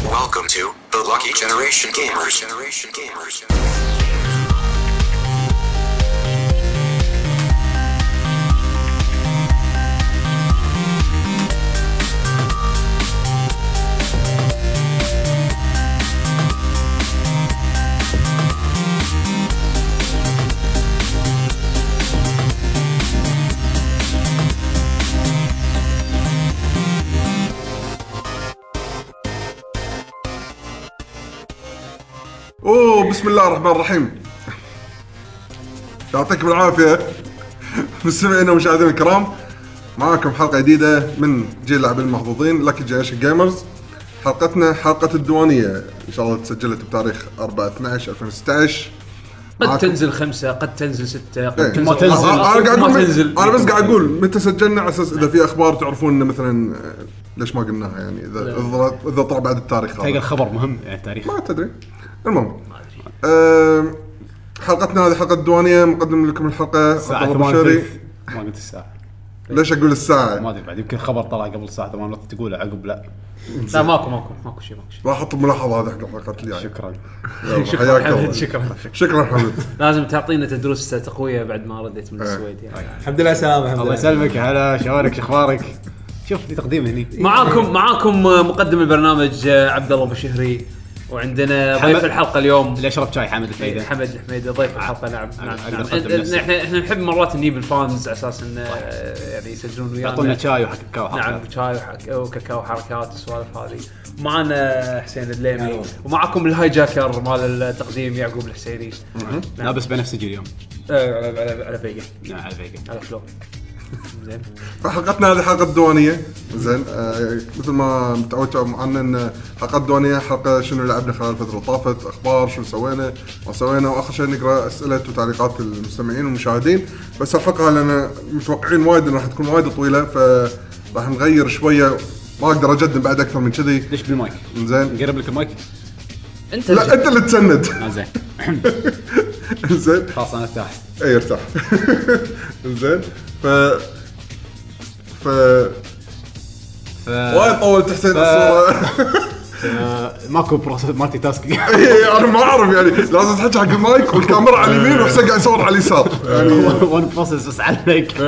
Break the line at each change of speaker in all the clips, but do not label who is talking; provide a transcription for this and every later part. to the Lucky Generation Gamers. Generation Gamers.
اوه بسم الله الرحمن الرحيم يعطيكم العافيه مستمعينا ومشاهدينا الكرام معاكم حلقه جديده من جيل اللاعبين المحظوظين لك جنريشن جيمرز حلقتنا حلقه الديوانيه ان شاء الله تسجلت بتاريخ 4 12 2016
قد
معاكم.
تنزل خمسة قد تنزل ستة قد
إيه.
تنزل
ما تنزل.
انا
أربعة،
قاعد اقول
ما
مت-
تنزل
انا بس قاعد اقول متى سجلنا على اساس اذا في اخبار تعرفون إنه مثلا آه، ليش ما قلناها يعني اذا إذا- اذا طلع بعد التاريخ
تلقى
هذا
الخبر مهم يعني تاريخ
ما تدري المهم آم، حلقتنا هذه حلقه الديوانيه مقدم لكم الحلقه
الساعة
عبد
8
الله البشري
وثلث. ما قلت الساعة
ليش اقول
ما
الساعه؟
ادري بعد يمكن خبر طلع قبل الساعة 8 لا تقوله عقب لا
لا ماكو ماكو ماكو شيء ماكو شيء
راح احط الملاحظه هذه حق الحلقات الجايه
شكرا
يلا،
شكرا
حياك الله.
حمد شكرا
شكرا حمد
لازم تعطينا تدروس تقوية بعد ما رديت من السويد يعني
الحمد لله سلامة الحمد
الله
لله
يسلمك هلا شلونك شو اخبارك؟ شوف في تقديم
إيه.
هني
معاكم معاكم مقدم البرنامج عبد الله ابو شهري وعندنا
حمد.
ضيف الحلقة اليوم
اللي اشرب شاي حامد الفايده
حمد الحميدي ضيف الحلقه نعم نعم
أقدر
نعم.
أقدم
إن-
نفسي.
احنا احنا نحب مرات نجيب الفانز على اساس انه آه، يعني يسجلون ويانا
طيب. يعطونا شاي وحق كاو
نعم شاي وحك- وكاكاو حركات والسوالف هذه معنا حسين الليمي ومعكم الهاي جاكر مال التقديم يعقوب الحسيني نعم.
لابس بنفسجي اليوم
آه، على على على فيجا
نعم على فيجا
على فلو زين
حلقتنا هذه حلقه الديوانيه زين آه، مثل ما متعودتوا معنا ان آه، حلقات الديوانيه حلقه شنو لعبنا خلال الفتره اللي طافت اخبار شنو سوينا ما سوينا واخر شيء نقرا اسئله وتعليقات المستمعين والمشاهدين بس الحلقه لان متوقعين وايد إن راح تكون وايد طويله فراح نغير شويه ما اقدر اجدد بعد اكثر من كذي
دش بالمايك
زين
نقرب لك المايك
انت
لا انت اللي تسند
آه، زين
زين
خلاص انا ارتاح
اي ارتاح زين ف ف
ف...
وايد طولت حسين الصوره
آه، ماكو بروسس مالتي تاسكينج
إيه، انا ما اعرف يعني لازم تحكي حق المايك والكاميرا على اليمين
إيه.
وحسين قاعد يصور على اليسار
وان بروسس بس عليك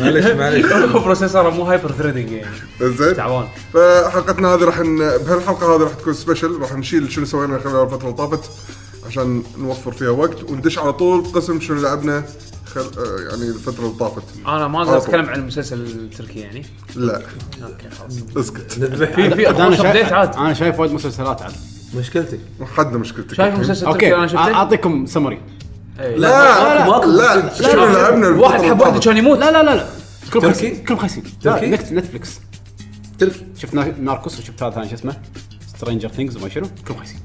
معلش معلش
بروسيسور مو هايبر ثريدنج يعني
إيه، زين
تعبان
فحلقتنا هذه راح ن... بهالحلقه هذه راح تكون سبيشل راح نشيل شنو سوينا خلال الفتره اللي طافت عشان نوفر فيها وقت وندش على طول قسم شنو لعبنا خل... آه، يعني الفتره اللي طافت
انا ما اقدر اتكلم عن المسلسل التركي يعني
لا
اوكي خلاص
اسكت
في في
انا
خوش ابديت
شايف
عاد
انا شايف وايد مسلسلات عاد
مشكلتك
حد مشكلتك
شايف
الحين.
المسلسل
اوكي
التركي انا
أ-
شفته؟
اعطيكم سمري
إيه.
لا
ماكو-
لا
ماكو.
شنو لعبنا الفترة
واحد حب واحده
اللي
كان يموت
لا لا لا لا كلهم
تركي؟
خايسين كلهم خايسين
تركي؟
لا، نت- نتفلكس
تركي
شفت نا- ناركوس وشفت هذا ثاني شو اسمه سترينجر ثينجز وما شنو طيب، كلهم خايسين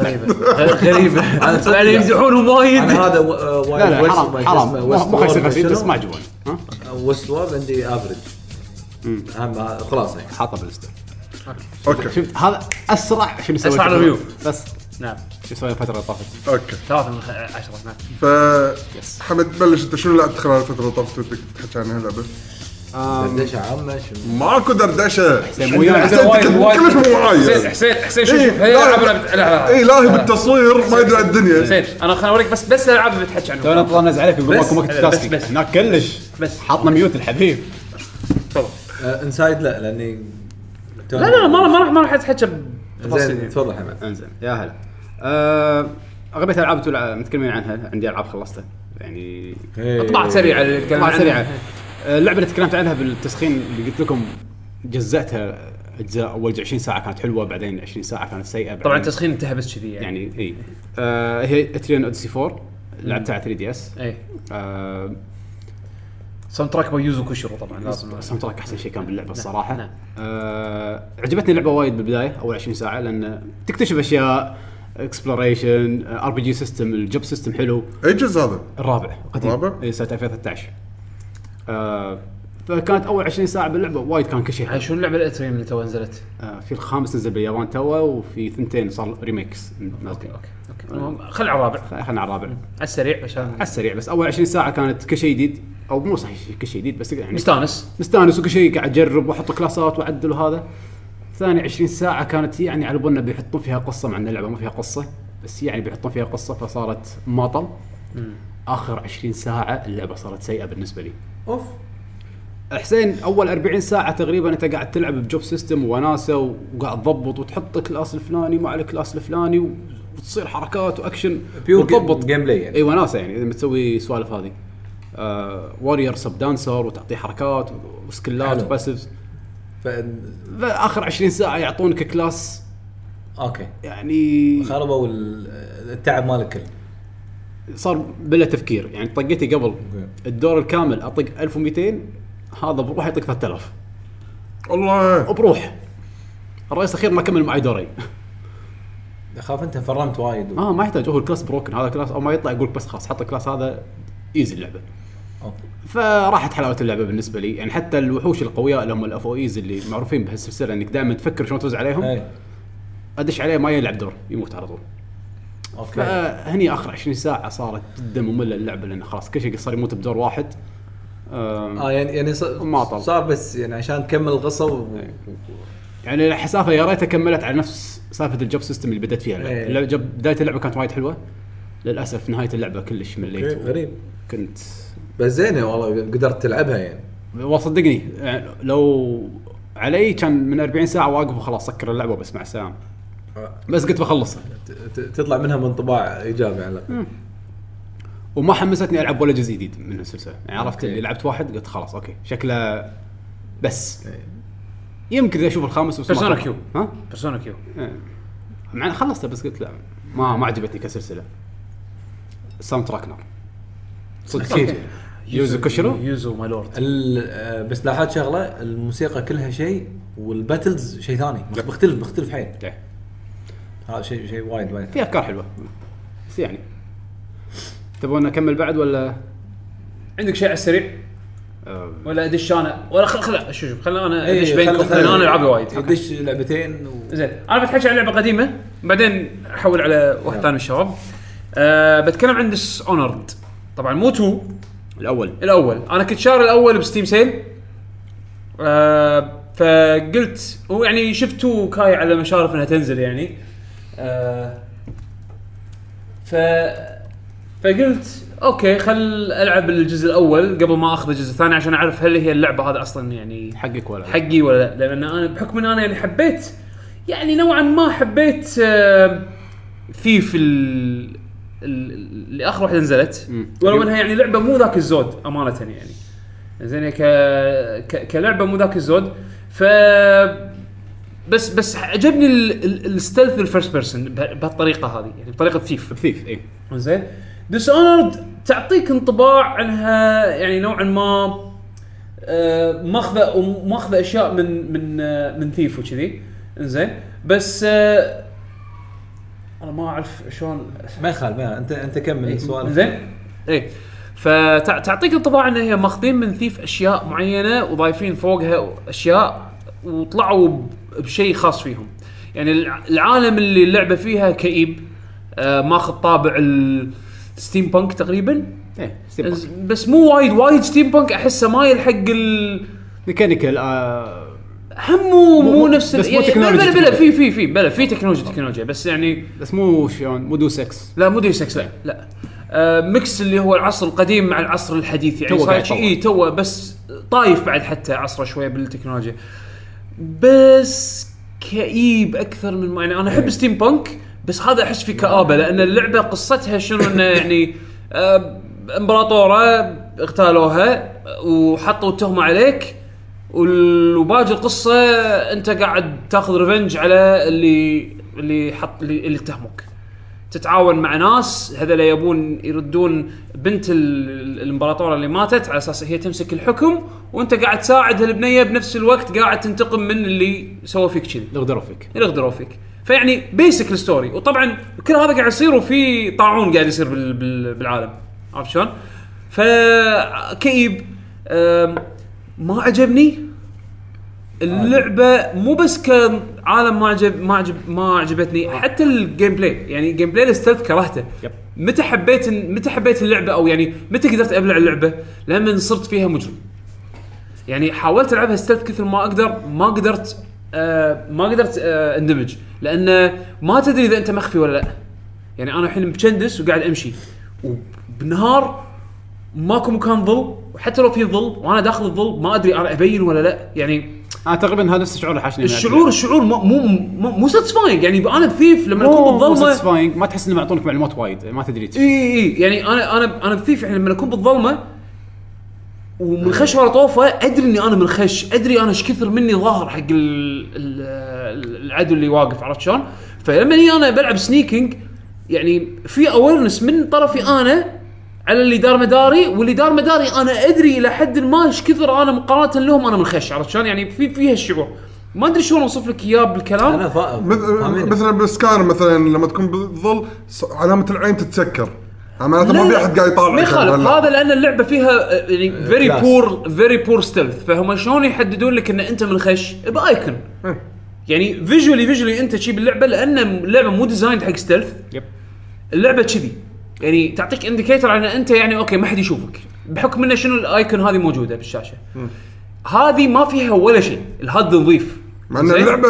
غريبه غريبه يعني يمدحونهم وايد
انا هذا و- آه،
لا لا
ويست-
حرام
شو اسمه،
حرام مو-
ويست
مو خايسين
وورد
خايسين بس
شنو؟
ما أه؟ عجبوني ها
ويست وورد عندي افرج اهم خلاص يعني
حاطه باللسته
اوكي
شفت هذا اسرع شنو سويت
أسرع ريفيو.
بس
نعم
شو سويت الفتره اللي طافت
اوكي
ثلاثة من خ- عشرة نعم
ف حمد بلش انت شنو لعبت خلال الفتره اللي طافت ودك تحكي عن هاللعبه؟
آه،
دردشه عامه شنو
ماكو دردشه
حسين مو وياي.
حسين أنت كنت كلش مو
حسين
معاي
حسين حسين شوف
إيه،
شوف هي
لا.
العاب
طيب.
أنا بت- لا لا إيه.
إيه.
لا.
اي لاهي بالتصوير ما يدري عن الدنيا
حسين انا خليني اوريك بس بس الالعاب اللي بتحكي
تونا
عنها
طلعنا عليك يقول
بس-
ماكو وقت
بس-
تاسكينج
بس.
هناك كلش
بس.
حاطنا ميوت الحبيب
انسايد آه، لا لاني
لا لا لا ما راح ما راح ما راح اتحكى بتفاصيل
زين
يعني.
تفضل حمد
انزين يا هلا آه، اغلبيه الالعاب تلع- متكلمين عنها عندي العاب خلصتها يعني
طلعت سريعه اللي اتكلم
طبعا
عنها.
سريعه آه، اللعبه اللي تكلمت عنها بالتسخين اللي قلت لكم جزأتها اجزاء اول 20 ساعه كانت حلوه بعدين 20 ساعه كانت سيئه
طبعا
بعدين-
التسخين انتهى بس كذي يعني
يعني اي آه هي اتريان اوديسي 4 لعبتها على 3 دي اس
اي
أه،
ساوند تراك بيوزو كوشيرو طبعا لازم
الساوند تراك احسن شيء كان باللعبه
نعم.
الصراحه آه عجبتني اللعبه وايد بالبدايه اول 20 ساعه لان تكتشف اشياء اكسبلوريشن ار بي جي سيستم الجوب سيستم حلو
اي جزء إيه، هذا
الرابع قديم
الرابع؟
إي، سنه 2013 آه فكانت اول 20 ساعه باللعبه وايد كان كل شيء حلو
يعني شو اللعبه الاتريم اللي تو نزلت؟
آه في الخامس نزل باليابان توه وفي ثنتين صار ريميكس
اوكي اوكي اوكي المهم، خل على الرابع على
خلينا على الرابع
السريع
على
عشان
السريع بس اول 20 ساعه كانت كل شيء جديد او مو صحيح كل شيء جديد بس يعني
مستانس
مستانس وكل شيء قاعد اجرب واحط كلاسات واعدل وهذا ثاني 20 ساعه كانت يعني على بالنا بيحطون فيها قصه مع ان اللعبه ما فيها قصه بس يعني بيحطون فيها قصه فصارت ماطل اخر 20 ساعه اللعبه صارت سيئه بالنسبه لي
اوف
حسين اول 40 ساعه تقريبا انت قاعد تلعب بجوب سيستم وناسه وقاعد تضبط وتحط الكلاس الفلاني مع الكلاس الفلاني وتصير حركات واكشن
بيور
وتضبط
جيم بلاي يعني.
اي وناسه يعني لما تسوي سوالف هذه آه وارير سب دانسر وتعطيه حركات وسكلات
حلو.
وباسفز
ف...
اخر 20 ساعه يعطونك كلاس
اوكي
يعني
خربوا ال- التعب مال الكل
صار بلا تفكير يعني طقيتي قبل الدور الكامل اطق 1200 هذا بروح يطق 3000
الله
وبروح الرئيس الاخير ما كمل معي دورين
اخاف انت فرمت وايد و...
اه ما يحتاج هو الكلاس بروكن هذا كلاس او ما يطلع يقول بس خلاص حط الكلاس هذا ايزي اللعبه
أوكي.
فراحت حلاوه اللعبه بالنسبه لي يعني حتى الوحوش القوياء اللي هم الاف او ايز اللي معروفين بهالسلسله انك دائما تفكر شلون تفوز عليهم
اي
ادش عليه ما يلعب دور يموت على طول
اوكي
فهني اخر 20 ساعه صارت جدا ممله اللعبه لان خلاص كل شيء صار يموت بدور واحد آم،
اه يعني يعني ص-
ما طلع. إيه.
صار بس يعني عشان تكمل القصه و...
يعني الحسافه يا ريتها كملت على نفس سالفه الجوب سيستم اللي بدات فيها اللعبه
إيه.
اللعبة- جب- بدايه اللعبه كانت وايد حلوه للاسف نهايه اللعبه كلش مليت
غريب
كنت
بس زينه والله قدرت تلعبها يعني
وصدقني يعني لو علي كان من 40 ساعه واقف وخلاص سكر اللعبه وبسمع سلام بس قلت بخلصها
ت- ت- تطلع منها بانطباع ايجابي على الاقل
وما حمستني العب ولا جزء جديد من السلسله يعني عرفت
أوكي.
اللي لعبت واحد قلت خلاص اوكي شكله بس
إيه.
يمكن اذا اشوف الخامس بس ما
Persona
أتوقع.
Q.
ها
بيرسونا كيو
إيه. مع إن خلصته بس قلت لا ما ما عجبتني كسلسله ساوند تراك نار صدق يوزو كوشيرو
يوزو ماي لورد
ال- آه، بس لاحظت شغله الموسيقى كلها شيء والباتلز شيء ثاني بختلف بختلف حيل
إيه.
هذا شيء شيء وايد وايد
في افكار حلوه بس يعني تبون اكمل بعد ولا
عندك شيء على السريع
آه،
ولا ادش انا ولا خل خل شوف شوف خل انا
إيه،
ادش
خل-
بينكم
خل- إيه.
لان انا العبي وايد
تدش لعبتين و...
زين انا بتحكي عن لعبه قديمه بعدين احول على واحد ثاني من الشباب أه بتكلم عن ديس اونرد طبعا مو 2
الاول
الاول انا كنت شاري الاول بستيم سيل آه فقلت هو يعني شفته كاي على مشارف انها تنزل يعني آه ف فقلت اوكي خل العب الجزء الاول قبل ما اخذ الجزء الثاني عشان اعرف هل هي اللعبه هذا اصلا يعني
حقك ولا لا؟
حقي ولا لا لان انا بحكم ان انا يعني حبيت يعني نوعا ما حبيت آه، في في ال ال- اللي اخر واحده نزلت
مم.
ولو انها يعني لعبه مو ذاك الزود امانه يعني زين ك... ك... كلعبه مو ذاك الزود ف بس بس عجبني ال- ال- الستلث الفيرست بيرسون به- بهالطريقه هذه يعني بطريقه ثيف
ثيف إيه. اي
زين ديس اونرد تعطيك انطباع عنها يعني نوعا ما آه، ماخذه ماخذه اشياء من من آه، من ثيف وكذي زين بس آه، انا ما اعرف شلون
ما يخالف ما يخالف. انت انت كمل السؤال
إيه، زين اي فتعطيك انطباع ان هي ماخذين من ثيف اشياء معينه وضايفين فوقها اشياء وطلعوا ب- بشيء خاص فيهم يعني الع- العالم اللي اللعبه فيها كئيب آه ماخذ طابع الستيم بانك تقريبا
إيه،
ايه
بس- بس مو وايد وايد ستيم بانك احسه مايل حق ال
ميكانيكال آه
هم مو,
مو-
مو نفس ال-
بس مو
يعني بلا
تكنولوجي
بلا بلا في في
تكنولوجي.
في بلا في تكنولوجيا تكنولوجيا بس يعني
بس مو شلون مو دو 6
لا مو ديوس اكس لا لا آه ميكس اللي هو العصر القديم مع العصر الحديث يعني
توه
صار
قاعد
شيء
يتطور.
اي تو بس طايف بعد حتى عصره شويه بالتكنولوجيا بس كئيب اكثر من ما يعني انا
إيه.
احب ستيم بانك بس هذا احس فيه كابه لان اللعبه قصتها شنو انه يعني آه امبراطوره اغتالوها وحطوا تهمه عليك وال- وباقي القصه انت قاعد تاخذ ريفنج على اللي اللي حط اللي, اللي اتهموك تتعاون مع ناس هذول يبون يردون بنت ال- الامبراطوره اللي ماتت على اساس هي تمسك الحكم وانت قاعد تساعد هالبنيه بنفس الوقت قاعد تنتقم من اللي سوى فيك كذي
اللي قدروا فيك
اللي غدروا فيك فيعني بيسك الستوري وطبعا كل هذا قاعد يصير وفي طاعون قاعد يصير بال بال بالعالم عرفت شلون؟ فكئيب أم، ما عجبني اللعبه مو بس كعالم ما عجب ما عجب ما عجبتني حتى الجيم بلاي يعني جيم بلاي الستلث كرهته
يب.
متى حبيت متى حبيت اللعبه او يعني متى قدرت ابلع اللعبه لما صرت فيها مجرم يعني حاولت العبها ستيلث كثر ما اقدر ما قدرت آه ما قدرت آه اندمج لان ما تدري اذا انت مخفي ولا لا يعني انا الحين مكندس وقاعد امشي وبنهار ماكو مكان ظل وحتى لو في ظل وانا داخل الظل ما ادري انا ابين ولا لا يعني
انا تقريبا آه، هذا نفس الشعور اللي حاشني
الشعور الشعور مو مو مو, مو satisfying. يعني انا بثيف لما اكون بالظلمه
ساتسفاينج ما تحس انهم يعطونك معلومات وايد ما تدري
اي اي يعني انا انا انا بثيف يعني لما اكون بالظلمه ومنخش ورا طوفه ادري اني انا منخش ادري انا ايش كثر مني ظاهر حق ال- ال- العدو اللي واقف عرفت شلون؟ فلما اني انا بلعب سنيكينج يعني في اويرنس من طرفي انا على اللي دار مداري واللي دار مداري انا ادري الى حد ما ايش كثر انا مقارنه لهم انا منخش عرفت شلون؟ يعني في فيها الشعور ما ادري شلون اوصف لك اياه بالكلام
انا فا-
مثل-
فاهمين.
مثلا بالسكار مثلا لما تكون بالظل ص- علامه العين تتسكر معناته
لا
ما في
لا،
احد قاعد يطالع
ما يخالف هذا لان اللعبه فيها آه، يعني فيري
كلاس.
بور فيري بور ستيلث فهم شلون يحددون لك ان انت منخش بايكون
إيه.
يعني فيجولي فيجولي انت شي باللعبه لان اللعبه مو ديزايند حق ستيلث
يب
اللعبه كذي يعني تعطيك انديكيتر على ان انت يعني اوكي ما حد يشوفك بحكم انه شنو الايكون هذه موجوده بالشاشه هذه ما فيها ولا شيء الهاد نظيف
مع ان
زين؟
اللعبه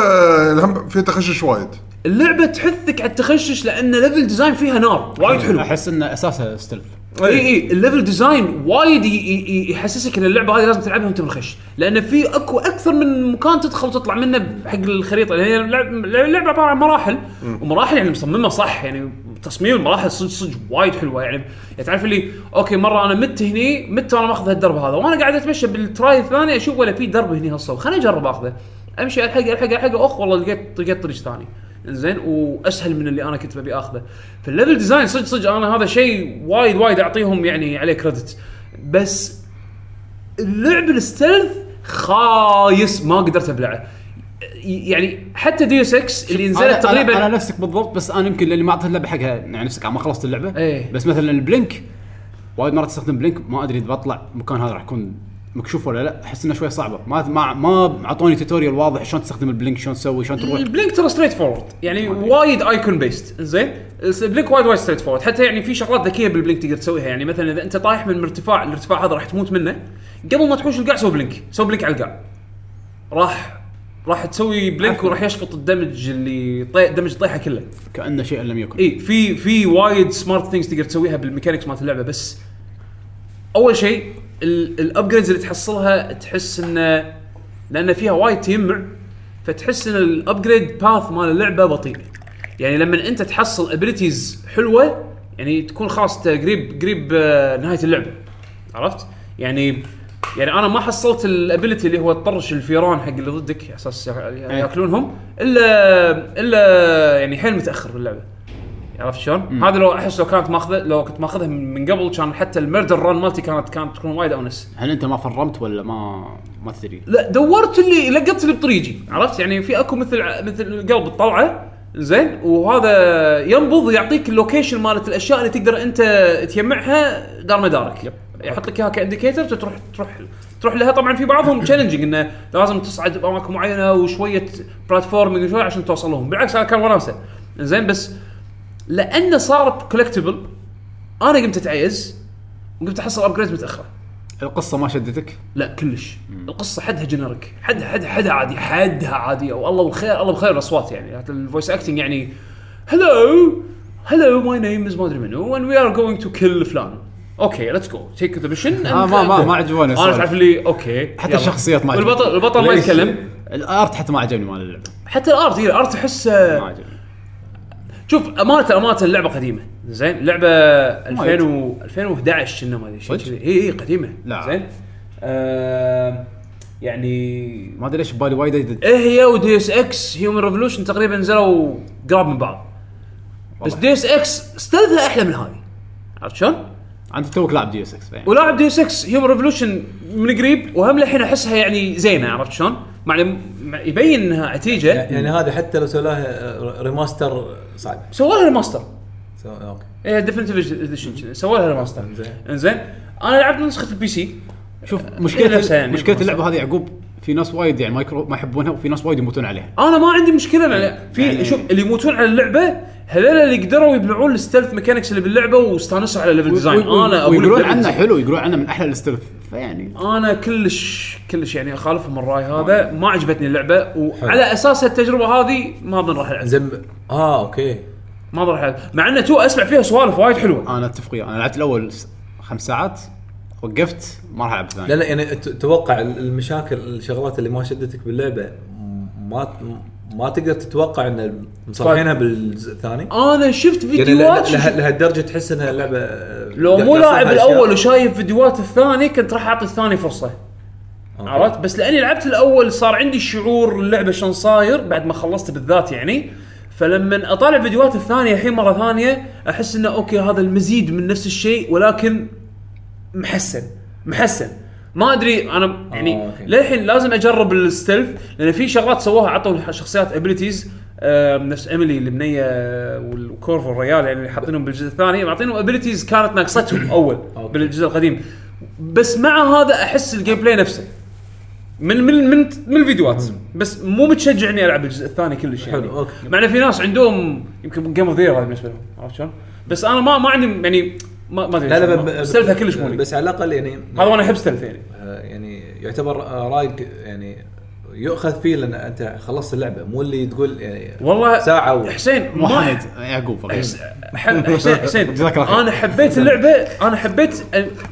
الهم في تخشش وايد
اللعبه تحثك على التخشش لان ليفل ديزاين فيها نار وايد حلو
احس انه اساسه ستلف
اي اي إيه، الليفل ديزاين وايد ي- ي- ي- يحسسك ان اللعبه هذه لازم تلعبها وانت منخش لان في اكو اكثر من مكان تدخل وتطلع منه حق الخريطه لان هي اللعب- اللعبه عباره عن مراحل ومراحل يعني مصممه صح يعني تصميم المراحل صدق صدق وايد حلوه يعني يعني تعرف اللي اوكي مره انا مت هني مت وانا ماخذ هالدرب هذا وانا قاعد اتمشى بالتراي الثاني اشوف ولا في درب هني هالصوب خليني اجرب اخذه امشي الحق الحق الحق اخ والله لقيت لقيت طريق ثاني زين واسهل من اللي انا كنت ببي اخذه فالليفل ديزاين صدق صدق انا هذا شيء وايد وايد اعطيهم يعني عليه كريدت بس اللعب الستلث خايس ما قدرت ابلعه ي- يعني حتى ديو 6 اللي
أنا-
نزلت
أنا-
تقريبا
انا نفسك بالضبط بس انا يمكن لاني ما اعطيت اللعبه حقها يعني نفسك ما خلصت اللعبه
إيه.
بس مثلا البلينك وايد مرات استخدم بلينك ما ادري اذا بطلع المكان هذا راح يكون مكشوف ولا لا احس انه شوي صعبه ما ما ما اعطوني توتوريال واضح شلون تستخدم البلينك شلون تسوي شلون تروح
البلينك ترى ستريت فورورد يعني وايد ايكون بيست زين البلينك وايد وايد ستريت فورورد حتى يعني في شغلات ذكيه بالبلينك تقدر تسويها يعني مثلا اذا انت طايح من ارتفاع الارتفاع هذا راح تموت منه قبل ما تحوش القاع سوي بلينك سوي بلينك على القاع راح راح تسوي بلينك وراح يشفط الدمج اللي طي... دمج طيحه كله
كانه شيء لم يكن
اي إيه، في في وايد سمارت ثينجز تقدر تسويها بالميكانكس مالت اللعبه بس اول شيء الابجريدز اللي تحصلها تحس انه لان فيها وايد تجمع فتحس ان الابجريد باث مال اللعبه بطيء يعني لما انت تحصل ابيلتيز حلوه يعني تكون خلاص أنت قريب قريب آه، نهايه اللعبه عرفت؟ يعني يعني انا ما حصلت الابيلتي اللي هو تطرش الفيران حق اللي ضدك على اساس يا- ياكلونهم الا الا يعني حيل متاخر باللعبه عرفت شلون؟ هذا لو احس لو كانت ماخذه لو كنت ماخذها من من قبل كان حتى الميردر ران مالتي كانت كانت تكون وايد اونس.
هل انت ما فرمت ولا ما ما تدري
لا دورت اللي لقيت اللي بطريقي عرفت يعني في اكو مثل ع- مثل قلب الطلعه زين وهذا ينبض يعطيك اللوكيشن مالت الاشياء اللي تقدر انت تجمعها دار مدارك يحط لك اياها كانديكيتر تروح تروح تروح لها طبعا في بعضهم تشالنجنج انه لازم تصعد باماكن معينه وشويه بلاتفورمينج وشويه عشان توصل لهم بالعكس هذا كان وناسه زين بس لانه صار كولكتبل انا قمت اتعيز وقمت احصل ابجريد متاخره
القصه ما شدتك
لا كلش القصه حدها جنريك حدها حدها حدها عادي حدها عاديه والله بالخير الله بالخير الاصوات يعني حتى الفويس اكتنج يعني هلو هلو ماي نيم از ما ادري منو اند وي ار جوينج تو كيل فلان اوكي ليتس جو تيك ذا ميشن
آه، ما- ما- ما عجبوني
انا
السوالف.
تعرف لي اوكي
حتى
يلا.
الشخصيات ما عجبوني.
والبطل البطل ما
ليش؟
يتكلم
الارت حتى ما عجبني مال اللعبه
حتى الارت هي الارت احس
ما عجبني
شوف امانه امانه اللعبه قديمه زين اللعبه 2000 و 2011 كنا ما ادري شيء
صدق؟
كذي. اي اي قديمه
لا.
زين آه، يعني
ما ادري ليش ببالي وايد أجدد.
ايه هي وديوس اكس هيومن ريفولوشن تقريبا نزلوا قراب من بعض بس
والله.
ديوس اكس استلثها احلى من هاي عرفت شلون؟
انت توك لاعب دي اس اكس يعني.
ولاعب ديوس اكس هيومن ريفولوشن من قريب وهم للحين احسها يعني زينه عرفت شلون؟ مع إن- مع- يبين انها عتيجه
يعني هذه حتى لو سووا لها ريماستر صعب
سووا لها ريماستر
سو- اوكي
ايه ديفنتيف اديشن سووا لها ريماستر
زين.
انزين انا لعبت نسخه البي سي
شوف
نفسها
مشكله
يعني.
مشكله اللعبه هذه يعقوب في ناس وايد يعني مايكرو ما يحبونها وفي ناس وايد يموتون عليها
انا ما عندي مشكله مع في
يعني-
شوف اللي يموتون على اللعبه هذول اللي قدروا يبلعون الستلث ميكانكس اللي باللعبه واستانسوا على الليفل ديزاين انا
ويقولون
لك
عنه حلو يقولون عنه من احلى الاستلف فيعني
انا كلش كلش يعني اخالفهم الراي هذا ما عجبتني اللعبه وعلى اساس التجربه هذه ما بنروح العب
زين اه اوكي
ما بنروح العب مع ان تو اسمع فيها سوالف وايد حلوه
انا اتفق وياه. انا لعبت الاول س- خمس ساعات وقفت ما راح العب
لا
الثاني
لا يعني أت- تتوقع ال- المشاكل الشغلات اللي ما شدتك باللعبه م- ما ما تقدر تتوقع
طيب.
ان مصلحينها بالجزء الثاني
انا شفت
يعني له-
فيديوهات
له- لهالدرجه تحس انها لعبه آه،
لو مو
قاعد
لاعب
تنصحها أشياء.
الاول وشايف فيديوهات الثاني كنت راح اعطي الثاني فرصه
أوكي.
عرفت بس لاني لعبت الاول صار عندي شعور اللعبه شلون صاير بعد ما خلصت بالذات يعني فلما اطالع فيديوهات الثانيه الحين مره ثانيه احس انه اوكي هذا المزيد من نفس الشيء ولكن محسن محسن ما ادري انا يعني
آه، أوكي.
للحين لازم اجرب الستلف لان في شغلات سووها عطوا شخصيات ابيلتيز نفس ايميلي البنيه والكورف والريال يعني اللي حاطينهم بالجزء الثاني معطينهم ابيلتيز كانت ناقصتهم اول
أوكي.
بالجزء القديم بس مع هذا احس الجيم بلاي نفسه من من من من الفيديوهات بس مو متشجع اني العب الجزء الثاني كلش يعني
حلو، أوكي.
مع انه في ناس عندهم يمكن جيم اوف هذا بالنسبه لهم عرفت شلون؟ بس انا ما ما عندي يعني ما ما ادري
لا لا
ما-
ب- ب-
ستلفها كلش مو لي.
بس على الاقل يعني
هذا وانا احب ستلث يعني
آه، يعني يعتبر آه، رايق يعني يؤخذ فيه لان انت خلصت اللعبه مو اللي تقول يعني
والله
ساعه و...
حسين
مو
ما
حميد يعقوب غير.
حس- ح- حسين حسين
جزاك الله خير.
انا حبيت اللعبه انا حبيت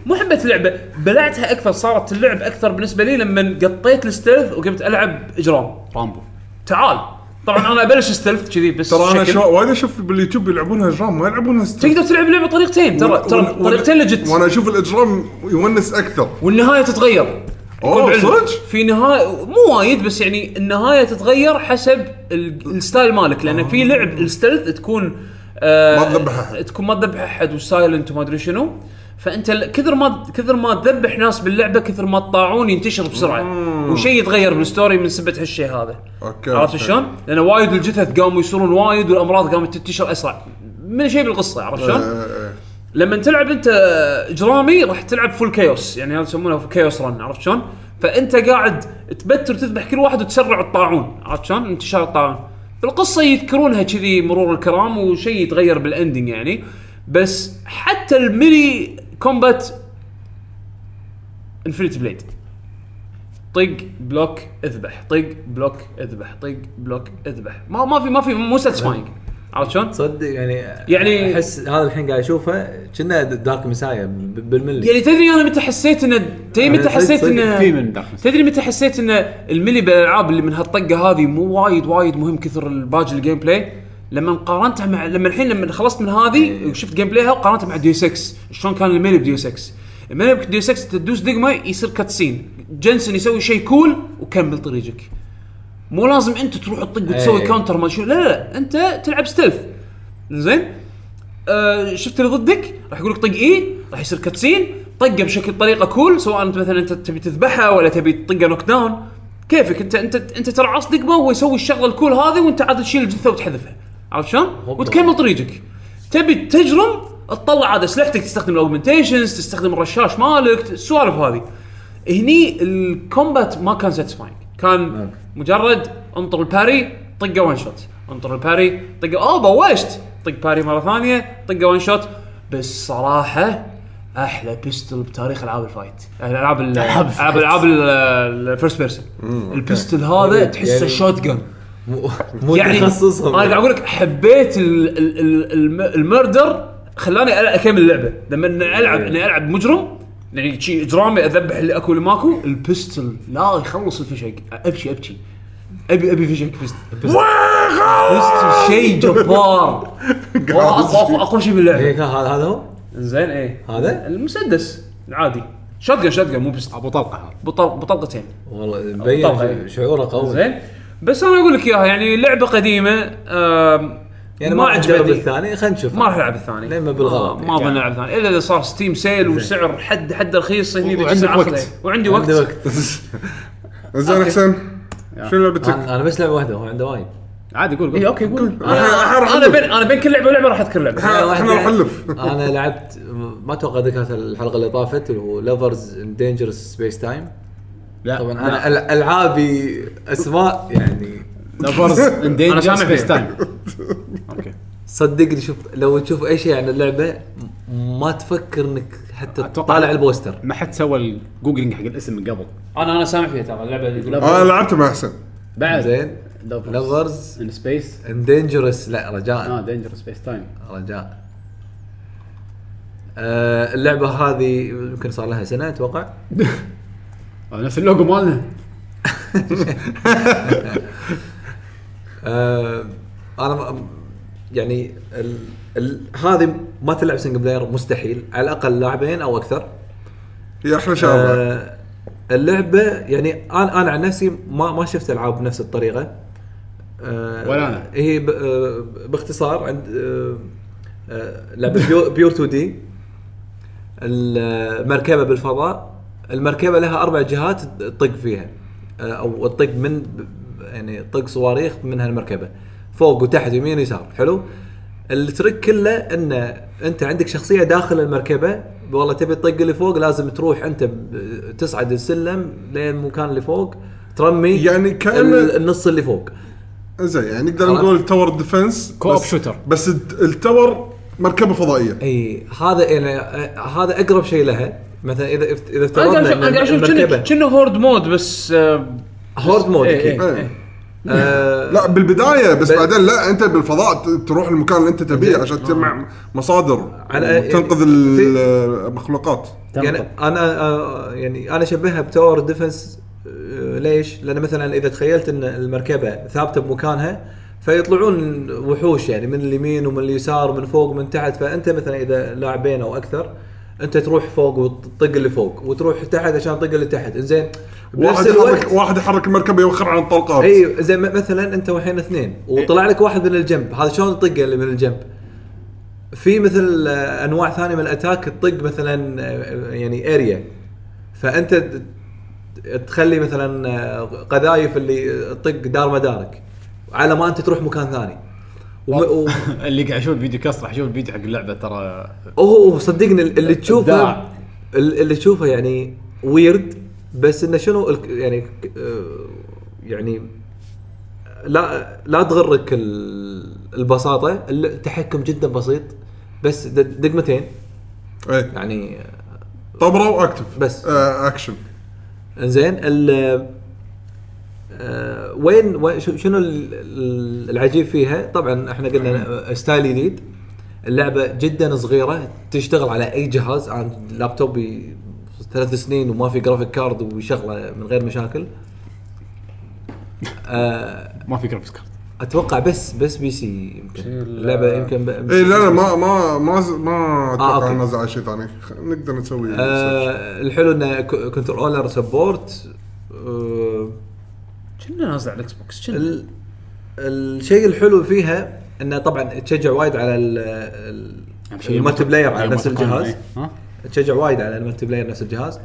مو حبيت اللعبه بلعتها اكثر صارت اللعب اكثر بالنسبه لي لما قطيت الستلث وقمت العب اجرام
رامبو
تعال طبعا انا ابلش ستلث كذي بس
ترى انا
شكل.
شو وايد اشوف باليوتيوب يلعبونها اجرام ما يلعبونها ستيل.
تقدر تلعب اللعبه بطريقتين ترى
وأنا-
ترى
وأنا-
طريقتين لجت
وانا اشوف الاجرام يونس اكثر
والنهايه تتغير
اوه
بالعلم.
صدق
في نهايه مو وايد بس يعني النهايه تتغير حسب ال- الستايل مالك لان في لعب الستلث تكون آه
آه. ما تذبح أحد.
تكون ما تذبح احد وسايلنت وما ادري شنو فانت ال- كثر ما كثر ما تذبح ناس باللعبه كثر ما الطاعون ينتشر بسرعه
آه.
وشيء يتغير بالستوري من سبه هالشيء هذا
أوكي،
عرفت
أوكي.
شلون؟ لان وايد الجثث قاموا يصيرون وايد والامراض قامت تنتشر اسرع من شيء بالقصه عرفت شلون؟
آه،
لما تلعب انت اجرامي راح تلعب فول كيوس يعني هذا يسمونه كيوس رن عرفت شلون؟ فانت قاعد تبتر تذبح كل واحد وتسرع الطاعون عرفت شلون؟ انتشار الطاعون. القصه يذكرونها كذي مرور الكرام وشيء يتغير بالاندنج يعني بس حتى الميلي كومبات انفنتي بليد طق بلوك اذبح طق بلوك اذبح طق بلوك اذبح ما ما في ما في مو ساتسفاينج عرفت شلون؟
تصدق يعني
يعني-
احس هذا الحين قاعد اشوفه كنا دارك مسايا ب- بالملي
يعني تدري انا متى حسيت انه تدري متى
صدق-
حسيت
صدق
في
انه
من داركنس
تدري متى حسيت ان الملي بالالعاب اللي من هالطقه هذه مو وايد وايد مهم كثر الباج الجيم بلاي لما قارنتها مع لما الحين لما خلصت من
إيه.
هذه وشفت جيم بلايها وقارنتها مع ديو 6 شلون كان الملي بديو 6 الملي بديو 6 تدوس دقمه يصير كاتسين جنسن يسوي شيء كول وكمل طريقك مو لازم انت تروح تطق وتسوي
إيه.
كاونتر ما شو لا لا لا انت تلعب ستيلث زين آه شفت اللي ضدك راح يقول لك طق اي راح يصير كاتسين طقه بشكل طريقه كول سواء انت مثلا انت تبي تذبحها ولا تبي تطقه نوك داون كيفك انت انت انت ترعص دقمه وهو يسوي الشغله الكول هذه وانت عاد تشيل الجثه وتحذفها عرفت شلون؟ وتكمل طريقك تبي تجرم تطلع عاد اسلحتك تستخدم الاوجمنتيشنز تستخدم الرشاش مالك السوالف هذه هني الكومبات ما كان ساتسفاينج كان مجرد انطر الباري طقه وان شوت انطر الباري طقه اوه بوشت طق باري مره ثانيه طقه وان شوت بس صراحه احلى بيستل بتاريخ العاب الفايت العاب ال-
ألعاب الفايت.
العاب العاب الفيرست بيرسون البيستل هذا
يعني-
تحسه شوت جن
مو- مو
يعني انا قاعد
تخصصهم
اقول لك حبيت ال- ال- ال- الم- المردر خلاني ألع- اكمل اللعبه لما اني العب اني العب مجرم يعني شي اجرامي اذبح اللي اكو اللي ماكو البستل لا يخلص الفشق ابكي ابكي ابي ابي فشق بستل بستل شيء جبار والله
قاعد
اقوى اقوى اقوى شيء باللعبه
هيك هذا هذا هو
زين ايه
إيه. هذا؟
المسدس العادي شوتجن شوتجن مو بستل
ابو طلقه هذا
بطل- بطلقتين
والله
طبعاً.
مبين شعوره قوي
زين بس انا اقول لك اياها يعني لعبه قديمه آم،
يعني ما عجبني
عجبتني.
الثاني خلينا نشوف
ما راح العب الثاني آه،
لما بالغلط
ما
يعني.
اظن العب الثاني الا اذا صار ستيم سيل وسعر حد حد رخيص هني
وعندك
بتسعة
وقت.
أخذه. وعندي وقت
عنده وقت
زين حسين
آه.
شنو لعبتك؟
انا أنا بس لعبه واحده هو عنده وايد
عادي قول
اي
قول
اوكي إيه، قول
أنا-
انا
أنا-
انا بين انا بين كل لعبه ولعبه راح اذكر لعبه
إحنا-
واحدة-
إحنا راح نلف.
انا لعبت ما اتوقع ذكرت الحلقه اللي طافت اللي هو لافرز ان دينجرس سبيس تايم
لا
طبعا
نعم.
انا أل- العابي اسماء يعني
لافرز ان
أنا سامع
دينجر
فيها.
سبيس تايم اوكي
صدقني شوف لو تشوف اي شيء عن اللعبه م- ما تفكر انك حتى
أتوقع-
طالع البوستر
ما حد سوى الجوجلينج حق الاسم من قبل
انا انا سامع فيها ترى اللعبه اللي-
انا لعبته مع حسين
بعد
زين لفرز
ان سبيس
اندينجرس لا
آه.
اه
رجاء
دينجر سبيس تايم
رجاء آه، اللعبه هذه يمكن صار لها سنه اتوقع
نفس اللوجو مالنا
آه، انا ما- يعني ال... ال... هذه ما تلعب سنجل بلاير مستحيل على الاقل لاعبين او اكثر
هي احلى شغله بعد.
آه، اللعبه يعني انا انا عن نفسي ما ما شفت العاب بنفس الطريقه آه،
ولا أنا.
هي ب- آه، باختصار عند آه، آه، لعبه بيو- بيور 2 دي المركبه بالفضاء المركبه لها اربع جهات تطق فيها آه، او تطق من ب- يعني طق صواريخ من هالمركبه فوق وتحت يمين ويسار حلو التريك كله ان انت عندك شخصيه داخل المركبه والله تبي تطق اللي فوق لازم تروح انت ب- تصعد السلم للمكان اللي فوق ترمي
يعني كأن-
ال- النص اللي فوق
زين يعني نقدر
خلاص.
نقول تاور ديفنس
كو أوب
بس-
شوتر.
بس الت- التاور مركبه فضائيه
اي هذا يعني آه، هذا اقرب شيء لها مثلا اذا اف- اذا
انا قاعد
افترضنا
أشوف-
إن
أنا قاعد اشوف كأنه-
المركبة-
كأنه هورد مود بس آه،
هورد مود
إيه،
أكيد.
إيه.
آه،
لا بالبدايه بس
بل-
بعدين لا انت بالفضاء ت- تروح المكان اللي انت تبيه عشان تجمع مصادر
على-
تنقذ
آه. في-
المخلوقات
يعني انا آه، يعني انا اشبهها بتاور ديفنس آه، ليش؟ لان مثلا اذا تخيلت ان المركبه ثابته بمكانها فيطلعون وحوش يعني من اليمين ومن اليسار ومن فوق ومن تحت فانت مثلا اذا لاعبين او اكثر انت تروح فوق وتطق اللي فوق وتروح تحت عشان تطق اللي تحت زين
واحد يحرك واحد يحرك المركبه يوخر عن الطلقات
اي إيه، زي م- مثلا انت وحين اثنين وطلع لك واحد من الجنب هذا شلون تطقه اللي من الجنب في مثل آه، انواع ثانيه من الاتاك تطق مثلا آه، يعني اريا فانت ت- تخلي مثلا آه، قذايف اللي تطق دار مدارك على ما انت تروح مكان ثاني وم-
اللي قاعد يشوف الفيديو كاست راح يشوف الفيديو حق اللعبه ترى
اوه صدقني اللي تشوفه
إبداع.
ال- اللي تشوفه يعني ويرد بس انه شنو الك- يعني ك- آه، يعني لا لا تغرك ال- البساطه التحكم جدا بسيط بس د- دقمتين
اي
يعني
طبره واكتف
بس.
إيه. آه اكشن
زين ال آه، وين وين- شو- شنو ال- ال- العجيب فيها؟ طبعا احنا قلنا ستايل جديد اللعبه جدا صغيره تشتغل على اي جهاز عن لابتوب ي- ثلاث سنين وما في جرافيك كارد وشغله من غير مشاكل آه،
ما في جرافيكس كارد
اتوقع بس بس بي سي يمكن
شيل-
اللعبه يمكن ب-
اي إيه، لا لا ما ما ما ز- ما اتوقع
أوكي.
آه نزل على شيء ثاني خ- نقدر نسوي سيرش.
آه، الحلو انه ك- كنترولر سبورت آه،
كنا نازل على الاكس بوكس كنا
ال... الشيء الحلو فيها انه طبعا تشجع وايد على ال... ال... الملتي بلاير على نفس الجهاز
ها
تشجع وايد على الملتي بلاير نفس الجهاز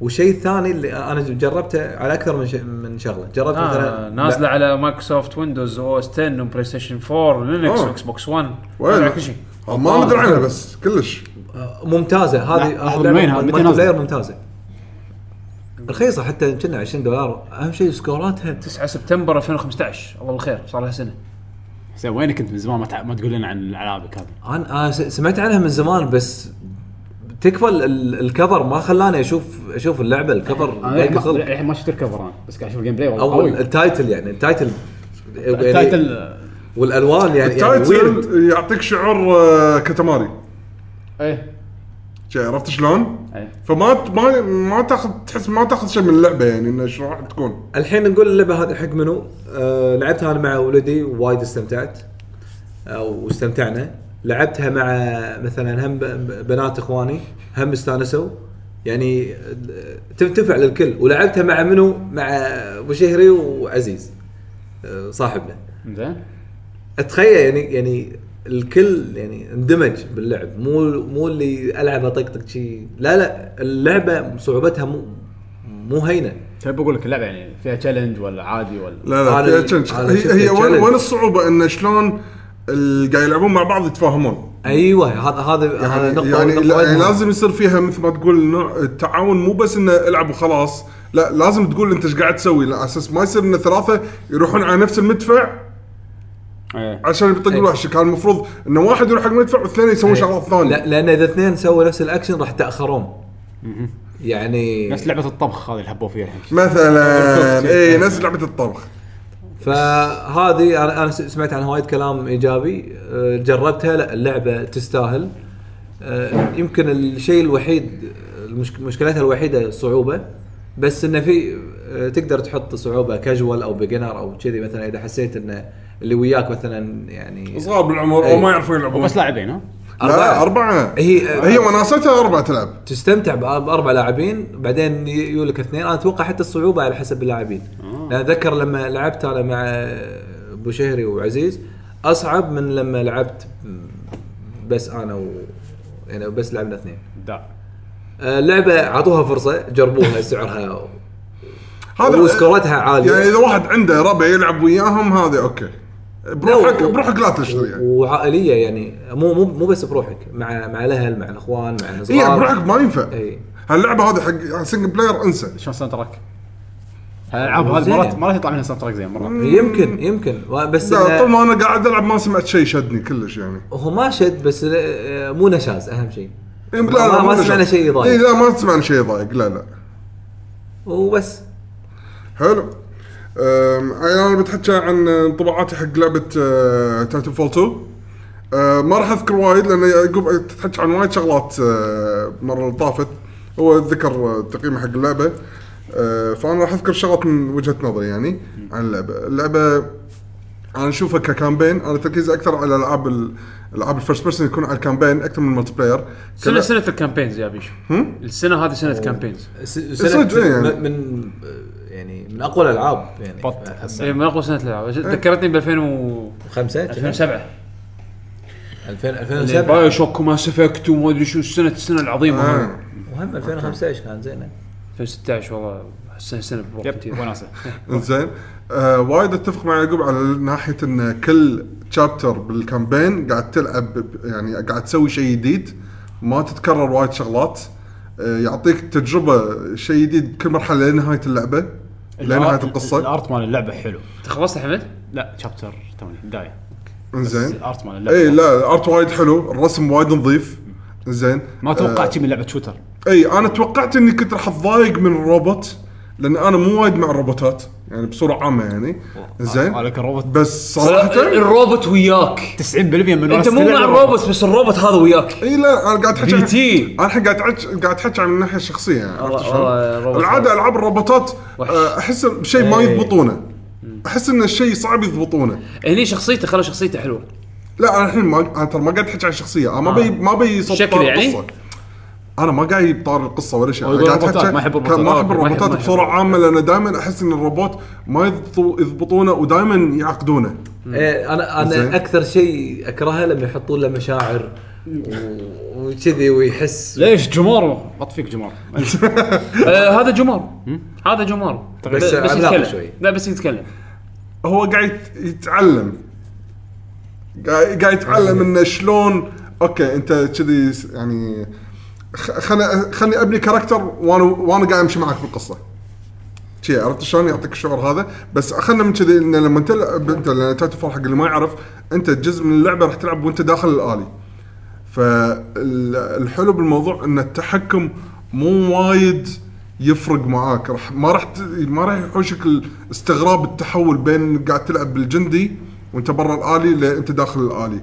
والشيء الثاني اللي انا جربته على اكثر من ش... من شغله جربت آه
آه
مثلا
نازله
لا،
على مايكروسوفت ويندوز او اس 10 وبلاي ستيشن 4 لينكس
أوه.
واكس بوكس 1
وين؟
نازلة على كل شيء
آه، ما ندري عنها بس كلش
آه، ممتازه هذه
لحظة، من وين هذا؟ متى
الملتي
نازل؟
بلاير ممتازه رخيصه حتى كنا 20 دولار اهم شيء سكوراتها
9 سبتمبر 2015 الله بالخير صار لها سنه
حسين وينك انت من زمان ما, تع... ما تقول لنا عن العابك هذه
انا أنا س- سمعت عنها من زمان بس تكفى ال- ال- الكفر ما خلاني اشوف اشوف اللعبه الكفر
انا
ضيق
للحين ما-
خلق.
للحين ما شفت الكفر انا بس قاعد اشوف الجيم بلاي والله
او
قوي
التايتل يعني التايتل يعني
التايتل
والالوان يعني يعني weird.
التايتل يعطيك شعور آه، كتماري
ايه
شي، عرفت شلون؟
إيه.
ايه
فما ت- ما ما تاخذ تحس ما تاخذ شيء من اللعبه يعني انه شلون راح تكون
الحين نقول اللعبه هذه حق منو آه لعبتها انا مع ولدي وايد استمتعت او واستمتعنا لعبتها مع مثلا هم ب- بنات اخواني هم استانسوا يعني آه، تنفع للكل ولعبتها مع منو مع ابو شهري وعزيز آه، صاحبنا
زين
اتخيل يعني يعني الكل يعني اندمج باللعب مو مو اللي العب اطقطق شي لا لا اللعبه صعوبتها مو مو هينه
تبي بقول لك اللعبه يعني فيها تشالنج ولا عادي ولا
لا لا
هذا
فيها
ال-
تشنج
هذا
هي,
شفته
هي وين
challenge.
وين الصعوبه انه شلون اللي قاعد يلعبون مع بعض يتفاهمون
ايوه هذا هذا هذا
يعني,
نقطه
يعني,
نقطة وايد
يعني
مهمة.
لازم يصير فيها مثل ما تقول نوع التعاون مو بس انه العب وخلاص لا لازم تقول انت ايش قاعد تسوي على اساس ما يصير ان ثلاثه يروحون على نفس المدفع
إيه.
عشان بيطق الوحش كان المفروض انه واحد يروح حق مدفع والثاني يسوي شغلات
إيه. لا
ثانيه
لان اذا اثنين سووا نفس الاكشن راح تاخرون يعني
نفس لعبه الطبخ هذه اللي هبوا فيها الحين
مثلا اي إيه، نفس لعبه الطبخ
فهذه انا انا س- سمعت عن وايد كلام ايجابي أه، جربتها لا اللعبه تستاهل أه، يمكن الشيء الوحيد المشك- مشكلتها الوحيده الصعوبه بس انه في أه، تقدر تحط صعوبه كاجوال او بيجنر او كذي مثلا اذا حسيت انه اللي وياك مثلا يعني
صغار بالعمر او
إي.
ما يعرفون يلعبون
بس لاعبين ها
لا اربعه
هي أه،
هي وناستها اربعه تلعب
تستمتع بأر- باربع لاعبين بعدين ي- يولك اثنين انا اتوقع حتى الصعوبه على حسب اللاعبين
آه.
انا اتذكر لما لعبت انا مع ابو شهري وعزيز اصعب من لما لعبت بس انا و يعني بس لعبنا اثنين
دا
آه، اللعبه اعطوها فرصه جربوها سعرها
هذا
وسكورتها عاليه
يعني اذا واحد عنده ربع يلعب وياهم هذا اوكي بروحك
لا، و-
بروحك لا تشتري يعني
وعائليه يعني مو مو مو بس بروحك مع مع الاهل مع الاخوان مع
اي
الصغار
إيه، بروحك ما ينفع
اي
هاللعبه هذه حق سنجل بلاير انسى
شلون الساوند تراك؟ الالعاب هذه
زين.
مرات مرات يطلع منها ساوند تراك زين مرات
يمكن يمكن بس
لا
إنه-
طول ما انا قاعد العب ما سمعت شيء شدني كلش يعني
هو ما شد بس آه، مو نشاز اهم شيء
إيه، لا،
ما-
لا،
ما
نشوف.
سمعنا شيء يضايق.
إيه، لا ما سمعنا شيء ضايق لا لا
وبس
حلو أم، انا بتحكى عن انطباعاتي حق لعبه تايتن فول 2 أه، ما راح اذكر وايد لان يعقوب تحكي عن وايد شغلات أه، المره اللي طافت هو ذكر أه، تقييمه حق اللعبه أه، فانا راح اذكر شغلات من وجهه نظري يعني عن اللعبه اللعبه انا اشوفها ككامبين انا تركيزي اكثر على العاب ال- العاب الفيرست بيرسون يكون على الكامبين اكثر من الملتي بلاير
سنه سنه الكامبينز يا بيشو السنه هذه سنه كامبينز
س-
صدق، إيه يعني.
م- من آه، يعني من اقوى الالعاب يعني
بط هسه.
اي من اقوى سنه الالعاب ذكرتني ب 2000 و
خمسة
2007
2000
اللي
2007
بايو شوك وماس افكت وما ادري شو السنه السنه العظيمه
آه.
هاي.
وهم 2015 كان زينه
2016 والله سنه سنه بوقت
يب
كتير.
وناسه
زين آه وايد اتفق مع يعقوب على ناحيه ان كل تشابتر بالكامبين قاعد تلعب ب- يعني قاعد تسوي شيء جديد ما تتكرر وايد شغلات آه يعطيك تجربه شيء جديد بكل مرحله لنهايه اللعبه لنهايه القصه
الارت مال اللعبه حلو
انت خلصت حمد؟
لا شابتر توني بدايه بس
زين
الارت مال
اي
اللعبه
لا الارت وايد حلو الرسم وايد نظيف زين
ما
آه.
توقعت شي من لعبه شوتر
اي انا توقعت اني كنت راح اتضايق من الروبوت لان انا مو وايد مع الروبوتات يعني بصوره عامه يعني زين
على الروبوت
بس صراحه
الروبوت وياك
90% من
انت مو مع الروبوت بس الروبوت هذا وياك
اي لا انا قاعد احكي
بي
عن-
تي.
انا الحين قاعد أحكي- قاعد احكي عن الناحيه الشخصيه يعني عرفت
والله-
شلون؟
والله الروبوت
العاده
وحش.
العاب الروبوتات
وحش.
آه، احس بشيء ما
إيه.
يضبطونه احس ان الشيء صعب يضبطونه
هني إيه، شخصيته خلى شخصيته حلوه
لا انا الحين ما انا ترى ما قاعد احكي عن الشخصيه انا ما
آه.
بي ما بي صوت
شكل
طار
يعني؟
القصة. انا ما قاعد أجيب طار القصه ولا شيء
هو
أنا
يقول
قاعد
الروبوتات،
أحكي-
ما يحب
كان- ما احب
الروبوتات.
ما يحب-
الروبوتات
ما يحب
بصوره عامه لان دائما احس ان الروبوت ما يضبطو- يضبطونه ودائما يعقدونه
إيه، انا
زين.
انا اكثر شيء اكرهه لما يحطون له مشاعر و- وكذي ويحس
ليش جمار اطفيك جمار
آه هذا جمار هذا جمار
بس
ب-
عملاق
يتكلم.
شوي.
لا بس يتكلم
هو قاعد يتعلم قاعد قاعد يتعلم انه شلون اوكي انت كذي س- يعني خ- خلنا خلني ابني كاركتر وانا وانا قاعد امشي معك بالقصه شي عرفت شلون يعطيك الشعور هذا بس خلنا من كذي انه لما تلعب انت لان تايتن فول حق اللي ما يعرف انت جزء من اللعبه راح تلعب وانت داخل الالي فالحلو بالموضوع ان التحكم مو وايد يفرق معاك راح ما راح ت- ما راح يحوشك استغراب التحول بين قاعد تلعب بالجندي وانت برا الالي لا انت داخل الالي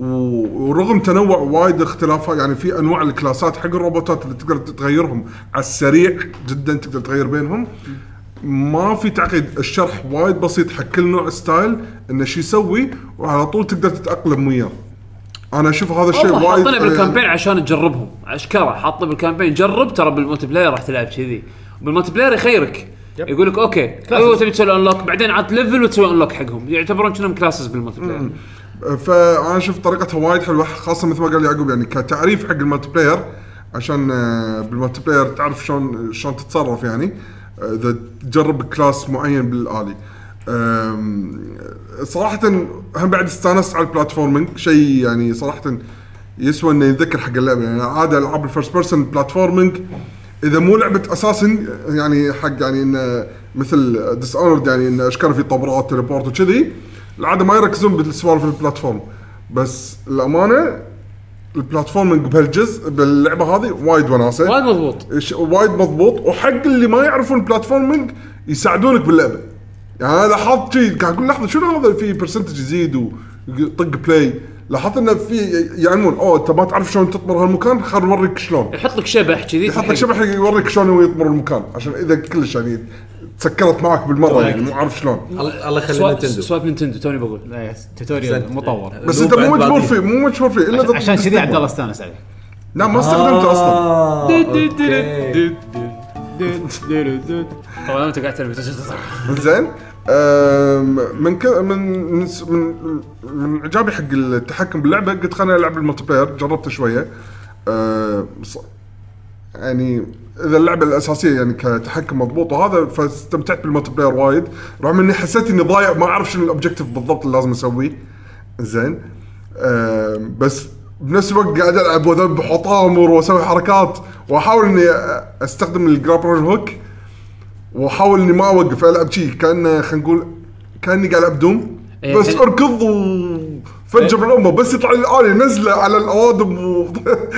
و- ورغم تنوع وايد اختلافات يعني في انواع الكلاسات حق الروبوتات اللي تقدر تغيرهم على السريع جدا تقدر تغير بينهم ما في تعقيد الشرح وايد بسيط حق كل نوع ستايل انه شو يسوي وعلى طول تقدر تتاقلم وياه انا اشوف هذا الشيء
والله
وايد
حاطينه بالكامبين عشان تجربهم اشكره حاطه بالكامبين جرب ترى بالملتي بلاير راح تلعب كذي بالملتي بلاير يخيرك يقول لك اوكي ايوه تبي تسوي انلوك بعدين عاد ليفل وتسوي انلوك حقهم يعتبرون كأنهم كلاسز بالملتي بلاير
آه، فانا اشوف طريقتها وايد حلوه خاصه مثل ما قال يعقوب يعني كتعريف حق الملتي بلاير عشان آه، بالملتي بلاير تعرف شلون شلون تتصرف يعني آه، اذا تجرب كلاس معين بالالي آم، صراحه هم بعد استانست على البلاتفورمينج شيء يعني صراحه يسوى انه يذكر حق اللعبه يعني عاده العاب الفيرست بيرسون بلاتفورمينج اذا مو لعبه اساسا يعني حق يعني انه مثل ديس اونرد يعني انه اشكال في طبرات تليبورت وكذي العاده ما يركزون بالسوالف البلاتفورم بس الامانه البلاتفورمينج بهالجزء باللعبه هذه وايد وناسه
وايد مضبوط
ش- وايد مضبوط وحق اللي ما يعرفون البلاتفورمينج يساعدونك باللعبه يعني انا لاحظت شيء قاعد اقول لحظه شنو هذا في برسنتج يزيد وطق بلاي لاحظت انه في يعلمون اوه انت ما تعرف شلون تطمر هالمكان خل نوريك شلون
يحط لك شبح كذي
يحط لك
تحب.
شبح يوريك شلون هو يطمر المكان عشان اذا كلش يعني تسكرت معك بالمره يعني مو عارف شلون
الله الله يخلي
سوالف
نتندو
سوالف نينتندو توني بقول
لا يس توتوريال إيه، مطور
بس انت مو مجبور فيه مو مجبور فيه الا إذا
عشان كذي آه.
تستكبر.
عبد الله استانس عليه
لا ما استخدمته اصلا
آه،
طبعا انت قاعد تلبس
زين أم، من ك... من من س- من من اعجابي حق التحكم باللعبه قلت خليني العب الملتي بلاير جربته شويه أم، ص- يعني اذا اللعبه الاساسيه يعني كتحكم مضبوط وهذا فاستمتعت بالملتي بلاير وايد رغم اني حسيت اني ضايع ما اعرف شنو الاوبجيكتيف بالضبط اللي لازم اسويه زين أم، بس بنفس الوقت قاعد العب واذبح وطامر واسوي حركات واحاول اني أ- استخدم الجرابر هوك واحاول اني ما اوقف العب شيء كان خلينا نقول كاني قاعد العب دوم
إيه،
بس
حلو.
اركض وفجر بالامه بس يطلع لي الالي نزله على الاوادم و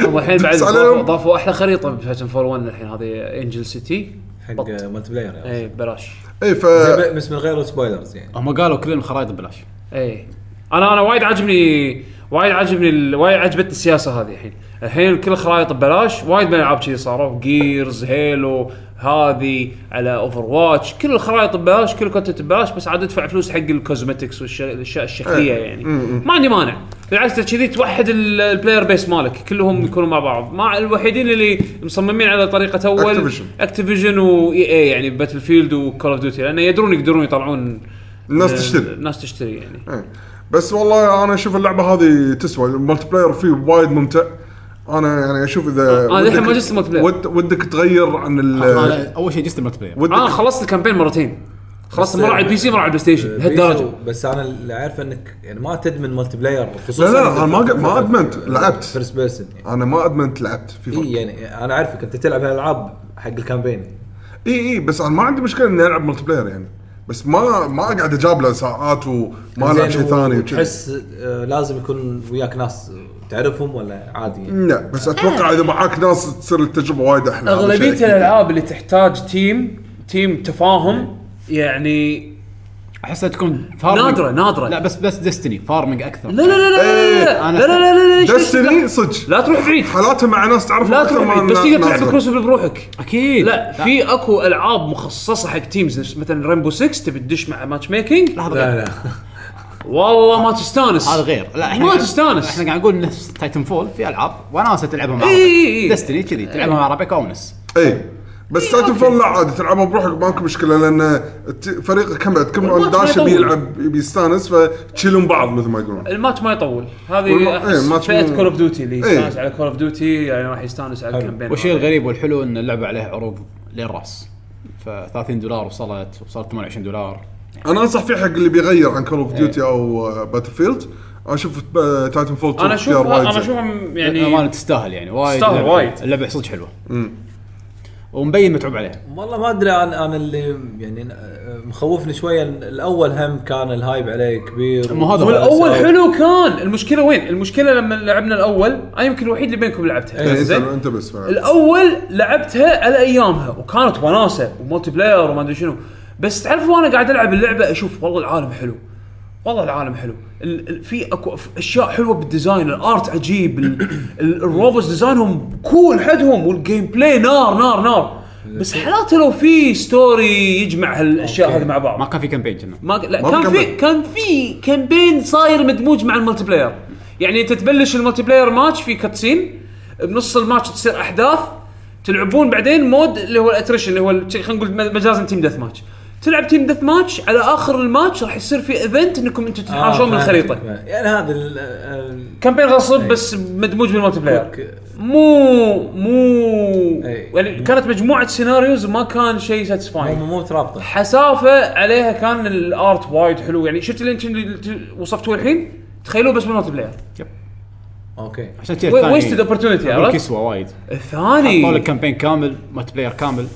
هم الحين بعد
دبس
ضافوا-
عليهم.
ضافوا احلى خريطه بساشن فور 1 الحين هذه انجل سيتي
حق ملتي بلاير يعني.
اي ببلاش
اي إيه، ف
زي- بس من غير سبويلرز يعني
هم قالوا كل الخرائط ببلاش
اي انا انا إيه. وايد عاجبني وايد عاجبني ال- وايد عجبتني السياسه هذه الحين الحين كل الخرائط ببلاش وايد من الالعاب كذي صاروا جيرز هيلو هذه على اوفر واتش كل الخرائط ببلاش كل الكونتنت ببلاش بس عاد ادفع فلوس حق الكوزمتكس والاشياء الشكليه يعني ما عندي مانع بالعكس أنت كذي توحد ال- البلاير بيس مالك كلهم يكونوا مع بعض مع الوحيدين اللي مصممين على طريقه اول
Activision.
اكتيفيجن واي اي يعني باتل فيلد وكول اوف ديوتي لان يدرون يقدرون يطلعون
الناس تشتري.
الناس تشتري يعني
إيه. بس والله انا اشوف اللعبه هذه تسوى الملتي بلاير فيه وايد ممتع انا يعني اشوف اذا
أنا للحين
ودك-
آه، ما آه، جست الملتي بلاير.
ود- ودك تغير عن ال
أنا اول شيء جست الملتي بلاير
ودك
انا آه، خلصت الكامبين مرتين خلصت
بس-
مره على البي سي مره على البلاي ستيشن
آه،
لهالدرجه
بيشو، بس انا اللي عارف انك يعني ما تدمن ملتي بلاير خصوصا
لا لا انا ما ق- ما ادمنت لعبت
فيرست بيرسون يعني
انا ما ادمنت لعبت في فرق
إيه.
اي يعني انا عارفك انت تلعب هالالعاب حق الكامبين
اي اي إيه، بس انا ما عندي مشكله اني العب ملتي بلاير يعني بس ما ما قاعد اجاب له ساعات وما العب شيء ثاني وكذا
تحس آه، لازم يكون وياك ناس تعرفهم ولا عادي يعني؟
لا بس اتوقع اذا معاك ناس تصير التجربه وايد احلى هذا شيء
اغلبيه
أكيد.
الالعاب اللي تحتاج تيم تيم تفاهم يعني
احسها تكون فارمنج
نادرة- نادرة.
لا بس بس ديستني فارمنج اكثر
لا لا لا لا لا لا
أنا
لا لا لا لا لا شوف-
دستني
لا
صدق
لا تروح بعيد
حالاتها مع نعم. ناس تعرفهم
لا
أكثر
تروح
ما
بعيد بس
نا-
تقدر
ناس
تلعب
غير.
كروسفل بروحك
اكيد
لا في اكو العاب مخصصه حق تيمز نفس مثلا ريمبو 6 تبي تدش مع ماتش ميكينج
لحظه
لا
غير
لا
والله ما تستانس
هذا غير لا
ما
قاعد-
تستانس.
احنا قاعد نقول نفس تايتن فول في العاب وناسه تلعبها مع
إي إي إي.
ديستني كذي تلعبها مع ربك اونس
اي إيه.
إيه،
بس تايتن فول لا عادي تلعبها بروحك ماكو مشكله لان الت- فريقك كم بعد كم
والماتش ما
داش
يطول.
بيلعب بيستانس فتشيلون بعض مثل ما يقولون
الماتش ما يطول هذه
والما- إيه،
أحس
ماتش
فئه
مو-
كول اوف ديوتي اللي
إيه.
يستانس على كول اوف ديوتي يعني راح يستانس على الكامبين
والشيء الغريب والحلو ان اللعبه عليها عروض للراس ف 30 دولار وصلت وصلت 28 دولار
انا انصح فيه حق اللي بيغير عن كول اوف
إيه.
ديوتي او باتل فيلد اشوف تايتن فول
انا اشوف انا اشوفهم
يعني
يعني
تستاهل يعني وايد
تستاهل
اللعبة-
وايد.
اللعبه صدق حلوه ومبين متعوب عليها
والله ما ادري انا انا اللي يعني مخوفني شويه الاول هم كان الهايب عليه كبير
مو هذا هو.
والاول حلو كان المشكله وين المشكله لما لعبنا الاول انا يمكن الوحيد اللي بينكم لعبتها
انت
زين
انت بس فعلا.
الاول لعبتها على ايامها وكانت وناسه ومالتي بلاير وما ادري شنو بس تعرف وانا قاعد العب اللعبه اشوف والله العالم حلو والله العالم حلو ال- ال- في اكو ف- اشياء حلوه بالديزاين الارت عجيب ال- ال- الروبوتس ديزاينهم كول حدهم والجيم بلاي نار نار نار بس حالاته لو في ستوري يجمع هالاشياء هذه مع بعض
ما كان في كامبين كنا
ما لا
ما
كان في
مكمل.
كان في كامبين صاير مدموج مع الملتي بلاير يعني انت تبلش الملتي بلاير ماتش في كاتسين بنص الماتش تصير احداث تلعبون بعدين مود اللي هو الاتريشن اللي هو ال- خلينا نقول م- مجازا تيم ديث ماتش تلعب تيم ديث ماتش على اخر الماتش راح يصير في ايفنت انكم
آه،
انتم تتحاشون من الخريطه
يعني هذا ال- ال-
كامبين غصب بس مدموج بالملتي بلاير
كويك.
مو مو
أي.
يعني كانت مجموعه سيناريوز ما كان شيء ساتيسفاينج
مو مو مترابطه
حسافه عليها كان الارت وايد حلو يعني شفت اللي انت اللي ت- وصفتوه الحين تخيلوه بس بالمالتي بلاير
اوكي
عشان كذا
و- wasted opportunity، عرفت؟
كسوه وايد حطوا لك
الثاني
كامبين كامل ملتي بلاير كامل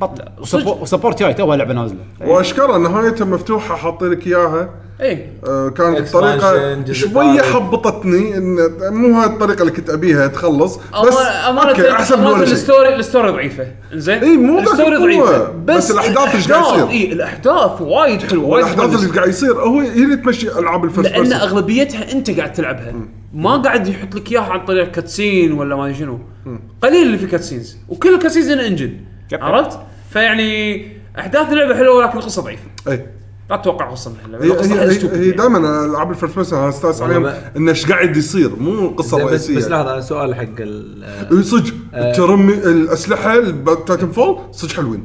بطل
صدق.
وسبورت جاي توها لعبه نازله
واشكره نهايتها مفتوحه حاطين لك اياها
اي
آه، كانت
Expansion،
الطريقه
جزء
شويه
ثالث.
حبطتني ان مو هاي الطريقه اللي كنت ابيها تخلص بس اوكي احسن من ولا شيء
الستوري الستوري ضعيفه زين
إي، مو ذاك
الستوري
القوة.
ضعيفه
بس الأحداث إيش قاعد يصير؟
اي الاحداث وايد حلوه وايد
الاحداث
تونس.
اللي قاعد يصير هو هي اللي تمشي العاب الفيرست
لان
بيرسون
اغلبيتها انت قاعد تلعبها ما قاعد يحط لك اياها عن طريق كاتسين ولا ما ادري شنو قليل اللي في كاتسينز وكل الكاتسينز ان انجن
يب.
عرفت؟ فيعني احداث اللعبه حلوه ولكن القصه ضعيفه
أي.
لا اتوقع قصه من اللعبة.
هي
قصة
هي,
حيل
هي,
stupid
هي
يعني.
دائما العاب الفيرست بيرسون انا استانس
والله
عليهم
ما-
انه ايش قاعد يصير مو القصه
زين، بس آه.
الرئيسيه
بس لحظه أنا سؤال حق ال-
إي صدق ترمي الاسلحه تايتن فول صدق حلوين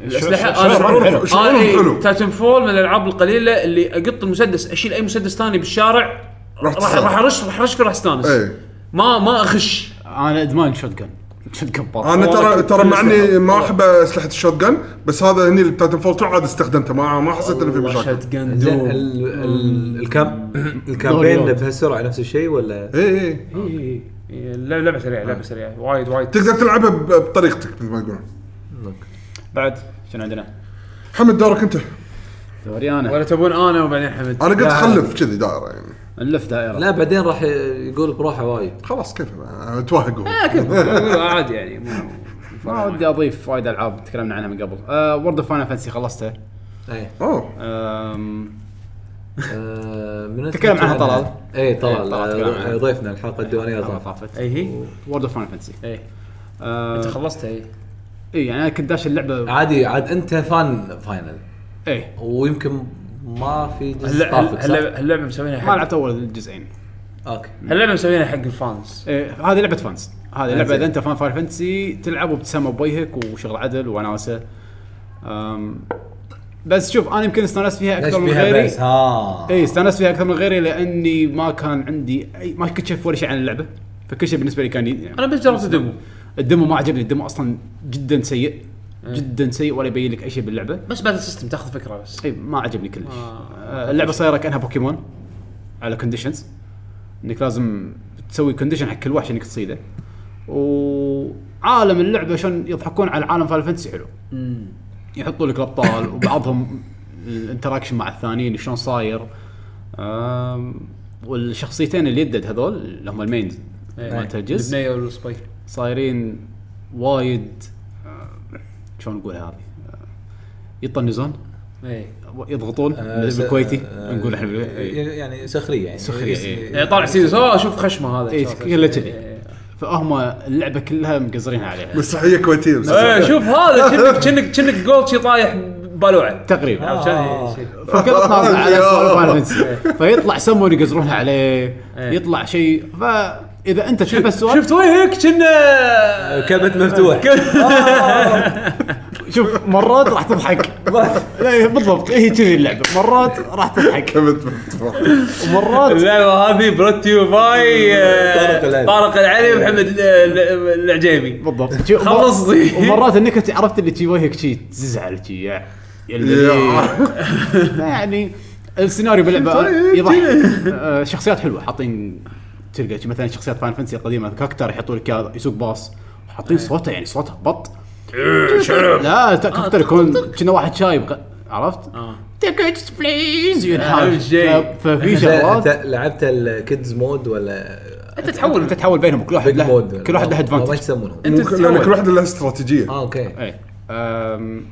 الاسلحه
شعور-
انا
شعور حلو.
شعورهم حلو.
تايتن آه، فول من الالعاب القليله اللي اقط المسدس اشيل اي مسدس ثاني بالشارع
راح
راح
تستانس. إيه.
راح ارش راح ارش فيه راح استانس
اي
ما ما اخش
انا ادمان شوت جن شوت جن
انا ترى ترى مع اني ما احب اسلحه الشوت جن بس هذا هني تايتن فول 2 عاد استخدمته ما ما حسيت انه في مشاكل
زين ال- ال- الكام الكامبين بهالسرعه نفس الشيء ولا
اي اي
إيه، لعبه لعبه سريعه لعبه سريعه وايد وايد
إيه. تقدر تلعبها ب- بطريقتك مثل ما يقولون
بعد شنو عندنا؟
حمد دورك انت
دوري انا
ولا تبون انا وبعدين حمد
انا قلت
لا.
خلف كذي دائره يعني
نلف دائره
لا بعدين راح يقول بروحه وايد
خلاص كيف أنا اتوهق هو
لكن عادي يعني مو-
ما ودي اضيف وايد العاب تكلمنا عنها من قبل أه وورد اوف فاينل فانسي خلصته
اي
اوه
أم،
آه، من
تكلم عنها
أتكلم
طلال.
اي
إي، طلال
طلال
تكلم عنها. إيه،
آه، ضيفنا الحلقه الديوانيه
طبعاً
طلال
طافت
اي هي
وورد اوف فاينل فانسي
اي
إيه.
أه،
انت خلصتها اي
اي يعني انا كنت داش اللعبه
عادي عاد انت فان فاينل
اي
ويمكن ما في جزء
هلا-
طافك صح؟
هلا- هاللعبه مسوينها
ما
حق
لعبت اول الجزئين
اوكي
هاللعبه مسوينها حق الفانز
إيه، هذه لعبه فانز هذه لعبه
آه، زين.
اذا انت فان فاير فانتسي تلعب وبتسمى بويهك وشغل عدل وناسه أم، بس شوف انا يمكن استانست فيها
ليش
اكثر من
فيها
غيري إيه.
بس ها
اي استانست فيها اكثر من غيري لاني ما كان عندي اي ما كنت شايف ولا شيء عن اللعبه فكل شيء بالنسبه لي كان ي- يعني
انا بس جربت الدمو
الدمو ما عجبني الدمو اصلا جدا سيء جدا سيء ولا يبين لك اي شيء باللعبه
بس باتل سيستم تاخذ فكره بس
اي ما عجبني كلش
آه.
آه، اللعبه صايره كانها بوكيمون على كونديشنز انك لازم تسوي كونديشن حق كل وحش انك تصيده وعالم اللعبه شلون يضحكون على عالم فاينل فانتسي حلو يحطوا لك الابطال وبعضهم الانتراكشن مع الثانيين شلون صاير آم، والشخصيتين اللي يدد هذول اللي هم المينز مالت الجزء
البنيه إيه. والسبايك
صايرين وايد آه، شلون نقولها هذه آه، يطنزون
اي
يضغطون بالاسم الكويتي نقول احنا بال-
آه،
إيه.
يعني سخريه يعني
سخرية، إي.
إيه، طالع سيريس اوه شوف خشمه هذا
إيه،
شاف.
كله كذي.
إيه.
فهم اللعبه كلها مقزرينها عليها
بس هي كويتيه بس
آه،
ايه شوف هذا كأنك- كأنك كأنك جولد شي طايح بلوعه
آه،
تقريبا
عشان إيه، شي.
فكل طنز على
يا
سوالف
الله.
فاينل فانتسي. فيطلع سمون يقزرونها عليه
إيه.
يطلع شيء فاذا انت تحب السوالف
شفت وجهك كنا
كبت مفتوح
شوف مرات راح تضحك لا بالضبط هي كذي اللعبه مرات راح تضحك ومرات
اللعبه هذه برتيو باي
طارق العلي.
آه، طارق العلي ومحمد آه، ال- العجيبي
بالضبط شي-
خلص ذي.
ومرات النكت عرفت اللي شي وجهك شي تزعل شي يا يا اللي- يعني السيناريو باللعبه يضحك آه، شخصيات حلوه حاطين تلقى شي مثلا شخصيات فان فانسي القديمه كاكتر يحطوا لك إياه يسوق باص حاطين صوته يعني صوته بط لا ت- كاكتر يكون كنا واحد شايب غ- عرفت؟ تيكتس بليز
أهم شيء.
ففي
انت
شغلات
لعبت الكيدز مود ولا
انت تحول انت تحول بينهم كل واحد
بيج
له
مود
كل واحد له
ما
ادفانتج
يسمونه
انت
لان كل
تتحول.
واحده لها استراتيجيه
اه اوكي
ايه أم،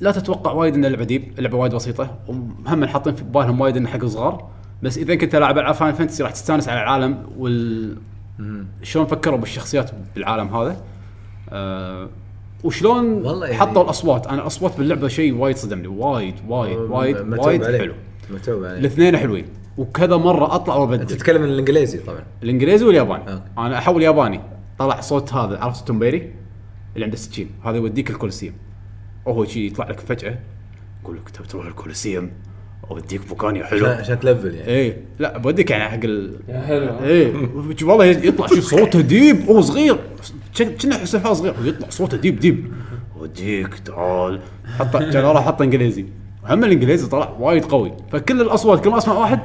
لا تتوقع وايد ان اللعبه ديب اللعبه وايد بسيطه وهم حاطين في بالهم وايد انه حق صغار بس اذا كنت لاعب العاب فاين فانتسي راح تستانس على العالم وال شلون فكروا بالشخصيات بالعالم هذا أه وشلون
والله يعني-
حطوا الاصوات انا الاصوات باللعبه شيء وايد صدمني وايد وايد وايد
متعوب
وايد
عليه.
حلو
متعوب عليه
الاثنين حلوين وكذا مره اطلع
انت
وابدل
تتكلم الانجليزي طبعا
الانجليزي والياباني
أوكي.
انا احول ياباني طلع صوت هذا عرفت التمبيري اللي عنده سكين هذا يوديك الكولسيوم وهو شي يطلع لك فجاه يقول لك تبي تروح الكولسيوم اوديك مكان حلو
عشان- عشان تلفل يعني
ايه لا بوديك يعني حق ال ايه وش- والله يطلع شي صوته ديب اوه صغير كنا حسفاء صغير ويطلع صوته ديب ديب وديك تعال حط كان راح حط انجليزي هم الانجليزي طلع وايد قوي فكل الاصوات كل ما اسمع واحد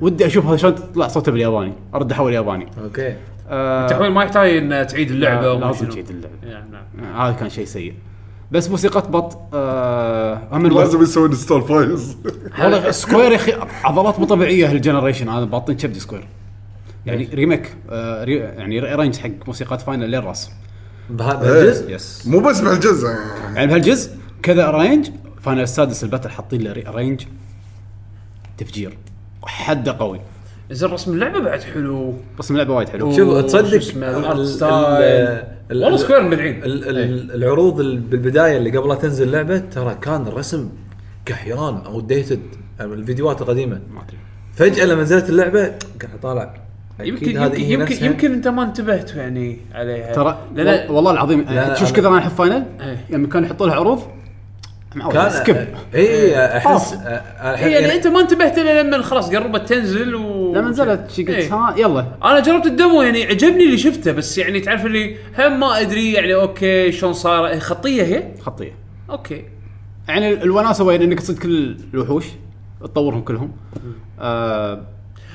ودي اشوف هذا شلون تطلع صوته بالياباني ارد احول ياباني
اوكي
آه،
التحويل ما يحتاج ان تعيد اللعبه
لا،
وما
لازم
شنو.
تعيد اللعبه
يعني نعم.
آه، هذا كان شيء سيء بس موسيقى بط آه هم الوقت
لازم يسوون انستول فايز
والله سكوير يا اخي عضلات مو طبيعيه هالجنريشن هذا باطن كبدي سكوير يعني ريميك آه ري يعني ريرنج حق موسيقى فاينل للراس
بهذا الجزء
يس
مو بس بهالجزء يعني
يعني بهالجزء كذا رينج فاينل السادس الباتل حاطين له رينج تفجير حده قوي
زين رسم اللعبه بعد حلو
رسم اللعبه وايد حلو
شوف
وش
تصدق
اسمه،
ال-
الأرت
ال-
ستايل.
ال-
والله سكوير مبدعين.
ال- ال- العروض ال- بالبدايه اللي قبل لا تنزل اللعبه ترى كان الرسم كحيان او ديتد الفيديوهات القديمه
ما ادري
فجاه لما نزلت اللعبه قاعد اطالع أكيد
يمكن
هذه
يمكن
هي
يمكن,
نفسها.
يمكن انت ما انتبهت يعني عليها
ترى
لان
وال- والله العظيم
لا،
شوف
أنا-
كذا انا الحين فاينل
إيه.
لما كانوا يحطوا لها عروض
كان إيه.
كان سكيب
اي احس
خلاص.
أ- إيه.
هي يعني انت ما انتبهت الا لما خلاص قربت تنزل و
لما نزلت شي
إيه.
قلت ها يلا
انا جربت الدمو يعني عجبني اللي شفته بس يعني تعرف اللي هم ما ادري يعني اوكي شلون صار خطيه هي
خطيه
اوكي
يعني ال- الوناسه وين انك تصيد كل الوحوش تطورهم كلهم آه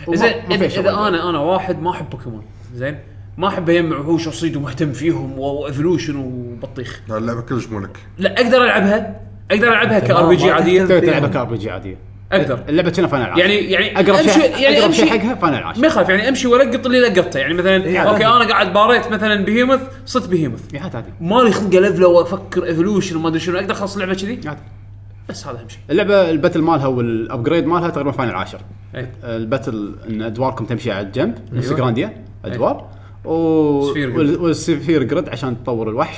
وما-
زين
ما في
اذا
شغل.
إذا انا انا واحد ما احب بوكيمون زين ما احب اجمع وحوش واصيد ومهتم فيهم وايفولوشن وبطيخ
لا، اللعبه كلش ملك
لا اقدر العبها اقدر العبها
أنت ما-
كار بي جي
ما
عاديه
تهتم.
تبي تلعبها كار بي جي عاديه
اقدر
اللعبه كنا فاينل عشرة.
يعني يعني
اقرب شيء
يعني
اقرب شيء
أمشي-
حقها فاينل
ما
10
يخالف يعني امشي والقط اللي لقطته يعني مثلا
إيه،
اوكي
عادي.
انا قاعد باريت مثلا بهيمث صرت بهيمث
يا حات عادي
مالي خلق الفله وافكر ايفولوشن وما ادري شنو اقدر اخلص اللعبه كذي
عادي.
بس هذا اهم شيء
اللعبه الباتل مالها والابجريد مالها تقريبا فاينل 10
إيه.
الباتل ان ادواركم تمشي على الجنب نفس
أيوة.
جرانديا ادوار و...
سفير جريد.
وال- والسفير جريد عشان تطور الوحش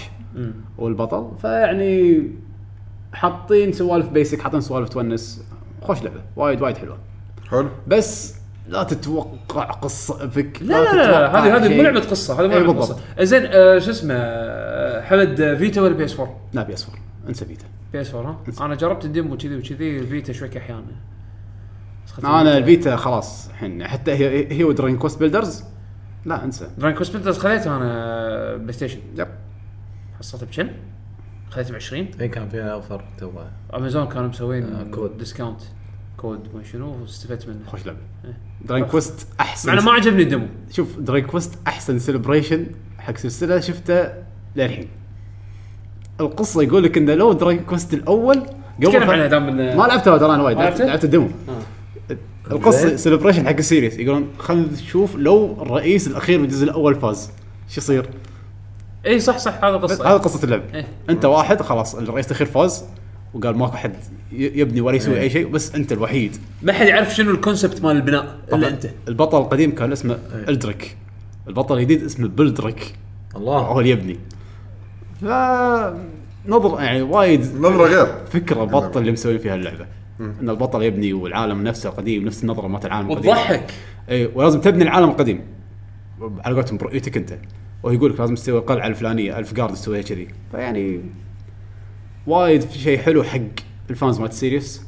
والبطل فيعني حاطين سوالف بيسك حاطين سوالف تونس خوش لعبه وايد وايد حلوه
حلو
بس لا تتوقع قصه فيك
لا لا لا
تتوقع
هذه هذه
شيء.
مو لعبه قصه هذه مو
إيه،
لعبه
بالضبط.
قصه زين آه، شو اسمه آه، حمد آه، فيتا ولا بي اس 4
لا بي اس 4 انسى بيتا
بي اس 4 ها انا جربت الديمو كذي وكذي الفيتا شوي احيانا
انا البيتا خلاص الحين حتى هي هي ودرين كوست بيلدرز لا انسى
درانك سبلنترز خليته انا بلاي ستيشن
يب
حصلته بكم؟ خليته ب 20
اي إيه، كان فيها اوفر توه
امازون كانوا مسوين
آه،
كود
كود.
ديسكاونت كود ما شنو واستفدت منه
خوش لعبه درين كويست احسن
مع انه إيه. ما عجبني الديمو
شوف درين كويست احسن سيلبريشن حق سلسله شفته للحين القصه يقول لك انه لو درين كويست الاول
تكلم
ف-
عنها دام إنه-
ما لعبتها ترى انا وايد
ما
لعبت,
لعبتها؟
لعبت الدمو القصه
زين.
سيلبريشن حق السيريس يقولون خلينا نشوف لو الرئيس الاخير من الجزء الاول فاز شو يصير؟
اي إيه، صح صح هذا
بس
قصه
هذا قصه اللعب
إيه.
انت واحد خلاص الرئيس الاخير فاز وقال ماكو حد ي- يبني ولا يسوي اي شيء بس انت الوحيد
ما حد يعرف شنو الكونسبت مال البناء الا
طبعاً
انت
البطل القديم كان اسمه الدريك البطل الجديد اسمه بلدريك هو
الله
اللي يبني ف نظر يعني وايد
نظره غير
فكره البطل اللي مسوين فيها اللعبه ان البطل يبني والعالم نفسه قديم نفس النظره مالت العالم القديم
وتضحك
اي ولازم تبني العالم القديم على قولتهم برؤيتك انت وهو يقول لك لازم تسوي القلعه الفلانيه الف جارد تسويها كذي فيعني وايد في شيء حلو حق الفانز مالت سيريوس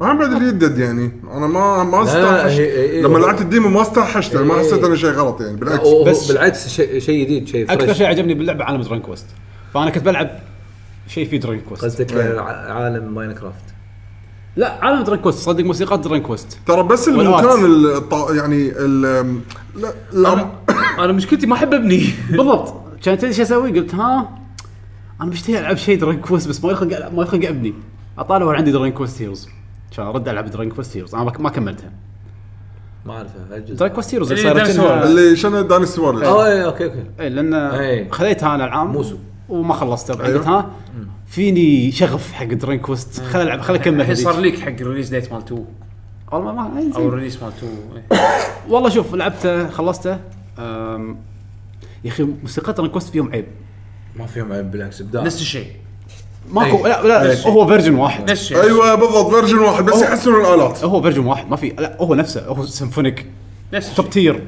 وهم بعد اليدد يعني انا ما ما
لا، لا،
استوحشت
هي- هي-
لما
هو-
لعبت الديمو ما استوحشت ما
إيه.
حسيت انه شيء غلط يعني بالعكس
بس
بس-
بالعكس شيء شيء جديد شيء
اكثر
فريش
شيء عجبني باللعبه عالم درين كويست فانا كنت بلعب شيء فيه درين كويست
قصدك
إيه.
ع- عالم ماينكرافت
لا عالم درين كويست صدق موسيقى درين كويست
ترى بس
والآرت.
المكان الط- يعني ال لا لا
انا مشكلتي ما احب ابني
بالضبط كان تدري شو اسوي قلت ها انا مشتهي العب شيء درين كويست بس ما يخلق ما يخلق ابني اطالع وين عندي درين كويست هيروز كان ارد العب درين كويست هيروز انا ما- ما كملتها
ما اعرفه
درين
هالجزء
كويست هيروز اللي
اللي
صارت
دانس
كأنها-
اللي شنو دانستي ووريرز
اه إيه، اوكي اوكي
اي لان
إي.
خذيتها انا العام
موسو.
وما خلصته
أيوه.
أيوة.
قلت ها فيني شغف حق درين كويست خل العب خل اكمل
الحين
هذيك.
صار ليك حق الريليز ديت مال 2
والله ما إي
او
زين.
الريليس مال 2 إيه.
والله شوف لعبته خلصته أم، يا اخي موسيقى درين كويست فيهم عيب
ما فيهم عيب بالعكس ابداع
نفس الشيء
ماكو
أي.
لا لا هو فيرجن واحد
نفس الشيء
ايوه بالضبط فيرجن واحد بس يحسنون الالات
هو فيرجن واحد ما في لا هو نفسه هو سيمفونيك
نفس الشيء
توب تير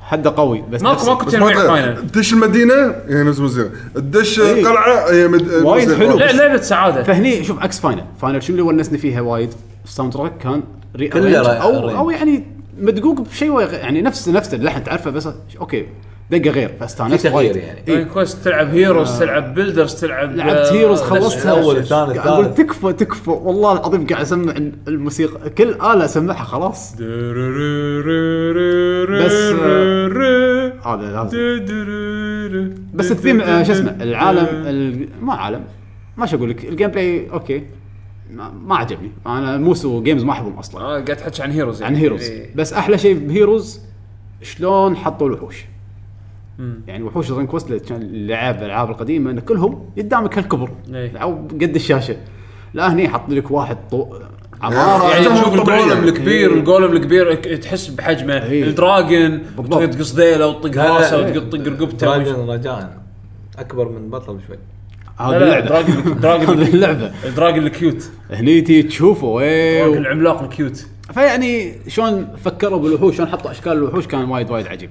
حده قوي بس
ماكو
نفسه.
ماكو
بس ما
تنويع
تغير.
فاينل
تدش المدينه يعني نفس مزينه تدش
إيه.
قلعه هي مد...
وايد
مزينة.
حلو.
لا لعبه سعاده
فهني شوف عكس فاينل فاينل شنو اللي ونسني فيها وايد الساوند تراك كان ري
كله ري-
او
ري-
او يعني مدقوق بشيء ويغ- يعني نفس نفس اللحن تعرفه بس اوكي دقه غير فاستانست
في تغيير
وايد
يعني.
إيه.
إيه. كويس تلعب هيروز تلعب بيلدرز تلعب
آه. لعبت
آه،
هيروز
نفس
خلصتها
الأول، الثاني،
قاعد اقول
الثالث.
تكفى تكفى والله العظيم قاعد اسمع الموسيقى كل اله اسمعها خلاص بس آه، هذا لازم بس الثيم آه، شو اسمه العالم ال- ما عالم ما شو اقول لك الجيم بلاي اوكي ما, ما عجبني انا موسو جيمز ما احبهم اصلا
آه، قاعد تحكي عن إيه. هيروز
عن هيروز بس احلى شيء بهيروز شلون حطوا الوحوش يعني وحوش الرين كوست اللي كان اللعاب الالعاب القديمه ان كلهم قدامك هالكبر
إيه.
او قد الشاشه لا هني حط لك واحد طو...
آه،
عماره
يعني
أعتبر
تشوف
طبيعية.
الجولم الكبير
إيه.
الجولم الكبير ك- تحس بحجمه
إيه.
الدراجن
بالضبط.
تقص ذيله وتطق
لا، لا،
راسه
إيه.
وتقط طق رقبته وش-
دراجون رجاء اكبر من بطل بشوي
هذه
لا لا
اللعبه
دراجن دراجن
هذه اللعبه
الدراجن الكيوت
إيه.
هني تي تشوفه
دراجن
ويو.
العملاق الكيوت
فيعني شلون فكروا بالوحوش شلون حطوا اشكال الوحوش كان وايد وايد عجيب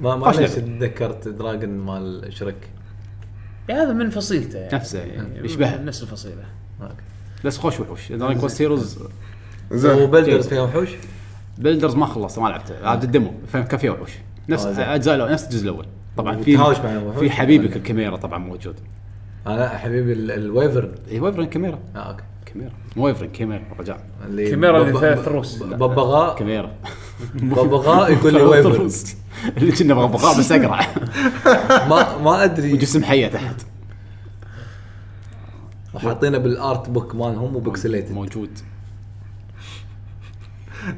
ما ما
خوش
ليش
لعبة.
تذكرت دراجون مال شرك
هذا من فصيلته يعني
نفسه يعني، يشبهه.
نفس الفصيله
بس خوش وحوش دراجون كوست هيروز
زين
وبلدرز فيها وحوش
بلدرز ما خلصته ما لعبته هذا الديمو كان فيها وحوش نفس
آه، زين.
اجزاء الأول- نفس الجزء الاول طبعا في
وتهاوش مع الوحوش.
في حبيبك الكاميرا طبعا موجود
انا آه، حبيبي ال- الويفرن
اي ويفرن كاميرا
اه اوكي
كاميرا مو ويفرن كاميرا رجاء
اللي
كاميرا اللي
بب-
فيها
بب-
ثروس.
ببغاء
كاميرا
ببغاء يقول لي ويفرن
اللي كنا بغبغاء بس اقرع
ما ما ادري
وجسم حيه تحت
وحاطينه بالارت بوك مالهم وبكسليتد
موجود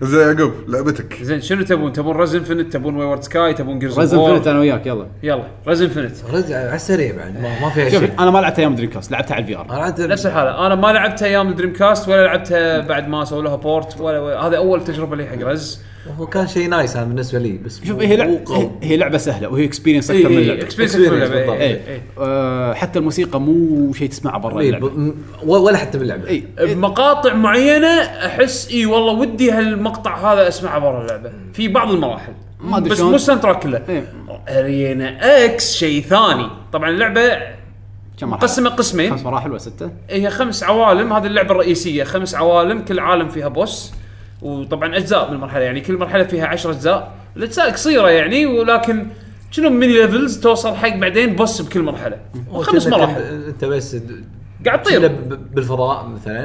زين يعقوب لعبتك
زين شنو تبون؟ تبون رزن فنت تبون ويورد سكاي تبون جيرز
رزن فنت انا وياك يلا
يلا رزن فنت
رجع على السريع بعد ما, ما فيها
شوف
شيء
انا ما لعبت ايام دريم كاست لعبتها على الفي ار
انا عاد
نفس الحاله انا ما لعبتها ايام الدريم كاست ولا لعبتها بعد ما سووا لها بورت ولا, ولا هذا اول تجربه لي حق رز
هو كان شيء نايس انا بالنسبه لي بس
شوف إيه،
مو-
هي
مو
لعبه
قوي.
هي- هي لعبه سهله وهي اكسبيرينس
إيه،
اكثر من لعبه
اكسبيرينس
إيه، Experience بالضبط.
إيه،
اي آه، حتى الموسيقى مو شيء تسمعه برا إيه،
إيه، ب- إيه.
اللعبه
م- و- ولا حتى باللعبه
اي
بمقاطع معينه احس اي والله ودي هالمقطع هذا اسمعه برا اللعبه في بعض المراحل
ما أدري
بس
شلون.
مو الساوند تراك كله
إيه.
ارينا اكس شيء ثاني طبعا اللعبه
كم مرحله؟
مقسمه قسمين
خمس مراحل ولا سته؟
هي خمس عوالم هذه اللعبه الرئيسيه خمس عوالم كل عالم فيها بوس وطبعا اجزاء من المرحله يعني كل مرحله فيها 10 اجزاء الاجزاء قصيره يعني ولكن شنو ميني ليفلز توصل حق بعدين بوس بكل مرحله خمس
وكأنك
مراحل
انت بس د-
قاعد
تشيله
تطير
ب- بالفضاء مثلا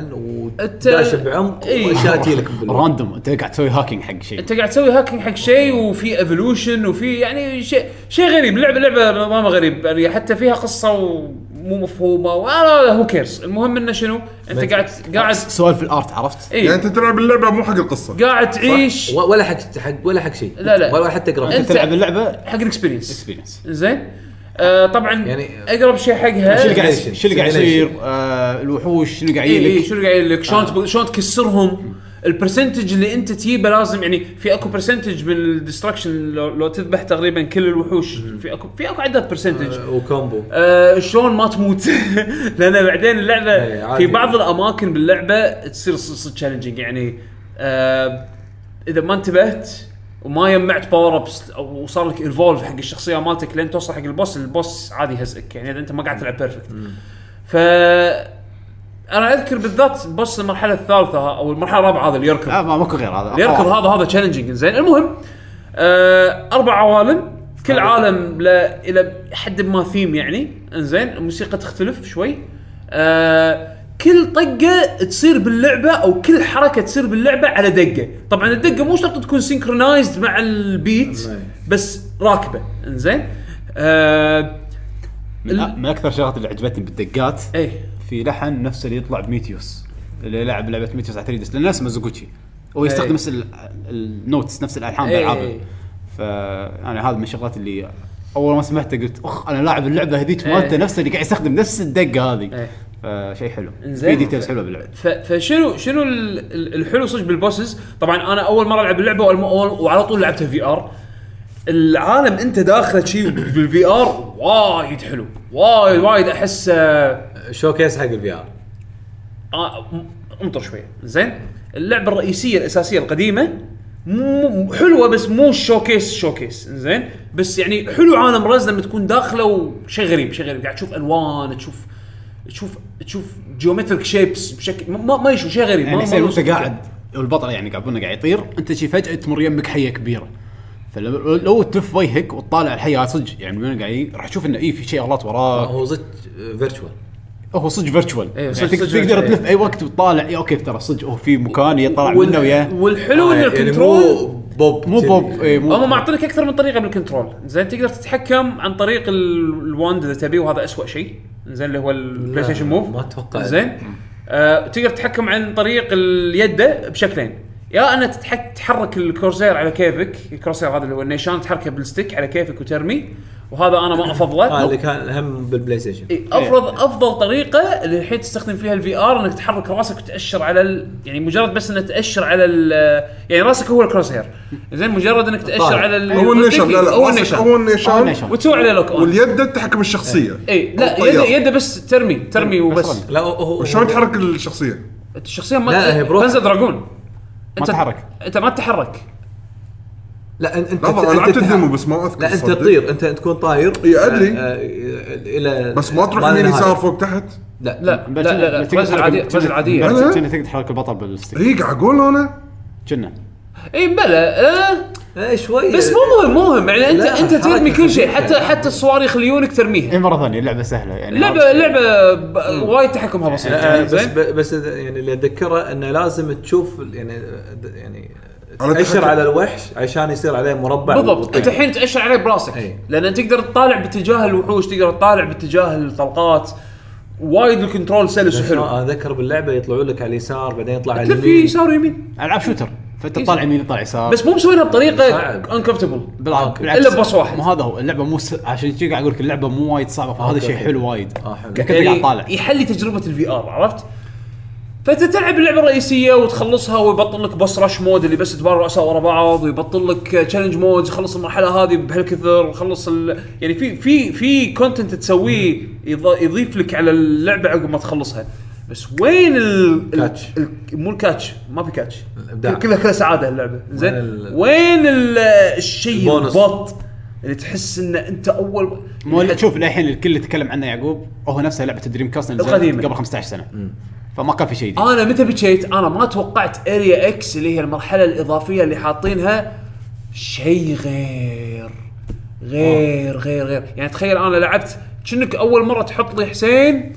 أنت-
وداش بعمق
إيه.
واشياء تجيلك بال-
راندوم انت قاعد تسوي هاكينج حق شيء
انت قاعد تسوي هاكينج حق شيء وفي ايفولوشن وفي يعني شيء شيء غريب لعبه لعبه نظامها غريب يعني حتى فيها قصه ومو مفهومه ولا هو كيرس المهم انه شنو انت قاعد قاعد
سؤال في الارت عرفت؟
يعني
اي
انت تلعب اللعبه مو حق القصه
قاعد تعيش
و- ولا حق حق ولا حق شيء
لا، لا.
ولا حتى قرا
أنت-
انت تلعب اللعبه
حق الاكسبيرينس
اكسبيرينس
زين آه طبعا يعني
يعني-
اقرب شيء حقها
شو اللي قاعد
Simulation.
شو اللي قاعد
Simulation.
يصير؟ آه، الوحوش شنو قاعد
إيه إيه
يجيلك؟
شنو قاعد يقول لك شلون تب- شلون تكسرهم البرسنتج اللي انت تجيبه لازم يعني في اكو برسنتج من الدستركشن لو, لو تذبح تقريبا كل الوحوش في اكو في اكو عدد برسنتج
وكومبو
آه شلون ما تموت لان بعدين
إيه،
اللعبه
عادي.
في بعض الاماكن باللعبه تصير صدق تشالنجينج يعني آه اذا ما انتبهت وما جمعت باور ابس او صار لك ايفولف حق الشخصيه مالتك لين توصل حق البوس البوس عادي يهزئك يعني اذا انت ما قاعد تلعب بيرفكت ف انا اذكر بالذات بوس المرحله الثالثه او المرحله الرابعه هذا اللي
آه،
يركض
لا آه، ما ماكو غير هذا آه،
يركض هذا هذا تشالنجينج زين المهم آه اربع عوالم كل عالم ل... الى حد ما ثيم يعني انزين الموسيقى تختلف شوي آه كل طقه تصير باللعبه او كل حركه تصير باللعبه على دقه طبعا الدقه مو شرط تكون سينكرونايزد مع البيت بس راكبه انزين آه
من, أ- من اكثر الشغلات اللي عجبتني بالدقات
ايه
في لحن نفسه اللي يطلع بميتيوس اللي لعب لعبه ميتيوس على 3 دي لان اسمه زوجوتشي هو يستخدم
إيه.
نفس ال- النوتس نفس الالحان
إيه.
بالالعاب فانا يعني هذا من الشغلات اللي اول ما سمعته قلت اخ انا لاعب اللعبه هذيك
إيه.
مالته نفسه اللي قاعد يستخدم نفس الدقه هذه
إيه.
فشيء حلو
إنزين.
في ديتيلز حلوه باللعبه
ف- فشنو شنو ال- ال- الحلو صدق بالبوسز طبعا انا اول مره العب اللعبه وأول- وأول- وعلى طول لعبتها في ار العالم انت داخله شي بالفي ار وايد حلو وايد وايد احس آه،
شوكيس حق الفي ار
آه، م- انطر شويه زين اللعبه الرئيسيه الاساسيه القديمه مو مو- حلوه بس مو شوكيس شوكيس زين بس يعني حلو عالم رز لما تكون داخله وشيء غريب شيء غريب قاعد تشوف الوان تشوف تشوف تشوف جيومتريك شيبس بشكل ما ما يشوف شيء غريب ما-
يعني
ما
يصير وانت
يوصف.
قاعد البطل يعني قاعد قلنا قاعد يطير انت شي فجاه تمر يمك حيه كبيره فلو لو تلف وجهك وتطالع الحياه صدق يعني من وين قاعد يجي، راح تشوف انه اي في شيء غلط وراك
هو صدق فيرتشوال
هو صدق فيرتشوال
إيه،
يعني
صدق-
تق-
صدق
تقدر
virtual،
تلف اي وقت وتطالع اي اوكي ترى صدق هو في مكان يطلع
وال-
منه وياه
والحلو ان
يعني
الكنترول
مو بوب
مو بوب اي
هم
مو
معطينك اكثر من طريقه بالكنترول زين تقدر تتحكم عن طريق ال- الواند اذا تبي وهذا أسوأ شيء زين اللي هو البلاي ستيشن موف
ما أتوقع.
زين آه تقدر تتحكم عن طريق اليد بشكلين يا ان تتحك تحرك الكورسير على كيفك الكورسير هذا اللي هو النيشان تحركه بالستيك على كيفك وترمي وهذا انا ما
هذا اللي
افضله
كان هم بالبلاي ستيشن
إي، افضل افضل طريقه اللي الحين تستخدم فيها الفي ار انك تحرك راسك وتاشر على ال... يعني مجرد بس انك تاشر على ال... يعني راسك هو الكروسير زين مجرد انك تاشر
طالع.
على ال...
طيب. هو النيشان لا لا
أيوة، هو
راسك هو
النيشان
أول
النيشان
نيشان.
وتسوي عليه لوك اون
واليد طيب. التحكم الشخصيه
اي لا
والطيار.
يده يده بس ترمي ترمي
طيب.
وبس
لا هو- هو
شلون تحرك الشخصيه؟
الشخصيه ما
لا، هي بروحها.
تنزل دراجون انت
تتحرك.
انت ما تتحرك
لا أن- انت
لحظه
أنت-
انا لعبت
أنت-
الديمو بس ما اذكر
لا انت
صدق.
تطير انت تكون طاير
إي، أدري.
آه، آه، الى
بس ما تروح
لا
يمين
نهاية.
يسار فوق تحت
لا
لا لا لا لا الرجل العاديه الرجل العاديه
بس-
بس كنا تقدر تحرك البطل بالستيك
اي إيه، قاعد اقول انا
كنا
اي بلا آه
آه، شوي
بس مو مهم مهم يعني انت
لا،
انت ترمي
حركة
كل شيء
خفيفة.
حتى حتى الصواريخ ليونك ترميها
اي مره ثانيه لعبه سهله يعني
لعبه لعبه ب- وايد تحكمها بسيط
آه،
يعني
بس
زين
بس يعني اللي اتذكره انه لازم تشوف يعني يعني
على
تاشر
التحكم.
على الوحش عشان يصير عليه مربع
بالضبط
وطير.
انت الحين تاشر عليه براسك
إي.
لان تقدر تطالع باتجاه الوحوش تقدر تطالع باتجاه الطلقات وايد الكنترول سلس
بس
وحلو
أنا اتذكر باللعبه يطلعوا لك على اليسار بعدين يطلع على
تلف في
اليمين
يسار يمين
العاب شوتر فانت تطالع يمين تطالع يسار
بس مو مسوينها بطريقه
صعب.
انكمفتبل
بالعكس بالعكس
إلا بباص واحد.
مو هذا هو اللعبه مو س... عشان كذا قاعد اقول لك اللعبه مو وايد صعبه فهذا
أوكي،
شيء
أوكي.
حلو وايد
آه، حلو.
قاعد كنت قاعد
يعني
طالع
يحلي تجربه الفي ار عرفت؟ فانت تلعب اللعبه الرئيسيه وتخلصها ويبطل لك بوس رش مود اللي بس تبار رؤساء ورا بعض ويبطل لك تشالنج مود خلص المرحله هذه بهالكثر خلص ال... يعني في في في كونتنت تسويه يض- يضيف لك على اللعبه عقب ما تخلصها بس وين ال
كاتش.
ال... مو الكاتش ما في كاتش
الإبداع.
كلها كلها سعاده اللعبه زين
ال-
وين ال... الشيء
البونص.
البط اللي تحس ان انت اول
مو شوف للحين الكل يتكلم عنه يعقوب هو نفسها لعبه دريم كاست اللي نزلت
القديمة. آه.
قبل 15 سنه فما كان في شيء جديد
انا متى بكيت انا ما توقعت اريا اكس اللي هي المرحله الاضافيه اللي حاطينها شيء غير غير غير غير يعني تخيل انا لعبت كأنك اول مره تحط لي حسين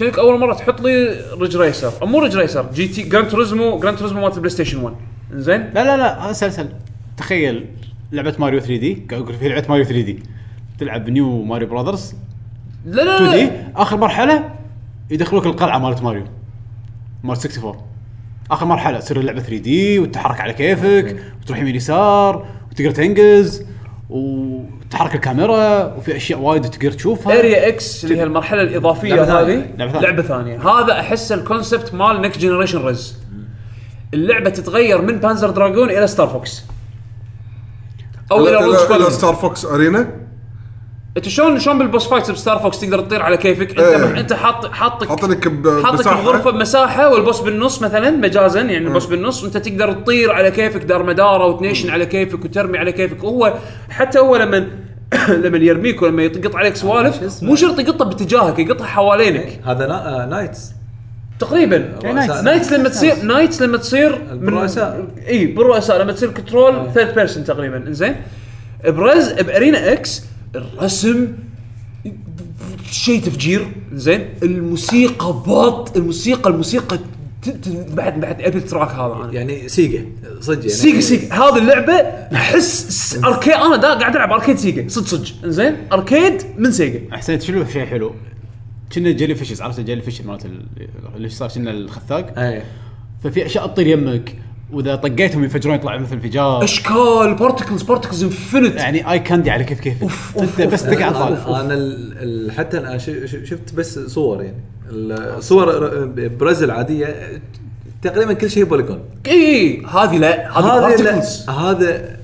كأنك اول مره تحط لي ريج ريسر أو مو ريج ريسر جي تي جراند توريزمو جراند توريزمو مالت البلاي ستيشن 1 زين
لا لا لا اسهل اسهل تخيل لعبه ماريو 3 دي قاعد اقول في لعبه ماريو 3 دي تلعب نيو ماريو براذرز
لا لا
2 دي
لا
اخر مرحله يدخلوك القلعه مالت ماريو مال 64 اخر مرحله تصير اللعبه 3 دي وتتحرك على كيفك وتروح يمين يسار وتقدر تنقز وتحرك الكاميرا وفي اشياء وايد تقدر تشوفها
اريا اكس اللي هي المرحله الاضافيه
لعبة ثانية.
هذه
لعبة ثانية.
لعبه ثانيه هذا احس الكونسبت مال نكست جنريشن ريز اللعبه تتغير من بانزر دراجون الى ستار فوكس او الى رولز
الى
كولن
ستار فوكس ارينا
انت شلون شلون بالبوس فايتس بستار فوكس تقدر تطير على كيفك انت
إيه.
انت حاط حاطك
حاط لك ب-
حاطك
بمساحة. إيه.
الغرفه بمساحه والبوس بالنص مثلا مجازا يعني البوس بالنص وانت تقدر تطير على كيفك دار مداره وتنيشن
إيه.
على كيفك وترمي على كيفك وهو حتى هو لما لما يرميك ولما يقط عليك سوالف
اسمه؟
مو شرط يقطها باتجاهك يقطها حوالينك
هذا نا... آه، نايتس
تقريبا
إيه، نايتس.
نايتس لما تصير نايتس لما تصير من-
بالرؤساء.
اي بالرؤساء لما تصير كنترول ثيرد بيرسون تقريبا انزين برز بارينا اكس الرسم شيء تفجير زين الموسيقى بط الموسيقى الموسيقى ت- ت- بعد بعد ابي التراك هذا انا
يعني سيجا صدق يعني
سيجا سيجا هذه اللعبه احس س- اركيد انا دا قاعد العب اركيد سيجا صدق صدق زين اركيد من سيجا
احسنت شنو شيء حلو كنا جيلي فيشز عرفت الجيلي فيش مالت ال- اللي صار كنا الخثاق
اي
ففي اشياء تطير يمك واذا طقيتهم ينفجرون يطلع مثل انفجار
اشكال بارتكلز بارتكلز انفنت
يعني اي كاندي على كيف كيفك
أوف، أوف،
انت بس
انا
تقعد طالع
أنا ال... ال... حتى انا ش... ش- شفت بس صور يعني الصور برزل عاديه تقريبا كل شيء بوليجون
اي هذه لا هذه
هذا إيه. لا-
بارتكلز
هذا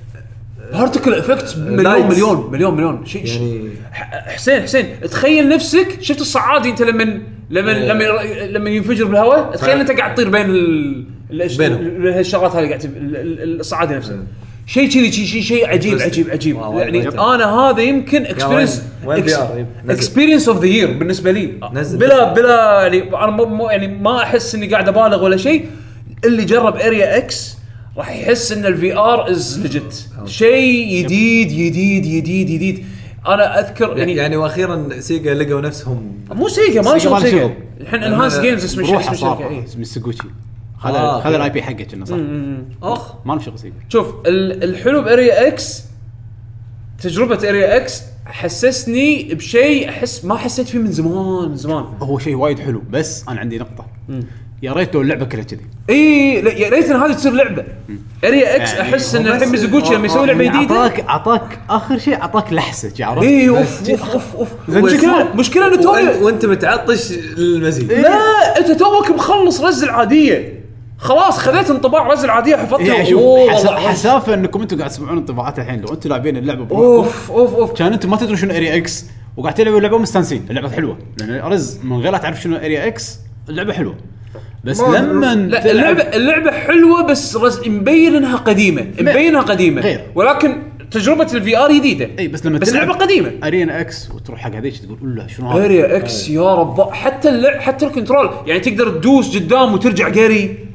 بارتكل افكت مليون
Lights.
مليون مليون مليون شيء يعني
يعني-
حسين حسين تخيل نفسك شفت الصعادي انت لما لما
إيه.
لما لما ينفجر بالهواء تخيل انت قاعد تطير بين ال ال-
بينهم. إيه.
ال- الشغلات هذه قاعد تب- ال- ال- الصعادي نفسه شيء كذي شيء شيء شيء عجيب
Interesting.
عجيب عجيب
واو،
يعني
واو.
انا هذا يمكن اكسبيرينس
وين VR يب- نزل.
اكسبيرينس اوف ذا يير بالنسبه لي
نزل.
بلا بلا يعني انا مو- مو يعني ما احس اني قاعد ابالغ ولا شيء اللي جرب اريا اكس راح يحس ان الفي ار از ليجت شيء جديد جديد جديد جديد انا اذكر يعني,
يعني واخيرا سيجا لقوا نفسهم
مو سيجا ما
سيجا
شغل
ما يعني لها
سيجا
شغل.
الحين انهانس جيمز اسم الشركه اسم
بروحه
الشركه
صار
إيه.
اسمه سيجوتشي
آه،
خذ خذ الاي بي حقه كنا صح
اخ
ما له شغل سيجا
شوف ال- الحلو باريا اكس تجربه اريا اكس حسسني بشيء احس ما حسيت فيه من زمان من زمان
هو شيء وايد حلو بس انا عندي نقطه يا ريت لو اللعبه كلها كذي
اي إيه، لا- يا ريت ان هذه تصير لعبه اريا اكس
يعني
احس ان
هو
الحين
بس- يعني
ميزوغوتشي لما يسوي لعبه جديده
اعطاك اعطاك اخر شيء اعطاك لحسه عرفت؟
اي اوف اوف اوف اوف
زين
مشكله مشكله انه
وأنت-
تو
وانت متعطش
إيه.
للمزيد
لا انت توك مخلص رز العاديه خلاص خذيت انطباع رز العاديه حفظته
إيه شوف حس- حسافه انكم انتم قاعد تسمعون انطباعات الحين لو انتم لاعبين اللعبه بروحكم
اوف اوف اوف
كان انتم ما تدرون شنو اريا اكس وقاعد تلعبوا اللعبه مستانسين اللعبه حلوه لان ارز من غير لا تعرف شنو اريا اكس اللعبه حلوه بس
ما-
لما
لا اللعبه اللعبه حلوه بس رز... مبين انها قديمه مبين انها قديمه
غير.
ولكن تجربه الفي ار جديده
اي إيه، بس لما
إيه، بس
تلعب-
لعبه قديمه
ارينا اكس وتروح حق هذيك تقول قول له شنو هذا
اريا اكس يا رب حتى اللعب حتى الكنترول يعني تقدر تدوس قدام وترجع قري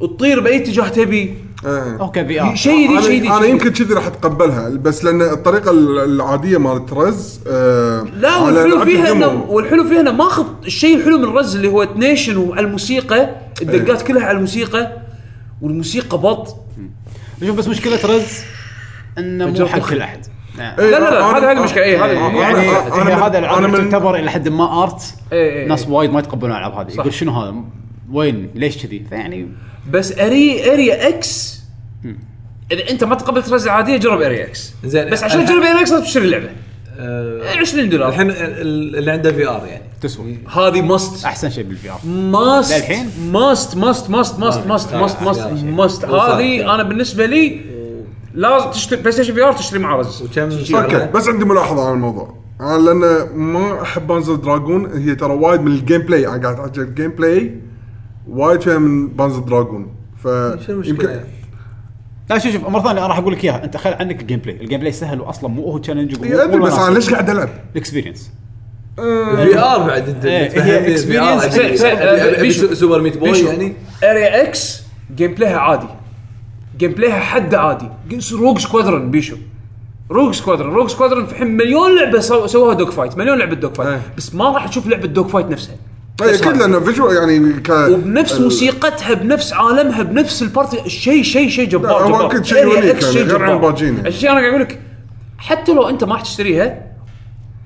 وتطير باي اتجاه تبي
إيه.
اوكي في ار
شيء ذي
أنا-
شيء ذي
انا
شيء ذي.
يمكن كذي راح اتقبلها بس لان الطريقه ال- العاديه مالت رز آه
لا
أنا
والحلو
لعبت
فيها انه
الديمو.
والحلو فيها انه ماخذ الشيء الحلو من رز اللي هو تنيشن وعلى الموسيقى الدقات كلها على الموسيقى والموسيقى بط
شوف بس مشكله رز انه مو
تجربة
حق
الخ-
كل احد يعني
إيه،
لا، لا، لا،
أنا-
هذه- هذه المشكلة، إيه، هذه-
أنا-
يعني
أنا-
هي-
أنا من-
هذا العاب
أنا من-
تعتبر الى حد ما ارت
إيه، إيه،
ناس
إيه.
وايد ما يتقبلون الالعاب هذه يقول شنو هذا وين ليش كذي فيعني
بس اري اريا اكس اذا انت ما تقبلت رز العاديه جرب اريا اكس
زين.
بس عشان تجرب اريا اكس لازم تشتري اللعبه
آه،
20 دولار
الحين ال- ال- اللي عنده في ار يعني
تسوى
هذه ماست
احسن شيء بالفي ار
ماست
للحين؟
ماست ماست ماست ماست ماست ماست ماست
يعني شيء.
ماست
وصار.
هذه انا بالنسبه لي لازم تشتري بلاي ستيشن في ار تشتري مع رز
وكم
اوكي بس عندي ملاحظه عن الموضوع أنا لان ما احب بانزر دراجون هي ترى وايد من الجيم بلاي انا قاعد احكي الجيم بلاي وايد فيها من بانزر دراجون ف
شو المشكله؟
لا شوف شوف مره ثانيه انا راح اقول لك اياها انت خل عنك الجيم بلاي الجيم بلاي سهل واصلا مو هو تشالنج
إيه،
إي ادري بس انا ليش قاعد العب؟
الاكسبيرينس
في ار بعد انت
إيه،
بتفهم
هي
لي في
experience. إيه،
ار أبي-
زين، زين،
أبي- أبي
بيشو.
سوبر ميت بوي
بيشو.
يعني
اريا اكس جيم بلايها عادي جيم بلايها حد عادي روج سكوادرون بيشو روج سكوادرون روج سكوادرون في حين مليون لعبه سو- سووها دوك فايت مليون لعبه دوك فايت
إيه.
بس ما راح تشوف لعبه دوك فايت نفسها
اي
بس
اكيد
هذا.
لانه فيجوال يعني ك
وبنفس موسيقتها بنفس عالمها بنفس البارتي شيء شيء شيء
لا،
جبار
هو
جبار
أكيد شيء
Area
unique يعني،
X شيء
غير
جبار.
عن الباجين يعني.
الشيء انا قاعد اقول لك حتى لو انت ما راح تشتريها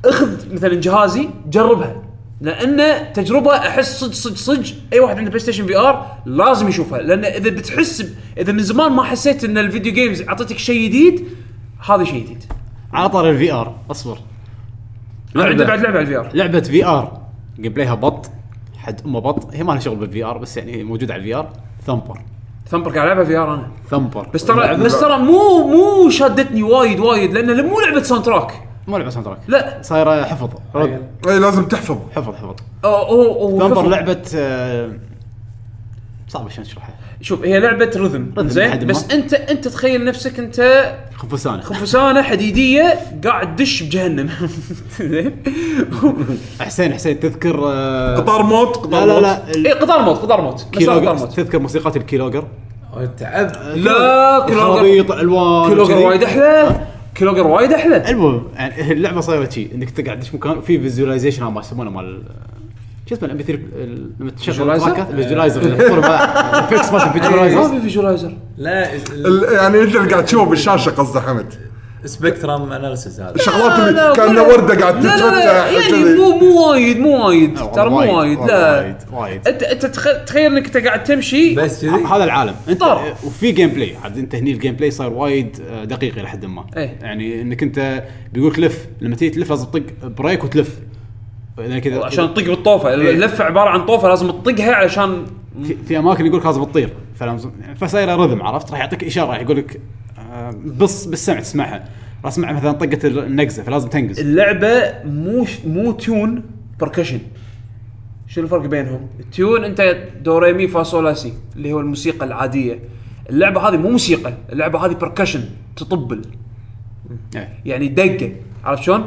اخذ مثلا جهازي جربها لان تجربه احس صج صج صج اي واحد عنده بلاي ستيشن في ار لازم يشوفها لان اذا بتحس ب- اذا من زمان ما حسيت ان الفيديو جيمز اعطتك شيء جديد هذا شيء جديد
على طار الفي ار اصبر
انا عندي بعد لعبه على الفي ار
لعبه في ار جيم بلايها بط حد امه بط هي ما لها شغل بالفي ار بس يعني هي موجوده على الفي ار ثمبر
ثمبر قاعد العبها في ار انا
ثمبر
بس ترى بس ترى مو مو شادتني وايد وايد لان مو لعبه ساوند تراك
مو لعبه ساوند تراك
لا
صايره حفظ
اي إيه، لازم تحفظ
حفظ حفظ
أو أو أو
ثمبر
حفظ.
لعبه آه، صعبه شلون اشرحها
شوف هي لعبه رذم
رذم
زين
لحد ما.
بس انت انت تخيل نفسك انت
خفوسانه
خفسانه حديديه قاعد دش بجهنم زين
حسين حسين تذكر آه،
قطار موت قطار
لا لا
موت.
لا
اي
ال-
إيه، قطار موت قطار موت مسار قطار
كيلوغر
إيه، موت
تذكر موسيقى الكيلوغر
تعب
لا آه، كيلوغر
خرابيط الوان
كيلوغر
وكذي.
وايد احلى كيلوغر وايد احلى
المهم يعني اللعبه صايره شي انك تقعد تدش مكان وفي فيزواليزيشن ما يسمونه مال شو اسمه الام بي 3 لما تشغل
Visualizer؟ إيه.
تراكات فيجوالايزر الفكس مال
ما
الفيجوالايزر
في فيجوالايزر
لا
ال- يعني انت اللي قاعد تشوفه بالشاشه قصده حمد
سبكترم اناليسيس هذا
الشغلات اللي كانها ورده قاد
لا لا لا،
تتفتح
يعني مو مو وايد مو وايد ترى مو وايد لا
وايد وايد
انت انت تخ- تخيل انك انت قاعد تمشي
بس كذي
هذا العالم انت
طار.
وفي جيم بلاي عاد انت هني الجيم بلاي صار وايد آه، دقيق الى حد ما
ايه.
يعني انك انت بيقولك لف لما تيجي تلف لازم تطق بريك وتلف لأن كذا
عشان تطق بالطوفه اللفه عباره عن طوفه لازم تطقها علشان
في, في اماكن يقولك لازم تطير فلازم فصايره رذم عرفت راح يعطيك اشاره راح يقول لك بص بالسمع تسمعها راح تسمع مثلا طقه النقزه فلازم تنقز
اللعبه مو مو تيون بركشن شنو الفرق بينهم؟ التيون انت دو ري مي فا صول لا سي اللي هو الموسيقى العاديه اللعبه هذه مو موسيقى اللعبه هذه بركشن تطبل
ايه.
يعني دقه عرفت شلون؟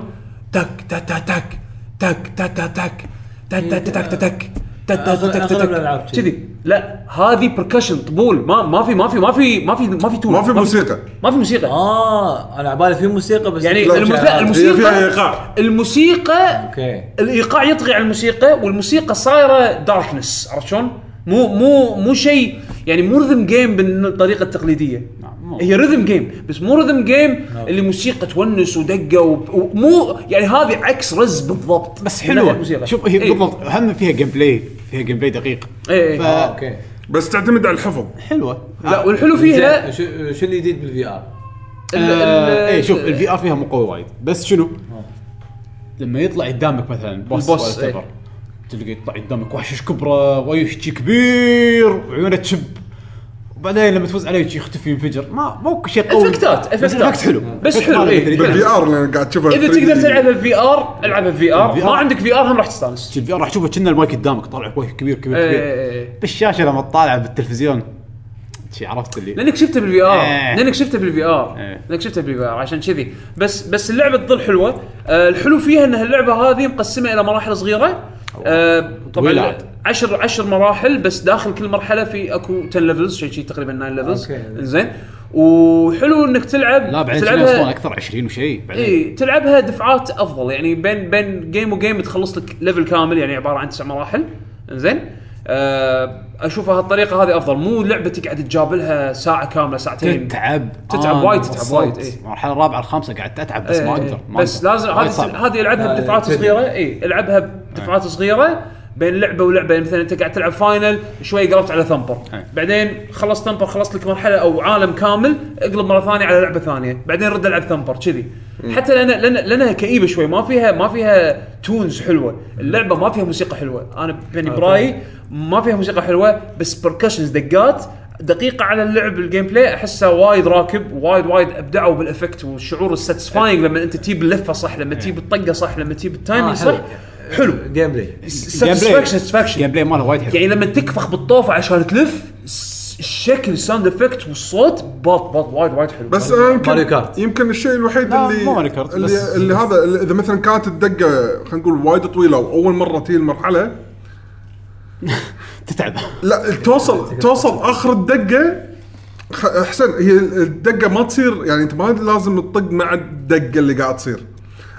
تك تا تا تك تك تا تا تك تا تا تا تك تا تك تا تا تا
أغلب-
تك تا
أغلب
تك.
الألعاب كذي.
كذي لا هذه بركشن طبول ما ما في ما في ما في ما في ما في تون
ما في موسيقى
ما في موسيقى
اه انا عبالي في موسيقى بس آه،
يعني
لا،
المس-
مش
لا،
عارف.
هي
الموسيقى
فيها إيقاع.
الموسيقى
اوكي
الايقاع يطغي على الموسيقى والموسيقى صايره داركنس عرفت شلون؟ مو مو مو شيء يعني مو رذم جيم بالطريقه التقليديه
نعم، مو. نعم.
هي رذم جيم بس مو رذم جيم اللي موسيقى تونس ودقه وب- ومو يعني هذه عكس رز بالضبط
بس
من ناحية
حلوه
الموسيقى.
شوف هي
إيه.
بالضبط هم فيها جيم بلاي فيها جيم بلاي دقيق
إيه، إيه.
آه،
ف- آه.
اوكي
بس تعتمد على الحفظ
حلوه
لا والحلو فيها
زين، شو شو اللي جديد بالفي ار؟
ال- ال-
اي آه، إيه، شوف الفي ار فيها مو قوي وايد بس شنو؟ لما يطلع قدامك مثلا بوس
البوس،
ولا
إيه.
whatever، تلقى يطلع قدامك وحش كبره ويشجي كبير وعيونه تشب وبعدين لما تفوز عليه يجي يختفي ينفجر ما مو شيء قوي
افكتات
بس
افكتات
الإفكت حلو
بس حلو إيه.
بالفي ار لان قاعد تشوفها
اذا
3D.
تقدر تلعبها بفي ار العبها بفي ار
VR.
ما عندك في ار هم راح تستانس
الفي ار راح تشوفه كأنه المايك قدامك طالع وجه كبير كبير
إيه،
كبير
إيه، إيه.
بالشاشه لما تطالع بالتلفزيون شي عرفت اللي
لانك شفته بالفي ار
إيه.
لانك شفته بالفي ار
إيه.
لانك شفته بالفي ار عشان كذي بس بس اللعبه تظل حلوه آه الحلو فيها ان اللعبه هذه مقسمه الى مراحل صغيره آه
طويلة
طبعا
عاد.
عشر عشر مراحل بس داخل كل مرحله في اكو 10 ليفلز شيء شي تقريبا 9 ليفلز
أوكي.
زين وحلو انك تلعب
لا بعدين كنا يوصلون
تلعبها
اكثر 20 وشيء بعدين
اي إيه، تلعبها دفعات افضل يعني بين بين جيم وجيم تخلص لك ليفل كامل يعني عباره عن تسع مراحل زين آه اشوفها هالطريقه هذه افضل مو لعبه تقعد تجابلها ساعه كامله ساعتين
تتعب
تتعب
آه،
وايد، تتعب
وصلت.
وايد، إيه.
المرحله الرابعه الخامسه قعدت اتعب بس ما
إيه،
اقدر ما
بس
أقدر.
لازم
وايد
هذه
صعب.
هذه العبها
آه،
بدفعات
تبدأ.
صغيره اي العبها بدفعات صغيره بين لعبه ولعبه يعني مثلا انت قاعد تلعب فاينل شوي قربت على ثمبر
إيه.
بعدين خلصت ثمبر خلصت لك مرحله او عالم كامل اقلب مره ثانيه على لعبه ثانيه بعدين رد العب ثمبر كذي حتى لان لان لانها كئيبه شوي ما فيها ما فيها تونز حلوه اللعبه ما فيها موسيقى حلوه انا يعني برايي ما فيها موسيقى حلوه بس بركشنز دقات دقيقة على اللعب الجيم بلاي احسها وايد راكب وايد وايد ابدعوا بالافكت والشعور الساتسفاينج لما انت تجيب اللفة صح لما تجيب الطقة صح لما تجيب التايمينج
آه، حلو.
يعني صح حلو
جيم بلاي
Game play.
ساتسفاكشن ساتسفاكشن
الجيم بلاي ماله وايد حلو
يعني لما تكفخ بالطوفه عشان تلف س- الشكل الساوند افكت والصوت باط باط وايد وايد حلو
بس آه، أنا يمكن
ماريو كارت.
يمكن الشيء الوحيد
لا،
اللي
مو ماريو كارت،
اللي,
بس-
اللي هذا اللي اذا مثلا كانت الدقه خلينا نقول وايد طويله واول مره تجي المرحله
تتعب
لا توصل توصل اخر الدقه خ- احسن هي الدقه ما تصير يعني انت ما لازم تطق مع الدقه اللي قاعد تصير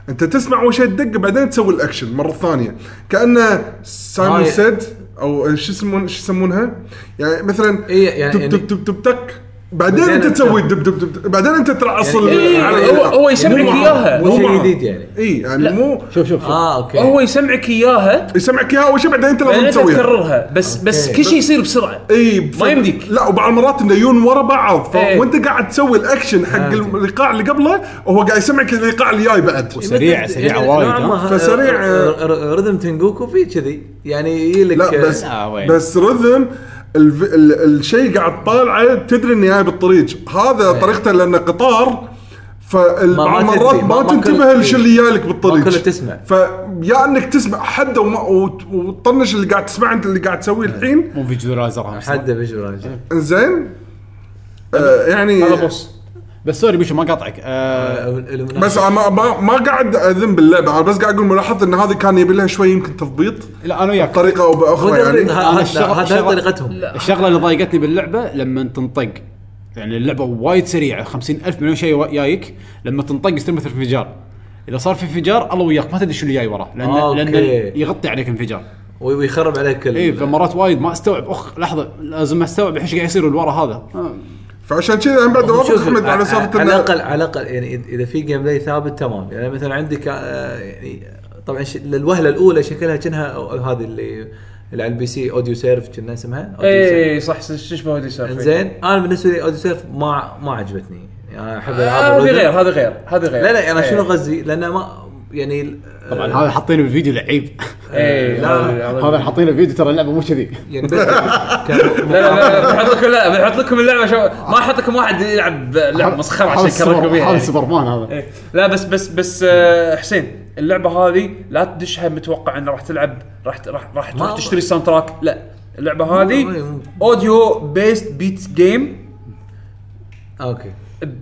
انت تسمع اول شيء الدقه بعدين تسوي الاكشن مره ثانيه كانه سايمون
هاي-
سيد او شو يسمون شو يسمونها يعني مثلا
إيه، يعني-
دب دب
يعني-
دب دب تك بعدين
بعدين
انت
أنت-
تسوي دب دب دب دب، بعدين انت ترعص
يعني-
ال-
إيه،
على-
هو-
هو يسمعك
مو مع-
إياها.
مو
مو شيء
مع-
جديد يعني
اي يعني مو
شوف شوف شوف
اه اوكي
هو يسمعك اياها
يسمعك اياها اول شيء بعدين انت
بعدين
يعني
لازم
انت
تسويها
تكررها بس بس
أوكي.
كل شيء يصير بسرعه
اي بف-
ما يمديك.
لا وبعض المرات انه يون ورا بعض ف...
إيه.
وانت قاعد تسوي الاكشن
آه.
حق الايقاع اللي قبله وهو قاعد يسمعك الايقاع اللي جاي بعد
سريع سريع وايد ها؟
فسريع، آه،
رذم تنجوكو في كذي يعني يجي لك
لا بس
آه، وين.
بس رذم الف... ال... الشيء قاعد طالعه تدري انه جاي بالطريق هذا طريقته لانه قطار فبعض
إيه. ما تدري،
المرات
ما-
ما,
ما
تنتبه
كله-
لش اللي جايلك بالطريق
ما كله تسمع.
فيا انك تسمع حده وما... وت- وتطنش اللي قاعد تسمعه انت اللي قاعد تسويه الحين
مو فيجواليزر
حده
إيه.
فيجوال
انزين آه يعني
هذا بوس
بس سوري بيشو ما قاطعك آه
بس أنا ما ما, ما قاعد اذم باللعبه انا بس قاعد اقول ملاحظه ان هذه كان يبي لها شوي يمكن تضبيط
لا انا وياك
بطريقه او باخرى يعني
أنا الشغل-
هذا
الشغل-
طريقتهم
الشغله اللي ضايقتني باللعبه لما تنطق يعني اللعبه وايد سريعه 50 الف مليون شيء وا- جايك لما تنطق يصير مثل انفجار اذا صار في انفجار الله وياك ما تدري شو اللي جاي وراه لان
آه،
أوكي.
لان يغطي عليك انفجار
وي- ويخرب عليك كل
اي فمرات وايد ما استوعب اخ لحظه لازم استوعب ايش قاعد يصير اللي ورا هذا آه،
فعشان كذا انا بعد اوافق
شوف،
احمد على
ع-
سالفه
آه، على
انه
الاقل على الاقل يعني إذ- اذا في جيم بلاي ثابت تمام يعني مثلا عندك آه، يعني طبعا ش- الوهله الاولى شكلها كأنها أو- أو هذه اللي اللي على البي سي اوديو سيرف كنا اسمها أوديو
إيه،
سيرف.
اي إيه، صح تشبه اودي سيرف
زين انا بالنسبه لي اوديو سيرف ما ما عجبتني يعني
آه،
احب العاب
هذه
الريتم.
آه، غير هذه غير هذه غير
لا لا انا
إيه.
شنو قصدي لانه ما يعني
طبعا هذا حاطينه بالفيديو لعيب
اي
لا،
هذه- هذه-
هذا حاطينه بالفيديو ترى اللعبه مو كذي
يعني
لا لا لا بنحط لكم لا بنحط لكم اللعبه شو ما احط لكم واحد يلعب لعب مسخره عشان
هذا
يكرهكم
السوبر-
بيها
هذا
يعني.
سوبرمان هذا
إيه. لا بس بس بس آه، حسين اللعبه هذه لا تدشها متوقع انه راح تلعب راح راح راح تروح
ما-
تشتري ساوند تراك لا اللعبه هذه
مم.
اوديو بيست بيت جيم
اوكي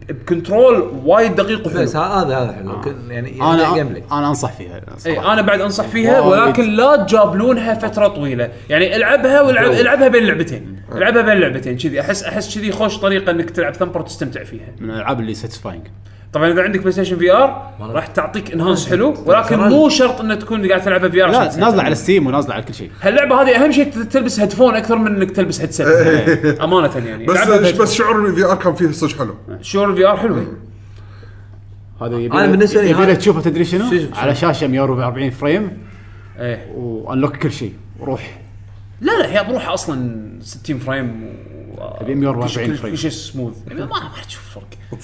بكنترول وايد دقيق وحلو
بس ه- هذا هذا
آه.
حلو كن- يعني
انا
يعني
إيه،
جيم بلاي
انا انصح فيها
اي
صراحة.
انا إيه، بعد انصح فيها
وايد.
ولكن لا تجابلونها فتره طويله يعني العبها والعب العبها بين لعبتين العبها بين لعبتين كذي احس احس كذي خوش طريقه انك تلعب ثمبر وتستمتع فيها
من الالعاب اللي ساتسفاينج
طبعا اذا عندك بلاي ستيشن في ار راح تعطيك انهانس حلو ولكن
ترى-
مو شرط انك تكون قاعد تلعبها في ار
لا نازله على ستيم ونازله على كل شيء
هاللعبه هذه اهم شيء ت- تلبس هيدفون اكثر من انك تلبس هيدسيت امانه يعني
إيه. بس
لعبها بهيدفون.
بس شعور الفي ار كان فيه صدق حلو
شعور الفي ار حلوه
هذا يبي
أنا بالنسبة لي
يبي
هذا-
لك تشوفه تدري
شو-
شنو
شو-
على شاشه 144 فريم
ايه
وانلوك كل شيء روح
لا لا هي بروحها اصلا 60 فريم و
أبي 144
كل-
فريم.
كل شيء سموث يعني ما راح تشوف فرق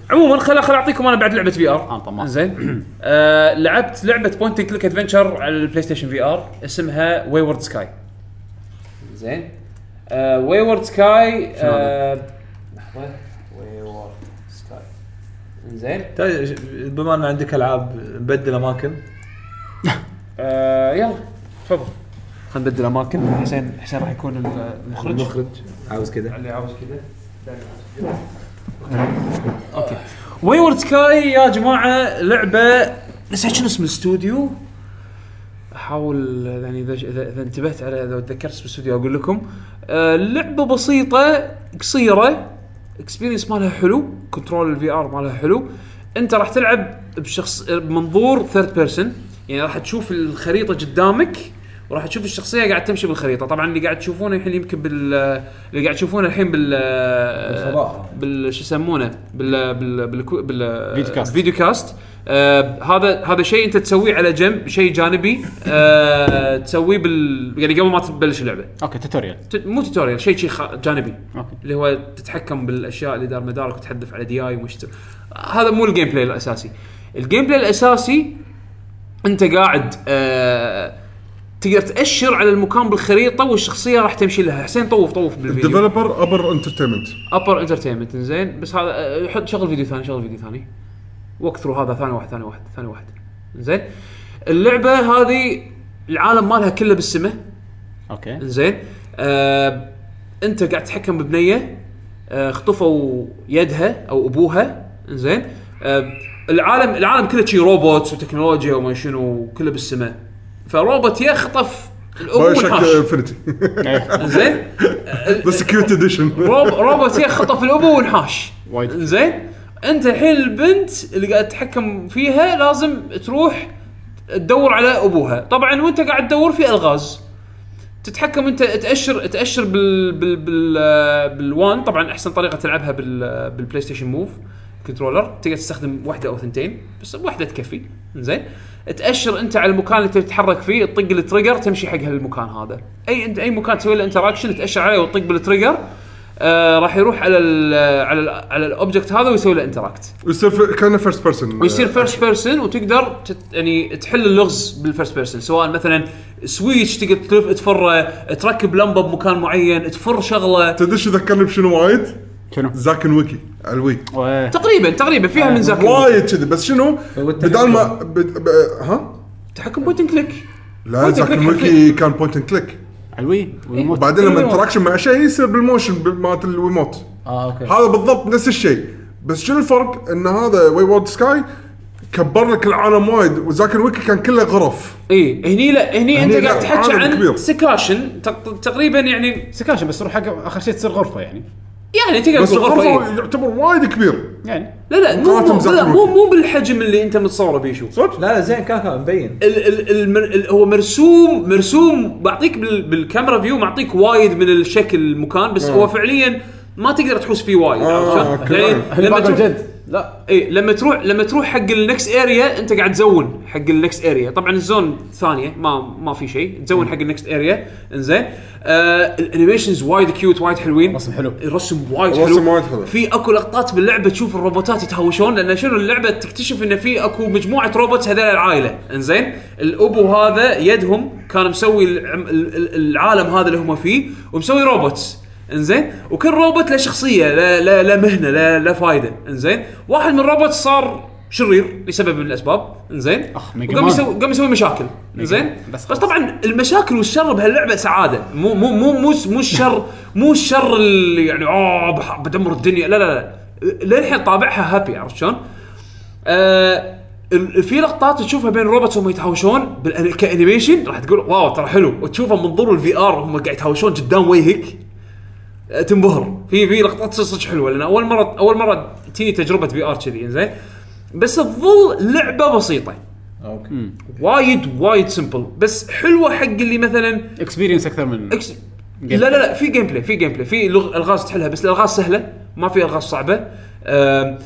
عموما خل خل اعطيكم انا بعد لعبه في ار
آه، طماع.
زين آه لعبت لعبه بوينت كليك ادفنشر على البلاي ستيشن في ار اسمها ويورد سكاي زين آه ويورد سكاي لحظه ويورد سكاي زين
تعال- ش- بما ان عندك العاب نبدل اماكن
آه يلا تفضل خلينا نبدل اماكن حسين حسين راح يكون المخرج
المخرج عاوز كذا
اللي عاوز كذا اوكي ويورد سكاي يا جماعه لعبه نسيت شنو اسم الاستوديو احاول يعني اذا اذا إذا انتبهت على اذا تذكرت اسم الاستوديو اقول لكم آه، لعبه بسيطه قصيره اكسبيرينس مالها حلو كنترول الفي ار مالها حلو انت راح تلعب بشخص بمنظور ثيرد بيرسون يعني راح تشوف الخريطه قدامك وراح تشوف الشخصيه قاعد تمشي بالخريطه طبعا اللي قاعد تشوفونه الحين يمكن بال اللي قاعد تشوفونه الحين بال
بالصباح.
بال شو يسمونه بال بال بال, بال...
فيديو كاست.
فيديو كاست آه هذا هذا شيء انت تسويه على جنب شيء جانبي آه تسويه بال يعني قبل ما تبلش اللعبه
اوكي توتوريال
ت- مو توتوريال شيء شيء خ- جانبي
اوكي
اللي هو تتحكم بالاشياء اللي دار مدارك وتحذف على دي اي ومش ت- هذا مو الجيم بلاي الاساسي الجيم بلاي الاساسي انت قاعد آه تقدر تاشر على المكان بالخريطه والشخصيه راح تمشي لها حسين طوف طوف بالفيديو
ديفلوبر ابر انترتينمنت
ابر انترتينمنت زين بس هذا أه، حط شغل فيديو ثاني شغل فيديو ثاني وقت ثرو هذا ثاني واحد ثاني واحد ثاني واحد زين اللعبه هذه العالم مالها كله بالسماء
اوكي
زين آه انت قاعد تتحكم ببنيه آه خطفوا يدها او ابوها زين آه العالم العالم كله شي روبوتس وتكنولوجيا وما شنو كله بالسماء فروبوت يخطف الام
باي شك
والحاش
انفنتي
زين
بس كيوت اديشن
روب روبوت هي خطف الابو ونحاش
وايد.
زين انت الحين البنت اللي قاعد تتحكم فيها لازم تروح تدور على ابوها طبعا وانت قاعد تدور في الغاز تتحكم انت تاشر تاشر بال بال آه، بال بالوان طبعا احسن طريقه تلعبها بال آه، بالبلاي ستيشن موف كنترولر تقدر تستخدم واحده او ثنتين بس واحده تكفي زين تاشر انت على المكان اللي تتحرك فيه تطق التريجر تمشي حق هالمكان هذا اي اي مكان تسوي له انتراكشن تاشر عليه وتطق بالتريجر آه راح يروح على ال آه، على ال على الاوبجكت هذا ويسوي له انتراكت
يصير كان فيرست بيرسون
ويصير فيرست بيرسون وتقدر تت يعني تحل اللغز بالفيرست بيرسون سواء مثلا سويتش تقدر تلف تفره تركب لمبه بمكان معين تفر شغله
تدش ذكرني بشنو وايد؟
نعم.
شنو؟
زاكن ويكي على الوي
ويه.
تقريبا تقريبا فيها من ذاك الوقت.
وايد كذي بس شنو؟
والتحكم.
بدال ما بد... ب... ها؟
تحكم بوت إند كليك
لا
بوينت إند
زاكن
كليك
ويكي كان بوينت اند كليك
علوي والموت
وبعدين لما
بالريموت.
انتراكشن مع شيء يصير بالموشن بال- مالت الويموت
إيه. آه،
اه اوكي
هذا بالضبط نفس الشيء بس شنو الفرق؟ ان هذا واي وورد سكاي كبر لك العالم وايد وزاكن ويكي كان كله غرف
اي إيه، هني لا هني انت
لا،
قاعد تحكي
عالم كبير.
عن سكاشن تق- تقريبا يعني
سكاشن بس روح حق اخر شيء تصير غرفه يعني
يعني تقدر
بس
تقول غرفة، إي.
الغرفه يعتبر وايد كبير
يعني
لا لا مو
مقارنة
مو,
بزاك
لا،
الوقت.
مو مو بالحجم اللي انت متصوره بيشو
لا لا زين كان كان مبين
ال ال المر ال هو مرسوم مرسوم بعطيك بال بالكاميرا فيو معطيك وايد من الشكل المكان بس هو فعليا ما تقدر تحوس فيه وايد
آه،
عرفت
أوكي.
شلون؟ يعني لما
باقي
تروح
جد لا
اي لما تروح لما تروح حق النكس اريا انت قاعد تزون حق النكس اريا طبعا الزون ثانيه ما ما في شيء تزون حق النكس اريا انزين آه الانيميشنز وايد كيوت وايد حلوين
رسم حلو.
الرسم وايد حلو
الرسم وايد حلو.
في اكو لقطات باللعبه تشوف الروبوتات يتهاوشون لان شنو اللعبه تكتشف ان في اكو مجموعه روبوتس هذول العائله انزين الابو هذا يدهم كان مسوي العم- ال- ال- العالم هذا اللي هم فيه ومسوي روبوتس انزين وكل روبوت له شخصيه لا لا لا مهنه لا لا فايده انزين واحد من الروبوت صار شرير لسبب من الاسباب انزين
أخ، ميجا
وقام
مان.
يسوي قام يسوي مشاكل زين
نعم. بس
بس,
خلاص.
طبعا المشاكل والشر بهاللعبه سعاده مو مو مو مو مو الشر مو الشر اللي يعني اوه بح- بدمر الدنيا لا لا لا للحين طابعها هابي عرفت شلون؟ آه ال- في لقطات تشوفها بين روبوتس وهم يتهاوشون بالأن- كانيميشن راح تقول واو ترى حلو وتشوفها منظور الفي ار وهم قاعد يتهاوشون قدام وجهك آه، تنبهر في في لقطات صدق حلوه لان اول مره اول مره تي تجربه في ار كذي زين بس تظل لعبه بسيطه
اوكي
وايد وايد سمبل بس حلوه حق اللي مثلا
اكسبيرينس اكثر من
اكس لا لا لا في جيم بلاي في جيم بلاي في لغ... الغاز تحلها بس الالغاز سهله ما في الغاز صعبه آم...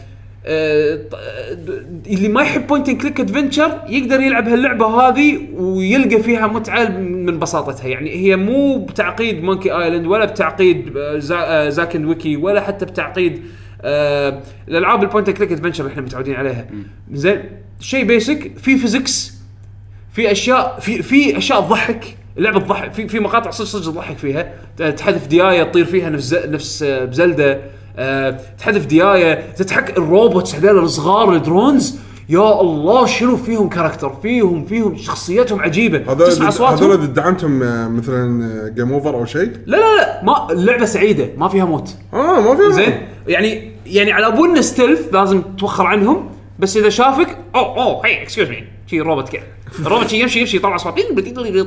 آه، ط- آه، د- اللي ما يحب بوينت اند كليك ادفنشر يقدر يلعب هاللعبه هذه ويلقى فيها متعه من بساطتها يعني هي مو بتعقيد مونكي ايلاند ولا بتعقيد آه، زا- آه، زاك اند ويكي ولا حتى بتعقيد آه، الالعاب البوينت اند كليك ادفنشر اللي احنا متعودين عليها زين شيء بيسك في فيزكس في اشياء في في اشياء تضحك اللعبه تضحك في في مقاطع صدق صدق تضحك فيها تحذف ديايه تطير فيها نفس ز- نفس آه، بزلده آه، تحذف ديايه تضحك الروبوتس هذول الصغار الدرونز يا الله شنو فيهم كاركتر فيهم فيهم شخصيتهم عجيبه تسمع
هذول
اصواتهم
هذول دعمتهم آه، مثلا جيم اوفر او شيء
لا لا لا ما اللعبه سعيده ما فيها موت
اه ما في
زين يعني يعني على ابونا ستيلث لازم تتوخر عنهم بس اذا شافك او او هي اكسكيوز مي شي روبوت كذا الروبوت شي يمشي يمشي يطلع اصوات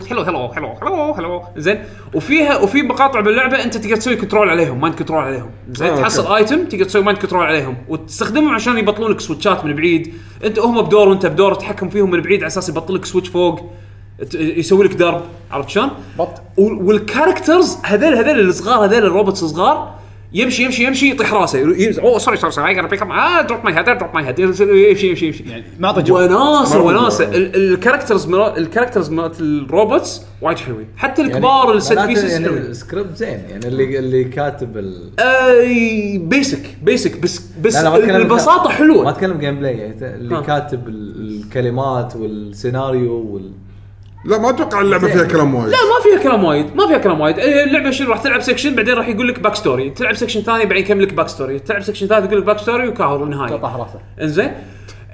حلو حلو حلو حلو حلو زين وفيها وفي مقاطع باللعبه انت تقدر تسوي كنترول عليهم مايند كنترول عليهم زين
آه،
تحصل ايتم تقدر تسوي مايند كنترول عليهم وتستخدمهم عشان يبطلون لك سويتشات من بعيد انت هم بدور وانت بدور تتحكم فيهم من بعيد على اساس يبطل لك سويتش فوق ت- يسوي لك درب عرفت شلون؟
بط.
وال- والكاركترز هذول هذول الصغار هذول الروبوتس الصغار يمشي يمشي يمشي يطيح راسه "Oh, يمز- اوه سوري سوري سوري اي بيكم اه دروب ماي هيد دروب ماي هيد يمشي يمشي يمشي
يعني ما اعطى جو
وناسه
مرة.
وناسه ال- الكاركترز مرا- الكاركترز مالت الروبوتس وايد حلوين حتى الكبار الست بيسز حلوين
يعني سكريبت زين يعني اللي اللي كاتب ال...
اي بيسك بيسك بس بس آه.
لا، لا، ما أتكلم-
البساطه
ما
حلوه
اتكلم جيم بلاي يعني اللي
ها.
كاتب ال- الكلمات والسيناريو وال
لا ما اتوقع اللعبه فيها كلام وايد
لا ما فيها كلام وايد ما فيها كلام وايد إيه، اللعبه شنو راح تلعب سكشن بعدين راح يقول لك باك ستوري تلعب سكشن ثاني بعدين يكمل لك باك ستوري تلعب سكشن ثالث يقول لك باك ستوري وكاهر النهايه
قطع راسه
انزين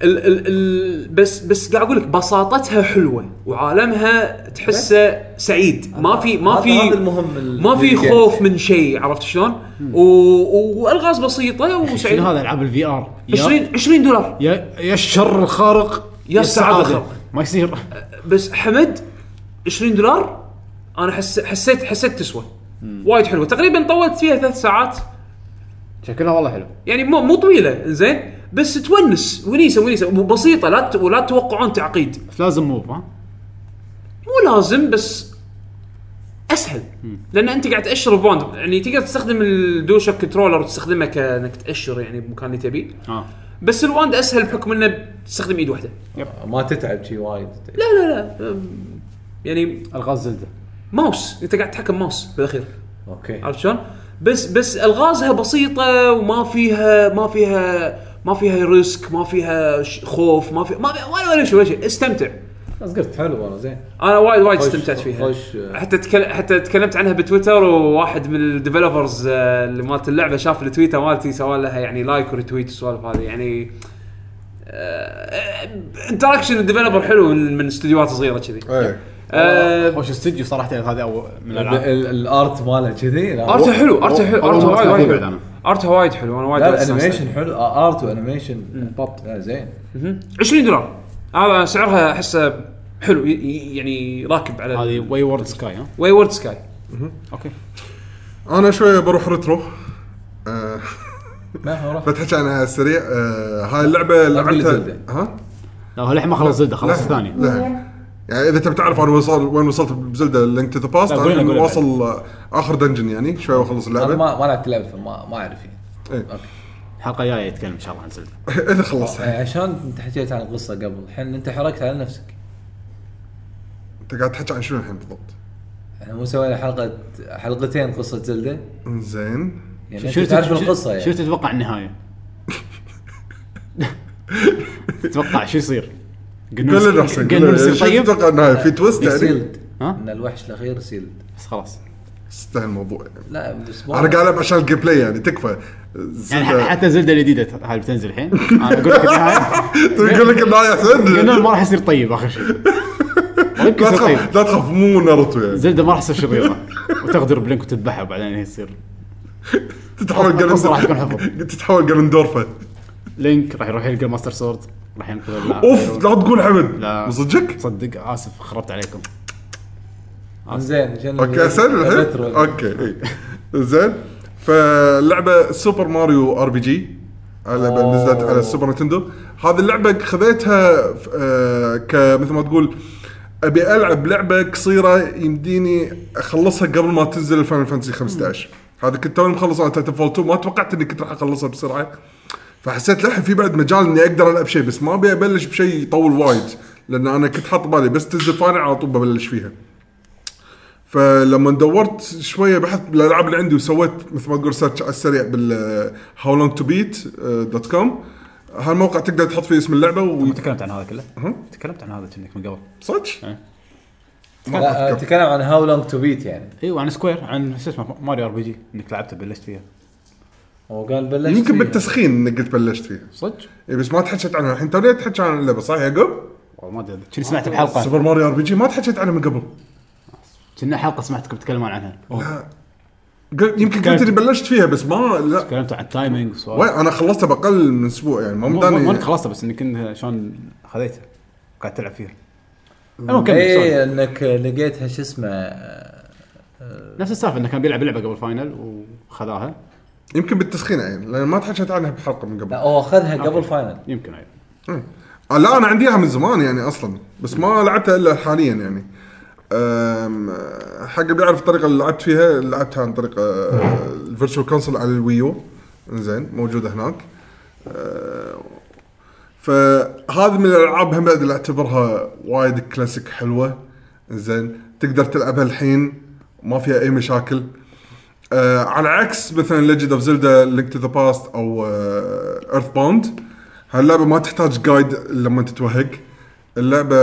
ال ال ال بس بس قاعد اقول لك بساطتها حلوه وعالمها تحسه سعيد ما في ما
هذا-
في
هذا المهم ال-
ما في
للجيم.
خوف من شيء عرفت شلون؟ و- و- والغاز بسيطه
شنو
وسعيده
هذا العاب الفي ار
20 20 دولار
يا يا الشر الخارق
يا السعادة الخارقة.
ما يصير
بس حمد 20 دولار انا حس حسيت حسيت تسوى وايد حلوه تقريبا طولت فيها ثلاث ساعات
شكلها والله حلو
يعني مو مو طويله زين بس تونس ونيسه ونيسه بسيطه لا ت- ولا تتوقعون تعقيد
بس لازم موف ها
مو لازم بس اسهل لان انت قاعد تاشر بوند يعني تقدر تستخدم الدوشك كنترولر تستخدمه كانك تاشر يعني بمكان اللي تبيه
اه
بس الواند اسهل بحكم انه تستخدم ايد واحده
ما تتعب شي وايد
لا لا لا أم، يعني
الغاز زلده
ماوس انت قاعد تحكم ماوس بالاخير
اوكي
عرفت شلون؟ بس بس الغازها بسيطه وما فيها ما فيها ما فيها ريسك ما فيها ش- خوف ما في ما في- ولا ولا شيء ولا شيء استمتع
بس قلت حلو والله زين
انا وايد وايد
خوش-
استمتعت فيها
خوش-
حتى تكل... حتى تكلمت عنها بتويتر وواحد من الديفلوبرز آه، اللي مالت اللعبه شاف التويته مالتي سوى لها يعني لايك وريتويت والسوالف هذه يعني آه، انتراكشن الديفلوبر حلو من من استديوهات صغيره كذي
ايه
آه،
خوش استديو صراحه هذا اول من
ال-
الالعاب
ال- الارت ماله كذي لا.
ارتها حلو ارتها حلو
أول مرة
ارتها
أسمع
وايد وايد
فيه بعد
حلو
أنا.
ارتها وايد حلو انا وايد
لا
وايد استانست.
الانيميشن حلو آه، ارت وانيميشن بط لا زين
مهم. 20 دولار هذا سعرها احسه حلو ي- ي- يعني راكب على
هذه واي وورد سكاي ها
واي وورد سكاي
اوكي
انا شويه بروح ريترو آه،
ما هو راح
بتحكي عنها على السريع آه، هاي اللعبه لعبتها
زلدة.
ها
لا هو للحين ما خلص زلده خلص
لا،
الثانيه
لا يعني اذا تبي تعرف انا وصل وين وصلت بزلدة لينك تو ذا باست
لا، قولنا-
انا
قولنا
واصل اخر دنجن يعني شوي واخلص
انا
اللعبه
ما ما لعبت اللعبه فما ما اعرف يعني
الحلقه الجايه يتكلم ان شاء الله عن زلده
اذا خلصت
آه، عشان انت حكيت عن القصه قبل الحين انت حركت على نفسك
انت قاعد تحكي عن شنو الحين بالضبط؟
احنا يعني مو سوينا حلقه حلقتين قصه زلده
زين
يعني انت تعرف
تت-
القصه يعني
شو تتوقع النهايه؟ تتوقع شو يصير؟
قول لي احسن قول
قنون
لي
يصير
شو
طيب
تتوقع النهايه في تويست يعني
سيلد
ها؟
ان الوحش الاخير سيلد
بس خلاص
استاهل الموضوع يعني
لا بس
انا قاعد العب عشان الجيم بلاي يعني تكفى
يعني ح- حتى زلده الجديده هاي بتنزل الحين انا اقول لك النهايه
يقول لك النهايه
قنون
احسن
ما راح يصير طيب اخر شيء يمكن
لا
يصير طيب
تخاف لا تخاف مو ناروتو يعني
زلده ما راح تصير شريره وتغدر بلينك وتذبحها وبعدين هي تصير
تتحول
القصة راح تكون حفظ.
جلندر تتحول جلندورفه
لينك راح يروح يلقى ماستر سورد راح ينقذ اللاعب
اوف لا تقول حمد
لا.
صدقك؟
صدق اسف خربت عليكم
زين
اوكي اسال الحين إيه. اوكي إي. زين فاللعبه سوبر ماريو ار بي جي هلا نزلت على السوبر نتندو هذه اللعبه خذيتها ف- آه، كمثل ما تقول ابي العب لعبه قصيره يمديني اخلصها قبل ما تنزل الفاينل فانتسي 15 هذا كنت توني مخلص انا تايتن فول 2 ما توقعت اني كنت راح اخلصها بسرعه فحسيت لحن في بعد مجال اني اقدر العب شيء بس ما ابي ابلش بشيء يطول وايد لان انا كنت حاط بالي بس تنزل فاينل على طول ببلش فيها فلما دورت شويه بحثت بالالعاب اللي عندي وسويت مثل ما تقول سيرش على السريع بال uh, هاو لونج تو بيت دوت كوم uh, هالموقع تقدر تحط فيه اسم اللعبه و
تكلمت عن هذا كله تكلمت عن هذا كأنك من قبل
صدق؟
لا، آه، تكلم عن هاو لونج تو بيت يعني
ايوه عن سكوير عن شو اسمه ماريو ار بي جي انك لعبته بلشت فيها
هو قال بلشت
يمكن
فيها.
بالتسخين انك قلت بلشت فيها
صدق؟
إي بس ما تحكيت عنها الحين تو تحكي عن اللعبه صح يعقوب؟
والله ما ادري كني سمعت بحلقه
سوبر ماريو ار بي جي ما تحكيت عنها من قبل
كنا حلقه سمعتكم تتكلمون عنها
قل- يمكن قلت اني بلشت فيها بس ما لا
تكلمتوا عن التايمينج
وين
وسوالف
انا خلصتها باقل من اسبوع يعني ما
مو- مو- مو
مداني
انك خلصتها بس انك انت شلون خذيتها قاعد تلعب فيها المهم كمل سوري.
اي انك إيه، لقيتها شو اسمه آه،
نفس السالفه انه كان بيلعب لعبه قبل فاينل وخذاها
يمكن بالتسخين يعني لان ما تحكيت عنها بحلقه من قبل
لا هو اخذها قبل فاينل
يمكن أيوة. ايضا
آه، لا انا عندي اياها من زمان يعني اصلا بس ما لعبتها الا حاليا يعني أم، حق اللي بيعرف الطريقه اللي لعبت فيها لعبتها عن طريق آه، الفيرتشوال كونسل على الويو زين موجوده هناك أه، فهذه من الالعاب هم بعد اللي اعتبرها وايد كلاسيك حلوه زين تقدر تلعبها الحين ما فيها اي مشاكل آه على عكس مثلا ليجند اوف زلدا لينك تو ذا باست او ايرث بوند هاللعبه آه، ما تحتاج جايد لما تتوهق اللعبه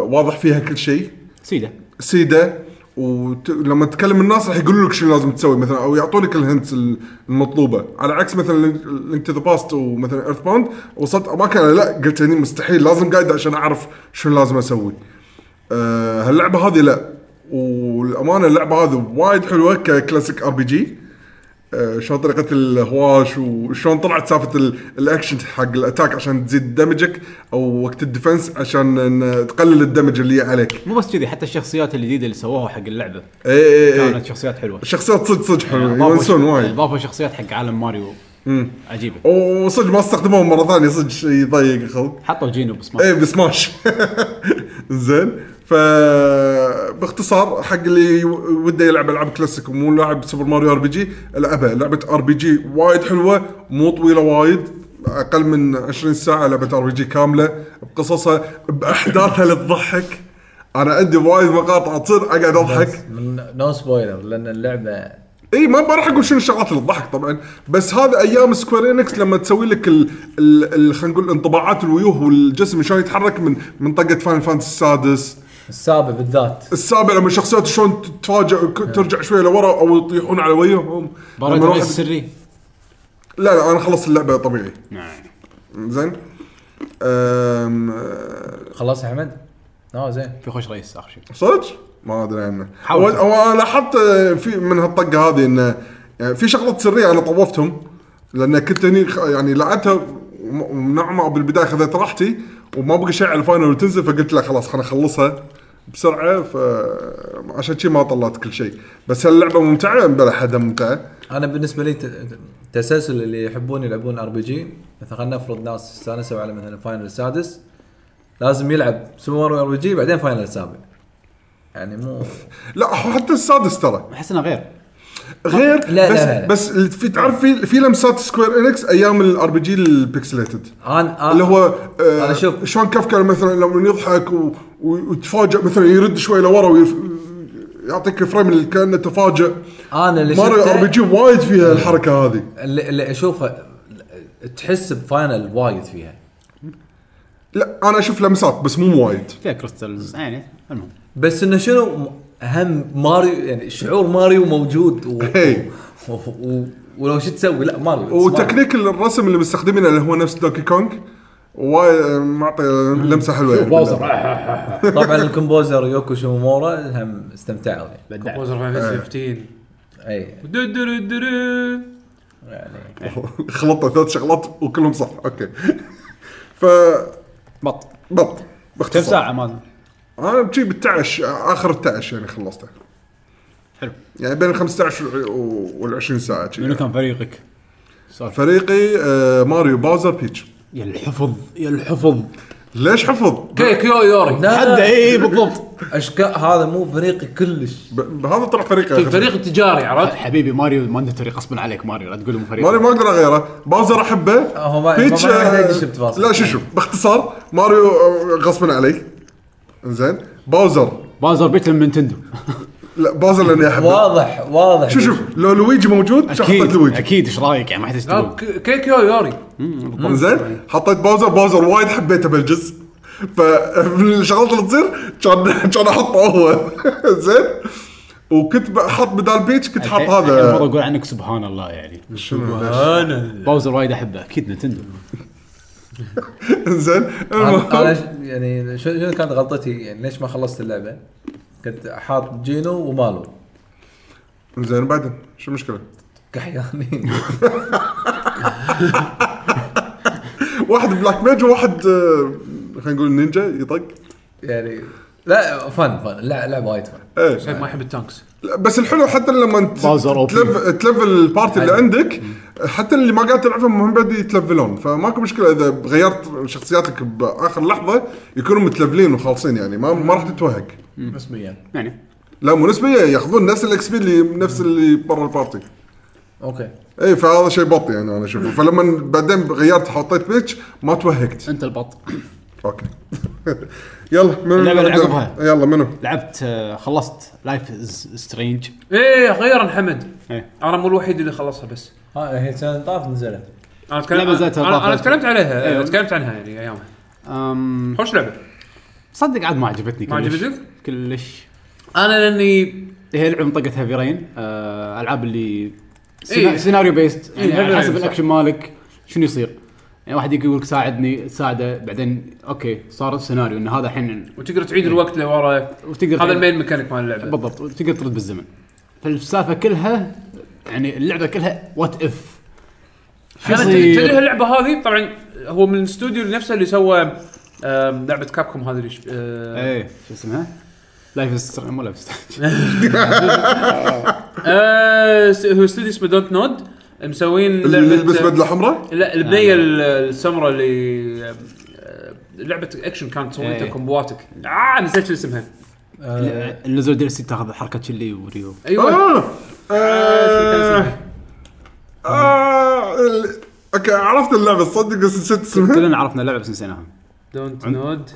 واضح فيها كل شيء
سيده
سيده ولما تكلم الناس راح يقولوا لك شو لازم تسوي مثلا او يعطونك الهنتس المطلوبه على عكس مثلا لينك تو ذا باست ومثلا ايرث بوند وصلت اماكن أنا لا قلت هني مستحيل لازم قاعد عشان اعرف شو لازم اسوي آه، هاللعبه هذه لا والامانه اللعبه هذه وايد حلوه ككلاسيك ار بي جي آه، شلون طريقه الهواش وشلون طلعت سالفه ال- الاكشن حق الاتاك عشان تزيد دمجك او وقت الديفنس عشان إن تقلل الدمج اللي عليك إيه،
مو بس كذي حتى الشخصيات الجديده اللي سووها حق اللعبه
اي اي اي
كانت شخصيات حلوه
شخصيات صدق صدق حلوه
ضافوا-
يونسون وايد
ضافوا شخصيات حق عالم ماريو عجيبه
وصدق ما استخدموهم مره ثانيه صدق شي يضيق الخلق
حطوا جينو بس ما
اي بسماش زين ف باختصار حق اللي وده يلعب العاب كلاسيك ومو لاعب سوبر ماريو ار بي جي العبها لعبه ار بي جي وايد حلوه مو طويله وايد اقل من 20 ساعه لعبه ار بي جي كامله بقصصها باحداثها اللي تضحك انا عندي وايد مقاطع تصير اقعد اضحك
من نو سبويلر لان اللعبه
اي ما ما راح اقول شنو الشغلات اللي تضحك طبعا بس هذا ايام سكوير انكس لما تسوي لك ال ال ال- خلينا نقول انطباعات الويوه والجسم شلون يتحرك من منطقه فاين فانتسي السادس
السابع بالذات
السابع لما الشخصيات شلون تتفاجئ وك- ترجع شويه لورا او يطيحون على وجههم
بارد
لما
الرئيس
واحد-
السري
لا لا انا خلصت اللعبه طبيعي
نعم
زين أم،
خلاص يا احمد؟ اه زين
في خوش رئيس اخر شيء
صدق؟ ما ادري عنه
حاول.
أول- أو أنا لاحظت آه، في من هالطقه هذه انه يعني في شغلات سريه انا طوفتهم لان كنت هني خ- يعني لعبتها وم- ونوعا ما بالبدايه خذيت راحتي وما بقى شيء على الفاينل وتنزل فقلت لا خلاص خلينا نخلصها بسرعه ف عشان شي ما طلعت كل شيء بس هاللعبه ممتعه بلا حدا ممتعه
انا بالنسبه لي ت- تسلسل اللي يحبون يلعبون ار بي جي مثلا خلينا نفرض ناس استانسوا على مثلا الفاينل السادس لازم يلعب سوبر ماريو ار بي جي بعدين فاينل السابع يعني مو
لا هو حتى السادس ترى
احس انه غير
غير
لا،
بس
لا، لا.
بس في تعرف في في لمسات سكوير انكس ايام الار بي جي البيكسليتد
انا
اللي هو آه
أنا شوف.
شلون كافكا مثلا لما يضحك و... و... وتفاجئ مثلا يرد شوي لورا ويف... يعطيك فريم اللي كانه تفاجئ
انا اللي
ماريو
شفته-
ار بي جي وايد فيها الحركه هذه
اللي, اللي اشوفه تحس بفاينل وايد فيها
لا انا اشوف لمسات بس مو وايد
فيها كريستالز يعني المهم
بس انه شنو م- هم ماريو يعني شعور ماريو موجود و...
إي.
و... و... ولو شو تسوي لا ماريو
وتكنيك الرسم اللي مستخدمينه اللي هو نفس دوكي كونغ وايد آه، معطي لمسه حلوه يعني باللعبة.
طبعا الكومبوزر يوكو شيمومورا هم استمتعوا يعني
بدع
كومبوزر فاينل 15
اي
دو- دو- دو- دو- دو.
خلطت ثلاث شغلات وكلهم صح اوكي ف
بط
بط
كم
باختصار
ساعه ما أدري.
انا بجيب التعش اخر التعش يعني خلصته
حلو
يعني بين ال 15 وال 20 ساعه شي.
منو كان فريقك؟ سالفة.
فريقي آه، ماريو باوزر بيتش
يا الحفظ يا الحفظ
ليش حفظ؟
كيو يوري
حد اي بالضبط
اشكال هذا مو فريقي كلش
ب- بهذا طلع فريقي آخر شيء.
الفريق التجاري عرفت؟
حبيبي ماريو ما عنده طريق غصبا عليك ماريو لا تقول مو فريق
ماريو ما اقدر اغيره باوزر احبه
هو ما-
بيتش
ما- ما- ما-
آه،
يدش بتفاصيل.
لا شوف شوف باختصار ماريو آه، غصبا علي زين باوزر
بازر بيت من نينتندو
لا باوزر لاني احبه
واضح واضح
شوف شوف لو لويجي موجود شو حطيت
اكيد
لويجي
اكيد ايش رايك يعني ما حد يستوعب
كيو آه، يوري
زين حطيت باوزر باوزر وايد حبيته بالجزء فمن الشغلات اللي تصير كان كان احطه هو زين وكنت بحط بدال بيتش كنت حاط
المفروض
هذا
اقول يعني عنك سبحان الله يعني
شنو ليش؟
انا
باوزر وايد احبه اكيد نينتندو
زين المهم.
انا أنا ش- يعني شو- شنو كانت غلطتي يعني ليش ما خلصت اللعبه؟ كنت حاط جينو ومالو
زين بعدين شو المشكله؟
كحيانين
واحد بلاك ميج وواحد آه، خلينا نقول نينجا يطق
يعني لا فن فن لا لعبه وايد فن
ايه
شايف طيب، ما يحب التانكس
لا، بس الحلو حتى لما انت
باوزر أو
تلف تلفل البارتي اللي
أيوه.
عندك حتى اللي ما قاعد تلعبهم هم بعد يتلفلون فماكو مشكله اذا غيرت شخصياتك باخر لحظه يكونوا متلفلين وخالصين يعني ما ما راح تتوهق
رسميا
يعني
لا مو نسبيا ياخذون نفس الاكس بي اللي نفس اللي برا البارتي
اوكي
اي فهذا شيء بطيء يعني انا اشوفه فلما بعدين غيرت حطيت بيتش ما توهقت
انت البط
اوكي يلا منو
اللعبة اللي عقبها.
يلا منو
لعبت آه، خلصت لايف از سترينج
ايه غير حمد
إيه.
انا مو الوحيد اللي خلصها بس
ها هي كانت طاف نزلت
انا اتكلم
لعبة ذات
انا,
إضافة.
أنا تكلمت عليها
أيوة.
أيوة. تكلمت عنها يعني ايامها خوش لعبه
صدق عاد ما عجبتني
ما
كلش.
عجبتك؟
كلش إيه،
انا لاني
هي لعبه منطقه هيفي رين آه، العاب اللي سينا...
إيه.
سيناريو بيست يعني
إيه،
على
Heavy
حسب
Rain، صح.
الاكشن مالك شنو يصير يعني واحد يجي يقول لك ساعدني تساعده بعدين اوكي صار السيناريو ان هذا الحين
وتقدر تعيد الوقت لورا
وتقدر
هذا المين ميكانيك مال اللعبه
بالضبط وتقدر ترد بالزمن فالسالفه كلها يعني اللعبه كلها وات اف شو
انا يعني تدري
يصير؟
تدري هاللعبه هذه طبعا هو من الاستوديو نفسه اللي سوى آم، لعبه كابكوم هذه اللي ش- آه،
ايه شو اسمها؟ لايف مو لايف
آه، س- هو استوديو اسمه دونت نود مسوين
اللي يلبس بدله حمراء
لا البنيه ال- السمراء اللي آه، لعبه اكشن كانت تسوي انت
إيه.
كومبواتك اه نسيت شو اسمها
نزل دي سي تاخذ حركه تشلي وريو
ايوه
آه. آه. آه، ال- اوكي عرفت اللعبه تصدق بس نسيت اسمها
كلنا عرفنا اللعبه بس نسيناها
دونت نود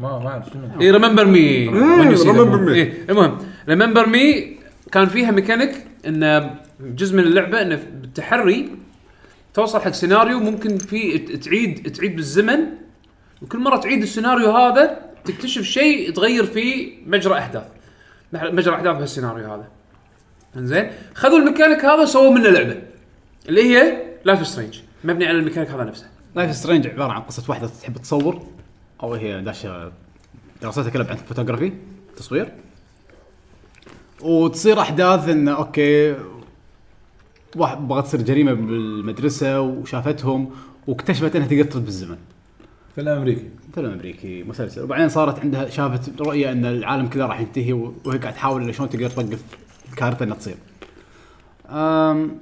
ما ما اعرف شنو
اي ريمبر مي
Mm, remember me.
إيه، المهم ريمبر مي كان فيها ميكانيك ان جزء من اللعبه انه بالتحري توصل حق سيناريو ممكن في ت- تعيد تعيد بالزمن وكل مره تعيد السيناريو هذا تكتشف شيء تغير فيه مجرى احداث مح- مجرى احداث بهالسيناريو هذا انزين خذوا الميكانيك هذا وسووا منه لعبه اللي هي لايف سترينج مبني على الميكانيك هذا نفسه
لايف سترينج عباره عن قصه واحده تحب تصور او هي داشه دراستها كلها عن فوتوغرافي تصوير وتصير احداث ان اوكي واحد بغت تصير جريمه بالمدرسه وشافتهم واكتشفت انها تقدر ترد بالزمن
فيلم امريكي
فيلم امريكي مسلسل وبعدين صارت عندها شافت رؤيه ان العالم كله راح ينتهي و- وهي قاعد تحاول إن شلون تقدر توقف الكارثه انها تصير. أم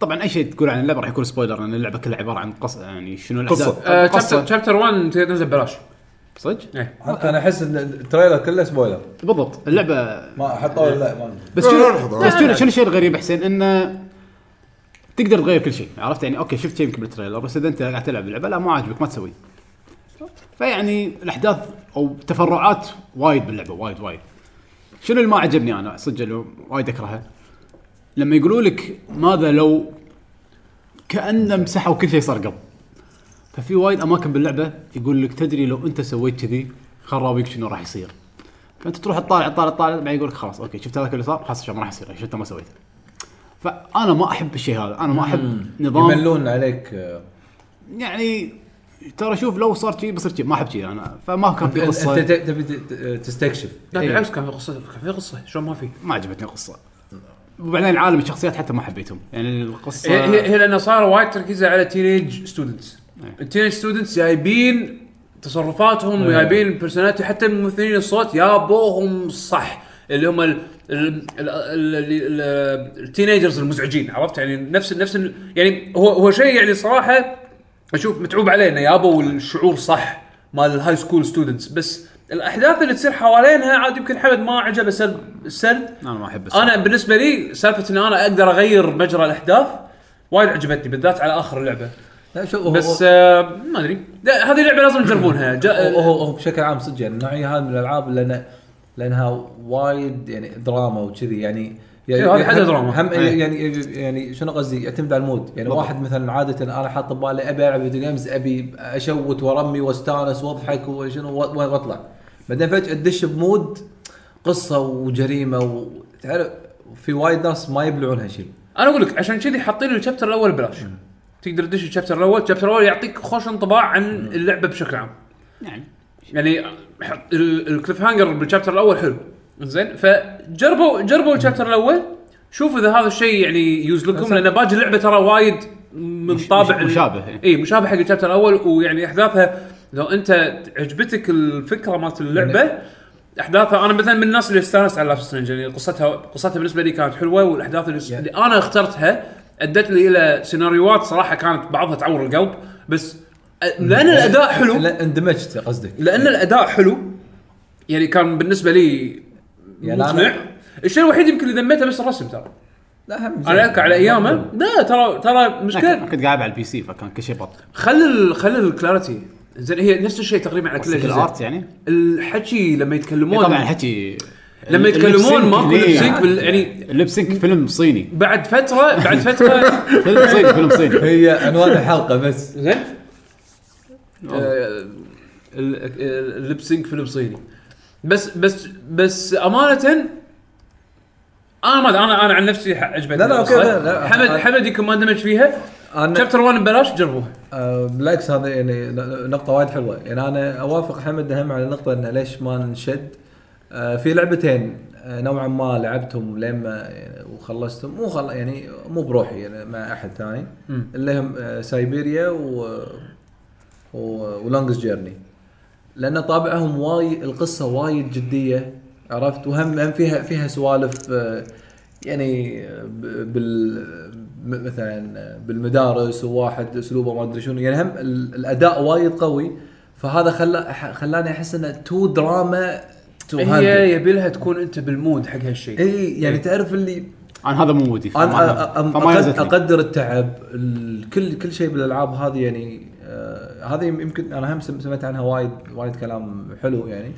طبعا اي شيء تقول عن اللعبه راح يكون سبويلر لان اللعبه كلها عباره عن قصه يعني شنو
قصة.
الاحداث
شابتر شابتر 1 تنزل ببلاش
صدق؟
ايه
حتى انا احس ان التريلر كله سبويلر
بالضبط اللعبه
ما حطوا لا ما أدري.
بس
لا،
شنو
لا، لحظة.
بس شنو شنو الشيء الغريب حسين انه تقدر تغير كل شيء عرفت يعني اوكي شفت شيء يمكن بالتريلر بس اذا انت قاعد تلعب اللعبه لا ما عاجبك ما تسوي فيعني الاحداث او تفرعات وايد باللعبه وايد وايد شنو اللي ما عجبني انا صدق اللي وايد اكرهه لما يقولوا لك ماذا لو كانه مسحوا كل شيء صار قبل ففي وايد اماكن باللعبه يقول لك تدري لو انت سويت كذي خراويك شنو راح يصير فانت تروح تطالع تطالع تطالع بعدين يقول لك خلاص اوكي شفت هذاك اللي صار خلاص إن شاء الله ما راح يصير عشان انت ما سويته فانا ما احب الشيء هذا انا ما احب نظام
يملون عليك آه،
يعني ترى شوف لو صار شيء بصير شيء ما احب شيء انا فما كان في
انت
قصه
ت- تبي ت- ت- تستكشف
لا
إيه.
بالعكس كان في قصه كان في قصه شلون ما في؟
ما عجبتني القصه وبعدين العالم الشخصيات حتى ما حبيتهم يعني القصه
هي هي- هي لان صار وايد تركيزها على تينيج ستودنتس
إيه.
التينيج ستودنتس جايبين تصرفاتهم وجايبين بيرسوناليتي حتى الممثلين الصوت يابوهم صح اللي هم ال- ال- ال- ال- ال- التينيجرز المزعجين عرفت يعني نفس نفس ال- يعني هو هو شيء يعني صراحه اشوف متعوب علينا يابوا الشعور صح مال الهاي سكول ستودنتس بس الاحداث اللي تصير حوالينها عاد يمكن حمد ما عجبه سرد السرد
انا ما احب السرد.
انا بالنسبه لي سالفه ان انا اقدر اغير مجرى الاحداث وايد عجبتني بالذات على اخر اللعبه
لا شوف هو-
بس آه ما ادري لا، هذه اللعبه لازم تجربونها جا- آه،
هو هو- هو بشكل عام صدق يعني النوعيه هذه من الالعاب لان لانها وايد يعني دراما وكذي يعني يعني
إيه، هذه حدها
هم-
دراما.
هم
إيه.
يعني يعني شنو قصدي يعتمد على المود يعني واحد مثلا عاده انا حاط ببالي ابي العب فيديو جيمز ابي اشوت وارمي واستانس واضحك وشنو و- واطلع بعدين فجاه تدش بمود قصه وجريمه وتعرف في وايد ناس ما يبلعون هالشيء
انا اقول لك عشان كذي حاطين الشابتر الاول ببلاش تقدر تدش الشابتر الاول، الشابتر الاول يعطيك خوش انطباع عن اللعبه بشكل عام.
يعني
يعني حط- ال- الكليف هانجر بالشابتر الاول حلو زين فجربوا جربوا الشابتر الاول شوفوا اذا هذا الشيء يعني يوز لكم لان باقي اللعبه ترى وايد من
مش-
طابع ال-
مشابه، إيه.
اي مشابه حق الشابتر الاول ويعني احداثها لو انت عجبتك الفكره مالت اللعبه
يعني
احداثها انا مثلا من الناس اللي استانست على لاف سترينج يعني قصتها قصتها بالنسبه لي كانت حلوه والاحداث اللي,
يعني
اللي انا اخترتها ادت لي الى سيناريوهات صراحه كانت بعضها تعور القلب بس أ- لان
يعني
الاداء حلو
لا اندمجت قصدك
إيه.
لان الاداء حلو يعني كان بالنسبه لي
يعني أنا-
مقنع الشيء الوحيد يمكن اللي ذميته بس الرسم ترى
لا هم
انا اذكر على ايامه لا ترى ترى
أنا
مشكله
كنت قاعد على البي سي فكان كل شيء بط
خل ال خل الكلاريتي زين هي نفس الشيء تقريبا على كل
كل
الاجهزه
الارت يعني
الحكي لما
إيه،
يتكلمون
طبعا الحكي
لما
اللب
يتكلمون
سينك
ماكو
هني.
لب سينك بال- يعني
اللب سينك فيلم صيني
بعد فتره بعد فتره
فيلم صيني فيلم صيني
هي عنوان الحلقه بس
زين آه، ال- ال- اللب سينك فيلم صيني بس بس بس امانه انا ما أدري، انا انا عن نفسي ح- عجبتني
لا، لا،
القصة.
أوكي، لا، لا.
حمد حمد يمكن ما اندمج فيها
انا
شابتر 1 ببلاش جربوه
آه، بالعكس هذا يعني نقطة وايد حلوة، يعني أنا أوافق حمد هم على النقطة إنه ليش ما نشد. آه، في لعبتين آه، نوعا ما لعبتهم لما يعني وخلصتهم مو خل... يعني مو بروحي يعني مع أحد ثاني
مم.
اللي هم آه، سايبيريا و و ولونجز جيرني. لأن طابعهم وايد القصة وايد جدية عرفت وهم هم فيها فيها سوالف آه، يعني ب- بال م- مثلا بالمدارس وواحد اسلوبه ما ادري شنو يعني هم ال- الاداء وايد قوي فهذا خلا ح- خلاني احس انه تو دراما تو
هي يبي لها تكون انت بالمود حق هالشيء
اي يعني تعرف اللي
انا هذا مو مودي
انا
فما-
أ- أ- أم-
فما
أقد-
يزتني.
اقدر التعب ال- كل كل شيء بالالعاب هذه يعني آه، هذه يمكن انا هم سم- سمعت عنها وايد وايد كلام حلو يعني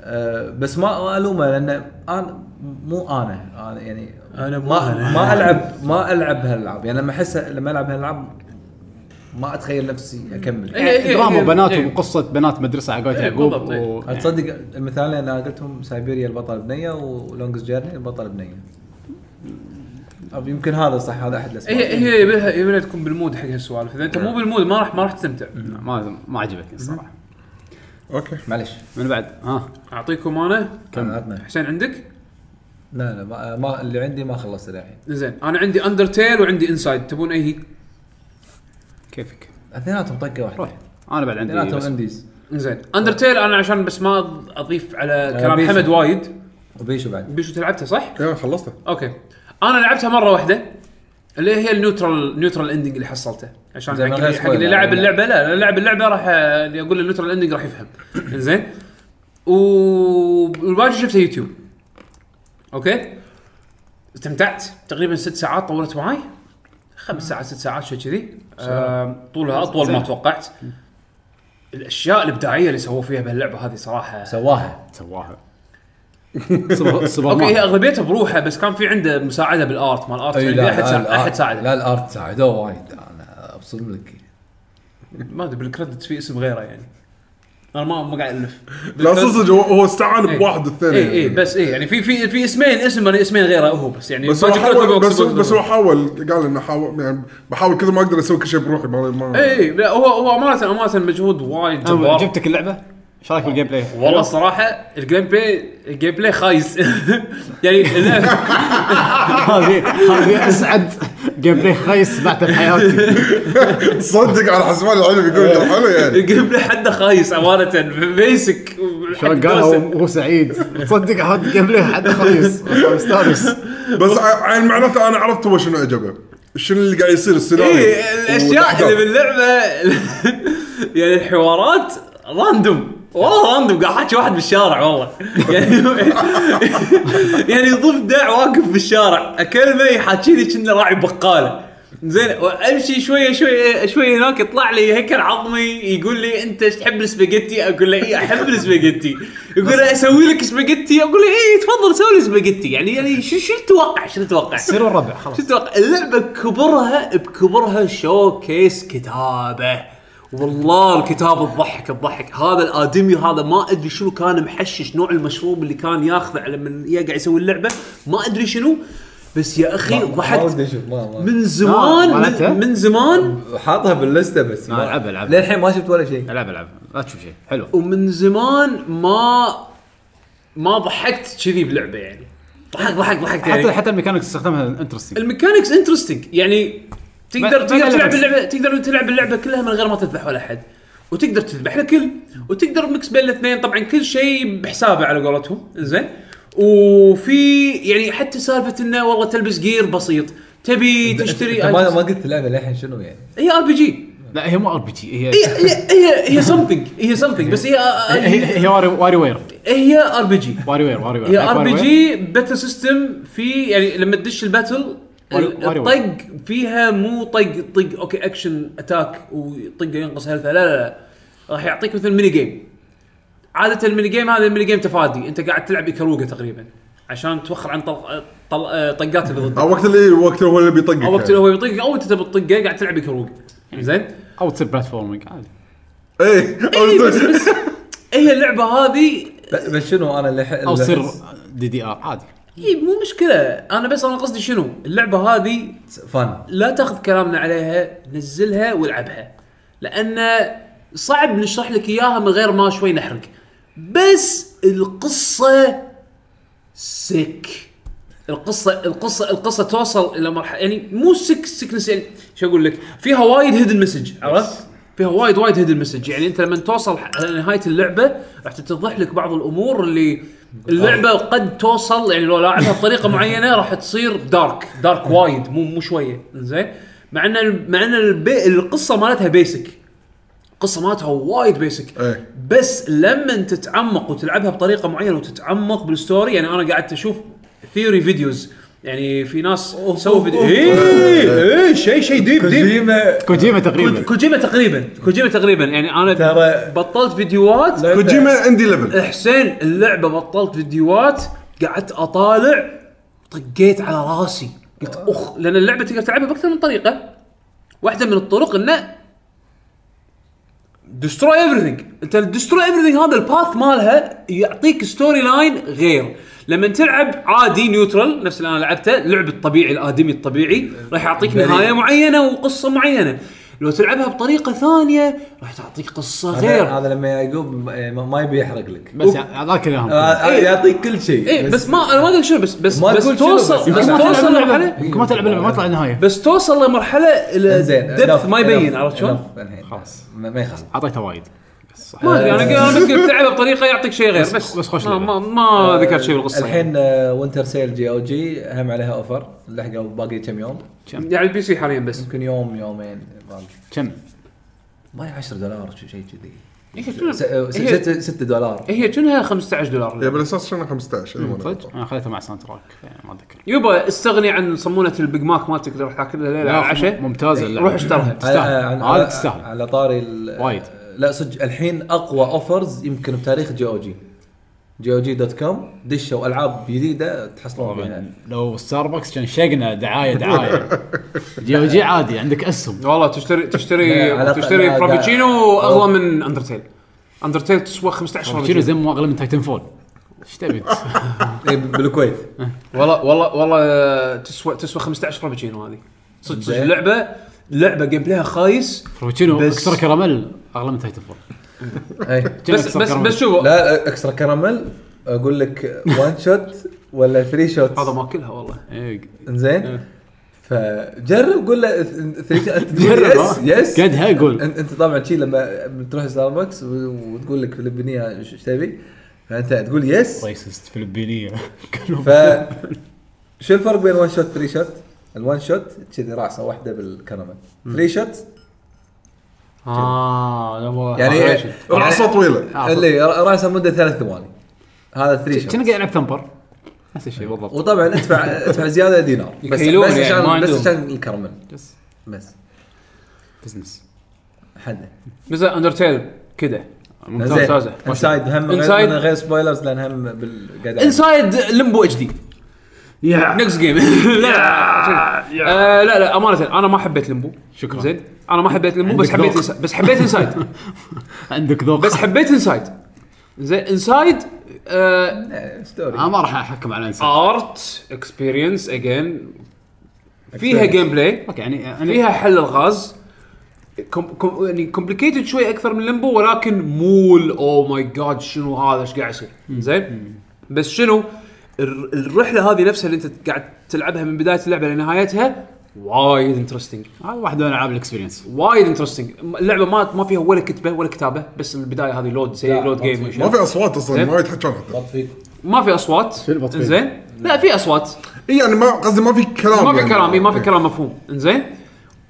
آه، بس ما الومه لان انا مو انا انا يعني
أنا مو
ما
أنا.
ما العب ما العب هالالعاب يعني لما احس لما العب هالالعاب ما اتخيل نفسي اكمل
إيه، إيه،
دراما
إيه،
بنات
إيه.
وقصه بنات مدرسه على قولة
إيه،
يعقوب
بالضبط، إيه.
و- يعني
تصدق المثال اللي انا قلتهم سايبيريا البطل بنيه ولونجز جيرني البطل بنيه أب- يمكن هذا صح هذا احد الاسباب
هي هي يبي لها يبي لها تكون بالمود حق هالسوالف اذا انت
إيه.
مو بالمود ما راح ما راح تستمتع
ما ما عجبتني الصراحه
اوكي
معلش
من بعد ها
اعطيكم انا
كم عطنا
حسين عندك
لا لا ما, ما اللي عندي ما خلصت الحين
زين انا عندي اندرتيل وعندي انسايد تبون اي هي
كيفك
اثنيناتهم طقه واحده
روح انا بعد عندي
اثنيناتهم
بس.
انديز
زين اندرتيل انا عشان بس ما أض- اضيف على كلام
بيشو.
حمد وايد
وبيشو بعد
بيشو تلعبتها صح؟
إيه،
يلا خلصته
اوكي انا لعبتها مره واحده اللي هي النيوترال نيوترال اندنج اللي حصلته عشان حق
زين، من
اللي,
غير
حق اللي
spoiler.
لعب اللعبه لا اللي لعب اللعبه راح آه، اللي اقول النيوترال اندنج راح يفهم زين والباقي شفته يوتيوب اوكي استمتعت تقريبا ست ساعات طولت معي خمس ساعات ست ساعات شيء كذي آه، طولها اطول ما توقعت الاشياء الابداعيه اللي سووا فيها بهاللعبه هذه صراحه
سواها
سواها سوبر- سوبر
اوكي هي
مان.
اغلبيتها بروحه بس كان في عنده مساعده بالارت مال الارت يعني احد ساعد
الآرت-
احد ساعده
لا الارت ساعدوه وايد انا ابصم لك
ما ادري بالكريدتس في اسم غيره يعني انا ما ما قاعد الف
لا صدق هو- هو استعان
إيه.
بواحد والثاني
اي اي
يعني.
بس اي يعني في في في اسمين اسم انا اسمين غيره هو بس يعني
بس هو
Project
حاول
Clockwork
بس,
Box-
بس هو حاول قال انه حاول يعني بحاول كذا ما اقدر اسوي كل شيء بروحي ما ما
اي اي إيه، لا هو هو امانه امانه مجهود وايد
أنا
جبار
جبتك اللعبه ايش رايك بالجيم بلاي؟
والله الصراحه الجيم بلاي الجيم بلاي خايس يعني اللعبة-
هذه هذه اسعد جيم بلاي خيس بعته بحياتي
صدق على حسب العلم يقول حلو يعني
الجيم بلاي حده خايس امانه بيسك
شلون قالها وهو- وهو سعيد تصدق احط جيم بلاي حد خليص مستانس
إيه.
بس ع- يعني معناته انا عرفت هو شنو عجبه شنو اللي قاعد يصير السيناريو
اي الاشياء إيه، اللي باللعبه يعني الحوارات راندوم والله راندوم قاعد احكي واحد بالشارع والله يعني يعني ضفدع واقف بالشارع اكلمه يحاكي لي كنا راعي بقاله زين امشي شويه شويه شويه هناك يطلع لي هيكل عظمي يقول لي انت إيش تحب السباجيتي اقول له اي احب السباجيتي يقول له اسوي لك سباجيتي اقول له اي تفضل سوي لي سباجيتي يعني يعني شو شو تتوقع شو تتوقع
سيروا الربع خلاص
شو تتوقع اللعبه بكبرها بكبرها شوكيس كتابه والله الكتابه تضحك تضحك هذا الادمي هذا ما ادري شنو كان محشش نوع المشروب اللي كان ياخذه لما يقعد يسوي اللعبه ما ادري شنو بس يا اخي ضحكت من زمان
آه، مالتها؟
من, من زمان
حاطها باللسته بس
آه،
ما العب العب
للحين ما شفت ولا شيء
العب العب لا تشوف شيء حلو
ومن زمان ما ما ضحكت كذي بلعبه يعني ضحك ضحك ضحكت يعني
حتى حتى الميكانكس استخدمها انترستنج
الميكانكس انترستنج يعني تقدر
ما-
تقدر
ما
تلعب
لمس.
اللعبه تقدر تلعب اللعبه كلها من غير ما تذبح ولا احد وتقدر تذبح الكل وتقدر مكس بين الاثنين طبعا كل شيء بحسابه على قولتهم زين وفي يعني حتى سالفه انه والله تلبس جير بسيط تبي تشتري
أنت ما
items.
ما قلت اللعبه للحين شنو يعني
هي ار بي جي
لا هي مو ار بي جي هي
هي هي هي something هي something بس هي
هي هي واري واري وير
هي ار بي جي
واري وير واري وير
هي
لعبت
ار
واري
بي
وير؟
جي باتل سيستم في يعني لما تدش الباتل
واري- واري
الطق فيها مو طق طق اوكي اكشن اتاك وطقه ينقص هيلث لا لا لا راح يعطيك مثل ميني جيم عاده الميني جيم هذا الميني جيم تفادي انت قاعد تلعب ايكاروجا تقريبا عشان توخر عن طل... طل... طقات اللي ضدك
او وقت اللي وقت هو اللي بيطقك
او وقت
يعني.
اللي هو يطقك او انت بتطقه قاعد تلعب ايكاروجا زين
او تصير بلاتفورمينج عادي
اي
اي إيه، بس بس هي اللعبه إيه، هذه
لا، بس شنو انا اللي
او تصير دي دي ار عادي
هي إيه، مو مشكله انا بس انا قصدي شنو اللعبه هذه
فن
لا تاخذ كلامنا عليها نزلها والعبها لان صعب نشرح لك اياها من غير ما شوي نحرق بس القصه سك القصه القصه القصه توصل الى مرحله يعني مو سك سكنس يعني شو اقول لك فيها وايد هيدن مسج عرفت فيها وايد وايد هيدن مسج يعني انت لما توصل ح- على نهايه اللعبه راح تتضح لك بعض الامور اللي اللعبه قد توصل يعني لو لاعبها بطريقه معينه راح تصير دارك دارك وايد مو مو شويه زين مع ان ال- مع ان البي القصه مالتها بيسك القصه مالتها وايد بيسك
إيه.
بس لما تتعمق وتلعبها بطريقه معينه وتتعمق بالستوري يعني انا قعدت اشوف ثيوري فيديوز يعني في ناس سووا فيديو اي اي شيء شيء ديب ديب
كوجيما
كوجيما
كو-
تقريبا
كوجيما تقريبا كوجيما تقريبا يعني انا
ترى-
بطلت فيديوهات إيه.
كوجيما عندي ليفل
حسين اللعبه بطلت فيديوهات قعدت اطالع طقيت على راسي قلت اخ لان اللعبه تقدر تلعبها باكثر من طريقه واحده من الطرق انه دستروي ايفريثينج انت الدستروي ايفريثينج هذا الباث مالها يعطيك ستوري لاين غير لما تلعب عادي نيوترال نفس اللي انا لعبته لعب الطبيعي الادمي الطبيعي راح يعطيك نهايه معينه وقصه معينه لو تلعبها بطريقه ثانيه راح تعطيك قصه غير
هذا لما يعقوب ما- ما يبي يحرق لك
بس يعني هذاك اللي اهم
آه،
إيه.
يعطيك كل شيء
اي بس ما انا ما ادري شنو بس بس
ما
بس
تقول شنو بس
توصل
يمكن
بس
ما
توصل لمرحله
يمكن ما تلعب اللعبه ما تطلع النهايه
بس توصل لمرحله
زين
الدبث ما يبين عرفت شلون؟
خلاص ما ما يخالف
اعطيته وايد بس آه، صح
ما ادري
آه،
انا أنا بس قلت تلعبها بطريقه يعطيك شيء غير بس
بس خوش
ما
لعبة.
ما, ما ذكرت شيء بالقصه
الحين آه، وينتر سيل جي او جي هم عليها اوفر لحقه باقي كم يوم
يعني على البي سي حاليا بس
يمكن يوم يومين باقي
كم
ما هي 10 دولار شو- شيء كذي
هي شنو-
س- آه، س-
هي-
ست- 6 دولار
هي كأنها 15 دولار
هي بالاساس شنو 15
إيه،
إذا ما أنا غلطان.
صدق انا اخذته مع ساوند تراك ما اتذكر
يبا استغني عن صمونه البيج ماك مالتك اللي راح تاكلها ليله على
لا،
العشاء
ممتازه اللعبه
روح اشترها
على-
تستاهل
على-
هذا
على-
تستاهل
على طاري ال- آه،
وايد.
لا صدق الحين اقوى اوفرز يمكن بتاريخ جي او جي جي او جي دوت كوم دشوا العاب جديده تحصلون فيها
طبعاً. لو ستاربكس كان شقنا دعايه دعايه جي او جي عادي عندك اسهم
والله تشتري
لا،
تشتري
على-
تشتري
لا،
فرابتشينو
لا.
اغلى من اندرتيل اندرتيل تسوى 15
شنو
فرابتشينو
زي ما اغلى من تايتن فول ايش تبي
إيه، بالكويت
والله والله والله تسوى تسوى 15 فرابتشينو هذه صدق صدق
زين.
لعبه لعبه جيم بلايها خايس
فرابتشينو
بس-
اكسترا كراميل اغلى من تايتن فول
إيه.
كم
بس
إكسترا
بس
كراميل؟
بس شوفوا
لا آه، اكسترا كراميل اقول لك وان شوت ولا ثري شوت
هذا ما كلها والله
إيه،
زين فجرب قول له ثري شوت
جرب،
يس
ها.
يس
قدها قول
انت انت طبعا شي لما تروح ستاربكس و- وتقول لك فلبينيه ايش تبي فانت تقول يس
ريسست فلبينيه كلهم
ف شو الفرق بين وان شوت ثري شوت؟ الوان شوت كذي راسه واحده بالكنبه ثري شوت
اه لا والله.
يعني
آه، راشد.
رقصه
إيه.
طويله
آه،
اللي ر- راسه مده ثلاث ثواني هذا ثري
كنا
شوت
قاعد نلعب ثمبر نفس
إيه،
الشيء بالضبط
وطبعا ادفع ادفع زياده دينار بس
يكيلون
بس
يعني، ما
عشان بس
عندهم.
عشان الكرمن
بس
بس
بزنس
حده
مثل اندرتيل كذا
زين
ممتازه
انسايد هم
Inside.
غير, من غير سبويلرز لان هم بالقعده
انسايد لمبو اتش دي
يا
نكست جيم لا آه، لا لا امانه انا ما حبيت لمبو شكرا زين انا ما حبيت لمبو بس
عندك
حبيت
ذوق.
إنسا- بس حبيت انسايد
عندك ذوق
بس حبيت انسايد زين انسايد آه،
آه، ستوري
انا ما راح احكم على انسان
ارت اكسبيرينس اجين فيها جيم بلاي
اوكي يعني انا
فيها حل الغاز كم كم يعني كومبليكيتد شوي اكثر من ليمبو ولكن مول او ماي جاد شنو هذا ايش قاعد يصير زين بس شنو الر- الرحله هذه نفسها اللي انت قاعد تلعبها من بدايه اللعبه لنهايتها وايد انترستنج
هذا واحد من العاب الاكسبيرينس
وايد انترستنج اللعبه ما ما فيها ولا كتبه ولا كتابه بس من البدايه هذه لود سي لود جيم
ما في اصوات
إيه.
اصلا ما يتحكون حتى
ما في اصوات
البطيء؟
زين لا في اصوات
إي يعني ما قصدي ما في كلام
ما في
يعني.
كلام إي، ما في كلام مفهوم انزين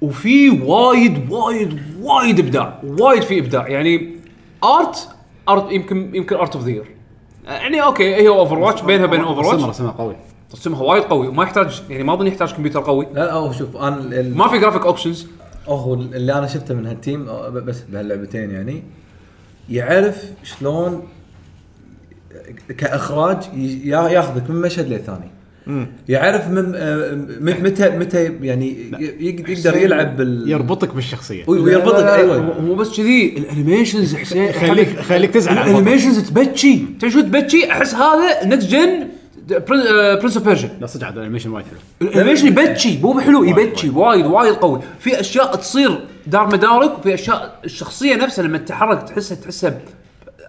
وفي وايد وايد وايد ابداع وايد في ابداع يعني ارت ارت يمكن يمكن ارت اوف ذا يير يعني اوكي هي اوفر واتش بينها وبين اوفر
رسمها
واتش
رسمها قوي
تصميمها وايد قوي وما يحتاج يعني ما اظن يحتاج كمبيوتر قوي
لا لا هو شوف انا ال- ال-
ما في جرافيك اوبشنز
هو اللي انا شفته من هالتيم أو ب- بس بهاللعبتين يعني يعرف شلون كاخراج ي- يا- ياخذك من مشهد للثاني يعرف من آه، م- متى متى يعني ي- يق- يقدر يلعب بال
يربطك أيوة. بالشخصيه
وي- ويربطك ايوه
مو بس كذي الانيميشنز حسين
خليك خليك تزعل على الوضع.
الانيميشنز تبكي تدري شو تبكي احس هذا نت جن برنس اوف بيرجن
لا صدق عاد الانيميشن وايد حلو
الانيميشن يبكي مو بحلو يبكي وايد وايد قوي في اشياء تصير دار مدارك وفي اشياء الشخصيه نفسها لما تتحرك تحسها تحسها ب-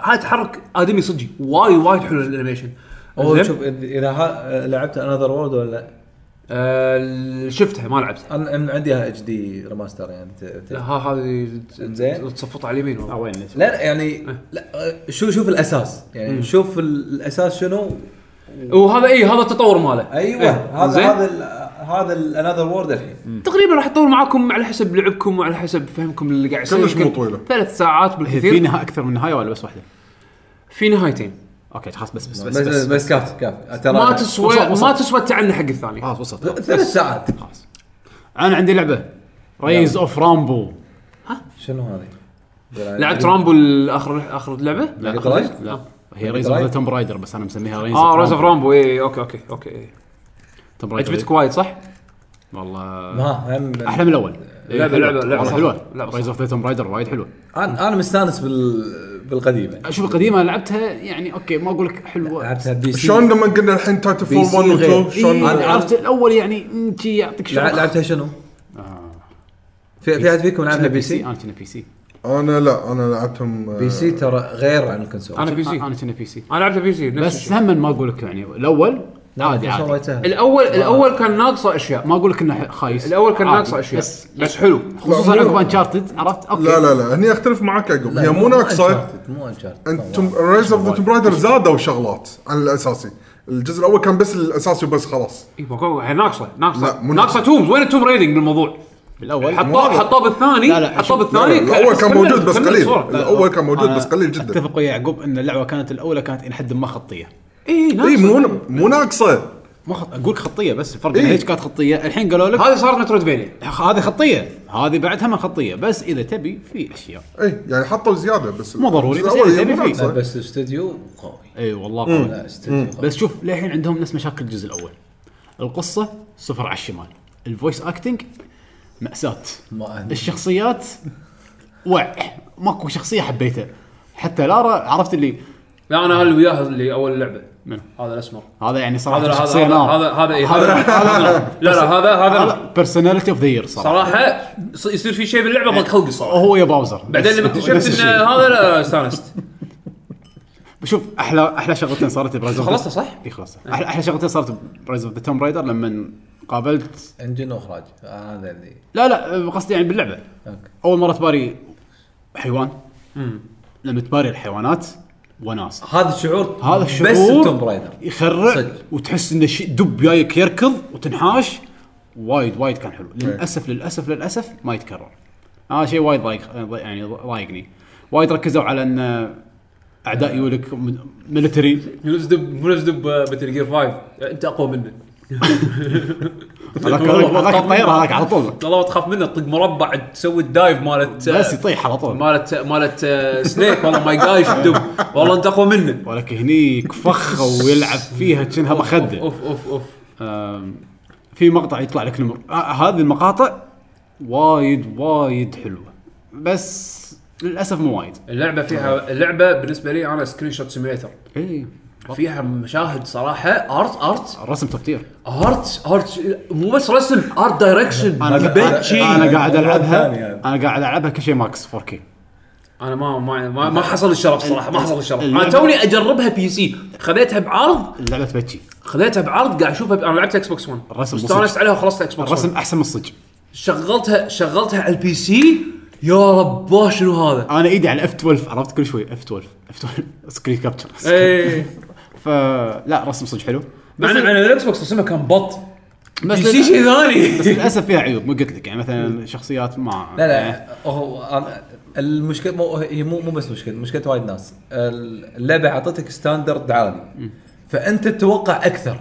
هاي تحرك ادمي صدق وايد وايد حلو الانيميشن
هو
زين؟
شوف إذ- اذا ها- لعبت انذر وورد ولا لا؟
آه، شفتها ما لعبتها
انا أنا عندي اتش دي ريماستر يعني ت- ت-
لا، ها هذه
زين.
تصفط على اليمين والله.
آه، وين
لا لا، يعني لا آه، شو شوف الاساس يعني شوف ال- الاساس شنو
وهذا اي هذا التطور ماله
ايوه
إيه،
هذا
زين.
هذا ال- هذا الانذر وورد الحين
تقريبا راح تطول معاكم على حسب لعبكم وعلى حسب فهمكم اللي قاعد يصير
كلش مو
يمكن
طويلة.
ثلاث ساعات
هي في
بالكثير
نها اكثر من نهايه ولا بس واحده؟
في نهايتين
اوكي خلاص بس بس
بس
بس
بس,
بس
بس كاف كاف ترى
ما تسوى
وصل- وصل.
ما تسوى التعنى حق الثاني
آه.
خلاص وصلت خلاص.
ثلاث ساعات
خلاص انا عندي لعبه ريز اوف رامبو
شنو هذه؟
لعبت
إيه.
رامبو اخر اخر لعبه؟
لا
Mega Drive؟
لا
آه.
هي ريز اوف توم رايدر بس انا مسميها ريز
آه،
اه ريز اوف رامبو اي اوكي اوكي اوكي إي.
توم
عجبتك
رايدر
وايد صح؟
والله
ما هم
احلى من الاول
لعبة-
حلوة.
لعبة- لعبة
والله
صح.
حلوه
لعبة
ريز اوف توم رايدر وايد حلوه
انا انا مستانس بال بالقديمه
شوف القديمه لعبتها يعني اوكي ما اقول لك حلوه
لعبتها بي سي
شلون لما قلنا الحين تايتل فول
بي سي
1 و
غير.
2 شلون
إي.
انا عرفت الاول يعني مم، شي يعطيك
لع-
شعور
لعبتها شنو؟ في في احد فيكم لعبها بي سي؟
انا كنا بي سي
انا لا انا لعبتهم آه،
بي سي ترى غير عن الكونسول
انا بي سي
انا كنا بي سي
انا لعبت بي سي نفس
بس
الشيء.
هم ما اقول لك يعني الاول عادي
الكونسول
عادي
وايد سهل.
الاول الاول كان ناقصه اشياء
ما اقول لك انه ح- خايس
الاول كان
عادي.
ناقصه اشياء
بس
بس حلو
خصوصا
لا،
عقب
مو-
انشارتد عرفت اوكي
لا لا لا هني اختلف معك عقب
لا،
هي مو ناقصه
Uncharted، مو انشارتد
انتم ريز اوف ذا توم رايدر زادوا شغلات عن الاساسي الجزء الاول كان بس الاساسي وبس خلاص
إي، إيه، ما قلت- هي ناقصه
لا،
ناقصه
مو
ناقصه تومز وين التوم ريدنج بالموضوع؟
بالاول
حطوه حطوه بالثاني
لا، لا،
حطوه
شوف،
لا، لا،
بالثاني
الاول كان
كمل-
موجود بس
كمل
قليل
الصورة.
الاول كان موجود
أنا
بس قليل جدا
اتفق ويا يعقوب ان اللعبه كانت الاولى كانت الى حد ما خطيه
اي
اي إيه، مو
ناقصه
مو ناقصه
ما خط... اقول لك خطيه بس الفرق
إيه.
بين هيك كانت خطيه الحين قالوا لك
هذه صارت مترويدفينيا
هذه خطيه هذه بعدها ما خطيه بس اذا تبي في اشياء
اي يعني حطوا زياده بس
مو ضروري،
الجزء
بس
الأول
يعني
إذا
هي
تبي
مو
فيه.
ناقصة.
بس استوديو قوي
اي والله قوي
لا استوديو قوي
بس شوف للحين عندهم نفس مشاكل الجزء الاول القصه صفر على الشمال الفويس اكتنج ماساه
ما أهني.
الشخصيات وع ماكو شخصيه حبيتها حتى لارا عرفت اللي
لا انا اللي وياها اللي اول لعبه
منو؟
هذا الاسمر
هذا يعني صراحه
هذا هذا
شخصيه
هذا
نار
هذا هذا إي، هذا- لا لا هذا هذا
هذا بيرسوناليتي اوف ذا يير صراحه
صراحه يص- يصير في شيء باللعبه ضاق خلقي صراحه
هو يا باوزر
بعدين
بس-
لما
نفس
اكتشفت ان
الشيء.
هذا لا لا، استانست
شوف احلى احلى شغلتين صارت برايز
خلصت صح؟
اي خلاص احلى أحلى شغلتين صارت برايز اوف ذا توم رايدر لما قابلت
انجن واخراج آه، هذا اللي
لا لا قصدي يعني باللعبه
أوكي.
اول مره تباري حيوان لما تباري الحيوانات وناسه
هذا الشعور
هذا
بس
الشعور
توم رايدر
يخرع
صدق.
وتحس انه شيء دب جايك يركض وتنحاش وايد وايد كان حلو
إيه.
للاسف للاسف للاسف ما يتكرر هذا شيء وايد ضايق ضايق- يعني ضايقني وايد ركزوا على ان اعداء يقولك ميلتري
مو نفس دب مو نفس دب آه، مثل جير 5 انت اقوى منه
هذاك هذاك الطياره هذاك على طول
والله تخاف منه تطق مربع تسوي الدايف مالت آه،
بس يطيح على طول
مالت مالت آه، سنيك والله ما يقايش الدب والله انت اقوى منه
ولكن هنيك فخه ويلعب فيها كأنها مخده
اوف اوف اوف
آم، في مقطع يطلع لك نمر آه، هذه المقاطع وايد وايد حلوه بس للاسف مو وايد
اللعبه فيها اللعبه بالنسبه لي انا سكرين شوت سيميليتر
إيه.
اي
فيها مشاهد صراحه ارت ارت
الرسم تفطير
ارت ارت مو بس رسم ارت دايركشن
انا
يبكي.
انا قاعد العبها
ثاني هذا.
انا قاعد العبها كل شيء ماكس 4 كي
انا ما ما ما, ما حصل الشرف صراحه ما حصل الشرف انا
اللعبة-
توني اجربها بي سي خذيتها بعرض
اللعبه تبكي
خذيتها بعرض قاعد اشوفها ب... انا لعبت اكس بوكس 1
الرسم
استانست
مصير.
عليها وخلصت اكس بوكس 1
الرسم احسن من الصج
شغلتها شغلتها على البي سي يا رباه شنو هذا
انا ايدي على اف 12 عرفت كل شوي اف 12 اف 12 سكرين كابتشر
اي
فلا رسم صج حلو
إيه. مع ان مع إن الاكس بوكس رسمها كان بط
بس
بي سي
لل-
شيء ثاني
للاسف فيها عيوب مو قلت لك يعني مثلا شخصيات ما إيه.
لا لا هو أنا- المشكله مو هي مو مو بس مشكله مشكله وايد ناس اللعبه اعطتك ستاندرد عالي فانت تتوقع اكثر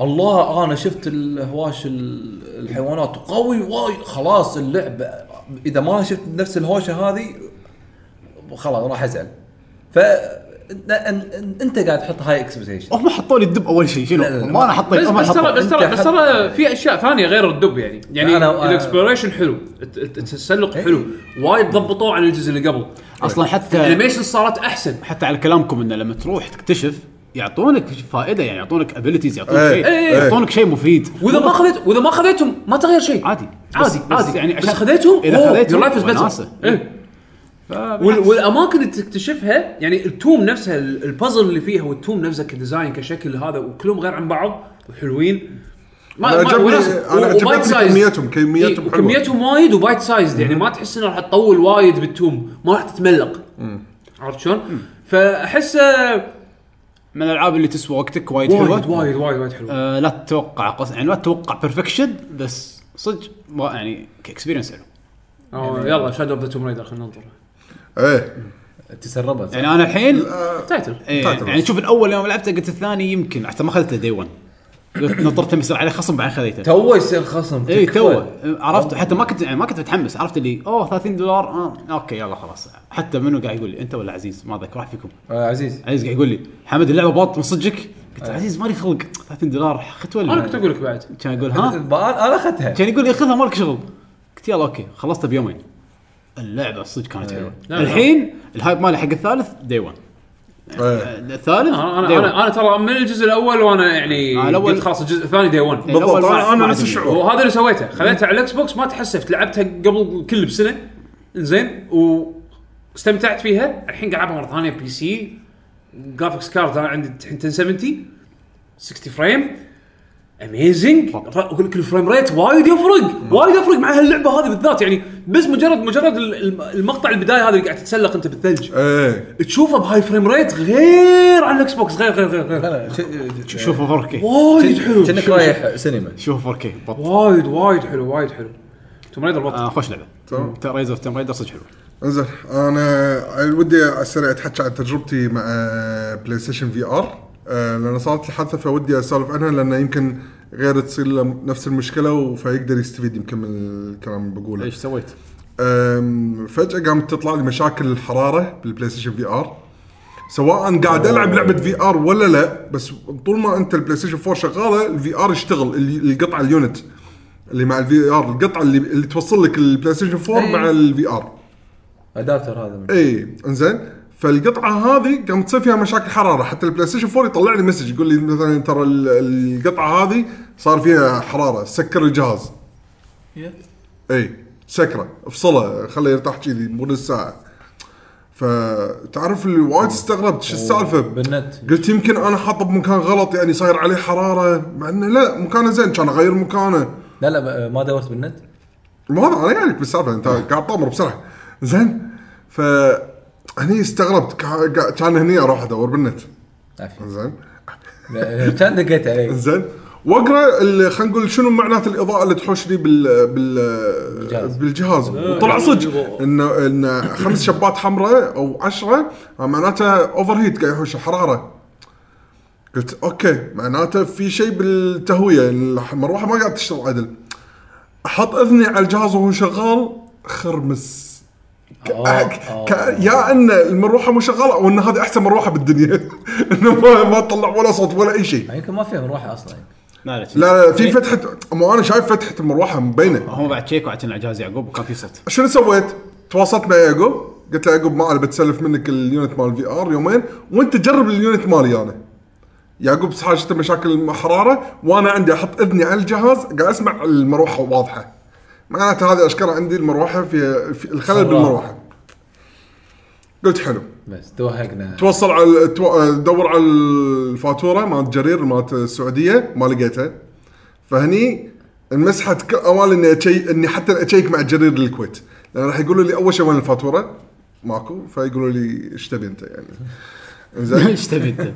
الله انا شفت الهواش ال- الحيوانات قوي وايد خلاص اللعبه اذا ما شفت نفس الهوشه هذه خلاص راح ازعل ف أن- أن- انت قاعد تحط هاي اكسبكتيشن
هم حطوا لي الدب اول شيء شنو
لا، لا، لا.
ما انا حطيت
بس
هم
بس ترى
حطوا
بس ترى
طيب، أنت
بس ترى في اشياء ثانيه غير الدب يعني يعني
أنا- إيه؟ أنا-
الاكسبلوريشن حلو الت- الت- التسلق حلو وايد ضبطوه عن الجزء اللي قبل
اصلا
إيه.
حتى
الانيميشن صارت احسن
حتى على كلامكم انه لما تروح تكتشف يعطونك فائده يعني يعطونك ابيلتيز يعطونك
إيه،
شيء
إيه.
يعطونك شيء مفيد
واذا ما خذيت واذا ما خذيتهم ما تغير شيء
عادي
عادي
بس-
عادي
بس يعني
يعني بس
عشان
خذيتهم
إذا خذيتهم،
لايف از بيتر
وناسة.
والاماكن إيه. اللي تكتشفها يعني التوم نفسها ال- البازل اللي فيها والتوم نفسه كديزاين كشكل هذا وكلهم غير عن بعض وحلوين ما
أنا عجبني-
وناس-
أنا
و-
عجبتني
وبايت سايز.
كميتهم- كميتهم
إي،
حلوة.
وكميتهم وايد وبايت سايز يعني ما تحس انه راح تطول وايد بالتوم ما راح تتملق عرفت شلون؟ فاحسه
من الالعاب اللي تسوى وقتك وايد
وايد
حلوه
وايد وايد وايد حلو
آه، لا تتوقع قص... يعني لا تتوقع بيرفكشن بس صدق ما- يعني كاكسبيرينس حلو يعني
آه، يلا شادو اوف ذا توم رايدر خلينا ننطر
ايه
تسربت
يعني انا الحين
آه.
تايتل
إيه،
تعتبر.
يعني شوف الاول يوم لعبته قلت الثاني يمكن حتى ما خذته دي 1 نطرت يصير عليه خصم بعدين خذيته
تو يصير خصم
اي
تكفى.
تو عرفت حتى ما كنت يعني ما كنت متحمس عرفت اللي اوه 30 دولار آه اوكي يلا خلاص حتى منو قاعد يقول لي انت ولا عزيز ما اذكر واحد فيكم
آه، عزيز
عزيز قاعد يقول لي حمد اللعبه باط من صدقك قلت عزيز مالي خلق 30 دولار اخت ولا
انا كنت اقول لك بعد
كان يقول ها
انا أنا اخذتها
كان يقول لي خذها مالك شغل قلت يلا اوكي خلصتها بيومين اللعبه صدق كانت حلوه
لا، لا.
الحين الهايب مالي حق الثالث دي 1
ايه
الثالث
انا
day
انا
one.
انا, أنا ترى من الجزء الاول وانا يعني
آه، الأول-
قلت خلاص الجزء الثاني دي 1
الأول
بالضبط،
ما-
أنا- أنا
ما
نفس
عجبني.
الشعور.
وهذا اللي سويته خذيتها على الاكس بوكس ما تحسفت لعبتها قبل كل بسنه زين واستمتعت فيها الحين قاعد العبها مره ثانيه بي سي جرافكس كارد انا عندي الحين 1070 60 فريم اميزنج اقول لك الفريم ريت وايد يفرق وايد يفرق مع هاللعبه هذه بالذات يعني بس مجرد مجرد ال- الم- المقطع البدايه هذا اللي قاعد تتسلق انت بالثلج
ايه
تشوفه بهاي فريم ريت غير على الاكس بوكس غير غير غير, غير.
لا، ش- ش-
شوفوا 4K
وايد حلو
كأنك رايح سينما
شوفوا 4K بط
وايد وايد حلو وايد حلو توم رايدر بطل
آه، خوش لعبه
تمام.
رايز اوف تيم رايدر صدق حلو
انزين انا ودي على السريع اتحكى عن تجربتي مع آه، بلاي ستيشن في ار آه، لان صارت لي حادثه فودي اسولف عنها لان يمكن غير تصير له نفس المشكله فيقدر يستفيد يمكن من الكلام اللي بقوله
ايش سويت؟
أم، فجاه قامت تطلع لي مشاكل الحراره بالبلاي ستيشن في ار سواء قاعد العب لعبه في ار ولا لا بس طول ما انت البلاي ستيشن 4 شغاله الفي ار يشتغل اللي- القطعه اليونت اللي مع الفي ار القطعه اللي, اللي توصل لك البلاي ستيشن 4 مع الفي ار
ادابتر هذا
اي انزين فالقطعه هذه قام تصير فيها مشاكل حراره حتى البلاي ستيشن 4 يطلع لي مسج يقول لي مثلا ترى ال- القطعه هذه صار فيها حراره سكر الجهاز اي سكره افصله خليه يرتاح كذي مو نص ساعه فتعرف اللي وايد استغربت شو السالفه
بالنت
قلت يمكن انا حاطه بمكان غلط يعني صاير عليه حراره مع انه لا مكانه زين كان اغير مكانه
لا لا ما- ما دورت بالنت
يعني ما هذا انا قاعد بالسالفه انت قاعد تطامر بسرعه زين ف هني استغربت كا- كا- كان هني اروح ادور بالنت زين
كان إيه. دقيت
إيه.
عليه
زين واقرا ال- خلينا نقول شنو معنات الاضاءه اللي تحوش لي بال بال بالجهاز وطلع صدق انه ان خمس شبات حمراء او عشرة معناته اوفر هيت قاعد يحوش حراره قلت اوكي معناته في شيء بالتهويه المروحه ما قاعد تشتغل عدل احط اذني على الجهاز وهو شغال خرمس ك... ك... يا ان المروحه مو شغاله او ان هذه احسن مروحه بالدنيا انه ما- ما تطلع ولا صوت ولا اي شيء
يمكن ما فيها مروحه اصلا
لا لا
لا لا في فتحه مو انا شايف فتحه المروحه مبينه
هو بعد شيك وعدنا على جهاز يعقوب وكان في صوت
شنو سويت؟ تواصلت مع يعقوب قلت له يعقوب ما انا بتسلف منك اليونت مال الفي ار يومين وانت جرب اليونت مالي انا يعقوب حاجته مشاكل حراره وانا عندي احط اذني على الجهاز قاعد اسمع المروحه واضحه معناته هذه اشكال عندي المروحه في, في الخلل بالمروحه قلت حلو
بس توهقنا
توصل على تو- دور على الفاتوره مالت جرير مالت السعوديه ما لقيتها فهني انمسحت ك- اوان اني أشي... اني حتى اشيك مع جرير الكويت لان راح يقولوا لي اول شيء وين الفاتوره ماكو فيقولوا لي ايش تبي انت يعني زين
ايش تبي انت؟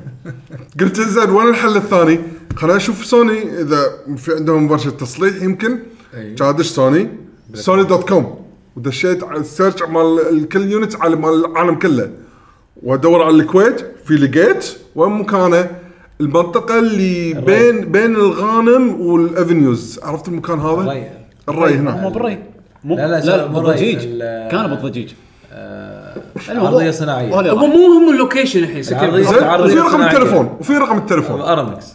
قلت زين وين الحل الثاني؟ خليني اشوف سوني اذا في عندهم ورشه تصليح يمكن كان ادش سوني سوني دوت كوم ودشيت على السيرش مال الكل يونت على مال العالم كله وادور على الكويت في لقيت وين مكانه؟ المنطقه اللي بين بين الغانم والافنيوز عرفت المكان هذا؟
الري
الري
هم
هنا
بالري
مو-
لا، لا،
لا
سلام،
بالضجيج
ال-
كان بالضجيج
ارضيه صناعيه
ولا
هو
راح.
مو هم اللوكيشن الحين سكيب.
العرضية-
زين
عرض
وفي رقم
صناعي.
التليفون وفي رقم التليفون
ارامكس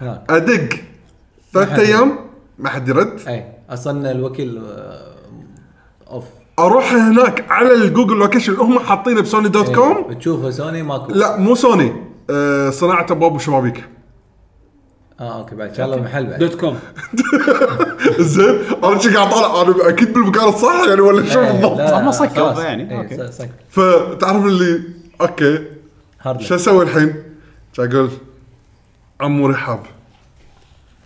هناك
ادق ثلاث
حد-
ايام ما حد يرد
اي اصلا إيه، الوكيل آه، اوف
اروح هناك على الجوجل لوكيشن اللي هم حاطينه بسوني
إيه.
دوت كوم
تشوفه سوني ماكو
لا مو سوني آه، صناعه ابواب وشبابيك
اه اوكي بعد ان شاء الله محل بعد
دوت كوم
زين انا شي قاعد طالع انا اكيد بالمكان الصح يعني ولا شو
إيه،
بالضبط
لا،
هم سكر
خلاص.
يعني،
إيه،
أوكي.
س- سكر
فتعرف اللي اوكي
هارد
شو
لك.
اسوي الحين؟ شو اقول عمو رحاب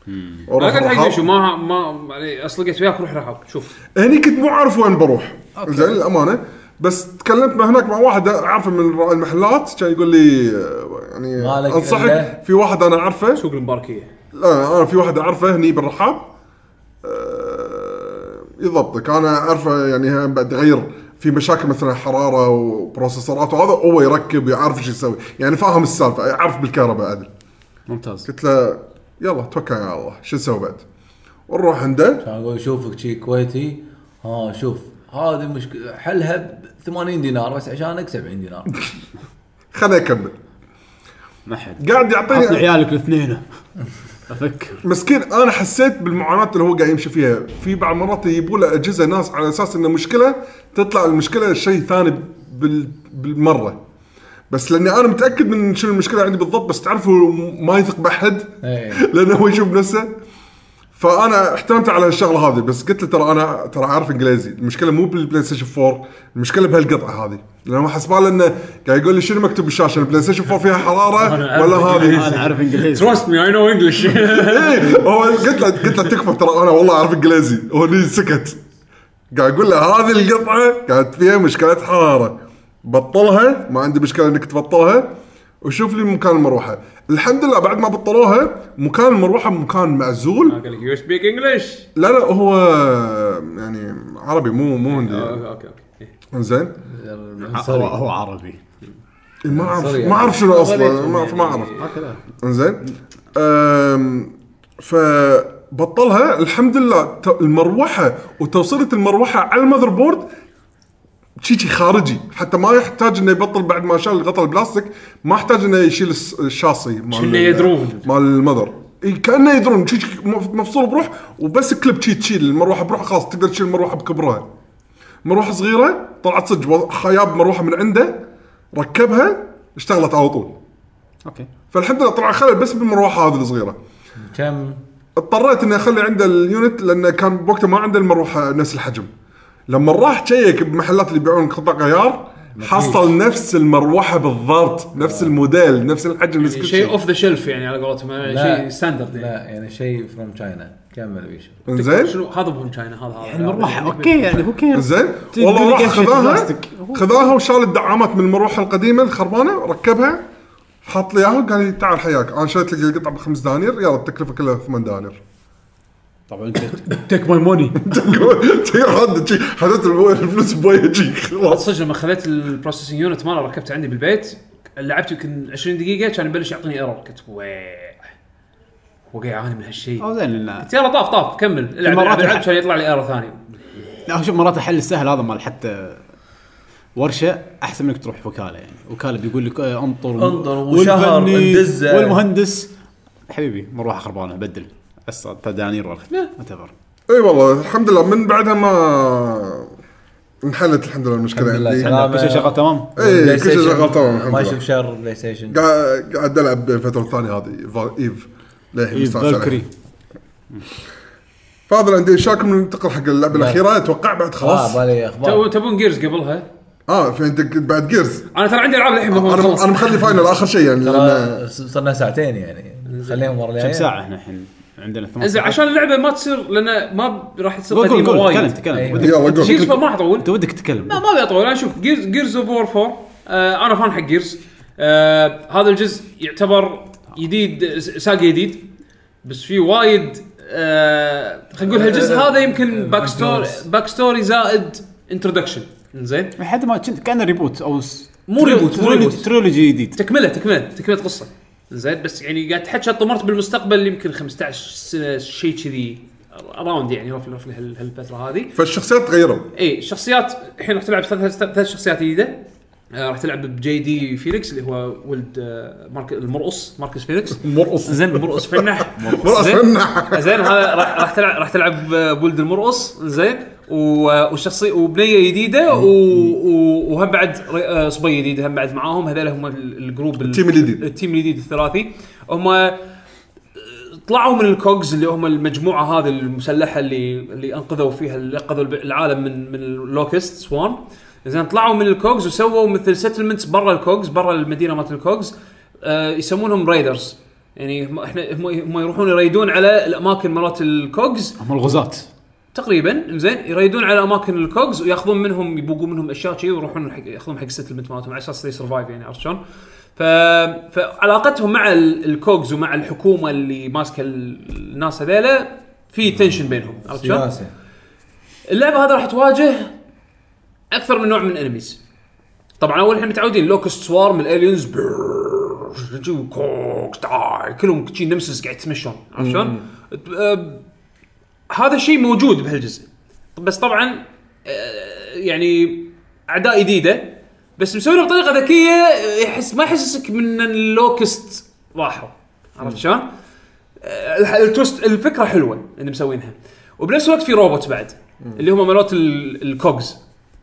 انا
أروح
قاعد حق
رحاب.
شو ما ما يعني اصلقت وياك روح رحاب شوف
هني كنت مو عارف وين بروح زين للامانه بس تكلمت مع هناك مع واحد عارفه من المحلات كان يقول لي آه، يعني
مالك
انصحك
إلا-
في واحد انا اعرفه
سوق المباركيه
لا انا في واحد اعرفه هني بالرحاب آه، يضبطك انا اعرفه يعني هم بعد غير في مشاكل مثلا حراره وبروسيسورات وهذا هو يركب يعرف ايش يسوي يعني فاهم السالفه يعرف بالكهرباء عدل
ممتاز
قلت له يلا توكل على الله شو نسوي بعد ونروح عنده
كان اقول شوفك شي كويتي ها شوف هذه مشكله حلها ب 80 دينار بس عشانك 70 دينار
خليني اكمل
ما حد
قاعد
حط لي
يعطيني
عيالك الاثنين افكر
مسكين انا حسيت بالمعاناه اللي هو قاعد يمشي فيها في بعض المرات يجيبوا له اجهزه ناس على اساس انه مشكله تطلع المشكله شيء ثاني بال- بالمره بس لاني انا متاكد من شنو المشكله عندي بالضبط بس تعرف هو ما يثق باحد
إيه.
لانه هو يشوف نفسه فانا احتمت على الشغله هذه بس قلت له ترى انا ترى عارف انجليزي المشكله مو بالبلاي ستيشن 4 المشكله بهالقطعه هذه لانه حسبان انه قاعد يقول لي شنو مكتوب بالشاشه البلاي ستيشن 4 فيها حراره ولا هذه
انا اعرف انجليزي
تراست مي اي نو انجلش
ايه هو قلت له قلت له تكفى ترى انا والله اعرف انجليزي هو لي سكت قاعد اقول له هذه القطعه قاعد فيها مشكله حراره بطلها ما عندي مشكله انك تبطلها وشوف لي مكان المروحه الحمد لله بعد ما بطلوها مكان المروحه مكان معزول
قال لك يو سبيك انجلش
لا لا هو يعني عربي مو مو هندي
اوكي اوكي إيه.
زين
هو هو عربي
ما اعرف
سوري.
ما اعرف شنو اصلا ما اعرف ما اعرف انزين أم، فبطلها الحمد لله ت- المروحه وتوصيله المروحه على المذر بورد شي شي خارجي حتى ما يحتاج انه يبطل بعد ما شال غطاء البلاستيك ما يحتاج انه يشيل الس- الشاصي مال
كأنه يدرون.
مال المذر إي كانه يدرون شي شي مف- مفصول بروح وبس كليب شي تشيل المروحه بروح خلاص تقدر تشيل المروحه بكبرها مروحه صغيره طلعت صدق و- خياب مروحه من عنده ركبها اشتغلت على طول
اوكي
فالحمد لله طلع خلل بس بالمروحه هذه الصغيره
كم
اضطريت اني اخلي عنده اليونت لانه كان بوقته ما عنده المروحه نفس الحجم لما راح شيك بمحلات اللي يبيعون قطع غيار حصل نفس المروحه بالضبط نفس الموديل نفس الحجم نفس كل
شيء
شيء
اوف ذا شيلف يعني على قولتهم
لا.
شيء ستاندرد يعني
لا يعني شيء فروم تشاينا كمل بيشو
انزين
شنو هذا مو من شاينا هذا هذا
يعني مروحه اوكي يعني هو كير
انزين
تقول
والله
لي
راح
قفشة
خذاها
بلاستيك.
خذاها وشال الدعامات من المروحه القديمه الخربانه ركبها حط لي اياها وقال لي تعال حياك انا شريت لك القطعه بخمس دنانير يلا التكلفه كلها ثمان دنانير
طبعا انت
تيك ماي موني
حد شي- حطيت الفلوس بويه شي، خلاص
صدق لما خذيت البروسيسنج يونت ماله ركبته عندي بالبيت لعبت يمكن 20 دقيقه كان يبلش يعطيني ايرور قلت ويييييييييييييييييييييييييييييي وقاعد اعاني من هالشيء
او زين لأن-
قلت يلا طاف طاف كمل العب
المرات
العب العب
الح-
كان يطلع لي ايرور ثاني
لا شوف مرات الحل السهل هذا مال حتى ورشه احسن منك تروح وكاله يعني وكاله بيقول لك آه، انطر
انطر وشهر
والفني
اندزه.
والمهندس حبيبي مروحه خربانه بدل بس تدانير ولا وات ايفر
اي والله الحمد لله من بعدها ما انحلت الحمد لله المشكله
الحمد لله،
عندي
سلام.
كل شيء شغال تمام
اي
بلاي
إيه، كل شيء
ستيشن
شغال تمام الحمد
ما
لله.
يشوف شر بلاي ستيشن
قاعد قاعد العب الفتره الثانيه هذه فال- ايف للحين
إيه،
مستانس عليها.
فالكري
فاضل عندي شاكم ننتقل حق اللعبه الاخيره اتوقع بعد
اه
خلاص
بالي اخبار
تو- تبون جيرز قبلها
اه في عندك بعد جيرز
انا ترى عندي العاب للحين ما
انا انا
خلصت
مخلي فاينل اخر شيء يعني لان
ترى صرنا ساعتين يعني خليهم ورا
كم
الجاية.
ساعه احنا الحين عندنا ثمان
انزين عشان اللعبه ما تصير لان ما ب- راح تصير
قول قول
قديمه
قول تكلم
وايد
تكلم
أيوة.
ودك-
يلا
جيرز
قول
ما راح اطول
انت ودك
لا
تتكلم
ما ابي اطول انا شوف جيرز جيرز اوف وور 4 آه انا فان حق جيرز آه هذا الجزء يعتبر جديد س- ساق جديد بس في وايد آه خلينا نقول هالجزء هذا يمكن باك ستوري باك ستوري زائد انترودكشن زين
لحد ما كنت كانه ريبوت او س-
مو ريبوت، مو ريبوت.
ترولوجي جديد
تكمله تكمله تكمله قصه زين بس يعني قاعد تحكي طمرت بالمستقبل يمكن 15 سنه شيء كذي اراوند يعني رفل رفل هال- هالفتره هذه
فالشخصيات تغيروا
اي الشخصيات إيه، الحين راح تلعب ثلاث ثلاث شخصيات جديده آه، راح تلعب بجي دي فيليكس اللي هو ولد آه، مارك المرقص ماركس فيليكس
مرقص
زين المرقص فنح
مرقص
زين.
فنح.
زين هذا راح راح تلعب راح تلعب آه، بولد المرقص زين و- آه، والشخصيه وبنيه جديده و- و- وهم بعد ر- آه، صبي جديد هم بعد معاهم هذول هم ال- الجروب ال-
التيم الجديد.
التيم الجديد الثلاثي هم آه، طلعوا من الكوجز اللي هم المجموعه هذه المسلحه اللي اللي انقذوا فيها اللي انقذوا الب- العالم من من اللوكست سوان زين طلعوا من الكوجز وسووا مثل سيتلمنتس برا الكوجز برا المدينه مالت الكوجز آه يسمونهم رايدرز يعني هم احنا هم هم يروحون يريدون على الاماكن مرات الكوجز
هم الغزاة
تقريبا زين يريدون على اماكن الكوجز وياخذون منهم يبوقوا منهم اشياء شيء ويروحون حق ياخذون حق السيتلمنت مالتهم على اساس يسرفايف يعني عرفت شلون؟ ف... فعلاقتهم مع ال- الكوجز ومع الحكومه اللي ماسكه ال- الناس هذيلا في تنشن بينهم عرفت شلون؟
سياسة
اللعبه هذه راح تواجه اكثر من نوع من الانميز طبعا اول احنا متعودين لوكست سوارم الالينز برررر، يجوا كوك، تاع، كلهم شي نمسس قاعد يتمشون عرفت شلون؟ أه، هذا الشيء موجود بهالجزء بس طبعا أه، يعني اعداء جديده بس مسوينها بطريقه ذكيه أه، يحس ما يحسسك من إن اللوكست راحوا عرفت شلون؟ أه، التوست الفكره حلوه اللي مسوينها وبنفس الوقت في روبوت بعد اللي هم مالوت ال- الكوجز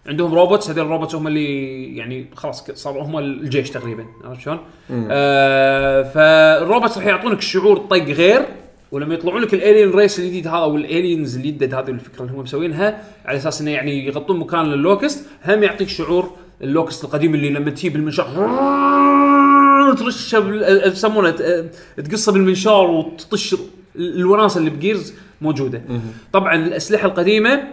عندهم روبوتس هذول الروبوتس هم اللي يعني خلاص ك- صاروا هم الجيش تقريبا عرفت شلون؟ آه فالروبوتس راح يعطونك شعور طق غير ولما يطلعون لك الالين ريس الجديد هذا او الالينز الجدد هذه الفكره اللي هم مسوينها على اساس انه يعني يغطون مكان اللوكست هم يعطيك شعور اللوكست القديم اللي لما تجيب المنشار ترشه بال- آه، يسمونه آه، تقصه بالمنشار وتطش ال- الوناسه اللي بجيرز موجوده. طبعا الاسلحه القديمه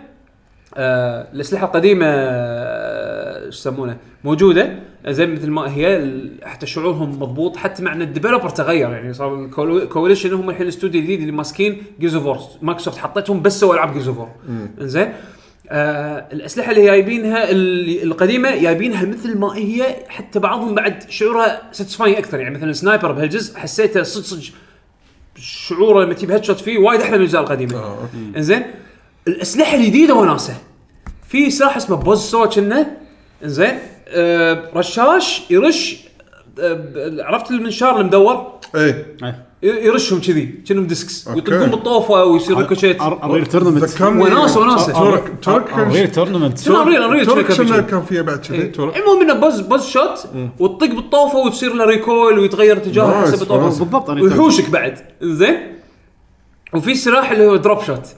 آه، الاسلحه القديمه آه، ايش يسمونه موجوده زي مثل ما هي ال- حتى شعورهم مضبوط حتى معنى الديفلوبر تغير يعني صار الكوليشن هم الحين الاستوديو الجديد اللي ماسكين جيرز اوف مايكروسوفت حطتهم بس سووا العاب جيرز اوف انزين آه الاسلحه اللي جايبينها ال- القديمه جايبينها مثل ما هي حتى بعضهم بعد شعورها ساتسفاينغ اكثر يعني مثلا سنايبر بهالجزء حسيته صدق صدق شعوره لما تجيب هيد شوت فيه وايد احلى من الاجزاء القديمه انزين الاسلحه الجديده وناسه في سلاح اسمه بوز سو كنا انزين آه رشاش يرش آه ب- عرفت المنشار المدور
اي
إيه.
ي- يرشهم كذي كأنهم ديسكس
أوكي.
ويطلقون بالطوفه ويصير ريكوشيت
الريل تورنمنت
ذكرني
وناسة
آه،
وناسة.
ترك
آه،
الريل
ترك
تورنمنت
شنو انريل انريل
ترك
شنو
شنو
كان في
كان فيها بعد كذي
شي.
ترك
إيه. المهم انه بوز بوز شوت وتطق بالطوفه وتصير له ريكويل ويتغير اتجاهه
نايس،
حسب الطوفه
نايس.
بالضبط أنا
ويحوشك بعد زين وفي سلاح اللي هو دروب شوت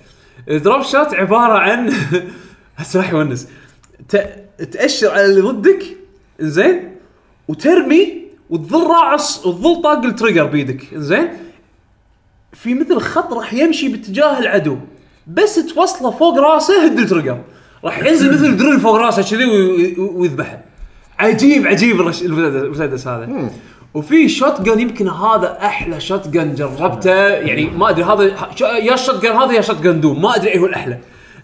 الدروب شوت عباره عن سلاح يونس ت- تاشر على اللي ضدك زين وترمي وتظل راعص وتظل طاق التريجر بيدك زين في مثل خط راح يمشي باتجاه العدو بس توصله فوق راسه هد التريجر راح ينزل مثل دريل فوق راسه كذي وي- وي- ويذبحه عجيب عجيب الرش- المسدس المسدس هذا وفي شوت جن يمكن هذا احلى شوت جن جربته يعني ما ادري هذا ح- شو- يا الشوت جن هذا يا شوت جن دوم ما ادري اي هو الاحلى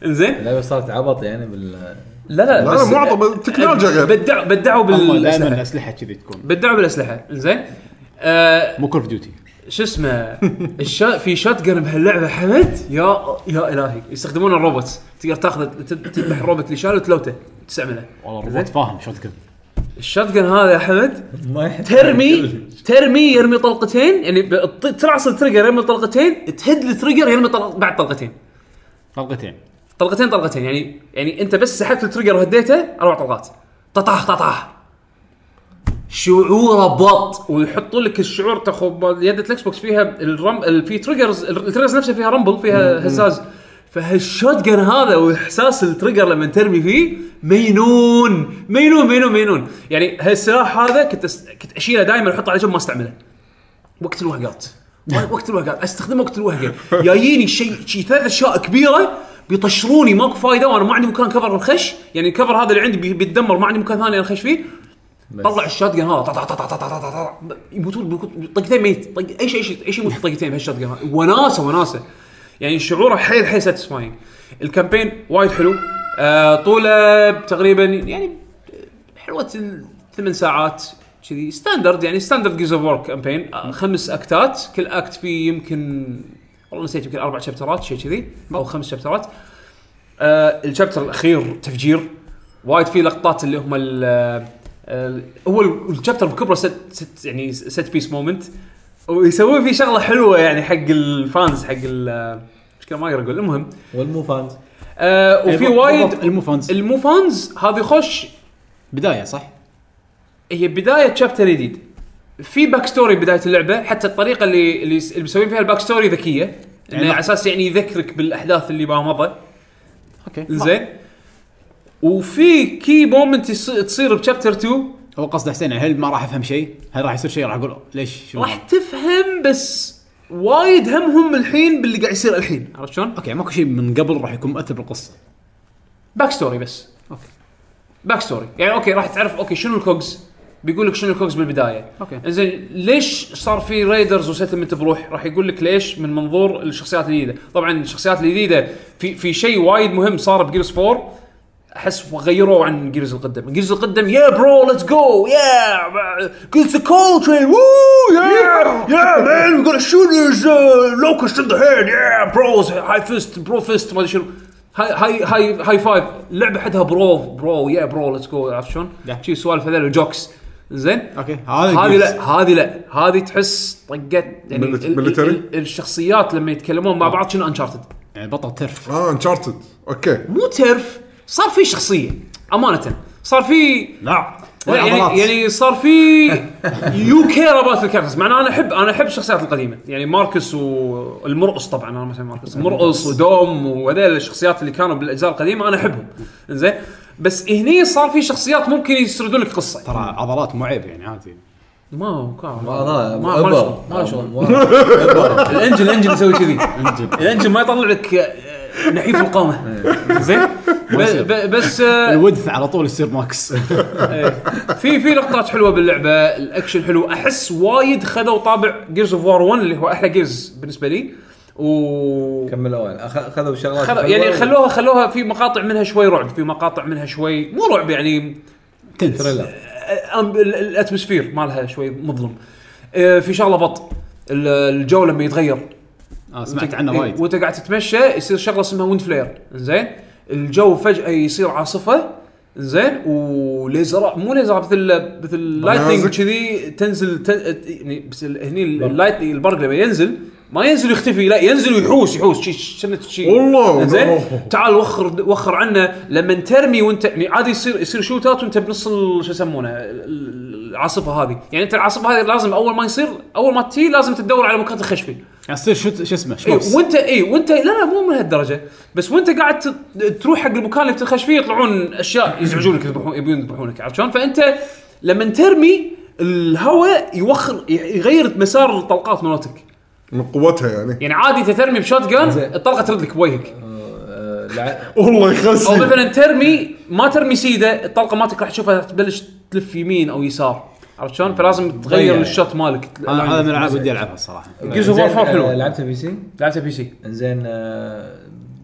انزين
اللعبه صارت عبط يعني بال
لا لا
لا،
بس-
معظم التكنولوجيا غير.
بدعوا بدعوا
هم دائما
بالاسلحه
الاسلحه كذي تكون
بدعوا بالاسلحه انزين آه،
مو كول اوف ديوتي
شو اسمه الشا... في شوت جن بهاللعبه حمد يا يا الهي يستخدمون الروبوتس تقدر تاخذ تد- تذبح الروبوت اللي شاله وتلوته تستعمله
والله الروبوت فاهم شوت جن
الشوت جن هذا يا حمد
ما يحتاج
ترمي ترمي يرمي طلقتين يعني ب- ط- تلعص التريجر يرمي طلقتين تهد التريجر يرمي طلق... بعد طلقتين
طلقتين
طلقتين طلقتين يعني يعني انت بس سحبت التريجر وهديته اربع طلقات ططاح ططاح شعوره بط ويحطوا لك الشعور تخو يد الاكس بوكس فيها الرم ال- في تريجرز التريجرز نفسها فيها رمبل فيها هزاز فهالشوت جن هذا واحساس التريجر لما ترمي فيه مينون مينون مينون مينون يعني هالسلاح هذا كنت أس... كنت اشيله دائما احطه على جنب ما استعمله وقت الوهقات طيب، وقت الوهقات استخدمه وقت الوهقه جاييني شيء شيء ثلاث اشياء كبيره بيطشروني ماكو فايده وانا ما عندي مكان كفر الخش يعني الكفر هذا اللي عندي بي- بيتدمر ما عندي مكان ثاني انخش فيه طلع الشات جن هذا طع- طع- طع- طع- طع- طع- طع- طع. يموتون بيكون- طقتين ميت طق اي شيء اي شيء اي شيء يموت طقتين بهالشات جن هذا وناسه وناسه يعني شعوره حيل حيل ساتسفاينج الكامبين وايد حلو آه طوله تقريبا يعني حلوه الثمان ساعات كذي ستاندرد يعني ستاندرد جيز اوف وور كامبين آه، خمس اكتات كل اكت فيه يمكن والله نسيت يمكن اربع شابترات شيء كذي او خمس شابترات آه الشابتر الاخير تفجير وايد فيه لقطات اللي هم ال ال- هو ال- الشابتر بكبره ست, ست يعني ست بيس مومنت ويسوون فيه شغله حلوه يعني حق الفانز حق ال مش كان ما اقدر اقول المهم
والمو فانز
آه وفي وايد
إيه، المو فانز
المو فانز هذه خوش
بدايه صح؟
هي بدايه شابتر جديد في باك ستوري بدايه اللعبه حتى الطريقه اللي اللي اللي مسوين فيها الباك ستوري ذكيه انه
يعني-
على اساس يعني يذكرك بالاحداث اللي ما مضى
اوكي
زين وفي كي مومنت يص- تصير بشابتر 2
هو قصده حسين هل ما راح افهم شيء؟ هل راح يصير شيء راح اقول ليش شو
راح
راح
تفهم بس وايد همهم الحين باللي قاعد يصير الحين عرفت شلون؟
اوكي ماكو شيء من قبل راح يكون مؤثر بالقصه
باك ستوري بس
اوكي.
باك ستوري يعني اوكي راح تعرف اوكي شنو الكوجز بيقول لك شنو الكوجز بالبدايه
اوكي.
زين ليش صار في ريدرز وسيتلمنت بروح راح يقول لك ليش من منظور الشخصيات الجديده طبعا الشخصيات الجديده في في شيء وايد مهم صار بجيرز 4 احس غيروه عن جيرز القدم جيرز القدم يا برو ليتس جو يا جيرز كولترين وو يا يا مان وي جونا شوت لوكس ان ذا هيد يا بروز هاي فيست برو فيست ما ادري شنو هاي هاي هاي هاي فايف لعبه حدها برو برو يا برو ليتس جو عرفت شلون؟
لا.
شي سوالف هذول الجوكس زين
اوكي هذا
هذه
جيرز.
لا هذه لا هذه تحس طقت يعني
ملت-
ال- ال-
military؟ آه.
ال- الشخصيات لما يتكلمون مع بعض شنو انشارتد
يعني بطل ترف
اه انشارتد اوكي
مو ترف صار في شخصيه امانه صار في
لا
يعني يعني صار في يو كير اباوت الكاركترز معناه انا احب انا احب الشخصيات القديمه يعني ماركس والمرقص طبعا انا مثلا ماركس مرقص ودوم وهذيل الشخصيات اللي كانوا بالاجزاء القديمه انا احبهم زين بس هني صار في شخصيات ممكن يسردون لك قصه
ترى عضلات مو عيب يعني عادي
ما هو كان-
ما لا
ما ما له شغل، ما
آه،
له شغل الانجن الانجن يسوي كذي الانجن ما يطلع لك آه، نحيف القامه زين ب- ب- بس آه،
الودث على طول يصير ماكس
في في لقطات حلوه باللعبه الاكشن حلو احس وايد خذوا طابع جيرز اوف وار 1 اللي هو احلى جيرز بالنسبه لي و
كملوا وين أخ- اخذوا شغلات
خذ...
حلوة.
يعني خلوها خلوها في مقاطع منها شوي رعب في مقاطع منها شوي مو رعب يعني
تنس
تريلر
أم- ال- الاتموسفير مالها شوي مظلم آه، في شغله بط ال- الجو لما يتغير
آه سمعت عنه
إيه،
وايد
وانت قاعد تتمشى يصير شغله اسمها ويند فلير زين الجو فجاه يصير عاصفه زين وليزر مو ليزر مثل مثل لايتنج
منازل.
كذي تنزل تن... يعني بس ال- هني ال- اللايت البرق لما ينزل ما ينزل يختفي لا ينزل ويحوس يحوس شي شنت شي
والله.
زين تعال وخر وخر عنا لما ترمي وانت يعني عادي يصير يصير شوتات وانت بنص ال- شو يسمونه ال- ال- العاصفه هذه يعني انت العاصفه هذه لازم اول ما يصير اول ما تي لازم تدور على مكان تخش فيه
يعني تصير شو شو اسمه
اي
شموس
وانت اي وانت إيه، لا لا مو من هالدرجه بس وانت قاعد ت- تروح حق المكان اللي بتخش فيه يطلعون اشياء يزعجونك يذبحون- يبون يذبحونك عرفت شلون؟ فانت لما ترمي الهواء يوخر يغير مسار طلقات مالتك
من قوتها يعني
يعني عادي ترمي بشوت جان الطلقه ترد لك بوجهك
آه، لع-
والله
او
يخزي
مثلا ترمي ما ترمي سيده الطلقه مالتك راح تشوفها تبلش تلف يمين او يسار عرفت شلون؟ فلازم تغير
ضيع.
الشوت مالك
انا هذا من الالعاب ودي العبها الصراحه
جيز اوف
زين،
وور
طيب. آه،
حلو
لعبتها بي سي
لعبتها بي سي
انزين آه،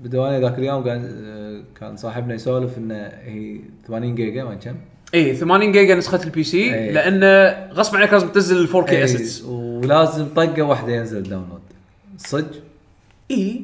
بدواني ذاك اليوم قاعد آه، كان صاحبنا يسولف انه هي 80 جيجا ما كم
اي 80 إيه، جيجا نسخه البي سي
إيه.
إي.
لان غصب عليك لازم تنزل ال 4K
إي،
اسيتس
ولازم طقه واحده ينزل داونلود صدق
اي إيه.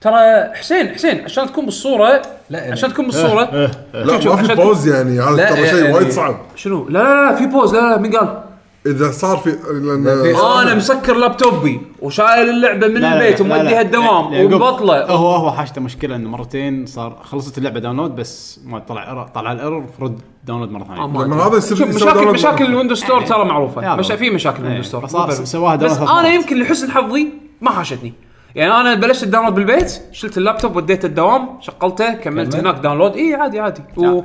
ترى حسين حسين عشان تكون بالصوره
لا يعني-
عشان تكون بالصوره إيه. شوف،
لا ما في
عشان-
بوز يعني هذا
لا،
ترى شيء
يعني-
وايد صعب
شنو لا لا لا في بوز لا لا مين قال؟
اذا صار في لان
لا، في-
انا مسكر لابتوبي وشايل اللعبه من
لا، لا،
البيت
لا، لا.
وموديها الدوام
يعقوب،
ومبطله
هو هو حاجته مشكله انه مرتين صار خلصت اللعبه داونلود بس ما طلع إيرور- طلع الايرور فرد داونلود مره ثانيه
آه، ما
لما
أدري.
هذا يصير
شوف
يسوي
مشاكل
داونلود
مشاكل
مرة.
الويندوز ستور ترى معروفه
يلا.
مش في مشاكل
إيه.
الويندوز ستور
بس
مو بس.
سواها
بس
داونلود ثلاث
انا
مرات.
يمكن لحسن حظي ما حاشتني يعني انا بلشت الداونلود بالبيت شلت اللابتوب وديته الدوام شغلته كملت
كمل.
هناك داونلود اي عادي عادي و...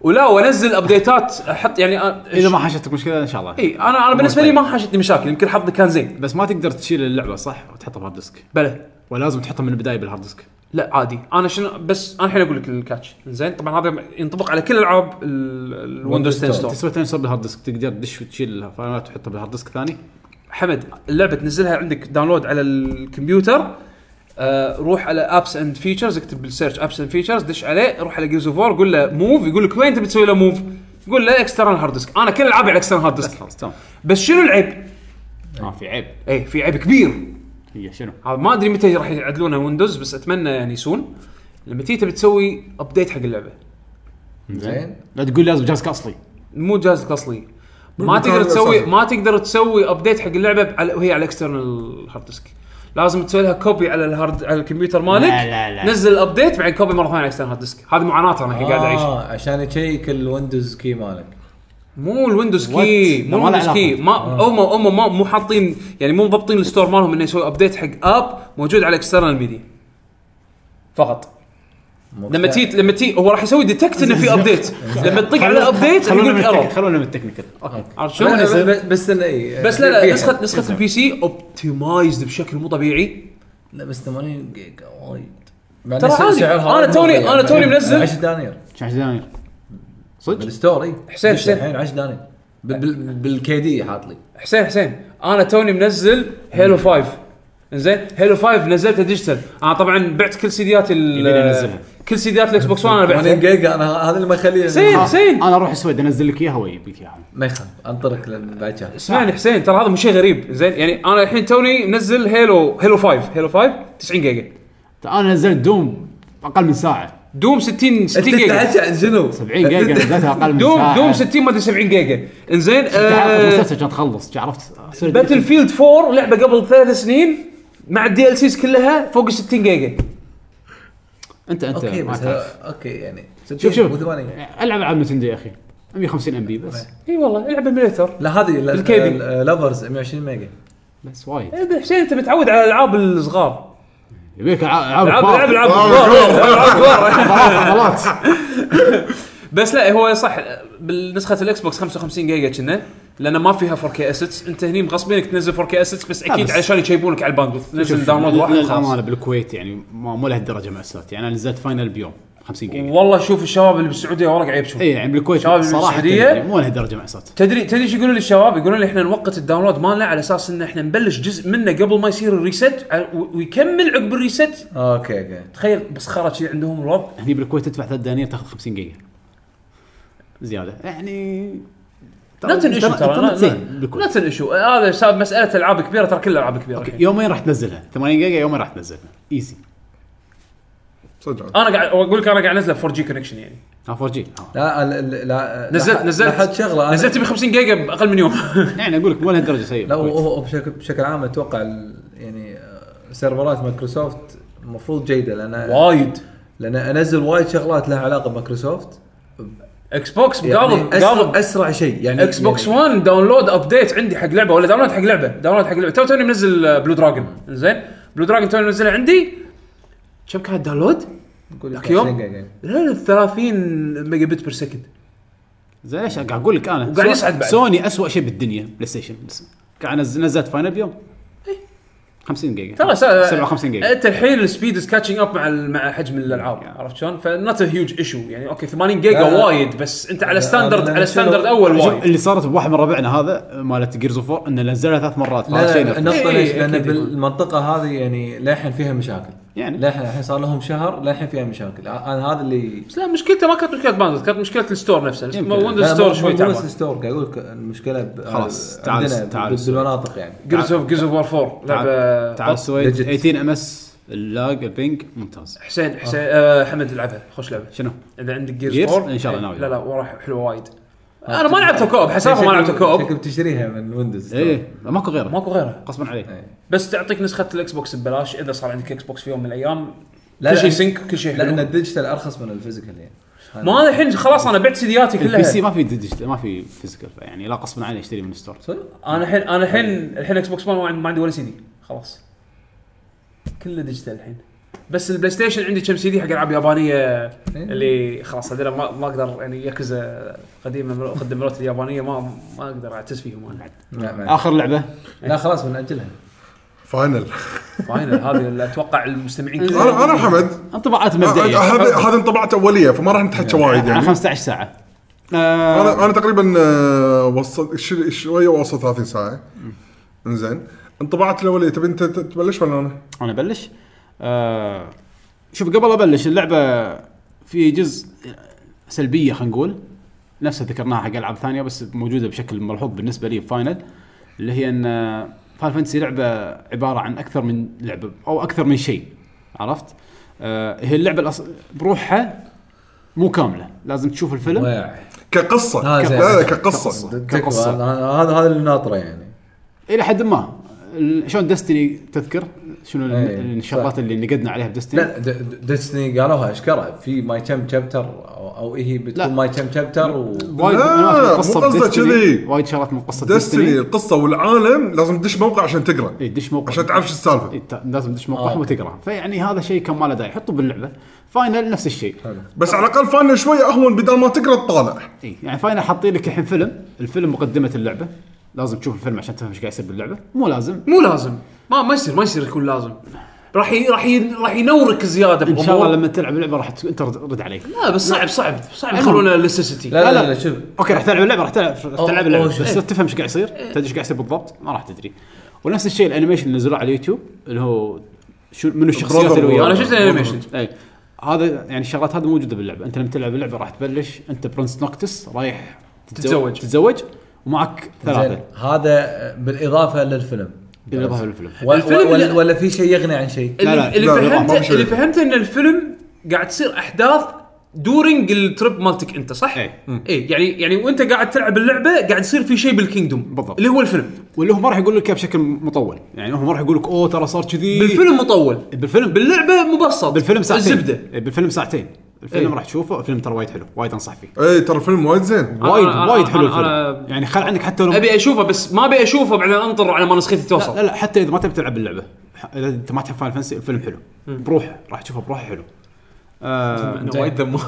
ولا وانزل ابديتات احط يعني إيه، أ-
اذا ما حاشتك مشكله ان شاء الله
اي انا انا بالنسبه لي ما حاشتني مشاكل يمكن حظي كان زين
بس ما تقدر تشيل اللعبه صح وتحطها بهارد ديسك
بلى
ولازم تحطها من البدايه بالهارد ديسك
لا عادي انا شنو بس انا الحين اقول لك الكاتش زين طبعا هذا ينطبق على كل العاب الويندوز 10 ستور
تسوي ثاني صار بالهارد ديسك تقدر تدش وتشيل الفايلات وتحطها بالهارد ديسك ثاني
حمد اللعبه تنزلها عندك داونلود على الكمبيوتر آه روح على ابس اند فيتشرز اكتب بالسيرش ابس اند فيتشرز دش عليه روح على جيمز اوف وور قول له موف يقول لك وين تبي تسوي له موف؟ قول له اكسترنال هارد ديسك انا كل العابي على اكسترنال هارد
بس
ديسك
خلاص تمام
بس شنو العيب؟
ما في عيب
ايه في عيب كبير
هي شنو
هذا ما ادري متى راح يعدلونها ويندوز بس اتمنى يعني سون لما تيجي تبي تسوي ابديت حق اللعبه
زين
لا تقول لازم جهازك اصلي
مو جهاز اصلي ما
بالمكان
تقدر تسوي
الأساسي.
ما تقدر تسوي ابديت حق اللعبه على وهي على اكسترنال هارد ديسك لازم تسوي لها كوبي على الهارد على الكمبيوتر مالك
لا لا لا.
نزل الابديت بعدين كوبي مره ثانيه على اكسترنال هارد ديسك هذه معاناه انا الحين قاعد اعيشها
آه، عشان يشيك الويندوز كي مالك
مو الويندوز كي
What?
مو
لا، ما له
الويندوز كي
علاقة. آه.
ما هم هم ما مو حاطين يعني مو مضبطين الستور مالهم انه يسوي ابديت حق اب موجود على اكسترنال ميديا فقط لما تي لما تي هو راح يسوي ديتكت انه في ابديت لما تطق على ابديت
خلونا
يقول
من
لك
التك-
ايرور
خلونا من التكنيكال اوكي
عرفت شلون؟
لا، بس- بس إنه إي،
بس لا لا
فيها.
نسخه نسخه البي سي اوبتمايزد بشكل مو طبيعي
لا بس 80 جيجا وايد مع إن
ترى
سعر-
عادي.
سعرها
أنا
مو
توني-
غالي.
أنا توني منزل.
10 دنانير
شو عشان صدق
بالستور اي
حسين، حسين. أه.
الحين 10 دنانير بال- بال- بالكي دي حاط لي
حسين حسين انا توني منزل هيلو 5 زين هيلو 5 نزلتها ديجيتال انا طبعا بعت كل سيديات
يبيني أنزلها.
ال كل سيديات الاكس بوكس 1 انا
80
بعتها
جيجا انا هذا اللي ما يخليه
حسين حسين
انا اروح آه، السويد انزل لك اياها واجيب لك اياها
ما يخاف انطرك لأن بعد شهر
اسمعني حسين ترى هذا مو شيء غريب زين يعني انا الحين توني منزل هيلو هيلو 5 هيلو 5 90 جيجا
انا نزلت دوم اقل من ساعه
دوم 60 60
انت
جيجا
تحكي عن شنو؟
70 جيجا نزلتها اقل من
دوم
ساعه
دوم 60 ما ادري 70 جيجا انزين
حلقه
آه،
مسلسل عشان تخلص عرفت
باتل فيلد 4 لعبه قبل ثلاث سنين مع الدي ال سيز كلها فوق ال 60 جيجا
انت انت
اوكي
ما
بس
تعرف
اوكي يعني
شوف شوف
وثمانين.
العب العاب نتندو يا اخي 150 ام بي بس
اي والله العب ايميليتر
لا هذه
بالكي بي.
لافرز 120 ميجا
بس وايد
حسين انت متعود على الالعاب الصغار
يبيك العاب
العاب
كبار.
العاب العاب
آه،
الصغار.
كبار.
ألعاب كبار.
آه، خلاص
بس لا هو صح بالنسخه الاكس بوكس 55 جيجا كنا لان ما فيها 4K اسيتس انت هني مغصبينك تنزل 4K اسيتس بس اكيد
بس-
علشان يشيبونك على الباندوث نزل
شوف، إيه،
داونلود واحد
للامانه
وخلاص
بالكويت يعني ما مو لهالدرجه مأساة يعني انا نزلت فاينل بيوم 50 جيجا
والله شوف الشباب اللي بالسعوديه والله قاعد يبكون
اي يعني بالكويت
شباب
صراحه
بالسعودية.
يعني مو لهالدرجه مأساة
تدري تدري شو يقولون لي الشباب؟ يقولون لي احنا نوقت الداونلود مالنا على اساس ان احنا نبلش جزء منه قبل ما يصير الريست ع- و- ويكمل عقب الريست
اوكي اوكي
تخيل بس خرج شي عندهم الوضع
هني بالكويت تدفع ثلاث دنانير تاخذ 50 جيجا زياده يعني
لا تنشو ترى
الإنترنت
لا-
زين
لا- لا
بالكويت
تنشو هذا صار مساله العاب كبيره ترى كل الالعاب كبيره الحين.
يومين راح تنزلها 80 جيجا يومين راح تنزلها ايزي
صدق عاد.
انا قاعد اقول لك انا قاعد انزله 4 جي كونكشن يعني
ها 4 جي
لا ال- ال- لا
نزلت
لح-
نزلت
لاحظت شغله أنا-
نزلت ب 50 جيجا باقل من يوم
يعني اقول لك مو لهالدرجه سيئه
لا
بالكويت.
هو بشكل بشكل عام اتوقع ال- يعني آه، سيرفرات مايكروسوفت المفروض جيده لان
وايد
لان انزل وايد شغلات لها علاقه بمايكروسوفت
اكس بوكس
يعني
قالب
أسرع-
قالب
اسرع شيء يعني
اكس بوكس
يعني
1 داونلود ابديت عندي حق لعبه ولا داونلود حق لعبه داونلود حق لعبه تو توني منزل آه، بلو دراجون زين بلو دراجون توني منزلها عندي كم كان الداونلود؟
نقول
ذاك يوم؟
20 جيجا.
لا لا 30 ميجا بت بير سكند
زين ليش قاعد اقول لك انا
وقاعد يصعد بعد.
سوني اسوء شيء بالدنيا بلاي ستيشن بس قاعد نز- نزلت فاينل بيوم 50 جيجا
إيه. ترى سا-
57 جيجا
انت الحين السبيد از كاتشنج اب مع ال- مع حجم الالعاب عرفت شلون؟ فنوت هيوج ايشو يعني اوكي 80 جيجا
لا، لا.
وايد بس انت على
لا،
ستاندرد
أنا
على
شنو-
ستاندرد اول
شوف
وايد
اللي صارت بواحد من ربعنا هذا مالت جيرز اوف انه نزلها ثلاث مرات فهذا شيء
لا
نفسه.
النقطة
إيه،
ليش؟
إيه،
لأن
أكيد يكون.
بالمنطقة هذه يعني للحين فيها مشاكل
يعني.
للحين الحين صار لهم شهر للحين فيها مشاكل انا هذا اللي
بس لا مشكلته ما كانت مشكله باندز كانت مشكله الستور نفسه
يمكن.
ويندوز
لا،
ستور
مو-
شوي
مو بس
تعبان
ستور قاعد اقول لك المشكله ب-
خلاص،
عندنا
تعال-
بال-
تعال السوق.
بالمناطق يعني
جيرز اوف جيرز اوف وار 4 لعبه
تعال تعال
بط-
السويد
legit.
18 ام اس اللاج البينج ممتاز
حسين حسين آه حمد لعبها خوش لعبه
شنو؟
اذا عندك جيرز
Gears؟
4
إن شاء الله آه، ناوي.
لا لا وراح حلوه وايد انا ما لعبتها كوب حسافه ما إيه. لعبتها
شكلك
كوب
بتشتريها من ويندوز
ايه ماكو غيره
ماكو غيرها
غصبا عليك
إيه.
بس تعطيك نسخه الاكس بوكس ببلاش اذا صار عندك اكس بوكس في يوم من الايام
لا،
كل
لا.
شيء سينك كل شيء
لان
حلو
الديجيتال ارخص من الفيزيكال يعني
ما انا الحين خلاص انا بعت سيدياتي
البي
كلها
سي ما في ديجيتال ما في فيزيكال يعني لا غصبا عليه يشتري من ستور
صدق؟
انا الحين انا الحين الحين اكس بوكس 1 ما عندي- ما عندي ولا سي دي خلاص كله ديجيتال الحين بس البلاي ستيشن عندي كم سي دي حق العاب يابانيه
إيه؟
إيه.
اللي خلاص هذول ما, ما اقدر يعني يكزا قديمه مرو- خدم مرات اليابانيه ما ما اقدر اعتز فيهم انا
لا، ما-
اخر لعبه
لا خلاص بنأجلها
فاينل
فاينل هذه اللي اتوقع المستمعين كلهم
انا انا حمد
انطباعات
هذه
مبدئيه
هذه انطباعات اوليه فما راح نتحكى وايد
عن
يعني
15 ساعه
انا انا تقريبا آه، وصلت ش- شويه وصل 30 ساعه انزين انطباعات الاوليه تبي انت ت- تبلش ولا انا؟
انا ابلش آه شوف قبل ابلش اللعبه في جزء سلبيه خلينا نقول نفسها ذكرناها حق العاب ثانيه بس موجوده بشكل ملحوظ بالنسبه لي بفاينل اللي هي ان فاينل فانتسي لعبه عباره عن اكثر من لعبه او اكثر من شيء عرفت؟ آه هي اللعبه الأص... بروحها مو كامله لازم تشوف الفيلم
واع.
كقصه
آه، زين.
لا لا كقصه
تكفى. هذا هذا اللي ناطره يعني
الى حد ما ال- شلون دستني تذكر شنو ال-
إيه،
الشغلات
صح.
اللي نقدنا عليها بدستني
لا ديزني قالوها اشكرها في ماي كم شابتر او أو إيه، هي
لا.
بتكون ماي كم شابتر و
وايد
لا،
من أعرف
مو قصده
Destiny،
كذي.
وايد شغلات من قصه
دستني
ديستني
القصه والعالم لازم تدش موقع عشان تقرا
اي إيه، دش موقع
عشان تعرف شو السالفه
إيه، ت- لازم تدش موقعهم وتقرا فيعني هذا شيء كان ما له داعي حطه باللعبه فاينل نفس الشيء
بس على الاقل فاينل شويه اهون بدل ما تقرا تطالع
اي يعني فاينل حاطين لك الحين فيلم الفيلم مقدمه اللعبه لازم تشوف الفيلم عشان تفهم ايش قاعد يصير باللعبه مو لازم
مو لازم ما ما يصير ما يصير يكون لازم راح ي... راح ي... راح ينورك زياده
ان شاء
بأمور.
الله لما تلعب اللعبه راح ت- انت رد رد عليك
لا بس صعب صعب صعب
إيه.
يخلونا نسيسيتي
لا لا لا شوف
اوكي راح تلعب اللعبه راح تلعب راح تلعب اللعبه
أوه،
بس
إيه.
تفهم ايش قاعد يصير تدري ايش قاعد يصير بالضبط ما راح تدري ونفس الشيء الانيميشن اللي نزلوه على اليوتيوب اللي هو شو منو الشخصيات اللي وياه
انا شفت الانيميشن
اي هذا يعني الشغلات هذه موجوده باللعبه انت لما تلعب اللعبه راح تبلش انت برنس نوكتس رايح
تتزوج.
تتزوج ومعك
زين
ثلاثه
هذا بالاضافه للفيلم
اللي ظهر الفيلم
و-
الفيلم
و- ولا,
لا.
ولا في شيء يغني عن شيء
اللي,
لا، لا،
اللي
لا، لا، ما
فهمته
في شيء.
اللي فهمته ان الفيلم قاعد تصير احداث دورنج الترip مالتك انت صح؟
إيه.
اي يعني يعني وانت قاعد تلعب اللعبه قاعد يصير في شيء بالكينجدوم
بالضبط.
اللي هو الفيلم
واللي هم ما راح يقول لك إياه بشكل مطول يعني هم ما راح يقول لك اوه ترى صار كذي
بالفيلم مطول
بالفيلم
باللعبه مبسط
إيه. بالفيلم ساعتين
الزبده
إيه، بالفيلم ساعتين الفيلم
إيه.
راح تشوفه الفيلم ترى وايد حلو وايد انصح فيه
اي إيه، ترى فيلم وايد زين
وايد
أنا-
وايد
أنا-
حلو
أنا-
الفيلم
أنا-
يعني خل عنك حتى لو
ابي اشوفه بس ما ابي اشوفه بعدين انطر على ما نسختي توصل
لا لا حتى اذا ما تبي تلعب اللعبه ح- اذا انت ما تحب فاينل فانسي الفيلم حلو بروحه راح تشوفه بروحه حلو آه
أنا وايد دموع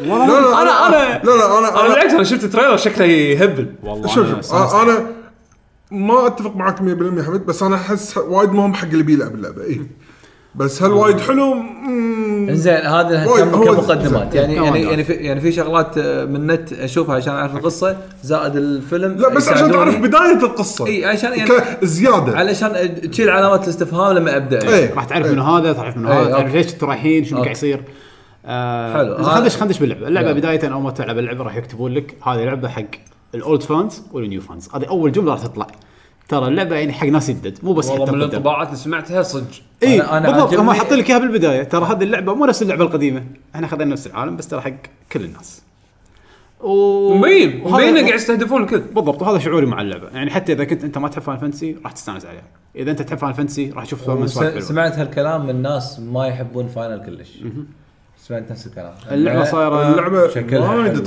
لا لا
أنا- أنا-
لا لا انا
انا
انا
بالعكس انا شفت التريلر شكله يهبل
والله
شوف
أنا
شوف
استانست.
آه، انا ما اتفق معك 100% حمد بس انا احس وايد مهم حق اللي بيلعب اللعبه اي بس
آه.
هل وايد حلو؟ مم،
زين هذا
هو-
كم-
هو-
كمقدمات يعني
كمان
يعني
دور.
يعني في, يعني في شغلات آه، من النت اشوفها عشان اعرف القصه زائد الفيلم
لا بس عشان
يساعدوني.
تعرف بدايه القصه
اي عشان يعني
ك- زياده
علشان تشيل علامات الاستفهام لما ابدا يعني.
إيه.
راح تعرف منو هذا تعرف منو
إيه،
هذا تعرف
أوكي.
ليش انتم رايحين شنو
أوكي.
قاعد يصير آه
حلو.
حلو خندش
آه.
خندش باللعبه اللعبه
يلا.
بدايه اول ما تلعب اللعبه راح يكتبون لك هذه لعبه حق الاولد فانز والنيو فانز هذه اول جمله راح تطلع ترى اللعبه يعني حق ناس يدد مو بس حتى
والله من
القدم
الانطباعات اللي سمعتها صدق
اي
أنا- أنا
إيه، بالضبط هم
عاجبني-
حاطين لك اياها بالبدايه ترى هذه اللعبه مو نفس اللعبه القديمه احنا خذينا نفس العالم بس ترى حق كل الناس و...
مبين
وهذا-
مبين إنه قاعد يستهدفون الكل
بالضبط وهذا شعوري مع اللعبه يعني حتى اذا كنت انت ما تحب فان فانتسي راح تستانس عليها اذا انت تحب فان فانتسي راح تشوف
وس-
سوالف حلوة.
سمعت هالكلام من ناس ما يحبون فاينل كلش سمعت نفس الكلام
اللعبه صايره
اللعبه
شكلها أيوة.
وايد
وايد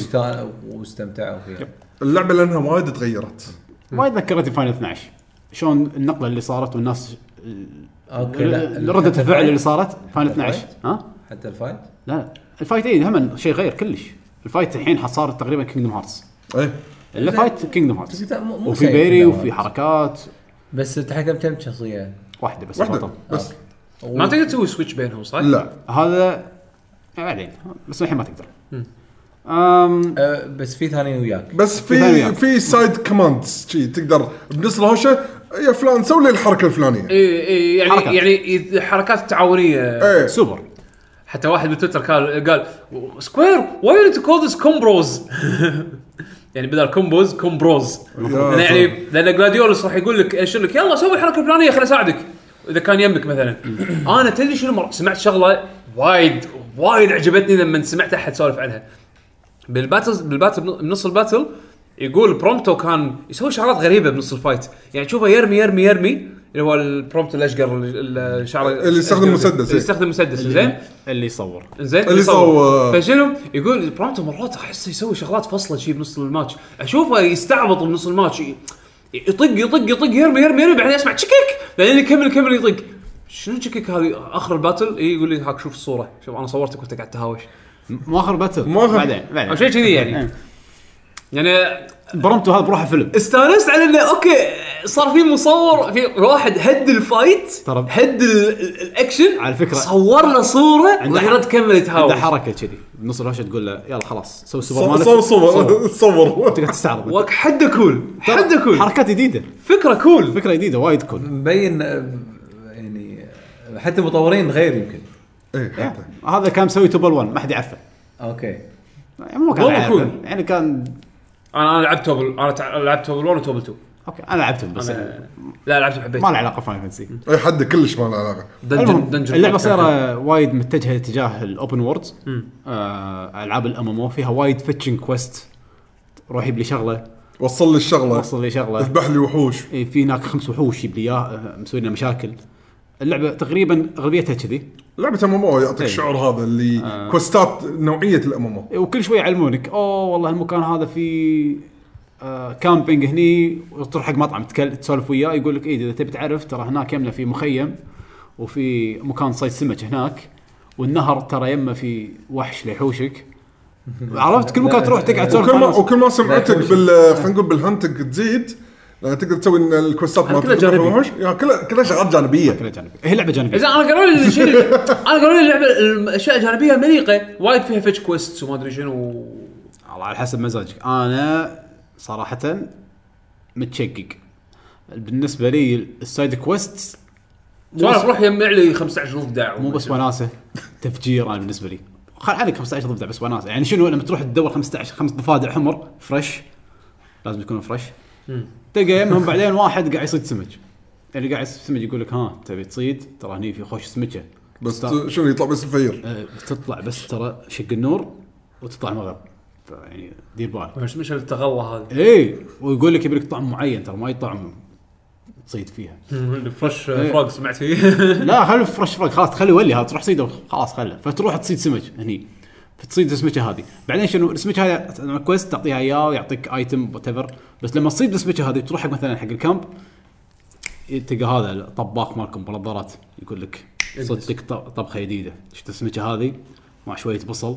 تغيرت
واستمتعوا فيها
اللعبه لانها وايد تغيرت
وايد ذكرتني فاينل 12 شلون النقله اللي صارت والناس
اوكي لا.
رده
حتى
الفعل اللي
الفايت-
صارت فاينل
حتى
12 ها
حتى الفايت
لا لا الفايت اي هم شيء غير كلش الفايت الحين صار تقريبا كينجدم هارتس
اي
الفايت كينجدم هارتس
بس مو- مو
وفي
شيء
بيري
Kingdom Hearts.
وفي حركات
بس تحكم كم شخصيه؟
واحده بس
واحده
البطل.
بس
آه.
ما تقدر تسوي سويتش بينهم صح؟
لا
هذا بعدين بس الحين ما تقدر أم...
آه،
أه بس في ثانيين وياك
بس في
ثانية.
في سايد كوماندز شي تقدر بنص الهوشه يا فلان سوي لي الحركه
إيه.
الفلانيه
اي اي يعني
حركات.
يعني إذ- حركات تعاونيه
ايه
سوبر
حتى واحد بتويتر قال قال سكوير واي يو كول ذس كومبروز يعني بدل كومبوز كومبروز لأن يعني لان جلاديولوس راح يقول لك ايش لك يلا سوي الحركه الفلانيه خليني اساعدك اذا كان يمك مثلا
Mm.
انا تدري شنو مرة سمعت شغله وايد وايد عجبتني لما سمعت احد سولف عنها بالباتلز بالباتل بنص الباتل يقول برومتو كان يسوي شغلات غريبه بنص الفايت يعني تشوفه يرمي يرمي يرمي اللي هو البرومتو الاشقر اللي شعره
اللي يستخدم إيه. مسدس،
اللي يستخدم مسدس زين
اللي يصور
زين
اللي سوى-
فشنو يقول برونتو مرات احسه يسوي شغلات فصله شي بنص الماتش اشوفه يستعبط بنص الماتش ي- يطق يطق يطق يرمي يرمي يرمي بعدين اسمع تشكيك بعدين يكمل يكمل يطق شنو تشكيك هذه اخر الباتل إي، يقول لي هاك شوف الصوره شوف انا صورتك وانت قاعد تهاوش
مؤخر باتل
مؤخر.
بعدين
او
بعدين
شيء كذي يعني يعني
برومتو هذا بروحه
إيه،
فيلم
استانست على انه اوكي صار في مصور في واحد هد الفايت
ترى-
هد ال- ال- الاكشن
على فكرة-
صور له صوره
عنده-
ويرد كمل يتهاوش
عنده حركه كذي بنص الهوشه تقول له يلا خلاص سوي سوبر
صور
مان
صور صور صور
تقدر تستعرض
وك- حده كول حده كول
حركات جديده
فكره كول
فكره جديده وايد كول
مبين آه، يعني آه، حتى المطورين غير يمكن
ايه حتى.
يعني هذا كان مسوي توبل 1 ما حد يعرفه
اوكي
يعني مو كان
والله
يعرفه
كول.
يعني كان
انا انا لعبت توبل انا تع- لعبت توبل 1 وتوبل 2
اوكي انا لعبتهم بس
أنا- لا لعبت حبيت
ما له علاقه فاين فانسي
اي إيه، حد كلش ما له علاقه
دنجن دنجن
اللعبه
كان حلو.
صايره وايد متجهه تجاه الاوبن ووردز آه، العاب الام ام او فيها وايد فيتشنج كويست روح يجيب لي شغله
وصل لي الشغله
وصل لي شغله
اذبح لي وحوش
إيه، في هناك خمس وحوش يجيب لي اياه آه، مسوي لنا مشاكل اللعبه تقريبا اغلبيتها كذي
لعبه ام ام او يعطيك
إيه.
الشعور هذا اللي كوستات نوعيه الام ام او
وكل شوي يعلمونك اوه والله المكان هذا فيه آه كامبينج هني وتروح حق مطعم تكل- تسولف وياه يقول لك ايه اذا تبي تعرف ترى هناك يمنا في مخيم وفي مكان صيد سمك هناك والنهر ترى يمه في وحش ليحوشك عرفت كل مكان تروح تقعد تسولف
وكل
مع
ما
ناس.
وكل ما سمعتك
وحوش.
بال خلينا نقول بالهنتنج تزيد لان تقدر تسوي إن الكوستات
هذا كله
تذبح
جانبي.
الوحوش. يا كلها كلها شغلات جانبيه
كلها جانبيه هي لعبه جانبيه
زين انا قالوا لي الشيء انا قالوا لي اللعبه الاشياء الجانبيه مليقه وايد فيها فيتش كويستس وما ادري شنو
الله على حسب مزاجك انا صراحه متشقق بالنسبه لي السايد كويست
سوالف روح يجمع لي 15 ضفدع
مو بس وناسه تفجير انا بالنسبه لي خل عليك 15 ضفدع بس وناسه يعني شنو لما تروح تدور 15 خمس ضفادع حمر فريش لازم يكونوا فريش تلقى يمهم بعدين واحد قاعد يصيد سمك اللي قاعد يصيد سمك يقول لك ها تبي تصيد ترى هني في خوش سمكه
بس
تطلع-
شنو يطلع بس الفير
آه، تطلع بس ترى شق النور وتطلع المغرب يعني دير بالك
مش مش التغلى هذه
اي ويقول لك يبي لك طعم معين ترى ما يطعم تصيد فيها
الفرش
إيه.
فروغ سمعت فيه
لا خلي فرش فرق خلاص خلي ولي هذا تروح تصيده خلاص خله فتروح تصيد سمك هني فتصيد السمكه هذه بعدين شنو السمكه هذه لما كويست تعطيها اياه ويعطيك ايتم وات بس لما تصيد السمكه هذه تروح حق مثلا حق الكامب تلقى هذا الطباخ مالكم بنظارات يقول لك صدق لك ط- طبخه جديده شفت السمكه هذه مع شويه بصل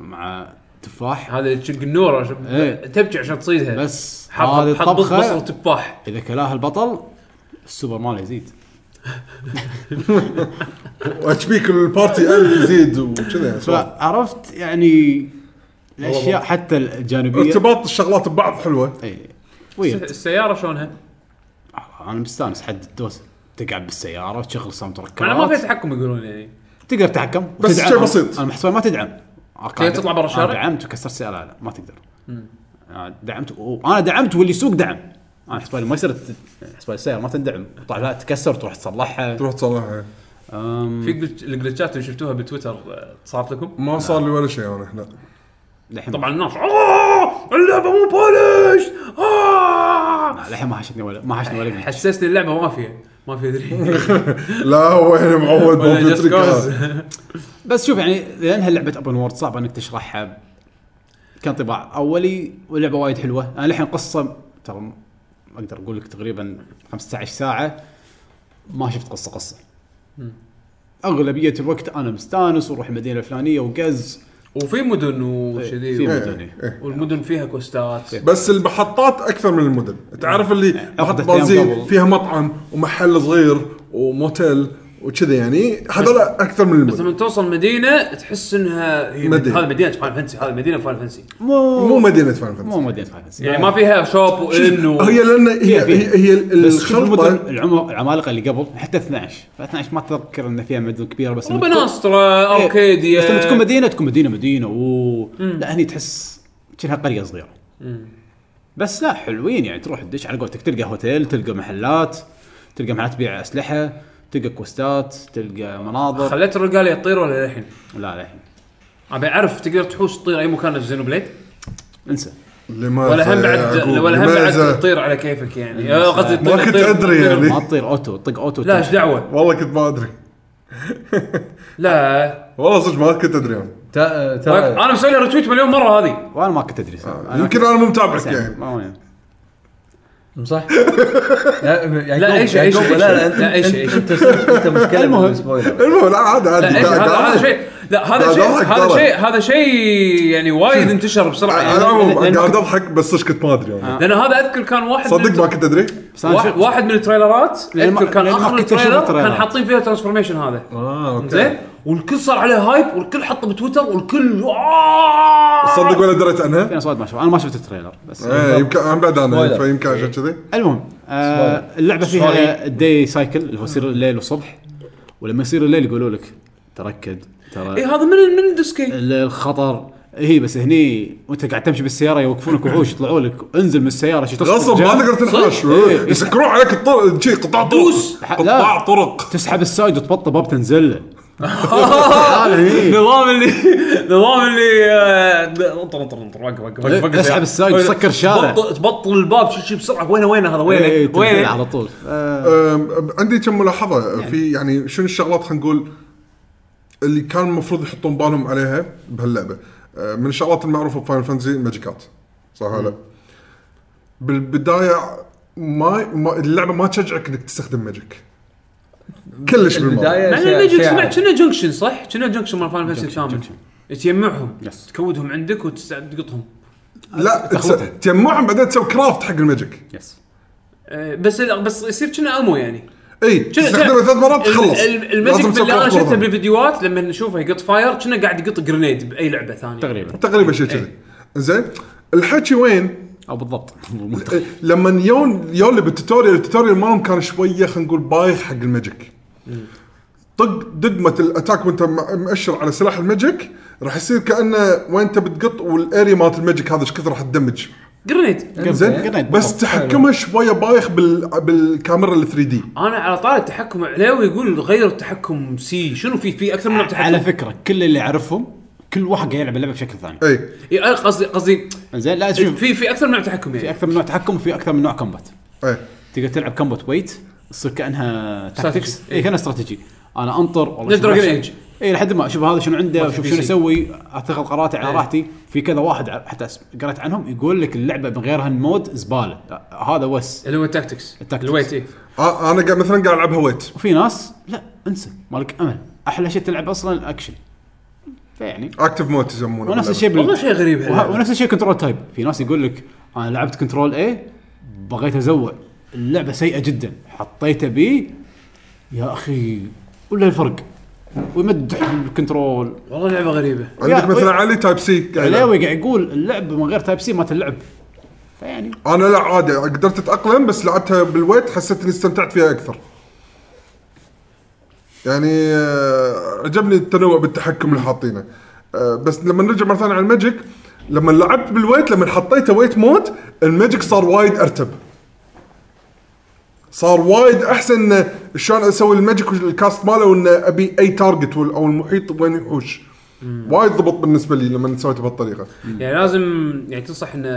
مع تفاح
هذا اللي تشق النور عشان-
إيه.
تبكي عشان تصيدها
بس
حط
هذه
حط بصل
الطبخه
وتفاح
اذا كلاها البطل السوبر مال يزيد
واتش بيك البارتي الف يزيد وكذا يعني سوالف.
فعرفت يعني الاشياء حتى الجانبيه
ارتباط الشغلات ببعض حلوه
اي ويرد
السياره شلونها؟
انا مستانس حد الدوسه تقعد بالسياره وتشغل ساوند
مع إنه ما في
تراكات
تحكم يقولون يعني
تقدر تحكم
بس
وتدعم.
شيء بسيط.
انا محسوب ما تدعم
تقدر تطلع برا الشارع؟
أنا دعمت وكسرت السياره لا لا ما تقدر أنا دعمت وانا دعمت واللي يسوق دعم انا حسبالي ما يصير ت- حسبالي السياره ما تندعم طلع لا تكسر تروح تصلحها
تروح تصلحها
أم،
في glitch- الجلتشات اللي شفتوها بتويتر آه، صارت لكم؟
ما صار لي ولا شيء انا هنا
للحين
طبعا الناس آه، اللعبه مو بولش آه
لا، للحين ما حشتني ولا ما حشتني ولا قلت
حسستني اللعبه ما فيها ما في ادري
لا هو يعني معود ما في
ولا just
تريك
cause.
هذا.
بس شوف يعني لانها لعبه اوبن وورد صعب انك تشرحها كان طباع اولي واللعبه وايد حلوه انا الحين قصه ترى ما اقدر اقول لك تقريبا 15 ساعه ما شفت قصه قصه اغلبيه الوقت انا مستانس واروح المدينه الفلانيه وقز
وفي مدن
في
وكذي
مدن إيه.
والمدن فيها كوستات
بس المحطات اكثر من المدن تعرف اللي محطه
أيام
بنزين
قبل.
فيها مطعم ومحل صغير وموتيل وكذا يعني هذول اكثر من
بس
المدن
لما توصل مدينه تحس انها
مدينة.
هي مدينة. هذه مدينه فاين فانسي هذه مدينه فاين فانسي
مو مدينه فاين
مو
فانتسي
مدينه فاين فانتسي
يعني ما فيها شوب وان و...
هي لان هي
فيها-
هي,
فيها.
هي
بس شوف
الخرطه
المدن العمر العمالقه اللي قبل حتى 12 ف 12 ما تذكر ان فيها مدن كبيره بس لما تكون-
وبناسترا
إيه،
اركيديا
بس لما تكون مدينه تكون مدينه مدينه اوه لا هني تحس كأنها قريه صغيره بس لا حلوين يعني تروح تدش على قولتك تلقى هوتيل تلقى محلات تلقى محلات تبيع اسلحه تلقى كوستات تلقى مناظر
خليت الرجال يطير ولا للحين؟
لا لا الحين
ابي اعرف تقدر تحوس تطير اي مكان في زينو بليد
انسى
ولا هم بعد طيب. ولا هم بعد تطير على كيفك يعني
إيه.
آه، قصدي
ما
تطير-
كنت
تطير-
أدري
تطير-
يعني.
ما تطير اوتو طق اوتو
لا
تروح.
ايش دعوه؟
والله كنت ما ادري
لا
والله صدق ما كنت ادري أنا.
تا-
طيب.
تا-
انا مسوي لها ريتويت مليون مره هذه
وانا ما كنت ادري أنا
يمكن
كنت-
انا مو متابعك
يعني
يعني
ما وين.
صح؟ لا يعني
لا، أي شيء- أي شيء-
لا لا انت
لا، أي شيء- أي
أنت-
شيء.
انت صرت- انت مشكله المهم سبويلر
المهم لا عادي عادي
لا ايش هذا هذا شيء لا هذا
لا،
شيء
ضحك،
هذا
ضحك.
شيء هذا شيء يعني وايد انتشر بسرعه
على
يعني
العموم
لأن-
قاعد اضحك بس صدق كنت ما ادري أنا.
لان هذا اذكر كان واحد من
صدق ما كنت ادري
بس أنا
واحد-
شفت-
واحد من التريلرات
لأن ما-
اذكر كان
لأن ما
اخر
كنت أشوف
التريلر كان
التريلرات.
حاطين فيها ترانسفورميشن هذا
اه اوكي
زين والكل صار عليه هايب والكل حطه بتويتر والكل آه.
صدق ولا دريت عنها
في ناس وايد ما شفت انا ما شفت التريلر بس
ايه يمكن انا بعد انا
سبويلر.
فيمكن عشان كذي
المهم آه اللعبه فيها الدي سايكل اللي هو يصير الليل والصبح ولما يصير الليل يقولوا لك تركد
اي
ترى
إيه، هذا من من الديسكي
ال- الخطر هي بس هني وانت قاعد تمشي بالسياره يوقفونك وحوش يطلعوا لك انزل من السياره شي تصرخ
غصب ما
جاه.
تقدر تنحاش
إيه.
يسكرون عليك الطرق شي قطاع طرق
دوس.
قطاع
لا.
طرق
تسحب السايد وتبطل باب إيه، تنزله
نظام اللي نظام اللي آه، انطر انطر انطر وقف وقف وقف وقف.
اسحب السايد وسكر شارع
تبطل- تبطل الباب شي شي بسرعه وينه وينه هذا
إيه،
وينه
تنزله
وينه
على طول
أم، عندي كم ملاحظه في يعني شنو الشغلات خلينا نقول اللي كان المفروض يحطون بالهم عليها بهاللعبه أه، من الشغلات المعروفه بفاينل فانتزي الماجيكات صح ولا لا؟ بالبدايه ما, ما اللعبه ما تشجعك انك تستخدم ماجيك كلش بالبدايه
البدايه
مع ان
شيء-
الميجيك
شيء
سمعت
عادي.
كنا جنكشن صح؟ كنا جنكشن مال فاينل فانتسي الثامن
junction.
تجمعهم
Yes.
تكودهم عندك وتقطهم
لا تس- تجمعهم بعدين تسوي كرافت حق الماجيك
يس
آه، بس بس يصير كنا امو يعني
اي تستخدمه ثلاث مرات تخلص
الم- الم-
لازم
الماجيك
تسوي
اللي انا
كرافت مرة
شفته
ثانية.
بالفيديوهات لما نشوفه يقط فاير كنا قاعد يقط جرينيد باي لعبه ثانيه
تقريبا
تقريبا شيء كذي زين الحكي وين؟
او بالضبط
لما يون يون اللي بالتوتوريال التوتوريال مالهم كان شويه خلينا نقول بايخ حق الماجيك طق دقمه الاتاك وانت م- مأشر على سلاح الماجيك راح يصير كانه وين انت بتقط والاريا مالت الماجيك هذا ايش كثر راح تدمج
جرينيد
زين
جرينيد
بس
بالضبط.
تحكمها شويه بايخ بال... بالكاميرا ال 3 دي
انا على طار التحكم علاوي يقول غير التحكم سي شنو في في اكثر من نوع تحكم
على فكره كل اللي اعرفهم كل واحد قاعد يلعب اللعبه بشكل ثاني
اي
إي، إيه، أنا قصدي قصدي
إيه.
زين لا شوف
في في اكثر من نوع تحكم
في
يعني
اكثر من نوع تحكم وفي اكثر من نوع كومبات
اي
تقدر تلعب كومبات ويت تصير إيه، كانها تاكتكس
Strategy.
اي كانها استراتيجي انا انطر والله
نفس Dragon Age.
اي لحد ما اشوف هذا شنو عنده
What
اشوف
the
شنو
PC. إيه.
اسوي اتخذ قراراتي على راحتي في كذا واحد ع- حتى أس- قرأت عنهم يقول لك اللعبه من غير هالمود زباله لا، هذا وس
اللي هو التاكتكس
التاكتكس.
الويت اي
آ- انا قاعد مثلا قاعد العبها ويت
وفي ناس لا انسى مالك امل احلى شيء تلعب اصلا اكشن فيعني
اكتف مود يسمونه
ونفس
باللعبة.
الشيء بال...
والله شيء غريب
وه-
هاللعبة.
ونفس الشيء كنترول تايب في ناس يقول لك انا لعبت كنترول اي بغيت ازوق اللعبه سيئه جدا حطيته بي يا اخي ولا الفرق ويمدح الكنترول
والله لعبه غريبه
يا-
عندك مثلا
وي-
علي تايب سي قاعد يلعب.
علاوي قاعد يقول اللعب من غير تايب سي ما تلعب فيعني
انا لا عادي قدرت اتاقلم بس لعبتها بالويت حسيت اني استمتعت فيها اكثر. يعني آه، عجبني التنوع بالتحكم اللي حاطينه. آه، بس لما نرجع مره ثانيه على الماجيك لما لعبت بالويت لما حطيته ويت مود الماجيك صار وايد ارتب. صار وايد احسن إنه شلون اسوي الماجيك والكاست ماله وانه ابي اي تارجت وال- او المحيط وين يحوش. وايد ضبط بالنسبه لي لما سويته بهالطريقه.
يعني لازم يعني تنصح انه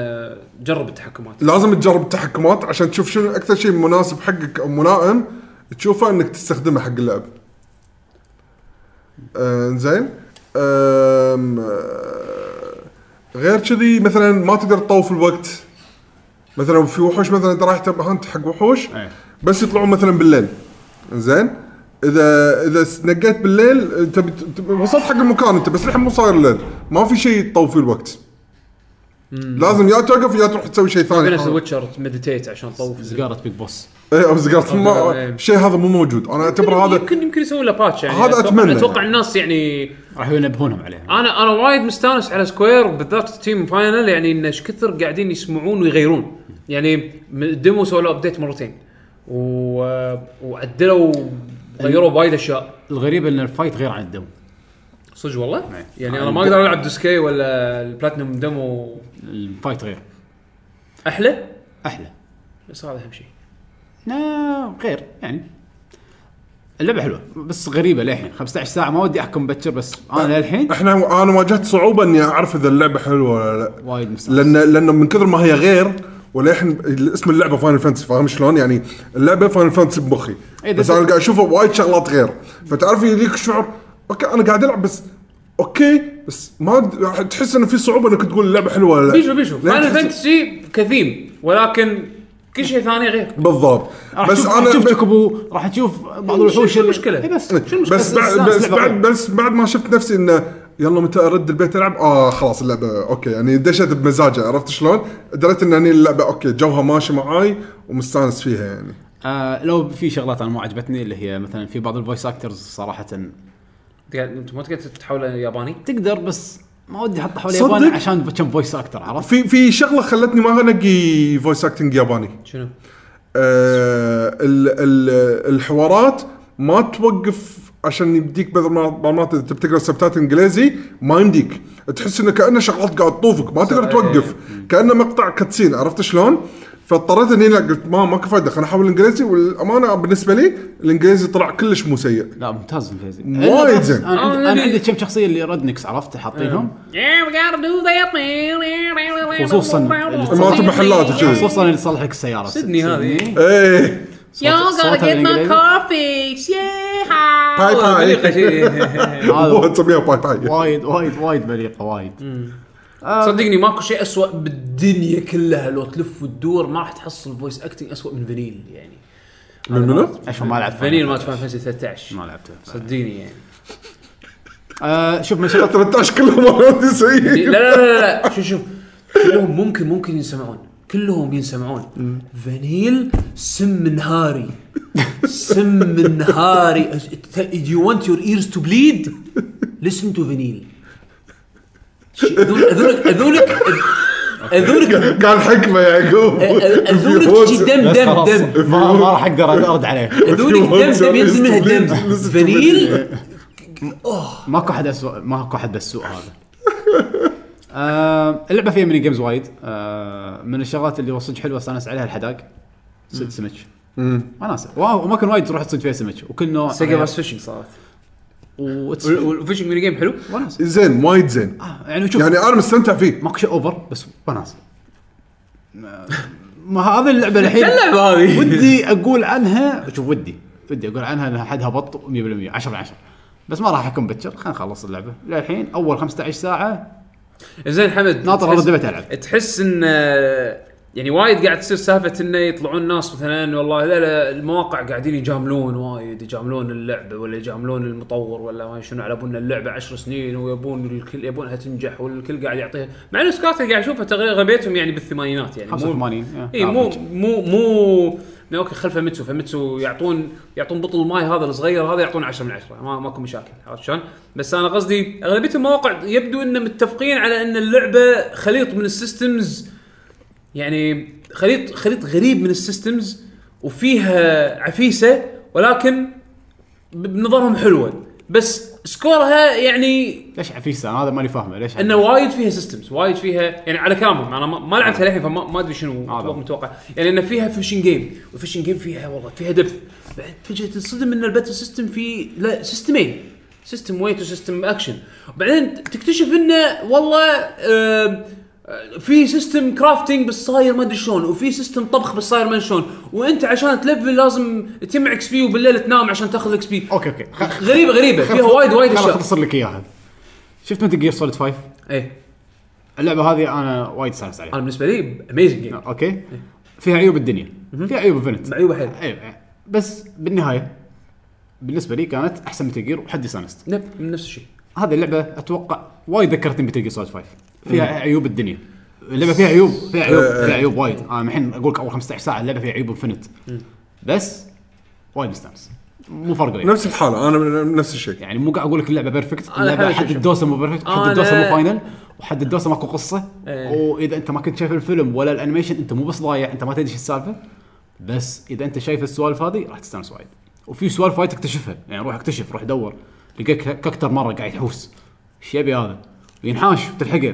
جرب التحكمات
لازم تجرب التحكمات عشان تشوف شنو اكثر شيء مناسب حقك او ملائم تشوفه انك تستخدمه حق اللعب. آه زين آم، آه، غير كذي مثلا ما تقدر تطوف الوقت مثلا في وحوش مثلا انت رايح تبهنت حق وحوش
إيه.
بس يطلعون مثلا بالليل زين اذا اذا نقيت بالليل انت بت... أنت وصلت حق المكان انت بس الحين مو صاير الليل ما في شيء تطوف فيه الوقت لازم يا توقف يا تروح تسوي شيء ثاني
في ناس الويتشر مديتيت عشان تطوف
سيجاره بيج بوس
ايه او زقرت ما...
إيه.
الشيء هذا مو موجود انا اعتبر هذا
يمكن يمكن يسوي له باتش يعني
هذا
أتوقع-
أتمنى.
اتوقع الناس يعني
راح ينبهونهم عليها
انا انا وايد مستانس على سكوير بالذات التيم فاينل يعني ان ايش كثر قاعدين يسمعون ويغيرون يعني م- الديمو سووا له ابديت مرتين و... وعدلوا غيروا وايد اشياء
الغريب ان الفايت غير عن الدم
صدق
نعم.
والله يعني انا ما اقدر العب دوسكي ولا البلاتنم ديمو
الفايت غير
احلى
احلى
بس هذا اهم شيء
لا غير يعني اللعبه حلوه بس غريبه للحين 15 ساعه ما ودي احكم بكر بس انا للحين
احنا انا واجهت صعوبه اني اعرف اذا اللعبه حلوه ولا لا
وايد مستانس
لان لان من كثر ما هي غير وللحين اسم اللعبه فاينل فانتسي فاهم شلون يعني اللعبه فاينل فانتسي بمخي
إيه،
بس
ده-
انا قاعد اشوف وايد شغلات غير فتعرف يجيك شعور اوكي انا قاعد العب بس اوكي بس ما أد- تحس انه في صعوبه انك تقول اللعبه حلوه ولا لا
بيشو بيشو
لأن
فاينل
تحس-
فانتسي كثيم ولكن كل شيء ثاني غير
بالضبط
راح
بس
تشوف راح
انا
تشوف تشكبو راح تشوف بعض
شو-
الوحوش
شو
ال-
المشكلة؟
إيه بس شو المشكله
بس بعد بس بعد بس بعد ما شفت نفسي انه يلا متى ارد البيت العب اه خلاص اللعبه اوكي يعني دشت بمزاجه عرفت شلون؟ دريت ان يعني اللعبه اوكي جوها ماشي معاي ومستانس فيها يعني
آه لو في شغلات انا ما عجبتني اللي هي مثلا في بعض الفويس اكترز صراحه
انت ما تقدر تحوله ياباني
تقدر بس ما ودي احط حول
صدق؟
ياباني عشان كم فويس اكتر عرفت؟
في في شغله خلتني ما انقي فويس اكتنج ياباني
شنو؟
آه ال ال الحوارات ما توقف عشان يمديك بدل ما بدل ما تبي تقرا سبتات انجليزي ما يمديك تحس انه كانه شغلات قاعد تطوفك ما تقدر توقف كانه مقطع كتسين عرفت شلون؟ فاضطريت اني لا قلت ما ماكو فايده خليني احاول الانجليزي والامانه بالنسبه لي الانجليزي طلع كلش مو سيء
لا ممتاز الانجليزي
وايد
أنا-
زين.
انا عندي-
آه،
أنا عندي كم شخصيه اللي ريدنكس عرفت حاطينهم خصوصا اللي
مرات
تصلح-
المحلات وكذي.
خصوصا اللي تصلح لك السياره
سيدني هذه.
ايه
Y'all gotta get my
باي باي
طريقه شيء
ابوها تسميها باي باي
وايد وايد وايد بليقه وايد
صدقني ماكو شيء اسوء بالدنيا كلها لو تلف وتدور ما راح تحصل فويس اكتنج اسوء من فانيل يعني
من منو؟
عشان ما لعبت
فانيل مالت فان فانسي 13
ما لعبته
صدقني يعني
آه، شوف من شغلات
13 كلهم اوريدي
لا
سيئين
لا لا لا, لا. شوف شوف كلهم ممكن ممكن ينسمعون كلهم ينسمعون فانيل سم نهاري سم نهاري يو ونت يور ايرز تو بليد لسن تو فانيل اذونك اذونك اذونك
قال حكمه يا يعقوب
اذونك تجي دم دم دم
ما ما راح اقدر ارد عليه
اذونك دم دم ينزل منها دم فانيل
ماكو احد اسوء ماكو احد بالسوء هذا آه، اللعبه فيها ميني جيمز وايد آه، من الشغلات اللي صدق حلوه استانس عليها الحداق صيد سمك وناسه واو اماكن وايد تروح تصيد فيها سمك يعني وكل نوع
سيجا بس فيشنج صارت
وتس-
والفيشنج ميني جيم حلو
وناسه
زين وايد زين
آه، يعني شوف
يعني انا مستمتع فيه
ماكو شيء اوفر بس وناسه ما- ما هذه اللعبه الحين
اللعبة هذه؟
ودي اقول عنها شوف ودي ودي اقول عنها انها حدها بط 100% 10 من 10 بس ما راح احكم بكر خلينا نخلص اللعبه للحين اول 15 ساعه
زين حمد
ناطر
تحس-
ارد بيت العب
تحس ان آه، يعني وايد قاعد تصير سالفه انه يطلعون ناس مثلا والله لا لا المواقع قاعدين يجاملون وايد يجاملون اللعبه ولا يجاملون المطور ولا ما شنو على بالنا اللعبه عشر سنين ويبون الكل يبونها تنجح والكل قاعد يعطيها مع ان سكارت اللي قاعد اشوفه تقريبا غبيتهم يعني بالثمانينات يعني مو
85
اي مو مو مو لا، اوكي خلف فمتسو فمتسو يعطون يعطون بطل الماي هذا الصغير هذا يعطون 10 من 10 ما ماكو مشاكل عرفت شلون؟ بس انا قصدي اغلبيه المواقع يبدو ان متفقين على ان اللعبه خليط من السيستمز يعني خليط خليط غريب من السيستمز وفيها عفيسه ولكن ب- بنظرهم حلوه بس سكورها يعني
ليش عفيسه انا هذا ماني فاهمه ليش
انه
عفيسة؟
وايد فيها سيستمز وايد فيها يعني على كلامهم انا ما- ما لعبتها للحين فما ما ادري شنو
هذا هو.
متوقع يعني انه فيها فيشن جيم والفيشن جيم فيها والله فيها دبث بعد فجاه تنصدم ان الباتل سيستم في لا سيستمين سيستم ويت وسيستم اكشن وبعدين تكتشف انه والله آه، آه، في سيستم كرافتنج بس صاير ما ادري شلون وفي سيستم طبخ بس صاير ما ادري شلون وانت عشان تلفل لازم تجمع اكس بي وبالليل تنام عشان تاخذ اكس بي
اوكي اوكي خ-
غريبه غريبه فيها وايد وايد
خليني
اشياء
اختصر لك اياها شفت متى جير سوليد 5
ايه
اللعبه هذه انا وايد استانس
انا
عليها
بالنسبه لي اميزنج جيم
اوكي فيها عيوب الدنيا فيها عيوب الفنت
عيوبه حلو
ايوه بس بالنهايه بالنسبه لي كانت احسن متل جير وحد استانست
نب نفس الشيء
هذه اللعبه اتوقع وايد ذكرتني بمتل جير سوليد 5 فيها عيوب الدنيا اللعبه فيها عيوب فيها عيوب فيها عيوب وايد انا الحين اقول لك اول 15 ساعه اللعبه فيها عيوب انفنت بس وايد مستانس مو فرق لي
نفس الحاله انا نفس الشيء
يعني مو قاعد اقول لك اللعبه بيرفكت
أنا
اللعبه
حابب
حد
أشوف.
الدوسه مو بيرفكت حد
أنا-
الدوسه مو فاينل وحد الدوسه ماكو قصه
إيه.
واذا انت ما كنت شايف الفيلم ولا الانيميشن انت مو بس ضايع انت ما تدري شو السالفه بس اذا انت شايف السوالف هذه راح تستانس وايد وفي سوالف وايد تكتشفها يعني روح اكتشف روح دور لقيت كاكتر مره قاعد يحوس ايش يبي هذا ينحاش تلحقه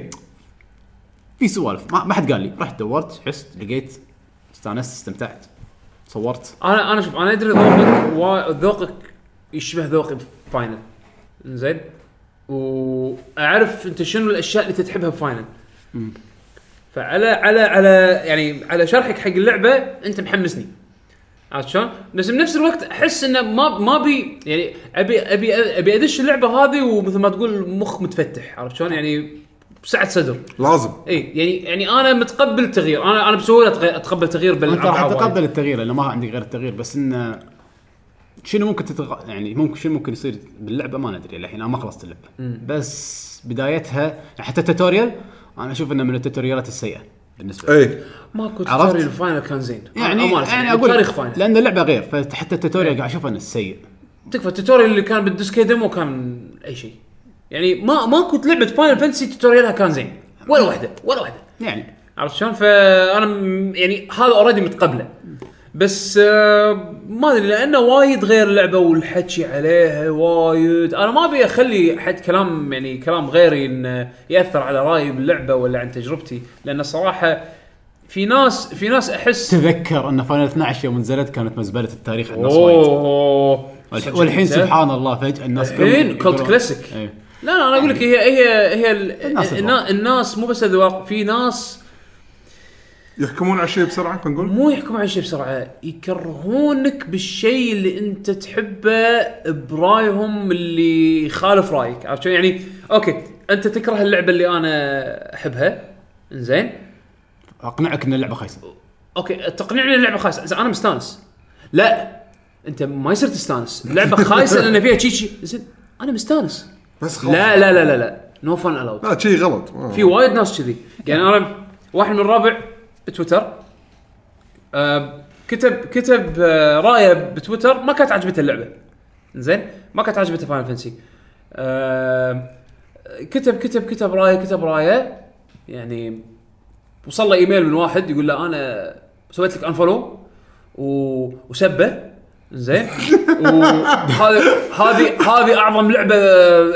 في سوالف ما, ما حد قال لي رحت دورت حست لقيت استانست استمتعت صورت
انا انا شوف انا ادري ذوقك و- ذوقك يشبه ذوقي بفاينل زين واعرف انت شنو الاشياء اللي تتحبها بفاينل فعلى على على يعني على شرحك حق اللعبه انت محمسني عرفت شلون؟ بس بنفس الوقت احس انه ما ما بي يعني ابي ابي ابي ادش اللعبه هذه ومثل ما تقول مخ متفتح عرفت شلون؟ يعني سعه صدر
لازم
اي يعني يعني انا متقبل التغيير انا انا بسهوله أتغ- اتقبل تغيير
انت راح
بالالعاب وايد.
تتقبل التغيير لانه ما عندك غير التغيير بس انه شنو ممكن تتغ... يعني ممكن شنو ممكن يصير باللعبه ما ندري الحين انا ما خلصت اللعبه بس بدايتها حتى التوتوريال انا اشوف انه من التوتوريالات السيئه بالنسبه لي
اي
ماكو
عرفت؟
تاري الفاينل كان زين
يعني
أمانة
يعني اقول
تاريخ فاينل
لان اللعبه غير فحتى التوتوريال قاعد اشوف انه سيء
تكفى التوتوريال اللي كان بالديسكي ديمو كان اي شيء يعني ما ماكو لعبه فاينل فانتسي توتوريالها كان زين ولا واحده ولا واحده
يعني
عرفت شلون فانا م- يعني هذا اوريدي متقبله بس آه، ما ادري لانه وايد غير اللعبه والحكي عليها وايد انا ما ابي اخلي حد كلام يعني كلام غيري انه ياثر على رايي باللعبه ولا عن تجربتي لان الصراحه في ناس في ناس احس
تذكر ان فاينل 12 يوم نزلت كانت مزبله التاريخ عند الناس وايد
اوه
والح- والحين سبحان الله فجاه الناس كلهم
الحين
يقولون-
cult classic.
إيه.
لا لا انا اقول لك هي هي هي
الناس
الناس,
الذواق.
الناس مو بس اذواق في ناس
يحكمون على شيء بسرعه خلينا نقول
مو يحكم على شيء بسرعه يكرهونك بالشيء اللي انت تحبه برايهم اللي يخالف رايك عرفت شلون؟ يعني اوكي انت تكره اللعبه اللي انا احبها زين
اقنعك ان اللعبه خايسه
اوكي تقنعني اللعبه خايسه زين انا مستانس لا انت ما يصير تستانس اللعبه خايسه لان فيها تشيتشي زين انا مستانس
بس خلاص
لا لا لا لا لا نو فن الاود
لا شيء غلط آه.
في وايد ناس كذي يعني انا واحد من الربع بتويتر آه كتب كتب آه رايه بتويتر ما كانت عجبته اللعبه زين ما كانت عجبته فاينل فانسي آه كتب كتب كتب رايه كتب رايه يعني وصل له ايميل من واحد يقول له انا سويت لك انفولو و... وسبه زين وهذه هذه هذه اعظم لعبه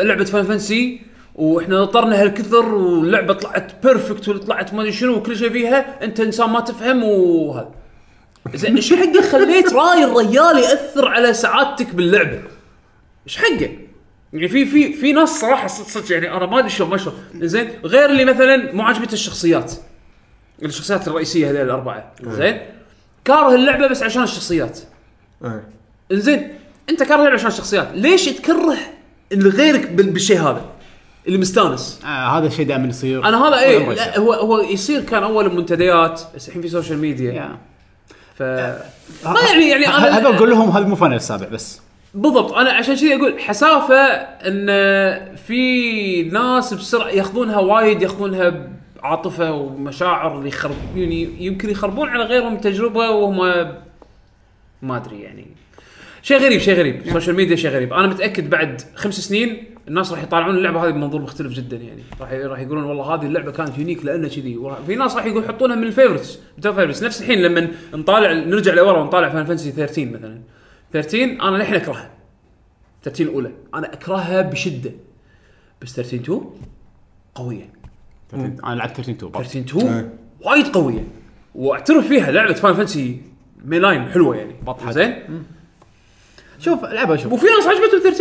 لعبه فان فانسي واحنا نطرنا هالكثر واللعبه طلعت بيرفكت وطلعت ما ادري شنو وكل شيء فيها انت انسان ما تفهم وهذا زين ايش حقه خليت راي الرجال ياثر على سعادتك باللعبه ايش حقه؟ يعني في في في ناس صراحه صدق صدق يعني انا ما ادري شلون ما شلون زين غير اللي مثلا مو عاجبته الشخصيات الشخصيات الرئيسيه هذول الاربعه زين كاره اللعبه بس عشان الشخصيات
إيه.
انزين انت كاره اللعبه عشان الشخصيات ليش تكره اللي غيرك بال- بالشيء هذا اللي مستانس
آه هذا الشيء دائما يصير
انا هذا
كل
ايه
عمره
لا
يصير.
هو هو يصير كان اول المنتديات بس الحين في سوشيال ميديا
يا.
ف ما يعني يعني
ه- هذا
انا
اقول لهم هذا مو فاينل السابع بس
بالضبط انا عشان كذي اقول حسافه ان في ناس بسرعه ياخذونها وايد ياخذونها عاطفه ومشاعر اللي يخرب يعني يمكن يخربون على غيرهم تجربه وهم ما ادري يعني شيء غريب شيء غريب السوشيال ميديا شيء غريب انا متاكد بعد خمس سنين الناس راح يطالعون اللعبه هذه بمنظور مختلف جدا يعني راح راح يقولون والله هذه اللعبه كانت يونيك لانها كذي وراح- في ناس راح يقول يحطونها من الفيفورتس توب فيفورتس نفس الحين لما نطالع نرجع لورا ونطالع فان فانسي 13 مثلا 13 انا للحين اكرهها 13 الاولى انا اكرهها بشده بس 13 2 قويه
انا لعبت 13 2 بعد.
13 2 وايد قويه واعترف فيها لعبه فان فانسي ميلاين حلوه يعني
بطحت.
زين
شوف العبها شوف
وفي ناس عجبتهم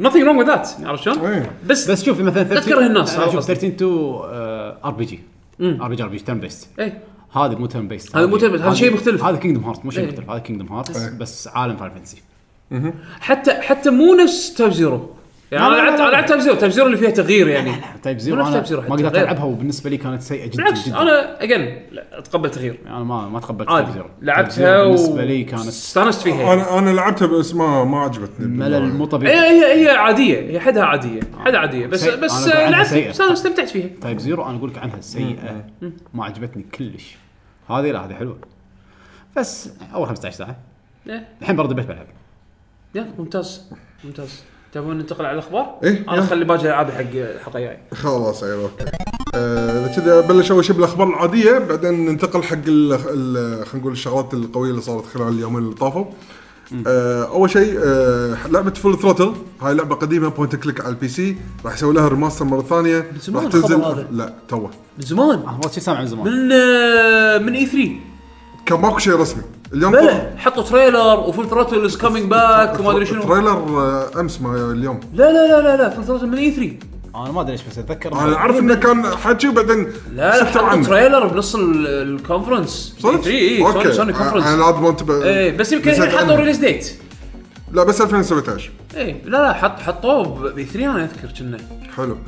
13 nothing wrong with that عرفت شلون؟
إيه.
بس
بس شوف مثلا 13
تذكره الناس،
أنا
هذا
شوف آه،
قصدي.
13 2 ار بي جي ار بي جي ار بي جي تيرن بيست
ايه
هذا مو تيرن بيست
هذا مو turn based، هذا شيء مختلف.
هذا كينجدم هارت مو شيء
إيه.
مختلف هذا كينجدم هارت بس عالم فاينل فانتسي
حتى حتى مو نفس تاب زيرو يعني انا لعبت أنا لعبت تايب زيرو تايب زيرو اللي فيها تغيير يعني
تايب زيرو
مو نفس
انا
Type Zero حتى،
ما قدرت
غير.
العبها وبالنسبه لي كانت سيئه جدا
بالعكس
جدا
انا اجين اتقبل تغيير
انا يعني ما ما تقبلت
عادي.
Type Zero. Type
لعبتها
Zero
و-
بالنسبه لي كانت
استانست فيها يعني.
انا انا لعبتها بس ما ما عجبتني
ملل مو
هي
طبيعي
هي هي عاديه هي حدها عاديه حدها عاديه بس
سيء.
بس
أنا أقول عنها
لعبت
سيئة.
بس انا استمتعت فيها
تايب زيرو انا اقول لك عنها سيئه ما عجبتني كلش هذه لا هذه حلوه بس اول 15 ساعه
إيه.
الحين برضه بيت بلعب
يا ممتاز ممتاز تبون ننتقل على الاخبار؟
إيه،
انا
يلا.
اخلي باقي العابي حق الحلقه الجايه
خلاص ايوه اوكي آه، كذا بلش اول شيء بالاخبار العاديه بعدين ننتقل حق ال- ال- خلينا نقول الشغلات القويه اللي صارت خلال اليومين اللي طافوا آه، اول شيء آه، لعبه فول ثروتل هاي لعبه قديمه بوينت كليك على البي سي راح يسوي لها ريماستر مره ثانيه
بس مو
راح
الخبر
تنزل
هذا.
لا توه
من زمان
اول شيء آه، سامع من زمان
من آه، من اي 3
كان ماكو شيء رسمي اليوم طلع
بلى حطوا تريلر وفول ثروتل از كامينج باك وما ادري شنو
تريلر آه، امس ما اليوم
لا لا لا لا لا فول ثروتل من E اي 3
انا ما ادري ليش بس اتذكر
انا اعرف انه كان حكي وبعدين
لا لا
سكتوا
حطوا
عنه.
تريلر بنص ال- E الكونفرنس
صدق؟ آه،
اي اي
اوكي
سوني سوني
انا
كونفرنس
لازم انتبه
اي بس يمكن الحين
نسيت
حطوا
عنه.
ريليز ديت
لا بس 2017
اي لا لا حط حطوه E باي 3 انا اذكر كنا
حلو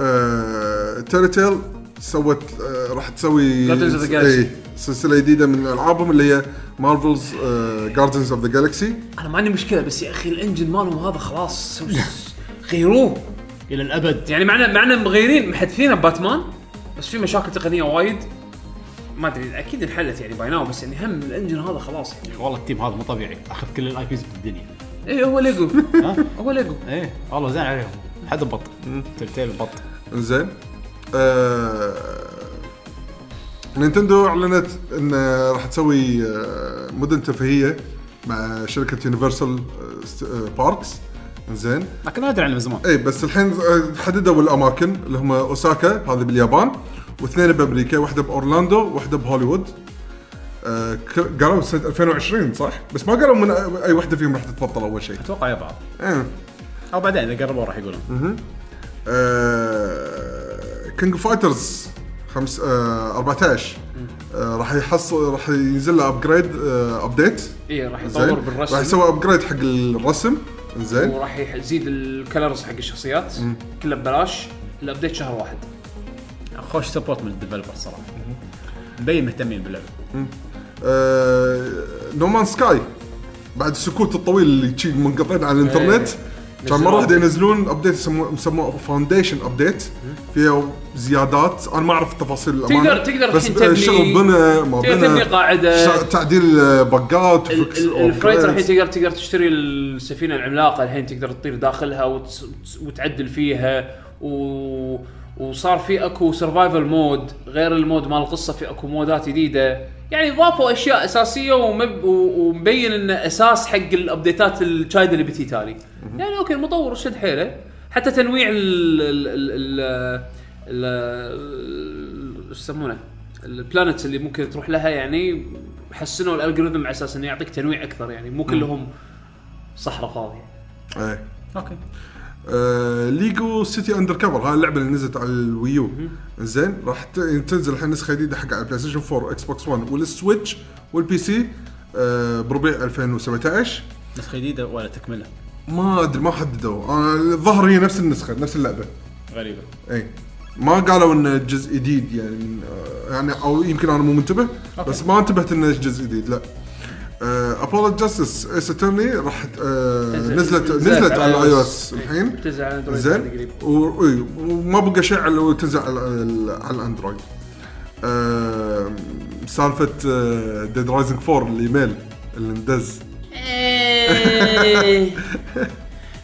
آه، تيري تيل سوت آه، راح تسوي
Guardians of the Galaxy.
إيه، سلسله جديده من العابهم اللي هي آه، مارفلز جاردنز اوف ذا جالكسي
انا ما عندي مشكله بس يا اخي الانجن مالهم هذا خلاص غيروه
الى الابد
يعني معنا معنا مغيرين محدثينه باتمان بس في مشاكل تقنيه وايد ما ادري اكيد انحلت يعني باي ناو بس يعني هم الانجن هذا خلاص يعني
والله التيم هذا مو طبيعي اخذ كل الاي بيز بالدنيا
اي هو ليجو هو ليجو
ايه والله زين عليهم حد بط تلتيل بط
انزين آه، نينتندو اعلنت ان راح تسوي آه، مدن ترفيهيه مع آه، شركه يونيفرسال باركس انزين
لكن ادري عنه من زمان
اي بس الحين ز- حددوا الاماكن اللي هم اوساكا هذه باليابان واثنين بامريكا واحده باورلاندو واحده بهوليوود آه، ك- قالوا سنه 2020 صح؟ بس ما قالوا من آه، أي- اي واحده فيهم راح تتبطل اول شيء.
اتوقع يا بعض
إيه.
او بعدين اذا قربوا راح يقولون
كينج فايترز خمس آه 14 آه راح يحصل راح ينزل له ابجريد آه ابديت
اي راح
زين
يطور
راح
إيه، بالرسم
يسوي ابجريد حق الرسم زين
وراح يح- يزيد الكلرز حق الشخصيات كله ببلاش الابديت شهر واحد
خوش سبورت من الديفلوبر صراحه مبين مهتمين باللعبه
آه، نومان سكاي بعد السكوت الطويل اللي شي منقطعين على الانترنت
إيه.
كان مره واحده ينزلون ابديت يسموه مسموه فاونديشن ابديت فيها زيادات انا ما اعرف التفاصيل الأمانة.
تقدر- تقدر
بس آه،
الحين تبني-
شغل بنى ما
تقدر
بنى
تبني قاعدة.
شغل- تعديل آه، بقات
ال-
fix
ال-
upgrades.
الفريتر الحين تقدر تقدر تشتري السفينه العملاقه الحين تقدر تطير داخلها وتس- وتس- وتعدل فيها و... وصار في اكو سرفايفل مود غير المود مال القصه في اكو مودات جديده يعني ضافوا اشياء اساسيه ومب... و- ومبين انه اساس حق الابديتات الشايد اللي بتي تالي يعني اوكي المطور شد حيله حتى تنويع ال ال ال- ال ال- ال- يسمونه البلانتس اللي ممكن تروح لها يعني حسنوا الالجوريثم على اساس انه يعطيك تنويع اكثر يعني مو كلهم صحراء فاضيه
إيه.
اوكي
آه، ليجو سيتي اندر كفر هاي اللعبه اللي نزلت على الويو زين راح ت- تنزل الحين نسخه جديده حق على البلاي ستيشن 4 اكس بوكس 1 والسويتش والبي سي آه، بربيع 2017
نسخه جديده ولا تكمله
ما ادري ما حددوا انا الظهر هي نفس النسخه نفس اللعبه
غريبه
اي إيه. ما قالوا انه جزء جديد يعني آه، يعني او يمكن انا مو منتبه بس ما انتبهت انه جزء جديد لا آه، ابولو جاستس ساترني راح ت- آه،
نزل-
نزلت
نزلت
نزلت
على
على الاي او
iOS.
اس الحين
بتنزل على اندرويد بعد
زين
قريب
و- إي، وما بقى شيء على تنزل على, على آه، الاندرويد آم، سالفه ديد رايزنج 4 الايميل اللي اندز
إيه.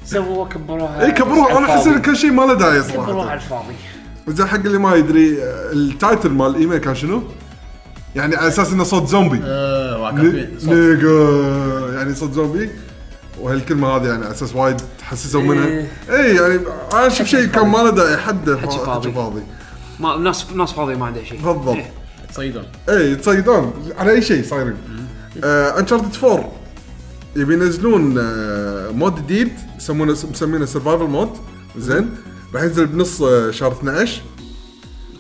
سووها كبروها
اي إيه، كبروها انا احس ان كل شيء ما له داعي
كبروها على
صراحه
الفاضي
زين حق اللي ما يدري آه، التايتل مال الايميل كان شنو؟ يعني على اساس انه صوت زومبي
آه،
ن- نيجا يعني صوت زومبي وهالكلمه هذه يعني على اساس وايد تحسسوا منها
إيه.
اي يعني انا اشوف شيء كان ما له داعي حد
حكي فاضي.
فاضي
ما ناس ناس فاضيه ما عندها شيء إيه.
بالضبط
تصيدون
اي يتصيدون إيه، على اي شيء صايرين انشارتد 4 يبي ينزلون آه، مود جديد يسمونه مسمينه سرفايفل مود زين راح ينزل بنص آه، شهر إيه، 12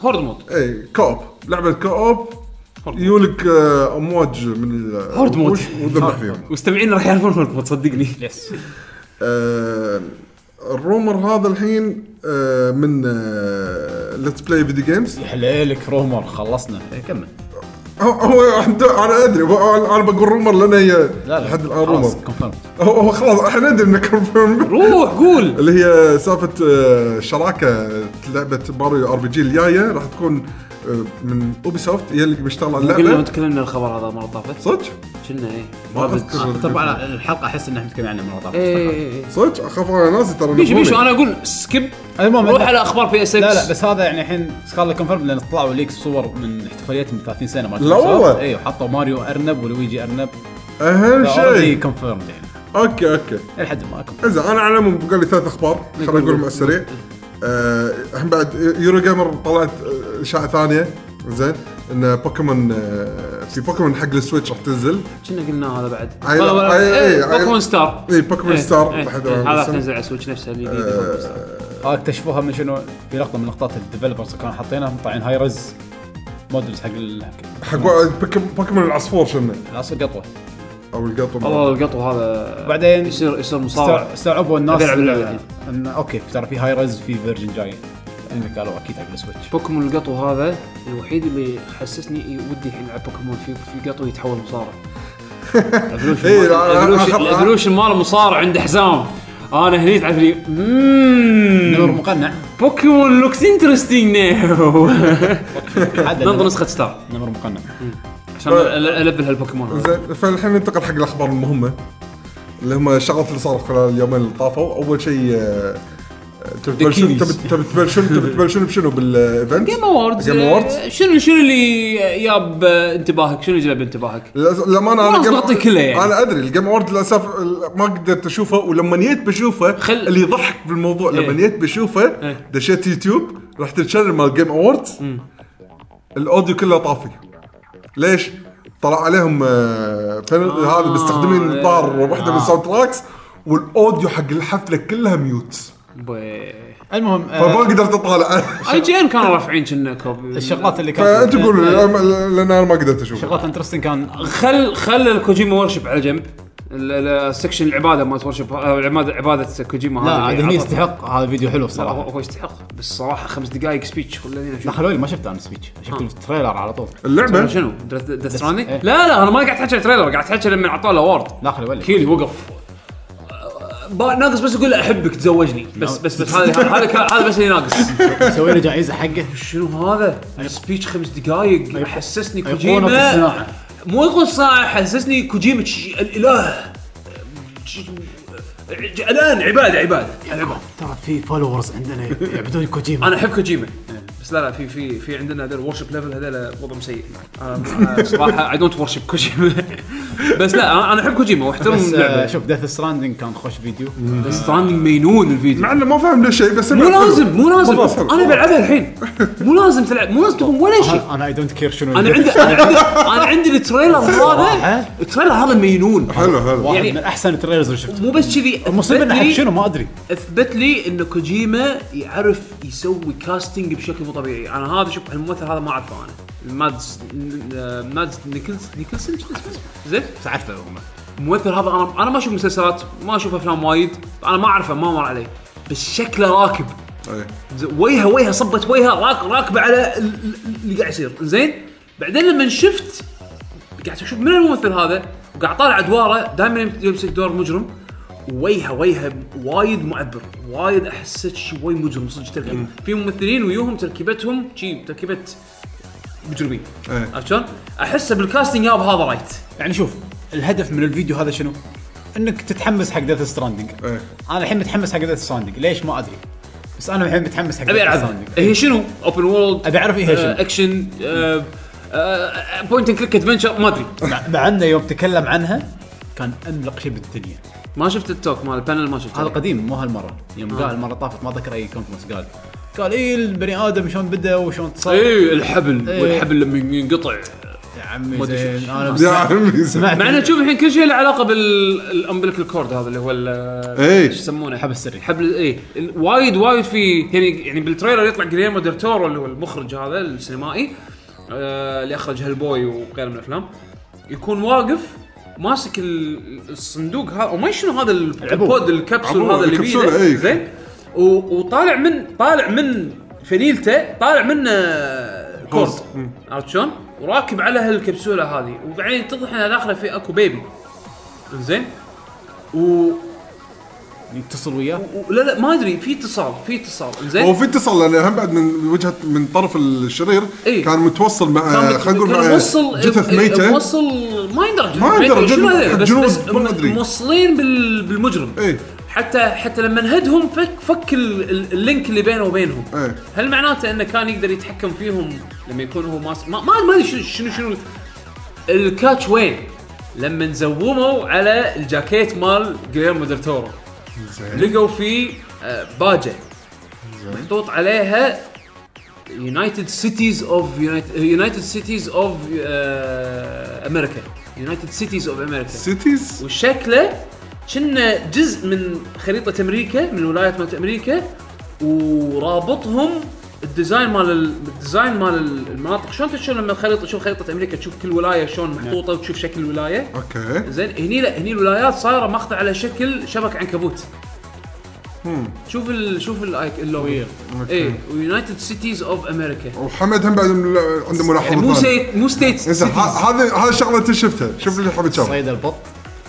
هورد مود
اي كوب لعبه كوب يولك آه، امواج من
هورد مود.
الوحوش وتذبح فيهم
مستمعين راح يعرفون هورد مود صدقني
يس
آه، الرومر هذا الحين آه، من آه، ليتس بلاي فيديو جيمز
حليلك رومر خلصنا إيه، كمل
هو- هو انا ادري هو- انا بقول رومر لان هي
لا لا
لحد الان رومر
كونفيرم
هو هو خلاص احنا ندري انه كونفيرم
روح قول
اللي هي سالفه آه، شراكه لعبه ماريو ار بي جي الجايه راح تكون آه، من اوبي سوفت هي اللي بيشتغل على
قلنا
اللعبه
تكلمنا الخبر هذا المره طافت
صدق
كنا ايه
ما
رابط.
أذكر.
طبعا الحلقه احس ان احنا متكلمين عنها مره طافت
ايه إيه، إيه.
صدق اخاف انا ناسي ترى
بيشو بيشو
نبوني.
انا اقول سكيب
المهم
روح على اخبار بي اس اكس
لا لا بس هذا يعني الحين سكارلا كونفيرم لان طلعوا ليك صور من احتفاليتهم 30 سنه مالت
لا والله.
اي إيه، وحطوا ماريو ارنب ولويجي ارنب
اهم شيء
كونفيرم يعني
اوكي اوكي
لحد ما كونفيرم
زين انا على العموم بقى لي ثلاث اخبار خلينا نقولهم على السريع آه، الحين بعد يورو جيمر طلعت آه، اشاعه ثانيه زين ان بوكيمون آه، في بوكيمون حق السويتش راح تنزل
كنا قلنا هذا بعد
عيل-
ولا- ولا-
عيل-
إيه،
عيل-
بوكيمون ستار
اي بوكيمون
إيه،
ستار
إيه،
لحد
إيه،
الآن
هذا راح
اسم.
تنزل على سويتش نفسها
آه.
الجديده بوكيمون ستار.
اه اكتشفوها من شنو في لقطه من لقطات الديفلوبرز كانوا حاطينها مطلعين هاي رز مودلز حق ال-
حق بوك- بوكيمون العصفور شنو
العصر قطوه
او القطو
والله القطو هذا
وبعدين
يصير يصير
استوع-
مصارع
استوعبوا الناس
أبي ألعب اللعبة
إن- ان اوكي ترى في هاي رز في فيرجن جاي قالوا اكيد حق السويتش
بوكيمون القطو هذا الوحيد اللي حسسني إي ودي الحين العب بوكيمون في في قطو يتحول مصارع الإيفولوشن
إيه،
مال-
أنا- أنا
الإيفولوشن-
خل-
الإيفولوشن ماله مصارع عنده حزام انا هني تعرف لي مم،
نور مقنع
بوكيمون لوكس انترستنج ناو
حد
ننظر نسخه ستار
نمر مقنع
عشان
آه.
أ- البل هالبوكيمون هذا
زين فالحين ننتقل حق الاخبار المهمه اللي هم الشغلات اللي صارت خلال اليومين اللي طافوا اول شيء آه، تبي تبلشون
كينيز.
تبي- تبي تبلشون تبي تبلشون بشنو بالايفنت؟
جيم اووردز
جيم اووردز
Eh, شنو شنو اللي ياب انتباهك شنو جلب انتباهك
للأس- للامانه
والله
انا
أصبغتي كلها يعني.
انا ادري الجيم اوورد للاسف ال- ما قدرت اشوفه ولما جيت بشوفه
خل-
اللي يضحك بالموضوع
إيه.
لما جيت بشوفه
إيه.
دشيت يوتيوب رحت الشانل مال جيم اوورد الاوديو كله طافي ليش؟ طلع عليهم آه، بانل
آه،
هذا مستخدمين طار
إيه.
واحده من الساوند تراكس والاوديو حق الحفله كلها ميوت
المهم آه،
فما قدرت اطالع
اي جي ان كانوا رافعين كنا كوب
الشغلات اللي كانت
فانتم قولوا
إيه.
لأ- لان انا ما قدرت اشوفه
شغلات انترستنج كان
خل خل الكوجيما ورشب على جنب ال- ال- السكشن العباده مالت ورشب آه، العماده عباده كوجيما
لا
هذه
عاد
اللي
هني
عطت-
يستحق هذا فيديو حلو
لا، هو
الصراحه
هو يستحق بس صراحه خمس دقائق سبيتش خلينا
لا
نشوف
خلوني ما شفت انا سبيتش شفت التريلر على طول
اللعبه
شنو ذا ستراندنج؟
إيه.
لا لا انا ما قاعد احكي على تريلر قاعد احكي لما اعطاه الاورد
لا خلي ولي
كيلي وقف با- ناقص بس يقول له احبك تزوجني بس بس بس هذا هذا كان- هذا بس اللي ناقص إيه.
سوي له جائزه حقه
شنو هذا؟ سبيتش خمس دقائق حسسني
يقولون في
كوجيما
الصناعه
مو يقول صح حسسني كوجيما تش- الاله تش- ج- الان عباده عباده العباد
ترى في فولورز عندنا يعبدون كوجيما
انا احب كوجيما يعني، بس لا لا في في في عندنا هذول ورشب ليفل هذول وضعهم سيء أنا- أنا صراحه اي دونت ورشب كوجيما بس لا أنا- انا احب كوجيما واحترم
بس آه،
اللعبه
شوف ديث ستراندنج كان خوش فيديو
ستراندنج مينون الفيديو
مع انه ما فاهم له شيء بس
مو لازم مو
والله حلو.
لازم انا بلعبها الحين مو لازم تلعب مو لازم تقوم ولا شيء
انا انا اي دونت كير شنو
انا عندي انا عندي انا عندي التريلر هذا
صراحة؟
التريلر هذا مينون
حلو حلو
واحد
يعني-
من احسن التريلرز اللي شفته
مو بس كذي
المصيبه
أثبت
انه حق
لي-
شنو ما ادري
اثبت لي ان كوجيما يعرف يسوي كاستنج بشكل مو طبيعي، انا هذا شوف الممثل هذا ما اعرفه انا. مادز ن- مادز نيكلز نيكلسون شو اسمه؟ زين؟
بس عارفه هم
الممثل هذا انا انا ما اشوف مسلسلات، ما اشوف افلام وايد، انا ما اعرفه ما مر علي. بس شكله راكب
إيه.
ز- وجهه وجهه صبت وجهه راك راكبه على ال- ال- اللي قاعد يصير زين بعدين لما شفت قاعد اشوف من الممثل هذا وقاعد طالع ادواره دائما يمسك دور مجرم وجهه وجهه وايد معبر وايد احسه شوي مجرم صدق تركيب في ممثلين ويوهم تركيبتهم شي تركيبه مجرمين
إيه.
عرفت شلون؟ احسه بالكاستنج ياب هذا رايت
يعني شوف الهدف من الفيديو هذا شنو؟ انك تتحمس حق ديث ستراندنج
إيه.
انا الحين متحمس حق ديث ستراندنج ليش ما ادري بس انا الحين متحمس حق
ابي
Death
العب
Stranding.
هي إيه، شنو؟ آه، اوبن وورلد
ابي اعرف ايه هي شنو
أه، اكشن بوينت اند كليك ادفنشر ما ادري
مع- مع انه يوم تكلم عنها كان املق شيء بالدنيا
ما شفت التوك مال البانل ما شفته
هذا قديم مو هالمره
آه.
يوم قال المره طافت ما ذكر اي كونفرنس قال قال اي البني ادم شلون بدا وشلون تصير
اي الحبل
إيه.
والحبل لما ينقطع
يا عمي
ما أدري
زين
شو-
انا
يا عمي
سمعت
مع انه تشوف الحين كل شيء له علاقه بالامبليكال كورد هذا اللي هو ال-
إيه.
شو يسمونه
الحبل السري.
حبل اي ال- وايد وايد في يعني يعني بالتريلر يطلع جريمو ديرتورو اللي هو المخرج هذا السينمائي آه اللي اخرج هالبوي وغيره من الافلام يكون واقف ماسك ال- الصندوق هذا وما شنو هذا ال-
عبوة.
البود الكبسول
عبوة،
هذا اللي بيه
الكبسولة، إيه.
ده،
إي.
زين و- وطالع من طالع من فنيلته طالع منه كورد
قوس. مم.
عرفت شلون؟ وراكب على هالكبسوله هذه وبعدين تضح انها داخله في اكو بيبي زين و...
يتصل وياه
و... لا لا ما ادري في اتصال في اتصال
هو
زين
في اتصال لان هم بعد من وجهه من طرف الشرير
إيه.
كان متوصل مع خلينا نقول مع
موصل إيه،
جثث ميته
موصل ما يندرى جثث
ما يندرى
ميتة، شنو
جن-
هذا؟ بس
جنود،
بس
ما أدري.
موصلين بال... بالمجرم
ايه
حتى حتى لما نهدهم فك فك ال- ال- اللينك اللي بينه وبينهم
إيه.
هل معناته انه كان يقدر يتحكم فيهم لما يكون هو ماس ما ما ما ادري شنو شنو شنو الكاتش وين لما نزوموا على الجاكيت مال جيرمو ديل تورو لقوا فيه آه، باجه محطوط عليها يونايتد سيتيز اوف يونايتد سيتيز اوف امريكا يونايتد سيتيز اوف امريكا
سيتيز
وشكله كنا جزء من خريطة أمريكا من ولايات مالت أمريكا ورابطهم الديزاين مال ال- الديزاين مال ال- المناطق شلون تشوف لما الخريطة تشوف خريطة أمريكا تشوف كل ولاية شلون محطوطة وتشوف شكل الولاية
اوكي
زين هني لا هني الولايات صايرة ماخذة على شكل شبك عنكبوت شوف ال إيه، شوف الايك اللوجو اي ويونايتد سيتيز اوف امريكا
وحمد هم بعد من- عنده ملاحظه
إيه، مو
ثانية.
سيت مو ستيتس
زين ه- هذه هذه الشغله انت شفتها شوف اللي حمد شافه
صيد البط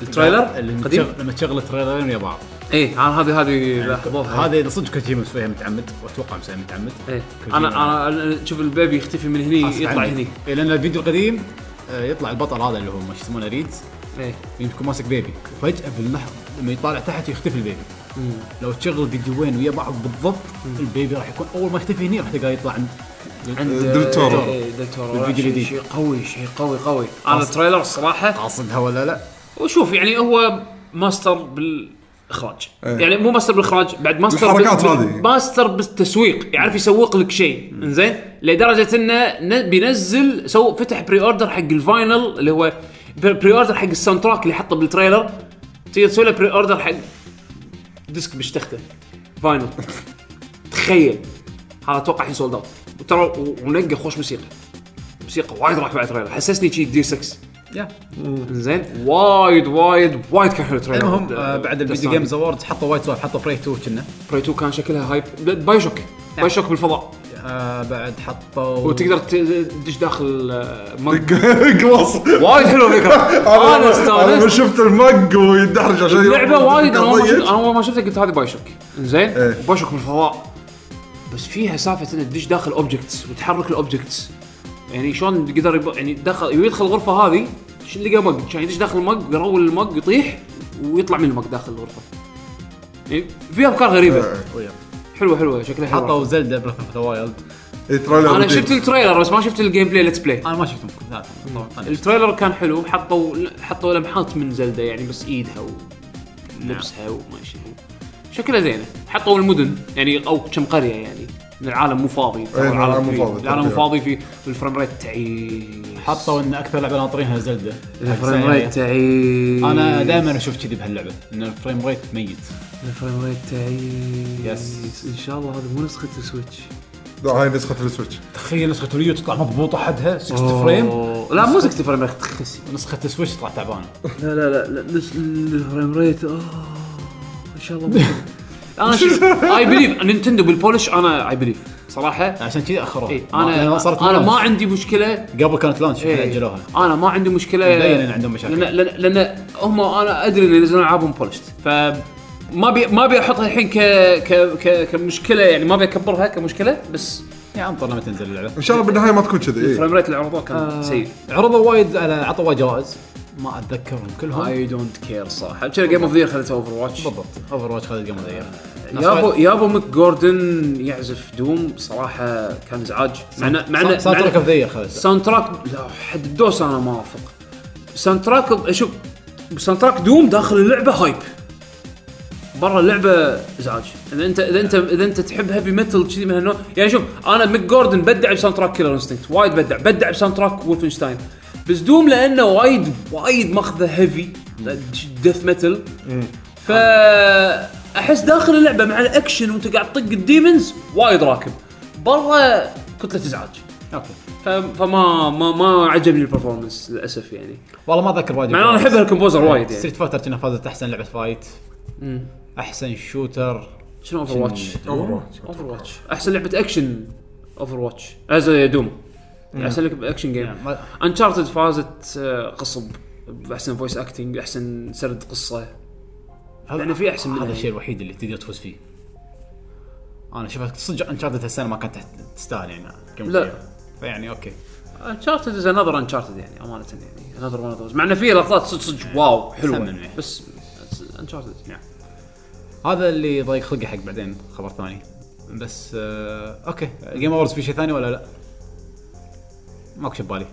التريلر
اللي
قديم
متشغل- يعني لما تشغل التريلرين ويا بعض
اي هذه هذه لاحظوها
هذا اذا صدق كوجيما مسويها متعمد واتوقع مسويها متعمد
ايه انا أنا- انا شوف البيبي يختفي من هني يطلع هني
إيه لان الفيديو القديم آه، يطلع البطل هذا اللي هو ما شو يسمونه ريدز
ايه
يكون ماسك بيبي وفجاه باللحظه لما يطالع تحت يختفي البيبي لو تشغل فيديوين ويا بعض بالضبط البيبي راح يكون اول ما يختفي هني راح تلقاه يطلع عند آه،
عند
دلتورو.
إيه، دلتورو
بالفيديو
شيء-
الجديد.
شيء قوي شيء قوي قوي انا التريلر الصراحه
قاصدها ولا لا
وشوف يعني هو ماستر بالاخراج يعني مو ماستر بالاخراج بعد ماستر
الحركات
بال-
هذه.
ماستر بالتسويق يعرف يسوق لك شيء انزين لدرجه انه ن- بينزل سو فتح بري اوردر حق الفاينل اللي هو بر- بري اوردر حق الساوند تراك اللي حطه بالتريلر تقدر تسوي له بري اوردر حق ديسك بشتخته فاينل تخيل هذا اتوقع الحين سولد اوت وترى و- ونقى خوش موسيقى موسيقى وايد راح مع التريلر حسسني شي دي 6
يا
زين وايد وايد وايد كان حلو التريلر
المهم آه، بعد الفيديو جيمز اووردز حطوا وايد سوالف حطوا فري 2 كنا
براي 2 كان شكلها هايب باي
نعم.
شوك باي شوك بالفضاء
آه، بعد حطوا
وتقدر ت- تدش داخل آه، مج
خلاص
وايد حلو الفكره انا
لما
استانست
شفت المق ويدحرج عشان طيب.
اللعبه وايد انا اول ما شفت-
ضيق.
أنا أول ما شفتها قلت هذه باي شوك زين
إيه.
باي شوك بالفضاء بس فيها سالفه انك تدش داخل اوبجكتس وتحرك الاوبجكتس يعني شلون قدر يب... يعني دخل يدخل الغرفه هذه شو لقى مق كان يدش داخل المق يرول المق يطيح ويطلع من المق داخل الغرفه يعني في افكار غريبه حلوه حلوه شكلها حلو
حطوا زلدا بريث اوف ذا وايلد
إيه، تريلر
انا
جديد.
شفت التريلر بس ما شفت الجيم بلاي ليتس بلاي
انا ما شفتهم كلهم
التريلر كان حلو حطوا حطوا لمحات من زلدة يعني بس ايدها ولبسها وما شنو شكلها زينه حطوا المدن يعني او كم قريه يعني إن العالم مو فاضي
إيه، العالم مو
في-
فاضي،
العالم مو
طبيعي.
فاضي في الفريم ريت تعيس
حطوا ان اكثر لعبه ناطرينها زلدا
الفريم
يعني.
ريت تعيس
انا دائما اشوف كذي بهاللعبه ان الفريم ريت ميت
الفريم ريت تعيس
يس.
ان شاء الله هذا مو نسخه السويتش
لا، هاي نسخه السويتش
تخيل نسخه اليو تطلع مضبوطه حدها 60 فريم
أوه. لا مو 60 فريم ريت خسي
نسخه السويتش تطلع تعبانه
لا لا لا لا نس- الفريم ريت اه ان شاء الله انا شوف اي بليف نينتندو بالبولش انا اي بليف صراحه
عشان كذي اخروها
إيه
ما-
انا
لما صارت
انا ما
launch.
عندي مشكله
قبل كانت لانش
إيه.
اجلوها
انا ما عندي مشكله
مبين إن عندهم مشاكل.
لان لان, لأن هم انا ادري ان ينزلون العابهم بولشت ف ما بي ما ابي احطها الحين ك ك ك كمشكله يعني ما ابي اكبرها كمشكله بس
يا انطر لما تنزل اللعبه
ان شاء الله بالنهايه ما تكون كذي إيه.
الفريم ريت اللي عرضوه كان سيء
عرضوا وايد على عطوا جوائز ما اتذكرهم كلهم
اي دونت كير صراحه كذا جيم اوف ذا خذتها اوفر واتش
بالضبط اوفر واتش خذ القمر ذي
يابو يابو ميك جوردن يعزف دوم صراحه كان ازعاج مع إنه- مع إنه-
ساوند
مع
تراك اوف
إنه-
ذا يير خذ
ساوند تراك لا حد الدوس انا ما اوافق ساوند تراك شوف ساوند تراك دوم داخل اللعبه هايب برا اللعبه ازعاج اذا انت اذا انت اذا انت تحب هيفي ميتال كذي من هالنوع يعني شوف انا ميك جوردن بدع بساوند تراك كيلر انستنكت وايد بدع بدع بساوند تراك وولفنشتاين بس دوم لانه وايد وايد ماخذه هيفي ديث ميتال فاحس داخل اللعبه مع الاكشن وانت قاعد تطق الديمونز وايد راكب برا كتله ازعاج
اوكي
ف- فما ما ما عجبني البرفورمنس للاسف يعني
والله ما اذكر واجد
مع إن انا احب الكومبوزر وايد يعني
ستريت فايتر كنا فازت احسن لعبه فايت
مم.
احسن شوتر
شنو اوفر واتش؟
اوفر واتش
اوفر واتش احسن لعبه اكشن اوفر واتش از دوم احسن لعبه اكشن جيم
يعني ما-
انشارتد فازت آه، قصب باحسن فويس اكتنج احسن سرد قصه
هذا-
يعني في أحسن منها
هذا
يعني.
الشيء الوحيد اللي تقدر تفوز فيه انا شفت صدق انشارتد هالسنه ما كانت تحت- تستاهل يعني كم
لا.
فيها. فيعني اوكي
انشارتد از انذر انشارتد يعني امانه يعني انذر ون اوف ذوز مع انه في لقطات صدق صدق واو
أحسن
حلوه
منه.
بس انشارتد نعم
هذا اللي ضايق خلقي حق بعدين خبر ثاني بس آه اوكي جيم اورز في شيء ثاني ولا لا؟ ماكو شيء ببالي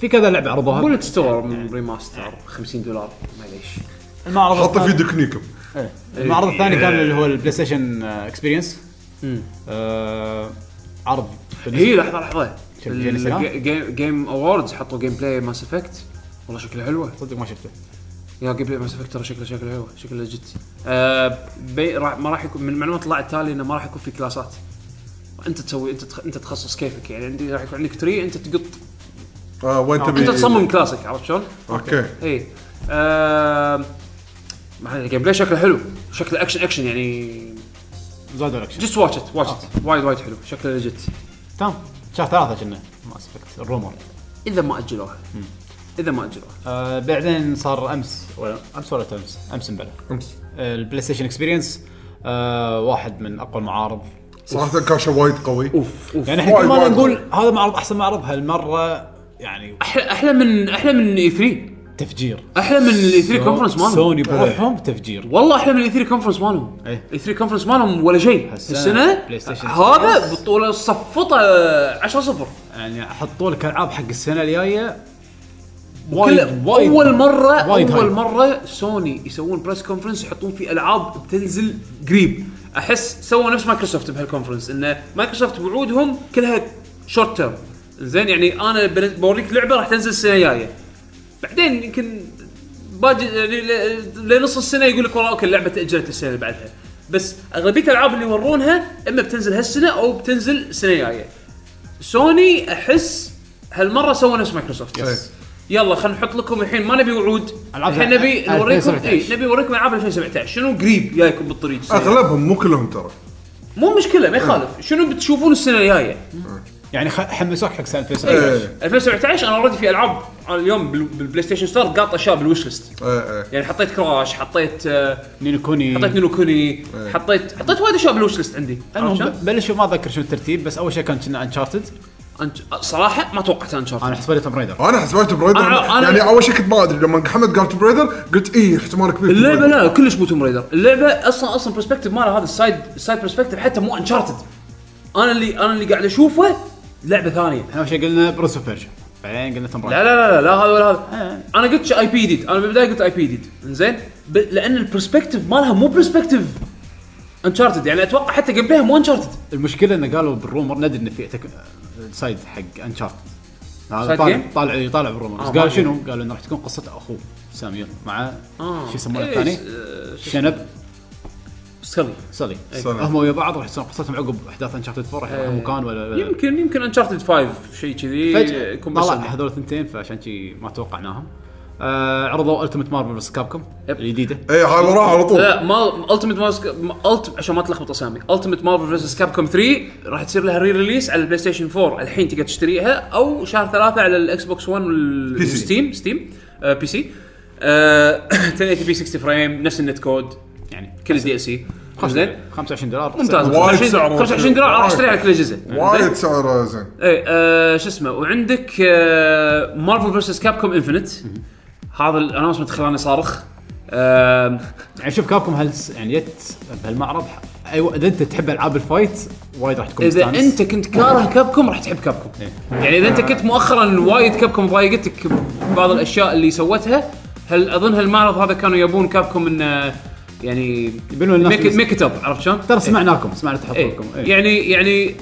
في كذا لعبه عرضوها
بولت ستور من ريماستر 50 دولار معليش
المعرض
حطوا
الثاني-
في دكنيكم
إيه.
المعرض الثاني كان اللي هو آه، البلاي ستيشن اكسبيرينس آه، عرض بالنسبة-
هي لحظه لحظه
شوف جيني سلام.
جيم اووردز حطوا جيم بلاي ماس افكت والله شكلها حلوه
صدق ما شفته
يا جيم بلاي ماس افكت ترى شكلها شكلها حلوه شكلها جت آه بي راح ما راح يكون من المعلومات طلعت تالي انه ما راح يكون في كلاسات انت تسوي انت تخ... انت تخصص كيفك يعني عندي راح يكون عندك تري انت تقط
اه وين
طيب،
تبي
إيه،
انت آه. تصمم كلاسك عرفت شلون؟
اوكي
اي آه... الجيم بلاي شكله حلو شكله اكشن اكشن يعني
زادوا الاكشن
جست واتش ات واتش
آه.
ات وايد وايد حلو شكله ليجت
تمام شهر ثلاثة كنا ما اسفكت الرومر
اذا ما اجلوها اذا ما اجلوها
آه بعدين صار امس ولا امس ولا امس امس امبلا
أمس.
البلاي ستيشن اكسبيرينس آه واحد من اقوى المعارض
صراحه كان شيء وايد قوي
اوف اوف
يعني احنا كل
وايد
ما
وايد
نقول هذا معرض احسن معرض هالمره يعني
احلى احلى من احلى من اي 3
تفجير
احلى من الاي 3 كونفرنس مالهم
سوني بروحهم تفجير
والله احلى من الاي 3 كونفرنس مالهم
إيه.
الاي 3 كونفرنس مالهم ولا شيء
هالسنة
السنه
بلاي ستيشن
هذا
سيريس.
بطوله صفطه 10 0
يعني حطوا لك العاب حق السنه الجايه
كل اول مره
وايد
اول
هايب.
مره سوني يسوون بريس كونفرنس يحطون فيه العاب بتنزل قريب احس سووا نفس مايكروسوفت بهالكونفرنس انه مايكروسوفت وعودهم كلها شورت تيرم زين يعني انا بن- بوريك لعبه راح تنزل السنه الجايه بعدين يمكن باجي ل- ل- لنص السنه يقول لك والله اوكي اللعبه تاجلت للسنه اللي بعدها بس اغلبيه الالعاب اللي يورونها اما بتنزل هالسنه او بتنزل السنه الجايه سوني احس هالمره سووا نفس مايكروسوفت
يس.
يلا خلينا نحط لكم الحين ما نبي وعود
ألعاب
الحين نبي
ألعاب
نوريكم
2017.
اي نبي نوريكم العاب 2017 شنو قريب جايكم بالطريق
اغلبهم مو كلهم ترى
مو مشكله ما يخالف شنو بتشوفون السنه الجايه
يعني خ- حمسوك حق سنه
إيه.
ايه
2017
2017 انا اوريدي في العاب اليوم بال- بالبلاي ستيشن ستور قاط اشياء بالوش ليست
ايه ايه
يعني حطيت كراش حطيت آه،
نينو كوني
حطيت نينو كوني
إيه.
حطيت حطيت وايد اشياء بالوش ليست عندي عرفت
المهم
شلون؟
ب- بلشوا ما اذكر شنو الترتيب بس اول شيء كان كنا انشارتد
أنت- صراحه ما توقعت
انا
انشارتد
حسبت توم رايدر
انا حسبت برايدر
أنا- أنا-
يعني اول شيء كنت ما ادري لما حمد قال برايدر قلت ايه احتمال كبير
اللعبه لا كلش مو توم رايدر اللعبه اصلا اصلا برسبكتيف مالها هذا السايد السايد برسبكتيف حتى مو انشارتد انا اللي انا اللي قاعد اشوفه لعبه ثانيه
احنا اول شيء قلنا بروس اوف بيرجا بعدين قلنا توم رايدر
لا لا لا لا, لا هذا ولا هذا انا قلت اي بي ديد انا بالبدايه قلت اي بي ديد انزين ب- لان البرسبكتيف مالها مو برسبكتيف انشارتد يعني اتوقع حتى جيم بلايها مو انشارتد
المشكله انه قالوا بالرومر ندري انه في أتك... سايد حق انشارتد هذا
سايد
طالع
جيم؟
طالع يطالع بالرومر
آه،
بس
ما
قالوا
أدري.
شنو؟ قالوا انه راح تكون قصه اخوه سامير مع
آه.
شو يسمونه الثاني؟ شنب
سكلي
سالي
إيه.
سالي.
هم ويا بعض راح تصير قصتهم عقب احداث انشارتد 4 راح يروحوا مكان ولا ولا-
يمكن يمكن انشارتد 5 شيء كذي
فجاه
يكون
طلع
بس
هذول الثنتين فعشان شي ما توقعناهم آه عرضوا التمت مارفل بس كابكم
يب.
الجديده
ايه على راح على طول
لا ما التيمت مارفل الت عشان ما تلخبط اسامي التيمت مارفل فيرسس كاب كوم 3 راح تصير لها ري ريليس على البلاي ستيشن 4 الحين تقدر تشتريها او شهر ثلاثة على الاكس بوكس 1
PC.
والستيم ستيم آه، بي سي آه، 1080 بي 60 فريم نفس النت كود
يعني
كل الدي ال سي زين
25 دولار
ممتاز
وايد
25
سعره
25 دولار راح
وايد.
اشتريها على كل اجهزه
وايد سعره زين
اي آه شو اسمه وعندك آه مارفل فيرسس كاب كوم انفنت هذا الانونسمنت خلاني صارخ آه
يعني شوف كابكم هل يعني جت بهالمعرض ايوه اذا انت تحب العاب الفايت وايد راح تكون
اذا
مستانس.
انت كنت كاره كابكم راح تحب كابكم
إيه.
يعني اذا انت كنت مؤخرا وايد كابكم ضايقتك بعض الاشياء اللي سوتها هل اظن هالمعرض هذا كانوا يبون كابكم ان آه، يعني
يبنون الناس
ميك ميك ات اب عرفت شلون؟
ترى سمعناكم سمعنا تحفظكم
إيه. يعني يعني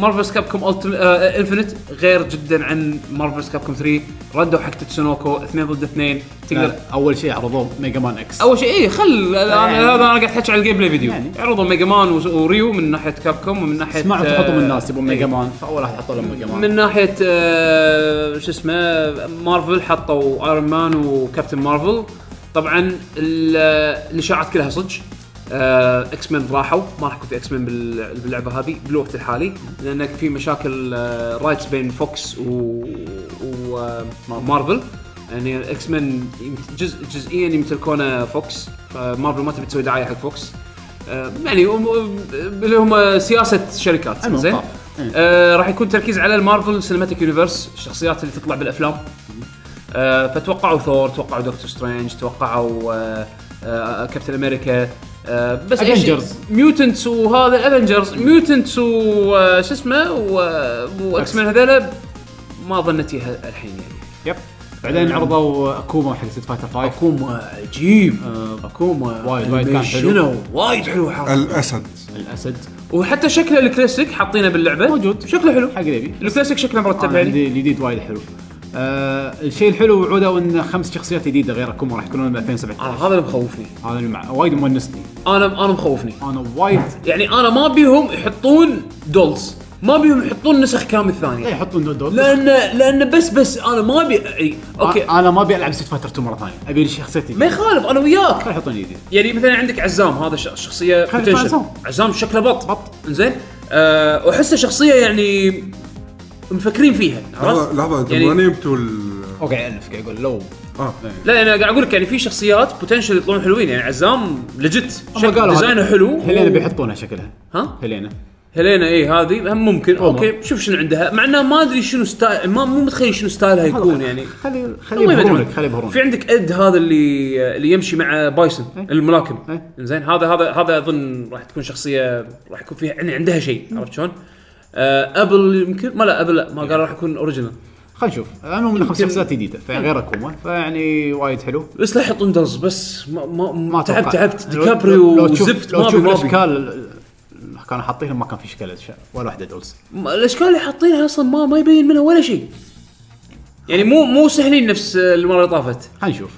مارفلز كاب كوم انفنت آه، غير جدا عن مارفلز كاب كوم 3 ردوا حق تسونوكو اثنين ضد اثنين تقدر
لا، اول شيء عرضوه ميجا مان اكس
اول شيء اي خل هذا
يعني-
انا قاعد احكي على الجيم بلاي فيديو
يعني.
عرضوا ميجا مان وس- وريو من ناحيه كاب كوم ومن ناحيه
سمعوا
آه،
تحطوا من الناس يبون ميجا
إيه.
مان فاول راح يحطوا لهم ميجا مان
من ناحيه آه، شو اسمه مارفل حطوا ايرون مان وكابتن مارفل طبعا ال- الاشاعات كلها صدق اكس مان راحوا ما راح يكون في اكس مان باللعبه هذه بالوقت الحالي لان في مشاكل رايتس بين فوكس ومارفل آه، يعني الاكس مان جزء جزئيا يمتلكونه فوكس فمارفل ما تبي تسوي دعايه حق فوكس آه، يعني هم- اللي هم سياسه شركات
المهم،
زين
طاف.
آه، راح يكون تركيز على المارفل سينماتيك يونيفرس الشخصيات اللي تطلع بالافلام آه، فتوقعوا ثور توقعوا دكتور سترينج توقعوا آه، آه، كابتن امريكا آه، بس
Avengers.
ميوتنتس وهذا افنجرز ميوتنتس وش آه، اسمه و- واكس مان هذول ما ظنتي ه- الحين يعني
يب بعدين عرضوا اكوما حق ست فايتر 5
كوما عجيب كوما
وايد- وايد كان حلو.
وايد حلو حرام.
الاسد
الاسد
وحتى شكله الكلاسيك حاطينه باللعبه
موجود.
شكله حلو
حق ليبي
الكلاسيك شكله مرتب
انا
يعني
عندي الجديد وايد حلو آه الشيء الحلو وعودوا ان خمس شخصيات جديده غير اكوما راح يكونون ب 2017
آه هذا اللي مخوفني
هذا اللي مع- وايد مونسني
انا انا مخوفني
انا وايد
يعني انا ما بيهم يحطون دولز ما بيهم يحطون نسخ كامل
لا
ثانيه
يحطون دول دول
لان لان بس بس انا ما ابي أي- اوكي
انا ما ابي العب ست فايتر 2 مره ثانيه ابي شخصيتي
ما يخالف انا وياك
خلينا يحطون جديد
يعني مثلا عندك عزام هذا ش- شخصيه
خلي
potential.
عزام.
عزام شكله بط بط زين أه واحسه شخصيه يعني مفكرين فيها
لحظه لحظه انتم
يعني-
وين جبتوا ال
اوكي يالف قاعد يقول لو
اه
لا انا قاعد اقول لك يعني في شخصيات بوتنشل يطلعون حلوين يعني عزام لجت شكل
قالوا
ديزاينه
هذا-
حلو
هلينا
و-
بيحطونها شكلها
ها
هلينا
هلينا اي هذه هم ممكن اوكي شوف شنو عندها مع انها ما ادري شنو ستايل ما مو متخيل شنو ستايلها يكون يعني
خلي خلي
الله يبارك
يبهرونك
لك.
خلي يبهرونك
في عندك اد هذا اللي اللي يمشي مع بايسون الملاكم
إيه.
زين هذا هذا هذا اظن راح تكون شخصيه راح يكون فيها يعني عندها شيء
إيه.
عرفت شلون؟ آه ابل يمكن ما لا ابل لا ما قال راح يكون اوريجينال
خلينا نشوف المهم انه خمس شخصيات جديده فغير اكوما فيعني وايد حلو
بس لا يحطون دلز بس ما ما, ما تعبت
أتوقع.
تعبت
لو-
ديكابريو
لو تشوف-
وزفت
لو
ما أبي-
تشوف
ما أبي.
الاشكال اللي كانوا حاطينهم ما كان في اشكال أشياء، ولا واحده دولز
ما- الاشكال اللي حاطينها اصلا ما ما يبين منها ولا شيء يعني مو مو سهلين نفس آه، المره اللي طافت
خلينا نشوف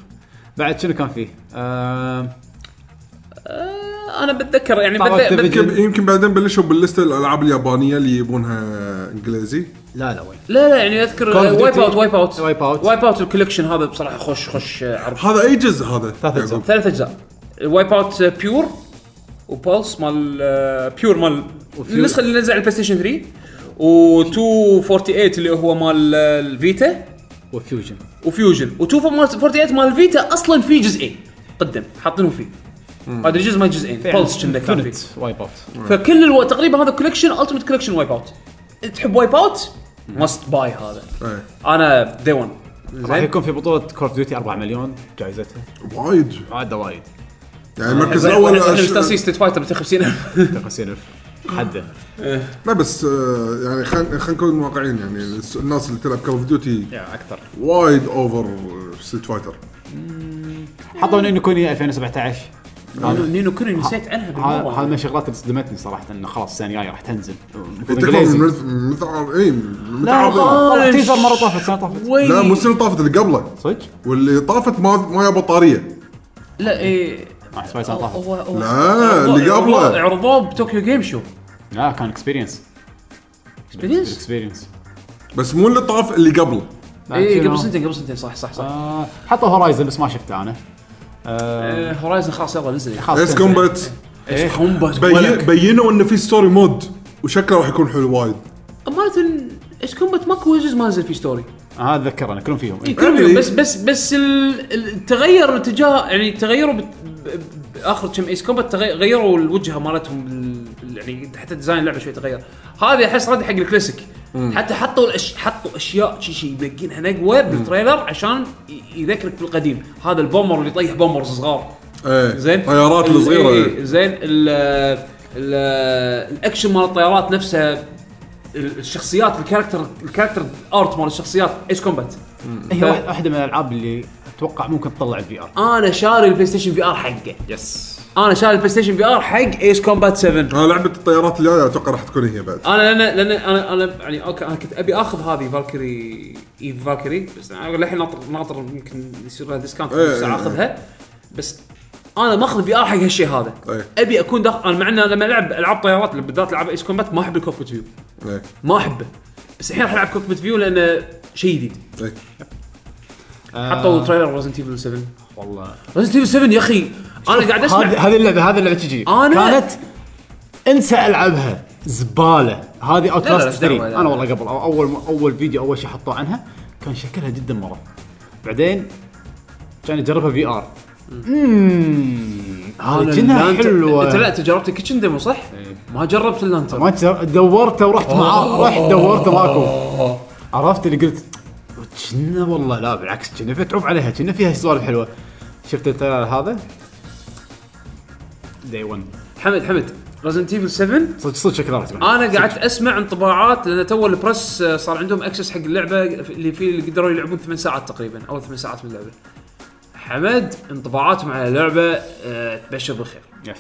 بعد شنو كان فيه؟ آه
آه، انا بتذكر يعني
طبعاً
بتذ-
تبي-
بتذكر
يمكن يمكن بعدين بلشوا باللسته الالعاب اليابانيه اللي يبونها انجليزي
لا لا وين
لا لا يعني اذكر
Call of Duty.
وايب اوت وايب اوت
Wipe Out.
وايب اوت الكوليكشن هذا بصراحه خوش خوش آه، عرض
هذا اي جزء هذا؟
ثلاث أجزاء.
يعقوب؟
ثلاث آه، اجزاء وايب اوت بيور وبولس مال آه، بيور مال النسخه اللي نزل على البلاي ستيشن 3 و 248 اللي هو مال آه، الفيتا
وفيوجن
وفيوجن و248 مال الفيتا اصلا في جزئين قدم حاطينهم فيه ما ادري جزء ما جزئين بولس كنا كان فيه
فنت وايب اوت
فكل الو... تقريبا هذا كوليكشن التيمت كوليكشن وايب اوت تحب وايب اوت ماست باي هذا
إيه.
انا دي 1
راح
زين
يكون في بطوله كول اوف ديوتي 4 مليون جائزتها
وايد
عاده وايد
يعني المركز الاول
احنا
أش-
مستانسين ستيت فايتر ب 50000
تقريبا حده
لا بس آه، يعني خلينا خلينا نكون واقعيين يعني الس- الناس اللي تلعب كول اوف ديوتي
يا اكثر
وايد اوفر ستريت فايتر
حطوا انه كوني 2017
نينو كوني نسيت عنها
هذا هذا من
بالمره
الشغلات اللي صدمتني صراحه انه خلاص السنه الجايه راح تنزل المفروض
تكفى
إنجليزي.
من- من- متعار اي
لا
متعار
طلع تيزر مره طافت السنه طافت
وي
إيه، لا مو السنه اللي طافت اللي قبله
صدق؟ آه،
واللي طافت ما ما يا بطاريه
لا ايه
مع سبايس أنا طافت
هو هو-
لا،
عرضوه-
اللي قبله.
عرضوه- عرضوه بطوكيو جيم شو
لا كان اكسبيرينس
اكسبيرينس
اكسبيرينس
بس مو اللي طاف اللي قبله
اي إيه، قبل سنتين قبل سنتين صح صح صح
آه، حطوا هورايزن بس ما شفته انا آه،
آه، هورايزن خلاص يلا نزل
خلاص
اس
تنزل.
كومبات
إيه.
ايش كومبات
بي-
ولك.
بينوا انه في ستوري مود وشكله راح يكون حلو وايد
امانه ايش كومبات ماكو جزء ما نزل فيه ستوري
آه، اتذكر انا كلهم فيهم إيه.
كل
أدري.
يوم بس بس بس ال- ال- تغير اتجاه يعني تغيروا بت- ب- باخر كم ايس كومبات تغي- غيروا الوجهه مالتهم بال- بال- يعني حتى ديزاين اللعبه شوي تغير هذه احس رد حق الكلاسيك حتى حطوا الأش... حطوا اشياء شي شي يبقينها نقوه بالتريلر عشان ي- يذكرك بالقديم هذا البومر اللي يطيح بومرز صغار
ايه
زين
طيارات
ال- إيه،
الصغيره
إيه، زين ال ال الاكشن مال الطيارات نفسها ال- الشخصيات الكاركتر الكاركتر ارت مال الشخصيات ايس كومبات
هي واحد- واحده من الالعاب اللي اتوقع ممكن تطلع الفي ار
انا شاري البلاي ستيشن في ار حقه
يس
انا شاري البلاي ستيشن في ار حق ايس كومبات 7
آه لعبه الطيارات الجايه اتوقع راح تكون هي بعد
انا لان لان انا انا يعني اوكي انا كنت ابي اخذ هذه فالكري ايف فالكري بس انا للحين ناطر ناطر يمكن يصير لها ديسكاونت
إيه،
بس
إيه،
اخذها بس انا ماخذ في ار حق هالشيء هذا
إيه.
ابي اكون داخل انا مع إن أنا لما العب العاب طيارات بالذات العاب ايس كومبات ما احب الكوكبيت فيو
إيه،
ما احبه بس الحين راح العب كوكبيت فيو لانه شيء جديد
إيه.
حطوا تريلر ريزنت ايفل 7
والله
ريزنت ايفل 7 يا اخي انا قاعد آه، نعم.
هذه
اسمع
هذه اللعبه هذه اللعبه تجي
أنا-
كانت انسى العبها زباله هذه
لا، لا،
اوتلاست
إيش دعوة،
3
لا، لا.
انا والله قبل أو- اول اول فيديو اول شيء حطوه عنها كان شكلها جدا مرض بعدين كان يجربها في ار اممم
أنا
هذه جنها
اللانتر-
حلوه
انت لا انت جربت الكيتشن ديمو صح؟ ما جربت اللانتر
ما تر- دورته ورحت مع رحت دورته ماكو عرفت اللي قلت كنا والله لا بالعكس كنا متعوب عليها كنا فيها سوالف حلوه شفت التريلر هذا دي 1
حمد حمد ريزنت ايفل 7
صدق صدق شكلها راح تكون
انا قعدت اسمع انطباعات لان تو البرس آه، صار عندهم اكسس حق اللعبه اللي فيه اللي قدروا يلعبون ثمان ساعات تقريبا او ثمان ساعات من اللعبه. حمد انطباعاتهم على اللعبه آه، تبشر بالخير.
يس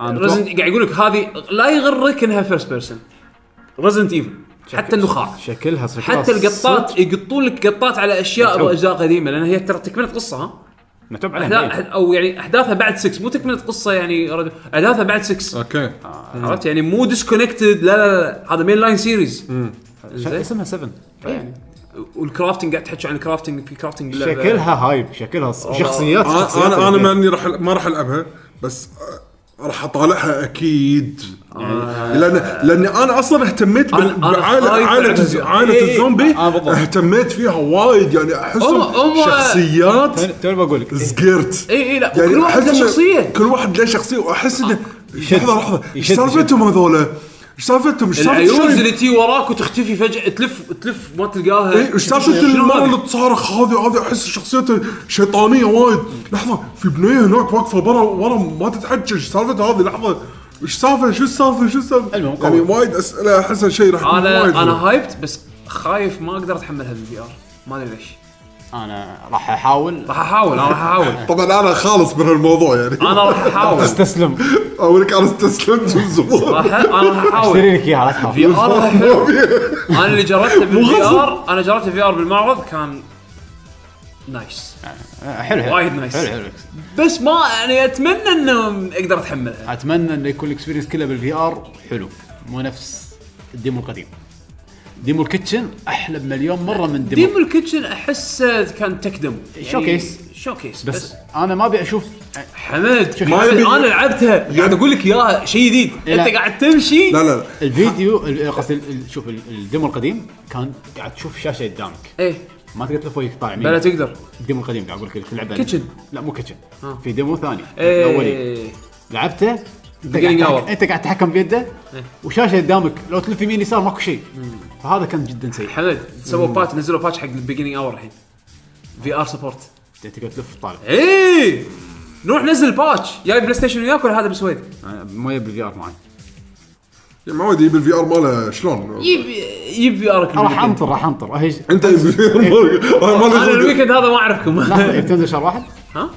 انا
رزنت
متوقع-
قاعد يقول لك هذه لا يغرك انها فيرست بيرسون. رزنت ايفل حتى النخاع
شكلها شكلها
حتى
صدق
القطات يقطون لك قطات على اشياء واجزاء قديمه لان هي ترى تكمله قصه ها
متعوب
أحداث
عليها
او يعني احداثها بعد 6 مو تكمله قصه يعني رد- احداثها بعد 6
اوكي
عرفت يعني مو ديسكونكتد لا لا لا هذا مين لاين سيريز
شكلها اسمها 7 يعني
والكرافتنج قاعد تحكي عن الكرافتنج في كرافتنج باللعبة.
شكلها هايب شكلها ص- شخصيات
انا
شخصيات
انا, آه، أنا
اللي-
ما اني راح ما راح العبها بس آه، راح اطالعها اكيد لان لاني انا اصلا اهتميت
آه. أنا-
بال-
أنا
بعائله
خايف
عائله
ألعبها
الز-
فيها.
عائله
إيه، إيه.
الزومبي
آه، بالضبط.
اهتميت فيها وايد يعني
هم- هم-
احسهم شخصيات
إيه،
توني- توني بقول لك
زقرت يعني
إي إي إيه، لا، وكل واحد
أحس
له
إنه-
شخصية. آه.
كل واحد له شخصيه واحس انه لحظه لحظه ايش
يشد-
سالفتهم هذولا؟ ايش سالفتهم؟ ايش
العيون اللي
سالفتهم؟
تي وراك وتختفي فجاه تلف تلف ما تلقاها
ايش سالفه
شنو
المره
هذه؟
اللي تصارخ هذه هذه احس شخصيته شيطانيه وايد لحظه في بنيه هناك واقفه برا ورا ما تتحكى ايش سالفتها هذه لحظه ايش سالفه شو السالفه شو السالفه
المهم قوي.
يعني وايد اسئله احسها شيء راح يكون وايد
انا انا
حلو.
هايبت بس خايف ما اقدر اتحملها بالفي ار ما ادري ليش
انا راح احاول
راح احاول انا راح احاول
طبعا انا خالص من هالموضوع يعني
انا راح احاول
استسلم
اقول لك انا استسلمت من زمان
راح انا راح احاول
اشتري لك اياها لا تخاف
في ار راح حلو انا اللي جربته بالفي ار انا جربته في ار بالمعرض كان نايس
آه، حلو حلو
وايد نايس.
حلو حلو
بس ما يعني اتمنى انه اقدر اتحملها
اتمنى انه يكون الاكسبيرينس كله بالفي ار حلو مو نفس الديمو القديم ديمو الكيتشن احلى بمليون مره من ديمو,
ديمو الكيتشن احسه كان تك ديمو يعني
شوكيس.
شوكيس
بس,
بس
انا ما ابي اشوف
حمد
ما
حمد،
يبي-
انا لعبتها قاعد اقول لك اياها شيء جديد
لا.
انت قاعد تمشي
لا لا لا
الفيديو ال- قصدي ال- شوف ال- الديمو القديم كان قاعد تشوف شاشه قدامك
ايه
ما تقدر تلف وجهك طالع
بلا
يمين
تقدر
الديمو القديم قاعد اقول لك في اللعبه
كيتشن.
لا مو كيتشن
آه.
في ديمو ثاني اولي
ايه
لعبته انت قاعد
Beginning hour. إيه.
تحكم- انت قاعد تتحكم بيده وشاشه قدامك لو تلف يمين يسار ماكو شيء فهذا كان جدا سيء
حمد سووا باتش نزلوا باتش حق البيجنينج اور الحين في ار سبورت
يعني تقدر تلف طالع
ايه نروح نزل باتش جاي بلاي ستيشن وياك ولا هذا بالسويد؟
أنا ما يبي الفي ار معي
يعني ما ودي يجيب الفي ار ماله شلون؟
يب يب في ار
راح انطر راح انطر هي
انت الفي ار ماله ماله
انا
خلق.
الويكند هذا ما اعرفكم
لحظه طيب، تنزل شهر واحد
ها؟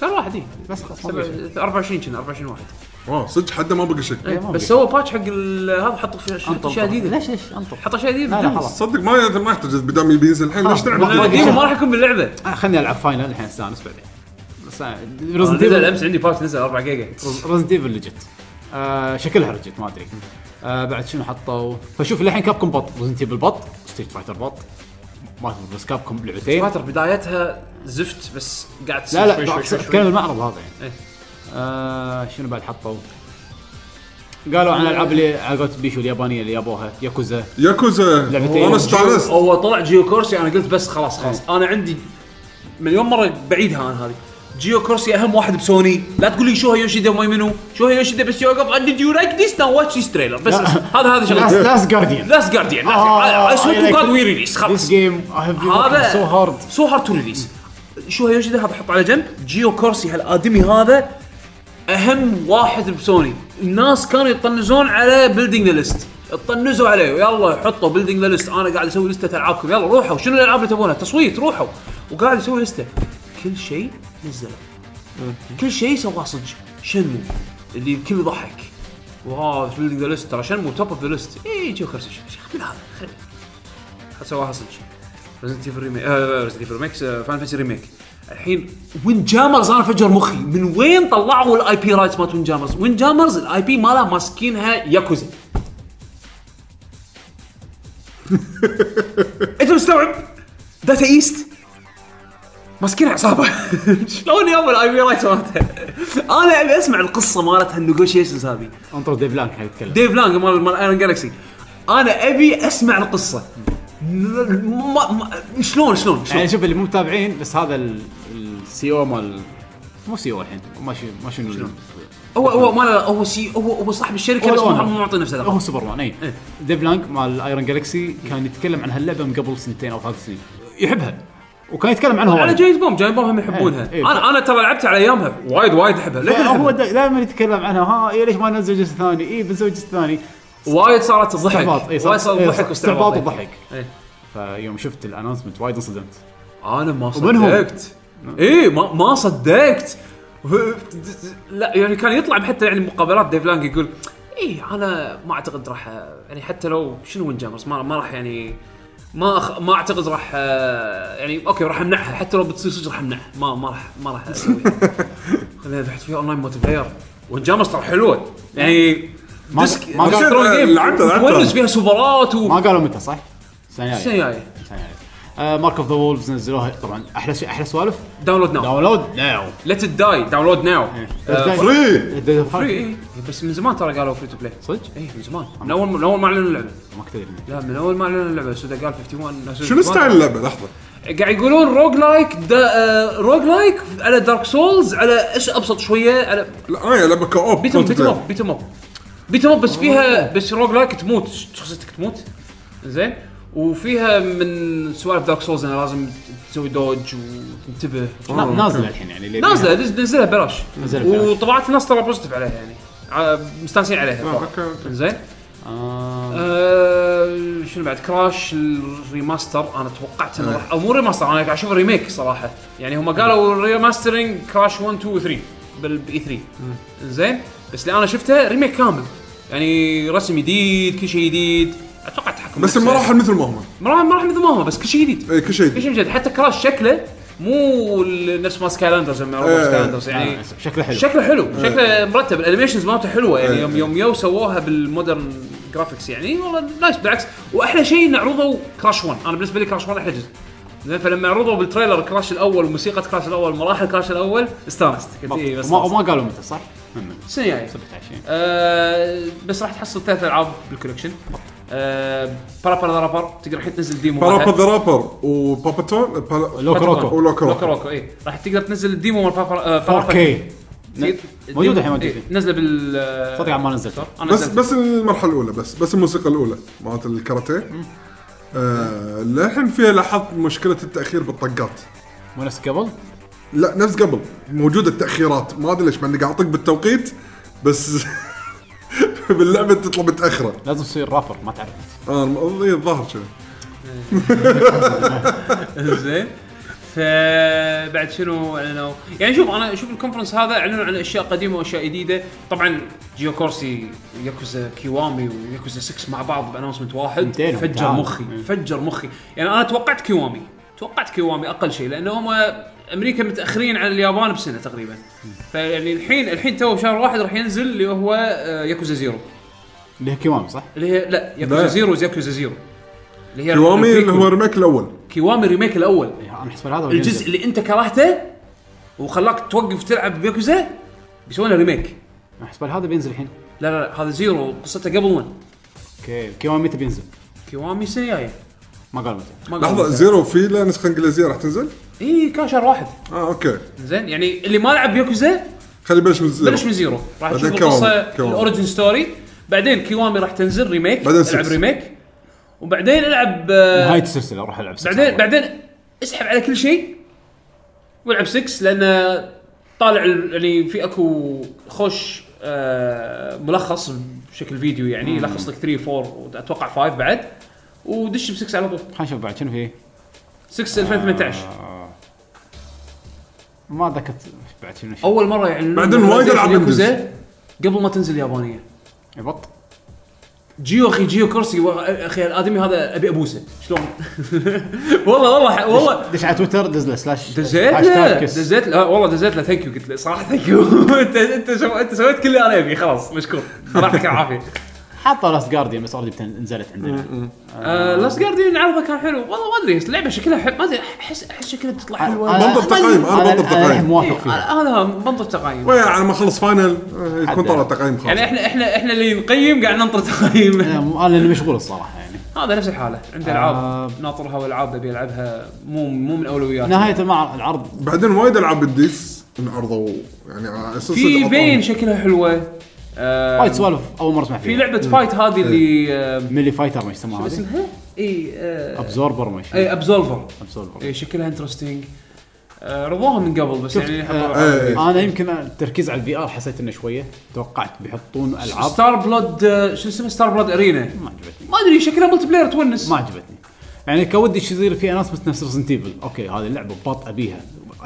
شهر واحد اي
بس خلاص ما في شيء.
سبعة- 24 كنا 24 واحد
اه صدق حد ما بقى شيء
إيه،
ما
بس
في.
سووا باتش حق ال- هذا حطوا فيه حطوا اشياء جديده
ليش ليش انطر
حطوا اشياء جديده
لا لا
بالديمو.
خلاص
صدق ما يعني ما يحتاج بدام يبي ينزل الحين ليش
آه.
لأن
نلعب
الديمو ما راح يكون باللعبه
آه، خليني العب فاينل الحين استانس بعدين بس آه،
آه،
رزنت
نزل
ايفل
امس عندي باتش نزل 4 جيجا
رزنت ايفل لجت آه، شكلها رجت ما ادري آه، بعد شنو حطوا فشوف للحين كابكم بط رزنت ايفل بط ستريت فايتر بط ما تضبط، بس كابكم لعبتين
فاتر بدايتها زفت بس قاعد تصير
لا لا
شوي شوي شوي شوي.
اتكلم المعرض هذا
إيه.
يعني آه، شنو بعد حطوا قالوا عن الالعاب اللي على قولت بيشو اليابانيه اللي جابوها ياكوزا
ياكوزا
لعبتين.
انا استانست
هو طلع جيو كورسي انا قلت بس
إيه.
خلاص خلاص انا عندي مليون مره بعيدها انا هذه جيو كورسي اهم واحد بسوني لا تقول لي شو هي يوشيدا وما منو شو هي يوشيدا بس يوقف did you like this now watch this trailer بس بس. هذا هذا
لاست
شغلتي
لاست جارديان
لاست جارديان
آه،
اي سويت
I like
تو جاد
it.
وي ريليس
This
خلاص
game I have been working
هذا
so hard
سو هارد تو ريليس شو هي يوشيدا هذا حط على جنب جيو كورسي هالادمي هذا اهم واحد بسوني الناس كانوا يطنزون على بيلدينج ذا ليست طنزوا عليه يلا حطوا بيلدينج ذا ليست انا قاعد اسوي لسته العابكم يلا روحوا شنو الالعاب اللي تبونها تصويت روحوا وقاعد يسوي لسته كل شيء نزله كل شيء سواه صدق شنو اللي الكل يضحك واو بيلدينج ذا ليست ترى شنو توب اوف ذا ليست اي جوكر إيه، شو من هذا خل سواها صدق ريزنت ايفل ريميك ريزنت ايفل ريميك فان فانتسي ريميك الحين وين جامرز انا فجر مخي من وين طلعوا الاي بي رايتس مالت وين جامرز؟ وين جامرز الاي بي مالها ماسكينها ياكوزا انت مستوعب؟ داتا ايست ماسكين عصابه شلون يابا الاي بي رايتس مالتها؟ انا ابي اسمع القصه مالتها النيغوشيشنز هذه
انطر ديف لانك حيتكلم
ديف لانج مال مال ايرون جالكسي انا ابي اسمع القصه ما ما شلون شلون شلون
يعني شوف اللي مو متابعين بس هذا السي او مال مو سي او الحين ما شو ما شنو
هو هو ما هو سي هو هو صاحب الشركه
هو
بس مو
الأونر.
مو معطي نفسه
هو سوبرمان اي ديف لانج مال ايرون جالكسي كان يتكلم عن هاللعبه من قبل سنتين او ثلاث سنين يحبها وكان يتكلم عنها
على
وايد.
جايد بوم جايد بوم هم يحبونها
إيه.
انا انا ترى لعبتها على ايامها وايد وايد احبها للحين
هو
أحبها.
دائما يتكلم عنها ها إيه ليش ما ننزل جزء ثاني؟ اي بنسوي جزء ثاني إيه،
وايد صارت الضحك
استعباط اي
وايد صار الضحك واستعباط
استعباط وضحك
إيه.
فيوم شفت الانونسمنت وايد انصدمت
انا ما
ومن هو؟
صدقت اي ما ما صدقت لا يعني كان يطلع حتى يعني مقابلات ديف لانج يقول اي انا ما اعتقد راح يعني حتى لو شنو وين جامرز ما, ما راح يعني ما أخ... ما اعتقد راح آه، يعني اوكي راح امنعها حتى لو بتصير صدق راح امنعها ما ما راح ما راح اسويها خلينا بحث فيها اونلاين موتي بلاير وين جامرز ترى حلوه يعني
ما-
ديسك
ما قال-
strong game.
لعبتها- لعبتها.
تونس فيها سوبرات و
ما قالوا متى صح؟ السنه
شنو
الجاية.
جاي؟
السنه الجاية مارك اوف ذا وولفز نزلوها طبعا احلى شيء احلى سوالف
داونلود ناو
داونلود ناو
ليت داي داونلود ناو
آه،
فري
فري إيه. بس من زمان ترى قالوا فري تو بلاي
صدق؟
اي إيه، من زمان من اول من اول ما اعلنوا اللعبه
ما كنت ادري
لا من اول ما اعلنوا اللعبه سودا قال 51 ناس
شنو
51.
ستايل اللعبه لحظه
قاعد يقولون روج لايك دا آه روج لايك على دارك سولز على ايش ابسط شويه على
لا آه، يعني هي لعبه كاوب
بيتم
multiplayer.
بيتم اب بيتم اب بيتم اب بس فيها بس روج لايك تموت شخصيتك تموت زين وفيها من سوالف دارك سولز انه لازم تسوي دوج وتنتبه
نازله الحين يعني اللي-
نازله نزلها ببلاش
نزلها ببلاش.
وطبعت الناس ترى بوزيتيف عليها يعني ع- مستانسين عليها
آه، اوكي اوكي
زين
آه،
آه شنو بعد كراش الريماستر انا توقعت انه
آه.
راح او مو ريماستر انا قاعد اشوف الريميك صراحه يعني هم قالوا ريماسترنج كراش 1 2 و 3 بالاي 3 E زين بس اللي انا شفته ريميك كامل يعني رسم جديد كل شيء جديد اتوقع تحكم
بس المراحل مثل ما إيه، هم
مراحل مراحل مثل ما هم بس كل شيء جديد
اي كل شيء
كل
جديد.
شيء جديد حتى كراش شكله مو ال- نفس ما سكالاندرز لما
إيه.
روبوت سكالاندرز يعني
شكله آه، حلو
شكله حلو شكله مرتب الانيميشنز مالته حلوه يعني
إيه.
يوم يوم يو سووها بالمودرن جرافيكس يعني والله نايس بالعكس واحلى شيء انه عرضوا كراش 1 انا بالنسبه لي كراش 1 احلى جزء زين فلما عرضوا بالتريلر كراش الاول وموسيقى كراش الاول مراحل كراش الاول استانست قلت اي إيه، بس
وما وما قالوا متى صح؟
السنه الجاية.
17
آه، بس راح تحصل ثلاث آه، العاب بالكولكشن بارابر ذا رابر تقدر الحين تنزل ديمو
بارابا
مالها.
ذا رابر وباباتون بال-
لوكو روكو
ولوكو روكو.
لوكو روكو اي راح تقدر تنزل الديمو مال بارابر
4K موجود الحين موجود.
نازله إيه. بال
صدق عاد ما نزلته
أنا
بس
نزلت.
بس المرحله الاولى بس بس الموسيقى الاولى مالت الكاراتيه آه، للحين فيها لاحظت مشكله التاخير بالطقات
مو نفس قبل؟
لا نفس قبل موجوده التاخيرات ما ادري ليش مع اني قاعد اطق بالتوقيت بس باللعبه تطلع متاخره
لازم تصير رابر ما تعرف
اه الم- إيه، الظاهر كذا
زين فبعد شنو اعلنوا يعني شوف انا اشوف الكونفرنس هذا اعلنوا عن اشياء قديمه واشياء جديده طبعا جيو كورسي ياكوزا كيوامي وياكوزا 6 مع بعض بانونسمنت واحد
ممتين
فجر
وممتاز.
مخي فجر مخي يعني انا توقعت كيوامي توقعت كيوامي اقل شيء آه، لان هم امريكا متاخرين على اليابان بسنه تقريبا فيعني الحين الحين تو بشهر واحد راح ينزل اللي هو آه، ياكوزا زيرو
اللي هي كيوامي صح؟
اللي هي لا ياكوزا
لا.
زيرو ياكوزا زيرو اللي هي
كيوامي
الريميك-
اللي هو الريميك الاول
كيوامي الريميك الاول
إيه، انا احسب هذا
الجزء اللي انت كرهته وخلاك توقف تلعب بياكوزا بيسوون له ريميك
احسب هذا بينزل الحين
لا لا لا هذا زيرو قصته قبل وين
اوكي كيوامي متى بينزل؟
كيوامي السنه الجايه
ما قالوا متى
ما
لحظه
قالوا.
زيرو في له نسخه انجليزيه راح تنزل؟
اي كان شهر واحد
اه اوكي
زين يعني اللي ما لعب بياكوزا
خلي بلش من زيرو
بلش من زيرو راح
بعدين
تشوف القصه
كيوامي. كيوامي.
الاوريجن ستوري بعدين كيوامي راح تنزل ريميك
بعدين
العب
سيكس.
ريميك وبعدين العب آه،
نهايه السلسله اروح العب سلسلة.
بعدين بعدين اسحب على كل شيء والعب 6 لان طالع ال- يعني في اكو خوش آه، ملخص بشكل فيديو يعني يلخص لك 3 4 واتوقع 5 بعد ودش ب 6 على طول
آه.
خلينا نشوف بعد شنو فيه
6 2018
ما ذكرت بعد شنو شنو
اول مره يعني
بعدين وايد ألعاب
ياكوزا قبل ما تنزل اليابانيه
إيه، بط
جيو اخي جيو كرسي و- اخي الادمي هذا ابي ابوسه شلون؟ والله والله ح- والله
دش على تويتر دز له سلاش
دزيت له
هاشتاج كس.
دزيت له آه، والله دزيت له ثانك يو قلت له صراحه ثانك يو انت انت شو... انت سويت كل اللي انا ابي خلاص مشكور راحتك العافيه
حاطه لاست جارديان بس اوريدي نزلت عندنا
لاست جارديان عرضه كان حلو والله ما ادري اللعبه شكلها حلو ما ادري احس احس شكلها تطلع إيه، حلوه
منطق تقييم انا منطق
انا أنا الحين
تقييم
موافق فيها
هذا منطق تقييم
ويا على ما اخلص فاينل آه،
حد
يكون طلع تقييم
يعني
خلاص
احنا احنا احنا اللي نقيم قاعد ننطر تقييم
أنا م- انا اللي مشغول الصراحه يعني
هذا نفس الحاله
آه.
عندي العاب ناطرها والعاب ابي العبها مو مو من اولوياتي
نهايه المع-
أه.
العرض
بعدين وايد العاب الديس انعرضوا يعني على اساس
في
الأطعم.
بين شكلها حلوه آه،
وايد سوالف اول مره اسمع
في
فيها
لعبه فايت هذه اللي آه،
ميلي فايتر ما يسموها إيه. هذه
اسمها اي آه،
ابزوربر ما يسموها
اي ابزولفر
ابزوربر
اي إيه، شكلها انترستنج رضوها من قبل بس يعني حطوا
إيه،
آه،
ألعاب.
انا يمكن التركيز على الفي ار حسيت انه شويه توقعت بيحطون العاب
ستار بلود آه، شو اسمه ستار بلود ارينا
ما عجبتني
ما ادري شكلها ملتي بلاير تونس
ما عجبتني يعني كودي شي يصير في اناس بس نفس ريزنت ايفل اوكي هذه اللعبه بطء ابيها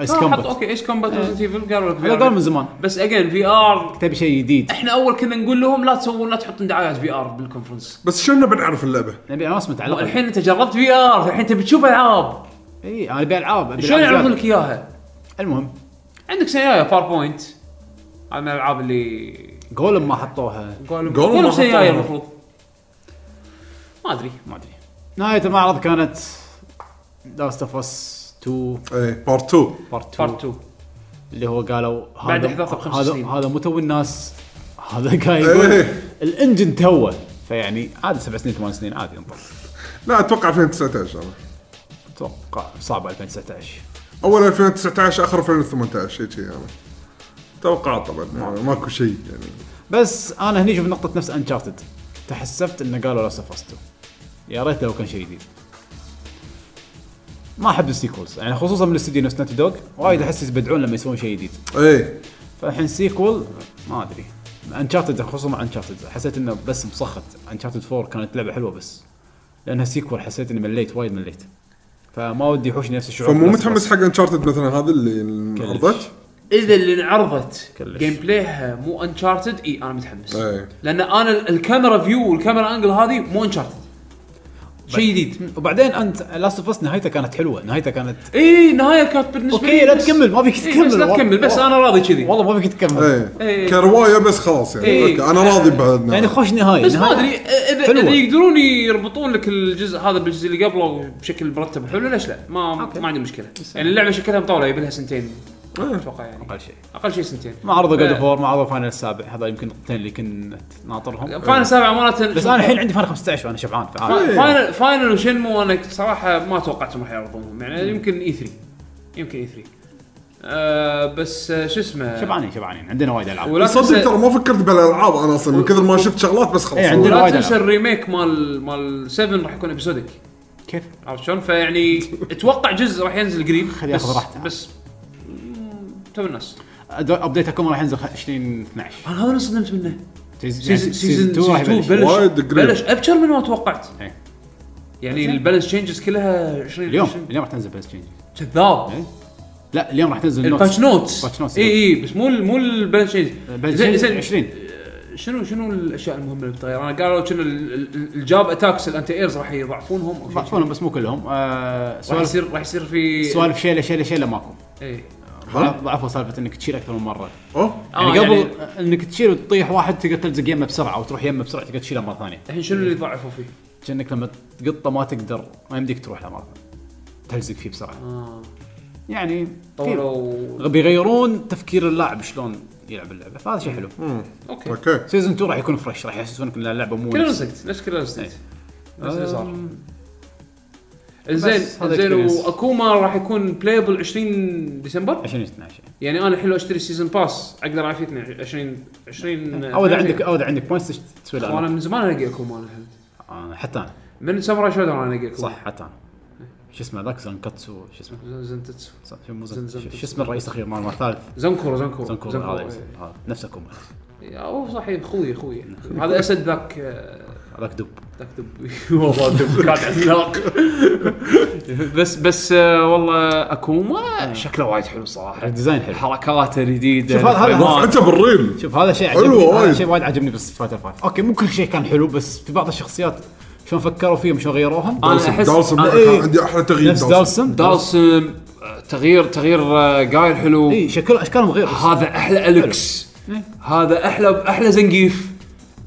ايس
آه، حطوا
كومبات
اوكي ايش كومبات ريزنت ايفل قالوا لك
إيه. هذا
VR.
قال من زمان
بس اجين في ار
تبي شيء جديد
احنا اول كنا نقول لهم لا تسوون لا تحطون دعايات في ار بالكونفرنس
بس شلون بنعرف اللعبه؟
نبي اناس متعلقه
الحين انت جربت في ار الحين انت بتشوف العاب
اي انا ابي العاب أبي
شلون
ألعاب
يعرضون
زيادة.
لك اياها؟
المهم
عندك سيايا فار بوينت هذا من الالعاب اللي
جولم ما حطوها
قولوا
قولوا ما
قولوا سيايا
حطوها.
المفروض ما ادري
ما ادري نهايه المعرض كانت لاست اوف اس 2
اي بارت 2
بارت 2
بارت 2
اللي هو قالوا هذا
بعد إحداثه بخمس
هذا
سنين.
هذا مو تو الناس هذا قاعد يقول
إيه.
الانجن توه فيعني عادي سبع سنين ثمان سنين عادي انطر
لا اتوقع 2019 انا
اتوقع صعب 2019
اول 2019 اخر 2018 هيك يعني توقع طبعا
نعم.
يعني ماكو شيء يعني
بس انا هني شوف نقطه نفس انشارتد تحسفت انه قالوا لاست اوف اس 2 يا ريت لو كان شيء جديد ما احب السيكولز يعني خصوصا من الاستديو نفس ناتي دوغ وايد احس يبدعون لما يسوون شيء جديد
اي
فالحين سيكول ما ادري انشارتد خصوصا مع انشارتد حسيت انه بس مسخت انشارتد 4 كانت لعبه حلوه بس لانها سيكول حسيت اني مليت وايد مليت فما ودي يحوشني نفس الشعور
فمو
بنفس
متحمس
الوقت.
حق انشارتد مثلا هذا اللي انعرضت
اذا اللي انعرضت
كلش.
جيم بلايها مو انشارتد اي انا متحمس
إيه.
لان انا ال- الكاميرا فيو والكاميرا انجل هذه مو انشارتد شيء جديد
وبعدين انت لاست اوف اس نهايتها كانت حلوه نهايتها كانت
اي النهايه كانت بالنسبه
اوكي لا
بس-
تكمل ما فيك
إيه، بس
تكمل
لا تكمل بس انا راضي
إيه.
كذي
والله ما فيك تكمل
اي
إي.
كروايه إيه. بس خلاص يعني
إي.
اوكي انا راضي بهذا
يعني خوش نهايه
بس ما
نهاية-
ادري اذا
حلوة.
اذا يقدرون يربطون لك الجزء هذا بالجزء اللي قبله بشكل مرتب وحلو ليش لا؟ ما ما عندي مشكله يعني اللعبه شكلها مطوله يبي لها سنتين اتوقع يعني
اقل شيء
اقل شيء سنتين
إيه. ما عرضوا جود
إيه.
اوف ما عرضوا فاينل السابع هذا يمكن النقطتين اللي كنت ناطرهم
فاينل سابع امانه
بس انا الحين عندي فاينل 15 وانا شبعان فعادي
فا- آه،
إيه.
فاينل فاينل وشنمو انا صراحه ما توقعتهم راح يعرضونهم يعني يمكن اي 3 يمكن اي 3 آه بس آه، شو اسمه
شبعانين شبعانين عندنا وايد العاب
ولا
صدق ترى
تنسى
ما فكرت بالالعاب انا اصلا من كثر ما شفت شغلات بس خلاص
إي، عندنا-
ولا
وايد
تنسى
ألعاب.
الريميك مال مال 7 راح يكون ابيسودك
كيف؟
عرفت شلون؟ فيعني اتوقع جزء راح ينزل قريب
خليه ياخذ
بس-
راحته.
بس مم، تو الناس
ابديت اكوما راح ينزل 20 12
انا هذا اللي صدمت منه
سيزون
سيزون سيزون
2 يعني راح
2
يبلش
بلش
وايد قريب.
بلش ابشر من ما توقعت
إيه.
يعني البالانس تشينجز كلها 20
اليوم إيه.
20
اليوم راح تنزل بلاي ستيشن
كذاب
لا اليوم راح تنزل
الباتش نوتس
باتش نوتس
اي اي بس مو ال- مو البالانس تشينج
Uh,
زين
زين
زين
20
شنو شنو الاشياء المهمه اللي بتغير انا قالوا شنو ال- ال- الجاب اتاكس الانتي ايرز راح يضعفونهم أو شيء.
ضعفونهم بس مو كلهم آه،
راح
سوالف
يصير راح يصير في
سوالف شيله شيله شيله ماكو
إي.
ضعف- ضعفوا سالفه انك تشيل اكثر من مره
اوه
آه،
يعني قبل
يعني
انك تشيل وتطيح واحد تقدر تلزق يمه بسرعه او تروح يمه بسرعه تقدر تشيله مره ثانيه
الحين شنو اللي ضعفوا فيه؟
كانك لما تقطه ما تقدر ما يمديك تروح له مره ثانيه تلزق فيه بسرعه
آه،
يعني في-
طولوا
بيغيرون تفكير اللاعب شلون يلعب اللعبه فهذا شيء حلو
اوكي
اوكي
سيزون 2 راح يكون فريش راح يحسسونك ان اللعبه مو
كلنا
نفس-
رزقت نفس كلنا رزقت نفس اللي صار
أم،
انزين
آه. بس هذا
انزين
experience.
واكوما راح يكون بلايبل 20 ديسمبر
2012
يعني انا الحين لو اشتري سيزون باس اقدر عافيتني 20 20
او اذا عندك او اذا عندك بوينتس تسوي لها
إيه، وانا
أنا-
من زمان الاقي اكوما انا الحين
آه، حتى انا
من ساموراي شودر انا الاقي اكوما
صح حتى انا شو اسمه ذاك زنكاتسو شو اسمه
زنتتسو
صح، شو مو
زن-
زن-
زن-
شو شو اسمه الرئيس الاخير مال مال الثالث
زنكورو زنكورو
زنكورو هذا هذا. نفسكم نعم.
إيه، هو صحيح خوي خوي هذا اسد ذاك آه،
هذاك دب
تكتب
كان عملاق بس بس آه، والله اكوما شكله وايد حلو صراحه
الديزاين حلو
حركاته الجديده
نعم. شوف هذا- هذا-
الفريمات.
حتى بالريل
شوف هذا شيء
حلو
عجبني هذا
وايد.
شيء وايد عجبني بس فايتر 5 اوكي مو كل شيء كان حلو بس في بعض الشخصيات شلون فكروا فيهم شلون غيروهم
انا
دالسم
احس
دالسم
أنا- إيه.
لا، كان عندي احلى تغيير
نفس دالسون
دالسم آه، تغيير تغيير آه، قايل حلو
اي شكل اشكالهم غير بس
هذا احلى الكس هذا احلى احلى زنقيف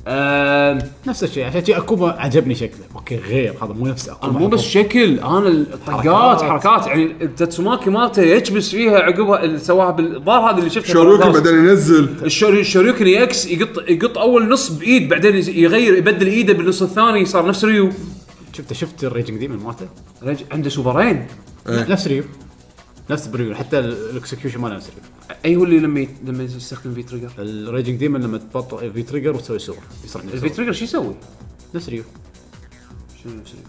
آه
نفس الشيء عشان شي اكوما عجبني شكله اوكي غير هذا مو نفس
أنا
اكوما
مو بس شكل انا الطقات حركات يعني تاتسوماكي مالته يكبس فيها عقبها اللي سواها بالظاهر هذا اللي شفته
شاروكي
بالدراسة.
بعدين ينزل
الشور- الشوريوكن يكس يقط يقط اول نص بايد بعدين يز- يغير يبدل ايده بالنص الثاني صار نفس ريو
شفته شفت الريجنج ديمن مالته
رج- عنده سوبرين إيه.
نفس ريو نفس بريو حتى الاكسكيوشن ماله نفس ريو
اي هو اللي لما يت- لما يستخدم في تريجر
الريجنج ديمن لما تبطئ في تريجر وتسوي سور يصير عندك
الفي
سور.
تريجر شو يسوي؟
نفس ريو
شنو نفس ريو؟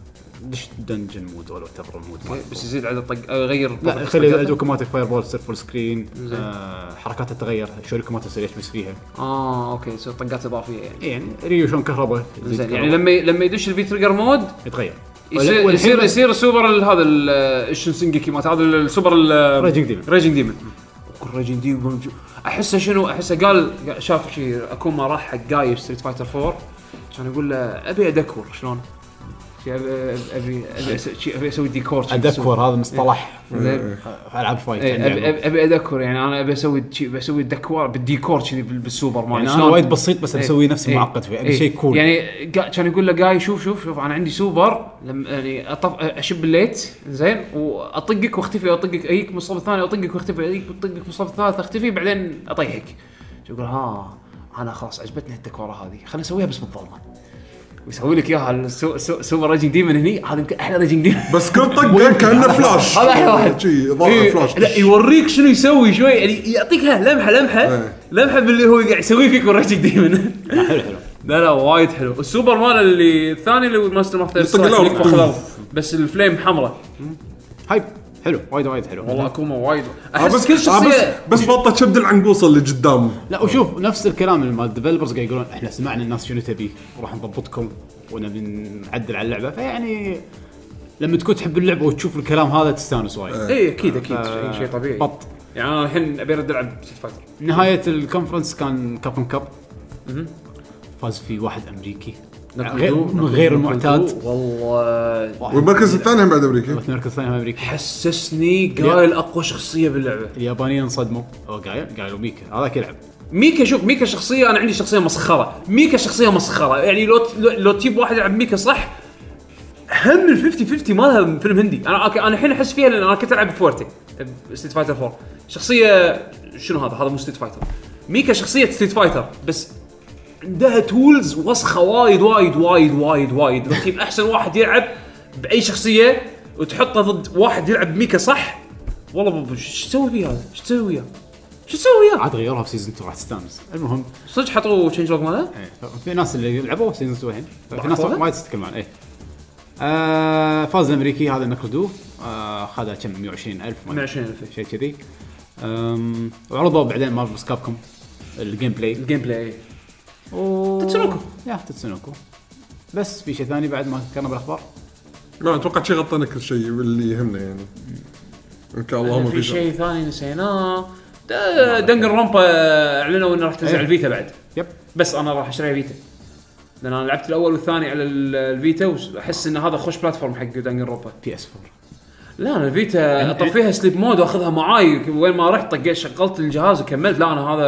دش دنجن مود ولا تبر المود ماله.
طيب، بس يزيد على الطق آه، يغير
لا
طق-
يخلي
طقاته.
الجوكو مالته فاير بول تصير فول سكرين آه حركاته تتغير شوريكو مالته يصير يشمس فيها
اه اوكي يصير طقات اضافيه يعني
يعني ريو شلون كهرباء
زين يعني لما لما يدش الفي تريجر مود
يتغير
يصير
والحين
يصير يصير سوبر ال- هذا ال- الشنسنجيكي مالت هذا ال- السوبر
ريجنج ديمن.
ريجنج ديمن ريجنج ديمن جو- احسه شنو احسه قال شاف شي اكوما راح حق جاي ستريت فايتر 4 كان يقول له ابي ادكور شلون؟ شي ابي ابي ابي أس- شي ابي اسوي ديكور شي
ادكور هذا مصطلح
زين
في العاب فايت
إيه،
يعني
ابي أبي- ابي ادكور يعني انا ابي اسوي شي ابي اسوي دكوار بالديكور كذي بال- بالسوبر مان
يعني انا
شلون؟ إيه.
وايد بسيط بس بسوي نفسي معقد فيه ابي شيء كول يعني
يعني قا- كان يقول له جاي شوف شوف شوف انا عندي سوبر لما يعني أطف... اشب الليت زين واطقك واختفي واطقك اجيك من الصوب الثاني واطقك واختفي اجيك اطقك من الصوب الثالث اختفي بعدين اطيحك يقول ها انا خلاص عجبتني التكوره هذه خلينا نسويها بس بالظلمه ويسوي لك اياها السو... سو... سوبر ريجنج ديمن هني هذا يمكن احلى ريجنج ديمن
بس كل طقه كانه فلاش
هذا احلى واحد
شي آه، ضاع
إيه،
فلاش
لا يوريك شنو يسوي شوي يعني يعطيكها لمحه لمحه
إيه.
لمحه باللي هو قاعد يسويه فيك وريجنج ديمن
حلو حلو
لا لا وايد حلو السوبر مال اللي الثاني اللي هو ماستر ماستر
يطق
سترايك
الأرض.
اللي يطق الأرض. بس الفليم حمراء
هايب حلو وايد وايد حلو
والله اكوما وايد
آه،
احس كل
آه،
شخصيه
بس بس بطه شبد العنقوصه اللي قدام
لا وشوف نفس الكلام اللي مال الديفلوبرز قاعد يقولون احنا سمعنا الناس شنو تبي راح نضبطكم ونبي نعدل على اللعبه فيعني لما تكون تحب اللعبه وتشوف الكلام هذا تستانس وايد
اي اكيد اكيد شيء شيء طبيعي
آه. بط
يعني انا الحين ابي ارد العب ست فايتر
نهايه الكونفرنس كان كابن كاب فاز فيه واحد امريكي غير من غير المعتاد
والله
واحد
إيه.
والمركز الثاني بعد امريكا
المركز الثاني امريكي
حسسني قايل اقوى شخصيه باللعبه
اليابانيين انصدموا هو قايل قالوا ميكا هذاك يلعب
ميكا شوف ميكا شخصيه انا عندي شخصيه مسخره ميكا شخصيه مسخره يعني لو لو- لو تجيب واحد يلعب ميكا صح هم ال 50 50 مالها من فيلم هندي انا أوكي، انا الحين احس فيها لان انا كنت العب بفورتي طيب، ستيت فايتر 4 شخصيه شنو هذا هذا مو ستيت فايتر ميكا شخصيه ستيت فايتر بس عندها تولز وسخه وايد وايد وايد وايد وايد لو تجيب احسن واحد يلعب باي شخصيه وتحطه ضد واحد يلعب ميكا صح والله ب- ب- شو تسوي فيه هذا؟ شو تسوي وياه؟ شو تسوي وياه؟
عاد غيروها في سيزون 2 راح تستانس المهم
صدق حطوا تشينج لوج ماله؟
إيه. في ناس اللي لعبوا سيزون 2 الحين في ناس
أحفظها؟
ما تتكلم عن ايه آه فاز الامريكي هذا مكردو آه خذ كم 120000 ما أدري.
120000.
شيء كذي أم، وعرضوا بعدين مارفلز كابكم الجيم بلاي
الجيم بلاي
تتسونوكو يا تتسونوكو بس في شيء ثاني بعد ما ذكرنا بالاخبار
لا اتوقع شيء غطينا كل شيء اللي يهمنا يعني ان شاء الله ما
في
في شيء
شيء ثاني نسيناه دا- دنجن رومبا اعلنوا انه راح تنزل
إيه.
على الفيتا بعد
يب
بس انا راح اشتري فيتا لان انا لعبت الاول والثاني على ال- الفيتا واحس ان هذا خوش بلاتفورم حق دنجن رومبا
بي اس 4
لا انا الفيتا اطفيها سليب مود واخذها معاي وين ما رحت طقيت شغلت الجهاز وكملت لا انا هذا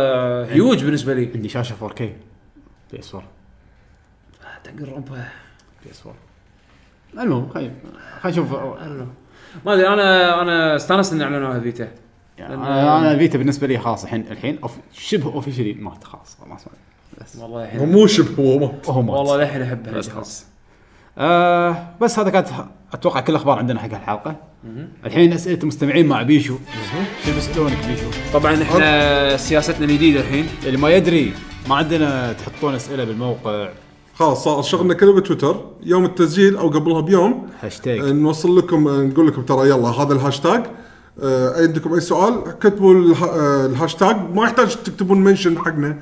هيوج بالنسبه لي
عندي شاشه 4K بي اس 4
دنجن رومبا
بي اس 4 المهم خلينا خلينا نشوف يعني
ما ادري انا انا استانست ان اعلنوا الفيتا
يعني انا انا فيتا بالنسبه لي خلاص الحين الحين أوف شبه اوفشلي مات خلاص ما اسمع بس
والله الحين
مو شبه هو ما
هو مات
والله للحين احب هالجهاز
خلاص آه بس هذا كانت اتوقع كل الاخبار عندنا حق الحلقه الحين اسئله المستمعين مع بيشو شو بيسالونك بيشو
طبعا احنا سياستنا الجديده الحين
اللي ما يدري ما عندنا تحطون اسئله بالموقع
خلاص صار شغلنا كله بتويتر يوم التسجيل او قبلها بيوم
هاشتاج
نوصل لكم نقول لكم ترى يلا هذا الهاشتاج آه، عندكم اي سؤال كتبوا اله- آه، الهاشتاج ما يحتاج تكتبون منشن حقنا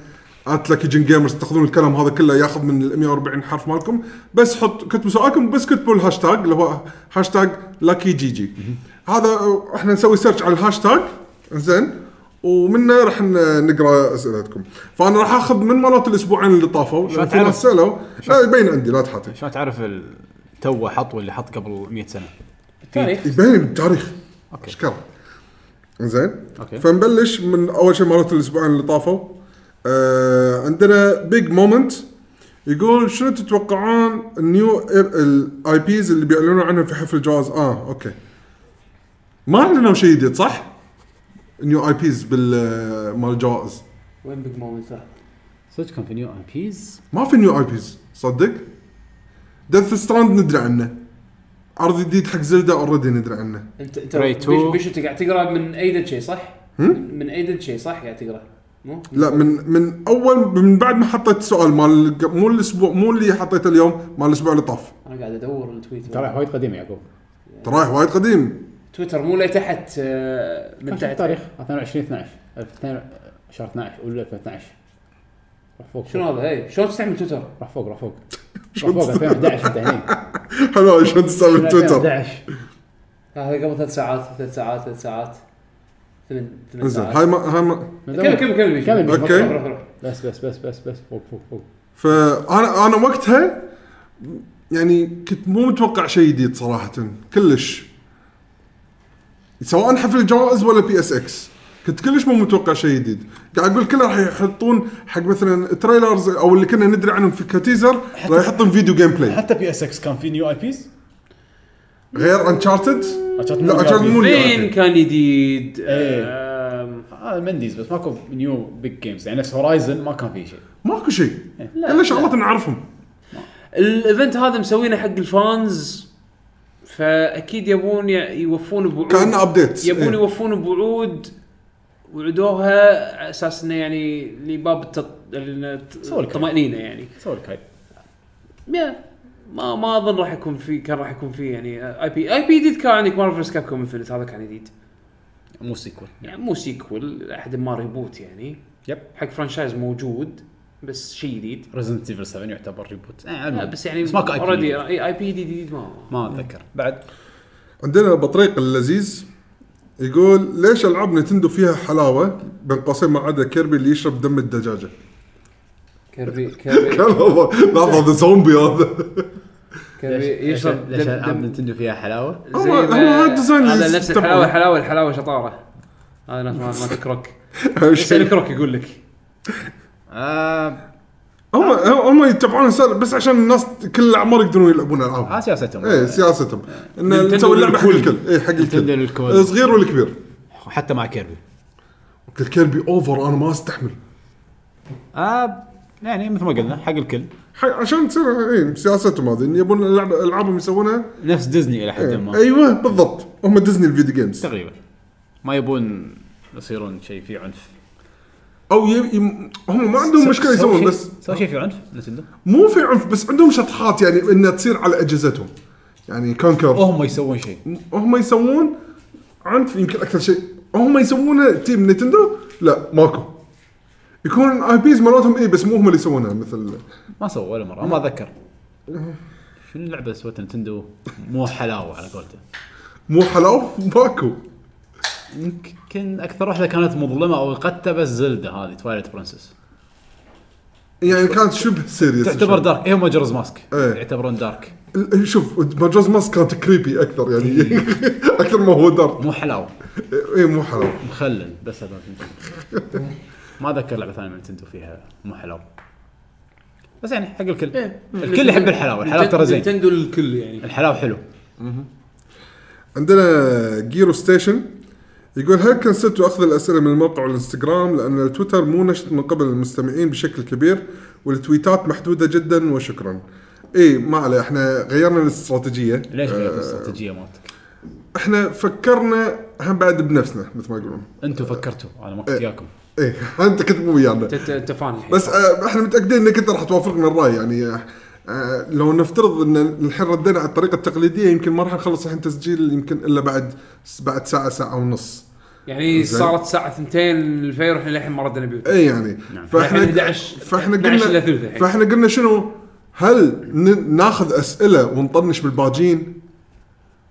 انت لكي جن جيمرز تاخذون الكلام هذا كله ياخذ من ال 140 حرف مالكم بس حط كتبوا سؤالكم بس كتبوا الهاشتاج اللي هو هاشتاج لاكي جي جي هذا آه، احنا نسوي سيرش على الهاشتاج زين ومنه راح ن- نقرا اسئلتكم فانا راح اخذ من مرات الاسبوعين اللي طافوا لأن في
تعرف؟
ناس سالوا آه، يبين عندي لا تحاتي
شلون تعرف ال- توه حط واللي حط قبل 100 سنه
تاريخ
يبين التاريخ اوكي اشكال زين
أوكي.
فنبلش من اول شيء مرات الاسبوعين اللي طافوا آه عندنا بيج مومنت يقول شنو تتوقعون النيو الاي بيز اللي بيعلنون عنهم في حفل الجواز اه اوكي ما اعلنوا شيء جديد صح؟ نيو اي بيز بال مال الجوائز
وين بيج مومنت
صدق كان في نيو ام بيز
ما في نيو اي بيز صدق؟ ديث ستراند ندري عنه عرض جديد حق زلدا اوريدي ندري عنه
انت انت
Prey
بيش-
2.
بيش انت قاعد تقرا من ايدن شيء صح؟ من ايدن شيء صح قاعد تقرا مو؟
لا من من اول من بعد ما حطيت السؤال مال مو الاسبوع مو اللي حطيته اليوم مال الاسبوع اللي طاف
انا قاعد ادور التويت
ترى وايد قديم يعقوب
ترى رايح وايد قديم
تويتر مو لتحت آه، من
كان
تحت
التاريخ 22 12 2012 شهر 12 اولى 2012 راح فوق
شنو هذا؟ هي شلون تستعمل تويتر؟
راح فوق راح فوق راح فوق 2011 انت هني
حلو شلون تستعمل تويتر
2011
هذا قبل ثلاث ساعات ثلاث ساعات ثلاث ساعات ثمان ثمان
انزين
ساعات
هاي ما هاي ما
كمل كمل كمل بيش.
كمل بيش.
أوكي.
روح، روح، روح.
بس بس بس بس بس فوق فوق فوق
فانا انا وقتها يعني كنت مو متوقع شيء جديد صراحه كلش سواء حفل الجوائز ولا بي اس اكس كنت كلش مو متوقع شيء جديد قاعد اقول كله راح يحطون حق مثلا تريلرز او اللي كنا ندري عنهم في كتيزر راح يحطون فيديو جيم بلاي
حتى بي اس اكس كان في نيو اي بيز
غير انشارتد لا انشارتد مو
فين كان جديد؟
إيه.
آم،
آه،
هذا منديز بس ماكو نيو بيج جيمز يعني نفس هورايزن ما كان فيه شيء
ماكو شيء
إيه.
الا شغلات نعرفهم
الايفنت هذا مسوينه حق الفانز فاكيد يبون ي- يوفون بوعود
كانه ابديت
يبون يوفون بوعود وعدوها على اساس انه يعني لباب التط...
سولكا.
الطمانينه يعني
سولك هاي
يا، ما ما اظن راح يكون في كان راح يكون في يعني اي بي اي بي جديد كان عندك مارفل فيرس كاب كوم انفنت هذا كان جديد
مو سيكول
يعني مو سيكول احد ما ريبوت يعني
يب.
حق فرانشايز موجود بس شيء جديد
ريزنت ايفل 7 يعتبر ريبوت
لا بس يعني
بس ماكو IP.
اوريدي اي بي جديد ما
ما اتذكر
بعد
عندنا البطريق اللذيذ يقول ليش العاب نتندو فيها حلاوه بين قوسين ما عدا كيربي اللي يشرب دم الدجاجه
كيربي كيربي
كان هذا لحظه هذا زومبي هذا
كيربي يشرب
ليش
دم
العاب
دم
نتندو فيها حلاوه؟
زي
هو-
ما-
هو هذا الديزاين اللي
هذا نفس
يستمتعون.
الحلاوه الحلاوه الحلاوه شطاره هذا نفس ما- مال كروك يسال كروك يقول لك
آه
هم هم يتبعون السالفه بس عشان الناس كل الاعمار يقدرون يلعبون العاب
ها سياستهم
ايه سياستهم ان
نينتندو
تسوي اللعبه حق
آه، للكل.
الكل اي حق
نينتندو
الكل
للكل.
الصغير والكبير
حتى مع كيربي
الكيربي اوفر انا ما استحمل
آه يعني مثل ما قلنا حق الكل
حق- عشان تصير إيه، سياستهم هذه إن يبون اللعبه العابهم يسوونها
نفس ديزني الى حد ما
ايوه بالضبط هم ديزني الفيديو جيمز
تقريبا ما يبون يصيرون شيء فيه عنف
او ي... ي... هم ما عندهم مشكله
سووا
يسوون
شيء-
بس
سووا شيء فيه عنف نتندو
مو في عنف بس عندهم شطحات يعني انها تصير على اجهزتهم يعني كونكر
هم يسوون شيء
هم يسوون عنف يمكن اكثر شيء هم يسوونه تيم نتندو لا ماكو يكون اي بيز مالتهم اي بس مو هم اللي يسوونها مثل
ما سووا ولا مره ما اتذكر شنو اللعبه اللي سوتها نتندو مو حلاوه على قولته
مو حلاو ماكو
يمكن اكثر واحده كانت مظلمه او قتة بس زلده هذه توايلايت برنسس
يعني كانت شبه سيريس
تعتبر دارك ايه ماجرز ماسك
إيه.
يعتبرون دارك
شوف ماجوز ماسك كانت كريبي اكثر يعني اكثر ما هو دارك
مو حلاوه
اي مو حلاو
مخلل بس هذا نتندو. ما اتذكر لعبه ثانيه من نتندو فيها مو حلاوه بس يعني حق الكل الكل يحب الحلاوه الحلاوه ترى زين
إيه. نتندو الكل يعني
الحلاوه حلو
عندنا جيرو ستيشن يقول هل كنسلتوا اخذ الاسئله من الموقع والانستغرام لان التويتر مو نشط من قبل المستمعين بشكل كبير والتويتات محدوده جدا وشكرا. اي إيه, ما عليه احنا غيرنا الاستراتيجيه.
ليش غيرت الاستراتيجيه مالتك؟
احنا فكرنا هم بعد بنفسنا مثل ما يقولون.
انتم فكرتوا انا ما كنت وياكم
اي انت كنت مو ويانا.
انت انت فان الحين
بس آه، احنا متاكدين انك انت راح توافقنا الراي يعني آه، آه، لو نفترض ان الحين ردينا على الطريقه التقليديه يمكن ما راح نخلص الحين تسجيل يمكن الا بعد بعد ساعه ساعه ونص
يعني
زين.
صارت الساعه 2 الفجر احنا للحين ما ردنا بيوت
اي يعني فاحنا
الحين 11
فاحنا
12 إلى ثلث
قلنا
الحين.
فاحنا قلنا شنو؟ هل ن- ناخذ اسئله ونطنش بالباجين؟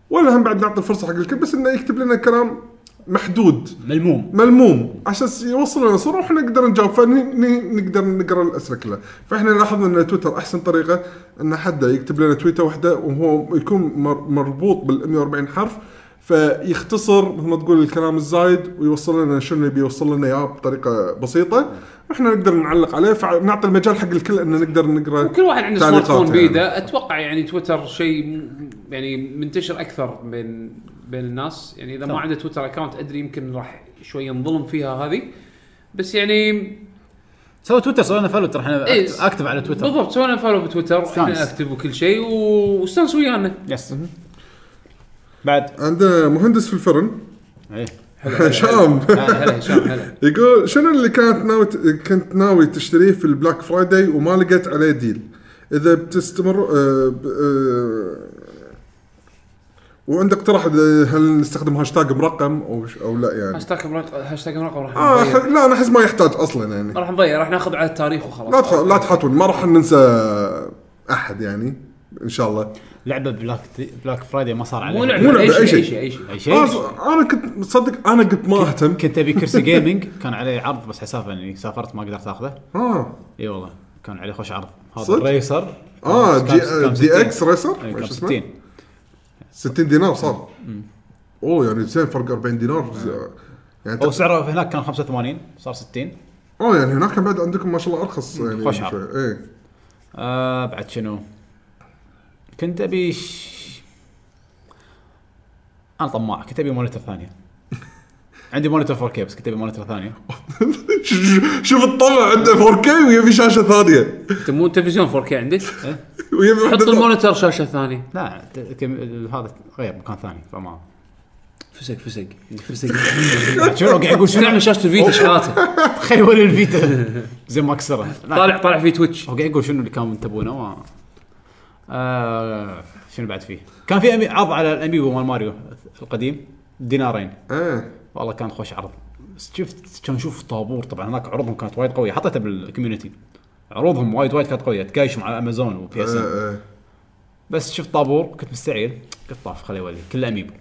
ولا هم بعد نعطي الفرصه حق الكل بس انه يكتب لنا كلام محدود
ملموم
ملموم عشان س- يوصل لنا صوره واحنا نقدر نجاوب فنقدر نقرا الاسئله كلها، فاحنا لاحظنا ان تويتر احسن طريقه ان حد يكتب لنا تويته واحده وهو يكون مر- مربوط بال 140 حرف فيختصر مثل ما تقول الكلام الزايد ويوصل لنا شنو اللي بيوصل لنا اياه بطريقه بسيطه واحنا نقدر نعلق عليه فنعطي المجال حق الكل ان نقدر نقرا
كل واحد عنده سمارت
تعليقات
فون
يعني.
بيده اتوقع يعني تويتر شيء م- يعني منتشر اكثر بين بين الناس يعني
طيب.
اذا ما عنده تويتر اكونت ادري يمكن راح شوي ينظلم فيها هذه بس يعني
سوى تويتر سوينا فلو ترى احنا
إيه.
أكت- اكتب على تويتر
بالضبط سوينا فولو بتويتر احنا
استانس.
اكتب وكل شيء و- واستانس ويانا
يس بعد
عندنا مهندس في الفرن
ايه
هشام
هلا هلا هشام هلا
يقول شنو اللي كانت ناوي كنت ناوي تشتريه في البلاك فرايداي وما لقيت عليه ديل اذا بتستمر آه، ب- آه، وعندك اقتراح إذا- هل نستخدم هاشتاج مرقم او ش- او لا يعني
هاشتاج رقم هاشتاج رقم راح
اه
نضيع.
ح- لا انا احس ما يحتاج اصلا يعني
راح نضيع راح ناخذ على التاريخ
لا
وخلاص
تخ... لا تحاتون ما راح ننسى احد يعني ان شاء الله
لعبه بلاك بلاك فرايداي ما صار عليها
مو
مو
لعبه
لعبة،
اي شيء
أي شيء.
اي شيء اي شيء
اي شيء
آه، انا كنت مصدق انا كنت ما اهتم
كنت ابي كرسي جيمنج كان عليه عرض بس حسافه اني سافرت ما قدرت اخذه
اه
اي والله كان عليه خوش عرض هذا
صدق؟
الريسر
اه
كان-
جي,
كان
دي
60.
اكس ريسر
إيه، كان
إيش اسمه؟
60
60 دينار صار اوه يعني زين فرق 40
آه.
دينار يعني
هو سعره هناك كان 85 صار 60
اه يعني هناك كان بعد عندكم ما شاء الله ارخص يعني
خوش عرض.
شوي. ايه
آه بعد شنو؟ كنت ابي ش... انا طماع كنت ابي مونيتور ثانيه عندي مونيتور 4K بس كنت ابي مونيتور ثانيه
ش- ش- شوف الطمع عنده 4K ويبي شاشه ثانيه
انت مو تلفزيون 4K عندك
ويبي
حط
واحدة ثانية.
المونيتور شاشه ثانيه
لا ت- كم- هذا غير مكان ثاني فما
فسق فسق فسق
شنو قاعد يقول شنو يعني
تعمل شاشه الفيتا شحاته
خلي يوري الفيتا زي ما كسره لا،
طالع طالع في تويتش
هو قاعد يقول شنو اللي كان تبونه و... آه شنو بعد فيه؟ كان في أمي... عرض على الاميبو مال ماريو القديم دينارين
ايه
والله كان خوش عرض بس شفت كان نشوف طابور طبعا هناك عروضهم كانت وايد قويه حطيتها بالكوميونتي عروضهم وايد وايد كانت قويه تقايش مع امازون وبي اس
إيه، إيه.
بس شفت طابور كنت مستعيل قلت طاف خليه يولي كله اميبو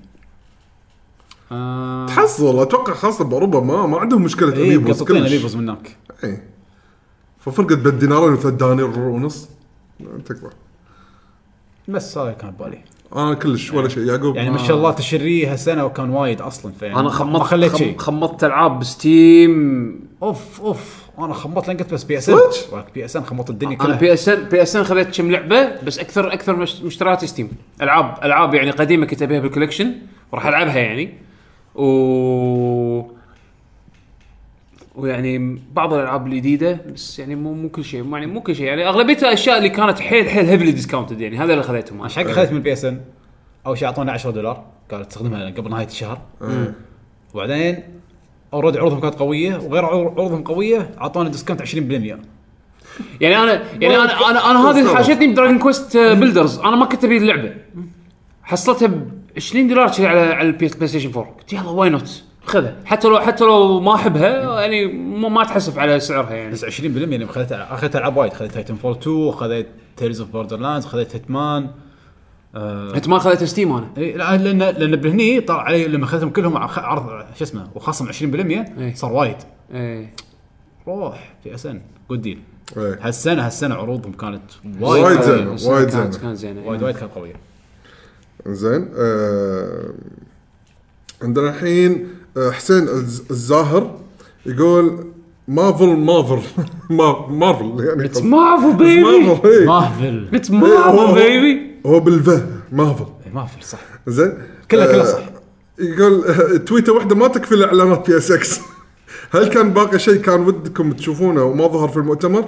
آه...
تحس والله اتوقع خاصه باوروبا ما ما عندهم مشكله
ايه
اميبوز
مقططين
كلش
اميبوز من هناك
ايه ففرقت بين دينارين وثلاث دنانير ونص تكبر
بس هذا كان ببالي
انا كلش ولا شيء يعقوب
يعني ما شاء الله تشريه هالسنه وكان وايد اصلا فيعني
انا
ما
خمطت
خليت
خم
شيء
خمطت العاب بستيم
اوف اوف انا خمطت لان قلت بس بي اس
صدق؟
ان بي اس ان خمطت الدنيا
انا
كلها
بي اس ان بي اس ان خذيت كم لعبه بس اكثر اكثر مش- مشتريات ستيم العاب العاب يعني قديمه كنت ابيها بالكولكشن وراح العبها يعني و ويعني بعض الالعاب الجديده بس يعني مو مو كل شيء مو- يعني مو كل شيء يعني اغلبيه الاشياء اللي كانت حيل حيل هيفلي ديسكاونتد يعني هذا اللي خذيتهم
عشان هيك خذيت من البي اس ان اول شيء اعطونا 10 دولار قالوا تستخدمها قبل نهايه الشهر وبعدين اوريدي عروضهم كانت قويه وغير عر- عروضهم قويه اعطونا ديسكونت 20%
يعني انا يعني انا انا, أنا هذه اللي حاجتني بدراجون كويست بيلدرز انا ما كنت ابي اللعبه حصلتها ب 20 دولار كذي على على البي بلاي ستيشن 4 قلت يلا واي نوت خذها حتى لو حتى لو ما احبها يعني ما, ما اتحسف على سعرها يعني
بس 20% يعني خذيت اخذت العاب وايد خذيت تايتن فول 2 خذيت تيلز اوف بوردر لاندز خذيت هيتمان
انت ما خذيتها ستيم انا
إيه،
إي، لا، لان لان بهني طلع علي لما خذيتهم كلهم ع- عرض شو اسمه وخصم 20%
إي.
صار وايد
ايه
روح في اس ان جود ديل
إيه.
هالسنه هالسنه عروضهم كانت وايد
وايد
وايد
زينه وايد
كانت
زينه
كانت زينه
وايد,
وايد
وايد كانت قويه
زين آه عندنا الحين آه، حسين الز- الزاهر يقول مارفل مارفل ما- مارفل يعني
اتس مارفل بيبي
مارفل إيه.
مارفل
اتس
هو- هو-
مارفل بيبي
هو بالفه مارفل
إيه،
إي، مارفل صح
زين
كلها- كلها
آه،
صح.
يقول آه، تويته واحده ما تكفي الاعلانات بي اس اكس هل كان باقي شيء كان ودكم تشوفونه وما ظهر في المؤتمر؟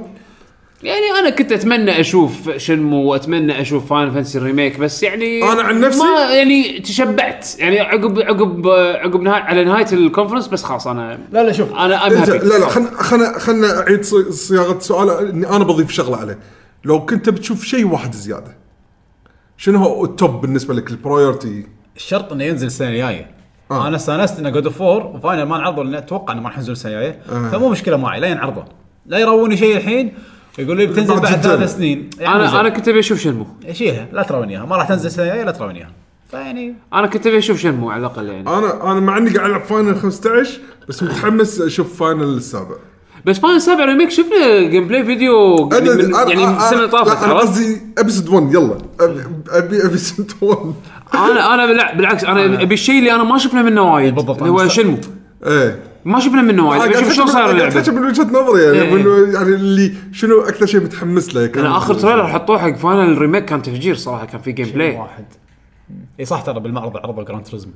يعني انا كنت اتمنى اشوف شنمو واتمنى اشوف فاين فانسي الريميك بس يعني
أنا عن نفسي-
ما يعني تشبعت يعني عقب عقب عقب نهاية على نهايه الكونفرنس بس خلاص انا
لا لا شوف
انا ام
إنت-
هابي
لا لا خلنا خلنا خلنا اعيد صي- صياغه سؤال اني انا بضيف شغله عليه لو كنت بتشوف شيء واحد زياده شنو هو التوب بالنسبه لك البرايورتي
الشرط انه ينزل السنه الجايه
آه.
انا استانست ان جود اوف 4 فاينل ما انعرضوا لان اتوقع انه ما راح ينزل السنه الجايه
آه.
فمو مشكله معي لا ينعرضوا لا يرووني شيء الحين يقول لي بتنزل
بعد
بعد
جدة.
ثلاث سنين يعني
انا انا
نزل.
كنت ابي اشوف شنمو
شيلها لا ترون اياها ما راح تنزل السنه الجايه لا ترون اياها فيعني
انا كنت ابي اشوف شنمو على الاقل يعني
انا انا مع اني قاعد العب فاينل 15 بس متحمس اشوف فاينل السابع
بس فاينل 7 ريميك شفنا جيم بلاي فيديو
أنا-
يعني من
أنا-
يعني من
أنا-
السنه
لا،
طافت
انا
عرفت؟
قصدي ابسود 1 يلا أبي- ابي ابسود 1
انا انا لا بالعكس انا ابي الشيء اللي انا ما شفنا منه وايد
بالضبط،
اللي هو
أنا مست-
شنمو
ايه
ما شفنا منه وايد ابي
قاعد
اشوف يعني شلون صار
أتكلم- قاعد
اللعبه
أتكلم من وجهه نظري يعني
إيه. يعني
من يعني اللي شنو اكثر شيء متحمس له كان
انا اخر تريلر حطوه حق فاينل ريميك كان تفجير صراحه كان في جيم بلاي
واحد اي صح ترى بالمعرض عرضوا جراند تريزم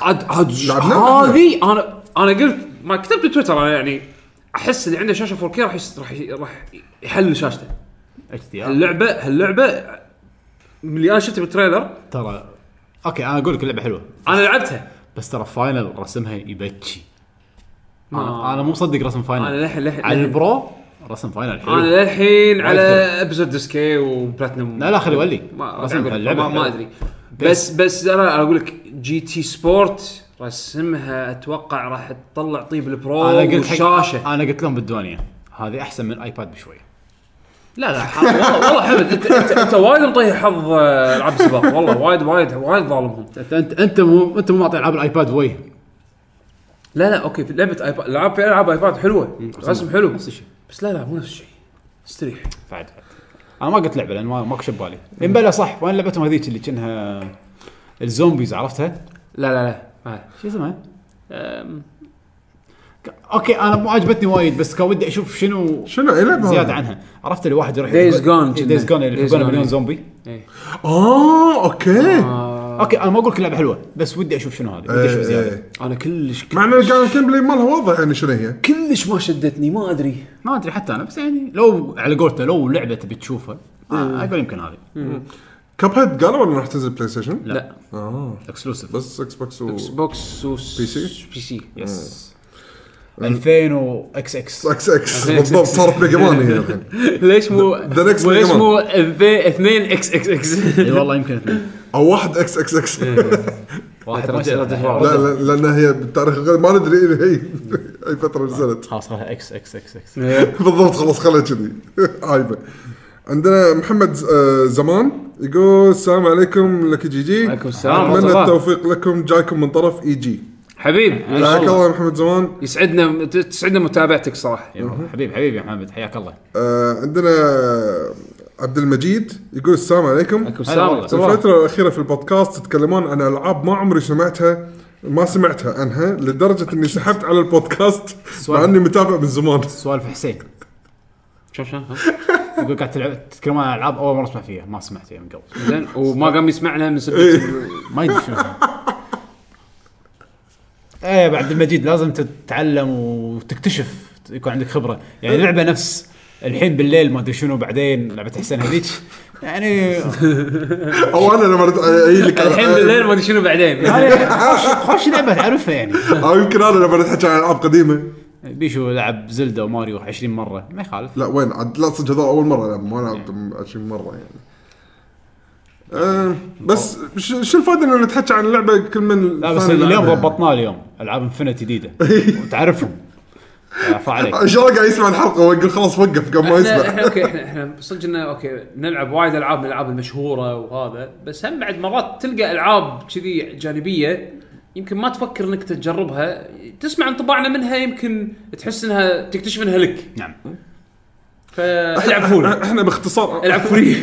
عاد عاد
لعبناه،
هذه انا انا قلت ما كتبت بتويتر انا يعني احس اللي عنده شاشه 4K راح يس- راح ي- راح يحل شاشته
اتش دي ار
هاللعبه هاللعبه من اللي انا شفته بالتريلر
ترى اوكي انا اقول لك اللعبه حلوه
انا لعبتها
بس ترى فاينل رسمها يبكي
ما-
انا انا مو مصدق رسم فاينل
انا للحين للحين-
على البرو رسم فاينل حلو
انا للحين على
حلو.
ابيزود ديسكي وبلاتنم
لا لا خلي يولي
ما
رسم
ما-
اللعبة
ما, ما
حلو.
ادري بس بس انا أنا اقول لك جي تي سبورت رسمها اتوقع راح تطلع طيب البرو
انا قلت حق-
والشاشه
انا قلت لهم بالدنيا هذه احسن من ايباد بشوي
لا لا ح- والله والله حمد انت انت, انت وايد مطيح حظ آه، العاب سباق والله وايد وايد وايد ظالمهم
انت انت انت مو انت مو معطي العاب الايباد وي
لا لا اوكي في لعبه ايباد العاب في العاب ايباد حلوه رسم حلو نفس الشيء بس لا لا مو نفس الشيء استريح
بعد بعد. انا ما قلت لعبه لان ما ماكو شيء ببالي إن بلا صح وين لعبتهم هذيك اللي كانها الزومبيز عرفتها؟
لا لا لا ما-
شو اسمها؟
أم،
اوكي انا مو عجبتني وايد بس كان ودي اشوف شنو
شنو إيه، اي لعبه
زياده عنها عرفت اللي واحد يروح
Days Gone
دايز
كنا.
جون اللي
Days
يحبونه
Gone.
مليون زومبي
اه اوكي
آه،
اوكي انا ما اقول لك اللعبه حلوه بس ودي اشوف شنو هذه ودي اشوف
آه. إيه،
زياده
إيه.
انا كلش
مع انه كان الجيم بلاي مالها واضح يعني شنو هي
كلش ما شدتني ما ادري
ما ادري حتى انا بس يعني لو على قولته لو لعبه تبي تشوفها
إيه.
آه اقول يمكن هذه
كاب هيد قالوا انه راح تنزل بلاي ستيشن
لا.
اه
اكسلوسيف
بس اكس بوكس و
اكس بوكس و بي
سي؟
بي سي
Mm.
يس 2000 و اكس اكس
اكس اكس بالضبط صارت ميجامان هي الحين
ليش مو
The next
ليش
Mega Man.
مو اثنين- اثنين اكس اكس اكس
اي والله يمكن اثنين
او واحد اكس اكس اكس لا
واحد
ترى-
ما يصير.
ترى- ترى-
لا لان هي بالتاريخ الغير ما ندري إيه هي اي فتره نزلت
خلاص خلاص اكس اكس اكس اكس
إيه. بالضبط خلاص خلها كذي عايبه عندنا محمد ز- آه، زمان يقول السلام عليكم لك جي جي
عليكم السلام ورحمة
اتمنى
الله.
التوفيق لكم جايكم من طرف E اي جي
حبيب
حياك الله يا محمد زمان
يسعدنا ت- تسعدنا متابعتك صراحه
حبيبي حبيبي يا محمد حياك الله
آه، عندنا عبد المجيد يقول السلام عليكم
عليكم السلام
والله.
ورحمة الله.
الفترة الأخيرة في البودكاست تتكلمون عن ألعاب ما عمري سمعتها ما سمعتها عنها لدرجة إني سحبت على البودكاست مع إني متابع من زمان
سوالف حسين
شوف شلون ها؟
يقول قاعد تلعب تتكلمون عن العاب اول مره اسمع فيها ما سمعت فيها من قبل
زين وما قام يسمعنا من سبب
ما يدري شنو ايه بعد المجيد لازم تتعلم وتكتشف يكون عندك خبره يعني لعبه نفس الحين بالليل ما ادري شنو بعدين لعبه حسين هذيك يعني
أو أنا لما رد- أي لك
الحين بالليل ما ادري شنو بعدين
يعني خوش خوش لعبه تعرفها يعني
أو يمكن أنا لما أتحكي عن ألعاب قديمة
بيشو لعب زلدا وماريو 20 مره ما يخالف
لا وين عاد لا صدق هذول أول مرة ألعب ما
إيه.
لعبت 20 مرة يعني آه، بس ش- شو الفائدة إنه نتحكي عن اللعبة كل من
لا بس
ثاني
اليوم
لعبها؟
ضبطناه اليوم العاب انفنتي جديده وتعرفهم عفا عليك
إن شاء الله قاعد يسمع الحلقة ويقول خلاص وقف قبل ما
احنا
يسمع
احنا اوكي احنا احنا صدق انه اوكي نلعب وايد العاب من الالعاب المشهوره وهذا بس هم بعد مرات تلقى العاب كذي جانبيه يمكن ما تفكر انك تجربها تسمع انطباعنا منها يمكن تحس انها تكتشف انها لك
نعم
فالعب فول
احنا باختصار
العب فري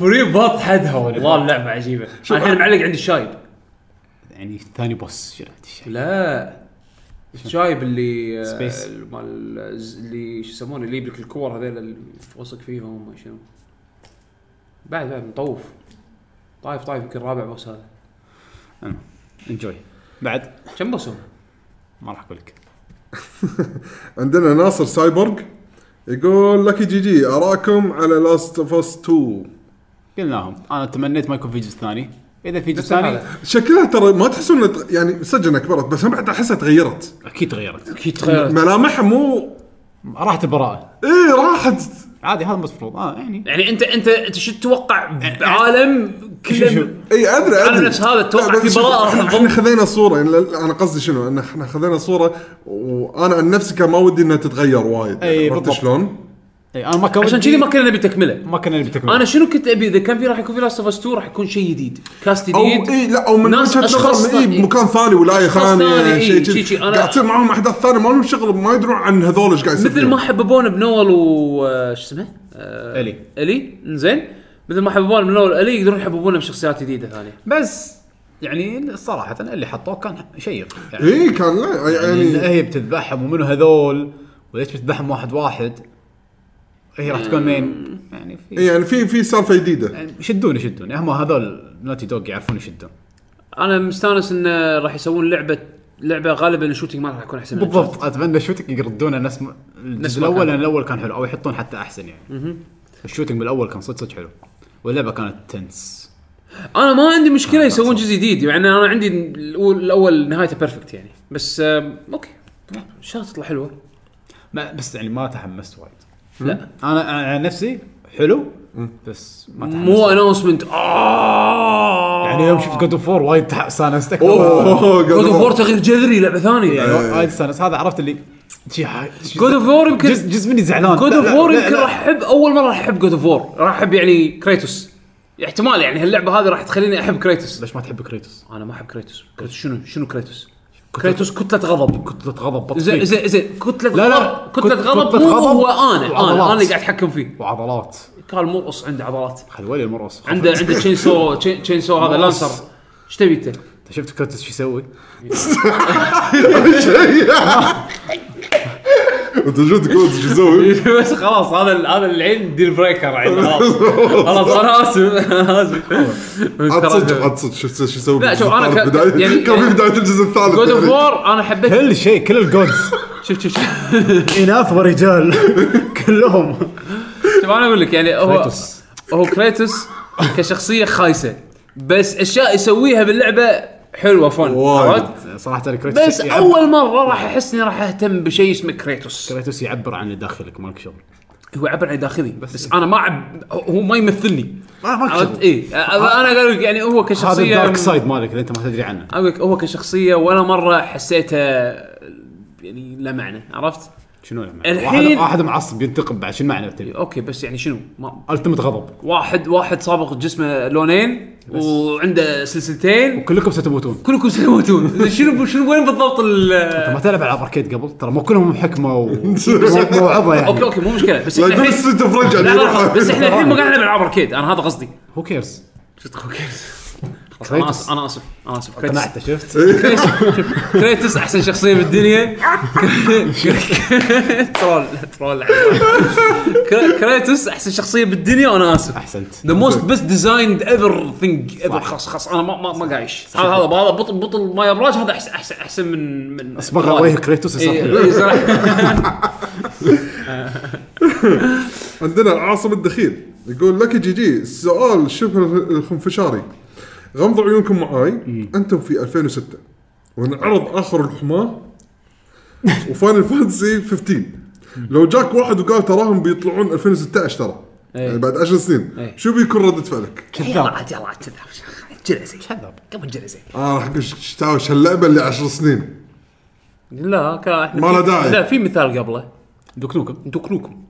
فري باط حدها والله اللعبه عجيبه انا الحين معلق عندي الشايب
يعني ثاني بوس شنو هذا الشيء؟
لا الشايب اللي
Space.
آه، مال اللي شو يسمونه اللي يجيب لك الكور هذيل اللي واثق فيهم ما شنو بعد بعد مطوف طايف طايف يمكن رابع بوس هذا
انجوي بعد
كم بوس هو؟
ما راح اقول لك
عندنا ناصر سايبورغ يقول لك جي جي ارائكم على لاست اوف اس 2
قلناهم انا تمنيت ما يكون في جزء ثاني اذا في جزء
نفس الحالة.
ثاني
شكلها ترى ما تحسون إنها تغ- يعني صدق انها كبرت بس هم بعد احسها تغيرت
اكيد تغيرت
اكيد تغيرت
ملامحها مو
راحت البراءه
ايه راحت
عادي هذا المفروض اه يعني
يعني انت انت انت شو تتوقع بعالم كله
اي ادري ادري
أنا نفس هذا أتوقع
إيه، لا، بس
في
شوف،
براءة راح
احنا
تنضم.
خذينا صوره يعني لا- لا، انا قصدي شنو ان احنا خذينا صوره وانا عن نفسي كان ما ودي انها تتغير وايد يعني،
أي،
عرفت
بالضبط.
شلون؟
اي انا ما كان
عشان
ودي-
كذي ما كنا نبي تكمله
ما كنا نبي تكمله
انا شنو كنت ابي اذا كان في راح يكون في لاست اوف اس 2 راح يكون شيء جديد كاست
او
جديد
اي إيه، لا او من إيه،
ناس
وجهه
أشخاص
نظر اي
ثاني.
بمكان ثاني ولايه
أشخاص ثاني،
ثانيه
إي،
شيء
شي- شي،
كذي
أنا-
قاعد تصير معاهم احداث ثانيه ما لهم شغل ما يدرون عن هذول ايش قاعد يصير
مثل ما حببونا بنول و آه، شو اسمه؟ آه،
الي
الي زين مثل ما حببونا بنول الي يقدرون يحببونا بشخصيات جديده ثانيه
بس يعني صراحه اللي حطوه كان شيق يعني
اي كان لا
يعني
يعني
هي بتذبحهم ومنو هذول وليش بتذبحهم واحد واحد هي راح تكون مين يعني
إي،
في
يعني في في سالفه جديده
يعني يشدون يشدون هم هذول نوتي دوغ يعرفون يشدون
انا مستانس انه راح يسوون لعبه لعبه غالبا الشوتنج ما راح يكون احسن من
بالضبط اتمنى الشوتنج يردونه نفس ما-
نفس
الجزء
ما
الاول
كان.
لان الاول كان حلو او يحطون حتى احسن يعني الشوتنج بالاول كان صدق صدق حلو واللعبه كانت تنس
انا ما عندي مشكله يسوون جزء جديد يعني انا عندي الأول- الاول نهايته بيرفكت يعني بس آم، اوكي ان شاء الله تطلع حلوه
ما بس يعني ما تحمست وايد
لا
انا أنا عن نفسي حلو بس ما تحمست
مو اناونسمنت اه
يعني يوم شفت جود اوف 4 وايد تح- استانست اكثر
اوه
جود اوف وور تغيير جذري لعبه ثانيه
يعني وايد استانست هذا عرفت اللي شي هاي- شي-
جود اوف وور يمكن
جزء جزء مني زعلان
جود
لا،
اوف
لا،
وور
لا،
يمكن
لا.
راح احب اول مره راح احب جود اوف وور راح احب يعني كريتوس احتمال يعني هاللعبه هذه راح تخليني احب كريتوس
ليش ما تحب كريتوس؟
انا ما احب كريتوس كريتوس شنو شنو كريتوس كريتوس كتله غضب
كتلة غضب بطل
زين زين زين كتله
لا، لا.
غضب كتله
كت-
غضب
كتلة
مو
غضب
هو انا انا
وعضلات.
انا اللي قاعد اتحكم فيه
وعضلات
كان مرقص عنده عضلات
خلي ولي المرقص
عنده عنده تشين سو تشين سو هذا
مرقص.
لانسر ايش تبي انت؟
انت شفت كريتوس شو يسوي؟
انت شو تقول شو تسوي؟
بس خلاص هذا ال- هذا العين ديل بريكر عين خلاص خلاص انا اسف أنا
عاد صدق
اسف
عاد صدق شو شو يسوي
لا، شوف،
بالجزء
أنا
الثالث؟
ك-
بداية-
يعني-
كان في بدايه الجزء الثالث
جود اوف
يعني.
وور انا حبيت
كل شيء كل الجودز
شوف شوف شوف
اناث ورجال كلهم
شوف انا اقول لك يعني هو
كريتوس.
هو كريتوس كشخصيه خايسه بس اشياء يسويها باللعبه حلوه فن
وايد.
عرفت؟
صراحه أنا كريتوس
بس
يعب-
اول مره راح احس اني راح اهتم بشيء اسمه كريتوس
كريتوس يعبر عن اللي داخلك مالك شغل
هو عبر عن داخلي بس, انا ما عب... هو ما يمثلني
ما مالك
عرفت إيه.
شغل
اي انا اقول لك يعني هو
هذا
كشخصيه
الدارك سايد مالك اللي انت ما تدري عنه
اقول لك هو كشخصيه ولا مره حسيته يعني لا معنى عرفت؟
شنو لما
الحين-
واحد, واحد معصب ينتقم بعد شنو معنى تبي؟
اوكي بس يعني شنو؟ ما
التمت غضب
واحد واحد سابق جسمه لونين وعنده سلسلتين
كلكم ستموتون
كلكم ستموتون شنو شنو وين بالضبط ال
انت ما تلعب العاب اركيد قبل ترى مو كلهم حكمه وموعظه
اوكي
يعني
اوكي مو مشكله بس
لا
احنا
يقول
الحين
الست فرج
لا،
يعني
لا، لا،
يروح
بس احنا الحين ما قاعد نلعب العاب اركيد انا هذا قصدي
هو كيرز
صدق اوكي خلاص، انا
كريتوس.
اسف انا اسف انا اسف كريتوس
قنعته شفت؟
إيه. كريتوس احسن شخصيه بالدنيا ترول ترول كر- كريتوس احسن شخصيه بالدنيا وانا اسف
احسنت
ذا موست بيست ديزايند ايفر ثينج ايفر خلاص خلاص انا ما ما, ما قايش هذا هذا هذا بطل بطل ما يبراج هذا احسن احسن احسن من من
اصبغ وجه كريتوس يصير
إيه،
حلو.
إيه، صراحة.
عندنا عاصم الدخيل يقول لك جي جي السؤال شبه الخنفشاري غمضوا عيونكم معاي انتم في 2006 وانعرض اخر الحماه وفاينل فانتسي 15 لو جاك واحد وقال تراهم بيطلعون 2016 ترى يعني بعد 10 سنين
إيه.
شو بيكون رده فعلك؟
يلا عاد يلا عاد كذاب جلسه كذاب قبل جلسه
انا آه، راح اقول ش- شتاوش هاللعبه اللي 10 سنين
لا كان إحنا
ما له
في-
داعي.
لا في مثال قبله
دكنوكم
دوك نوكم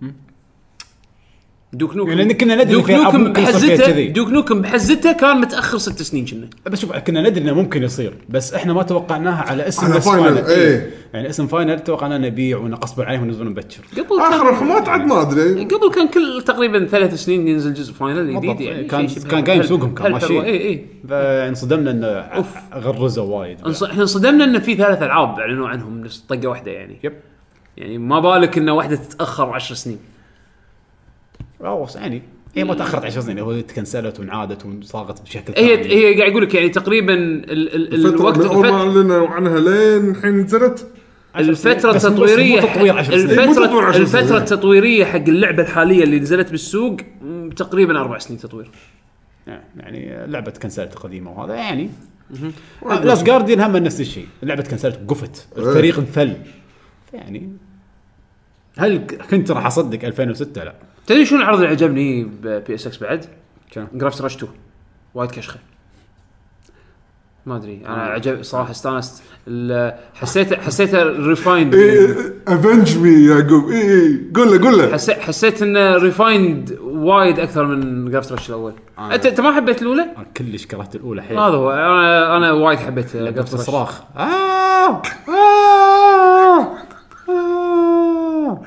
دوك نوكم
يعني كنا ندري
دوك
في ألعاب
نوكم
ممكن يصير فيها
بحزته
كذي.
دوك نوكم بحزته كان متاخر ست سنين كنا
بس شوف كنا ندري انه ممكن يصير بس احنا ما توقعناها على اسم
على
بس
فاينل، إيه.
يعني اسم فاينل توقعنا انه يبيع وانه غصبا عليهم ينزلون مبكر
قبل
اخر
كان
الحماه عاد ما ادري
قبل كان كل تقريبا ثلاث سنين ينزل جزء فاينل جديد
بالضبط،
يعني
إيه، كان-
شيء شبه
كان قايم
هل-
سوقهم كان
هل- إيه،
ماشيين.
اي اي
فانصدمنا انه
أوف.
ع- غرزوا وايد
انص- احنا انصدمنا ان في ثلاث العاب اعلنوا عنهم نفس طقه واحده يعني
يب.
يعني ما بالك ان واحده تتاخر 10 سنين
أوه، يعني هي ما تاخرت 10 سنين هو تكنسلت وانعادت وصاغت بشكل
هي
ثاني.
هي قاعد يقول لك يعني تقريبا ال ال
الفتره
الوقت
من اول ما
الفت-
اعلنوا عنها لين الحين نزلت
الفتره
بس مو- مو
التطويريه
تطوير 10 سنين.
مو تطوير
الفتره
10 سنين.
الفتره التطويريه حق اللعبه الحاليه اللي نزلت بالسوق م، تقريبا اربع سنين تطوير
يعني لعبه كنسلت قديمه وهذا يعني لاست جارديان هم نفس الشيء لعبه كنسلت قفت الفريق انثل يعني هل ك- كنت راح اصدق 2006 لا
تدري شو العرض اللي عجبني ببي اس اكس بعد؟
شنو؟
جرافت راش 2 وايد كشخه ما ادري انا
آه.
عجب صراحه استانست ال- حسيت حسيت ريفايند
إيه، افنج مي يعقوب اي اي إيه، قول له قول له
حسيت انه ريفايند وايد اكثر من جرافت رش الاول انت انت ما حبيت الاولى؟
انا كلش كرهت الاولى حيل
هذا هو انا انا وايد حبيت جرافت رش
صراخ آه! آه! آه!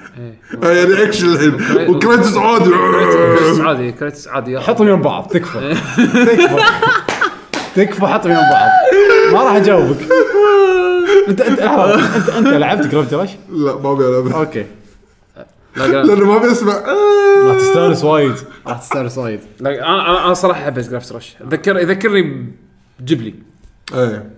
هاي رياكشن الحين وكريتس يعني عادي
كريتس عادي كريتس عادي
حطهم يم بعض تكفى تكفى تكفى حطهم يم بعض ما راح اجاوبك انت انت احرص. انت انت لعبت جرافيتي رش؟
لا ما ابي العبها
اوكي
لا، لا،
لانه ما ابي اسمع آه.
راح تستانس وايد راح تستانس وايد
لا، انا أنا- انا صراحه حبيت جرافت رش ذكر يذكرني بجبلي
ايه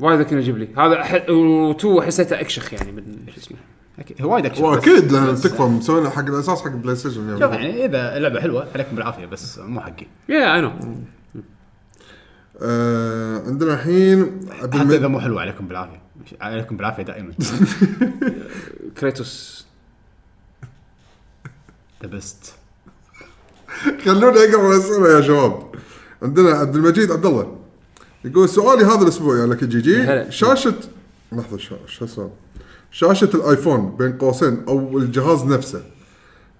وايد يذكرني بجبلي هذا أح... وتو حسيته اكشخ يعني من شو اسمه
أكيد- هو وايد اكشن بس-
واكيد لان تكفى مسوينا حق الاساس حق بلاي ستيشن
شوف
يعني
يعني اذا اللعبه حلوه عليكم بالعافيه بس مو حقي
يا اي نو
آه، عندنا الحين عبد
حتى اذا
المجيد
مو حلوه عليكم بالعافيه عليكم بالعافيه دائما
كريتوس
ذا بيست
خلونا اقرا الاسئله يا شباب عندنا عبد المجيد عبد الله يقول سؤالي هذا الاسبوع يا لك جي جي
هلا.
شاشه لحظه شا- شو السؤال شاشه الايفون بين قوسين او الجهاز نفسه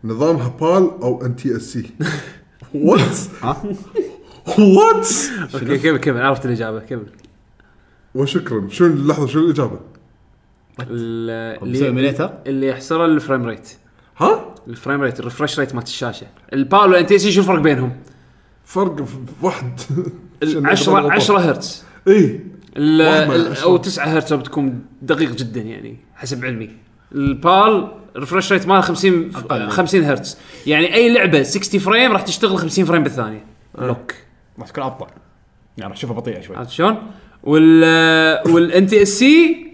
نظامها بال او ان تي اس سي وات وات
اوكي كمل كمل عرفت الاجابه كمل
وشكرا شو لحظه شو الاجابه
ال-
مسوي
اللي
ميليتر
اللي يحصره الفريم ريت
ها
الفريم ريت الريفرش ريت مالت الشاشه الباول والان تي سي شو الفرق بينهم؟
فرق في واحد
10 10 هرتز إيه.
اي
ال-
واحد مع
ال-
العشرة.
او 9 هرتز بتكون دقيق جدا يعني حسب علمي البال ريفرش ريت ماله 50 50 هرتز يعني اي لعبه 60 فريم راح تشتغل 50 فريم بالثانيه لوك
راح تكون ابطا يعني راح تشوفها بطيئه شوي
عرفت شلون؟ وال والان تي اس سي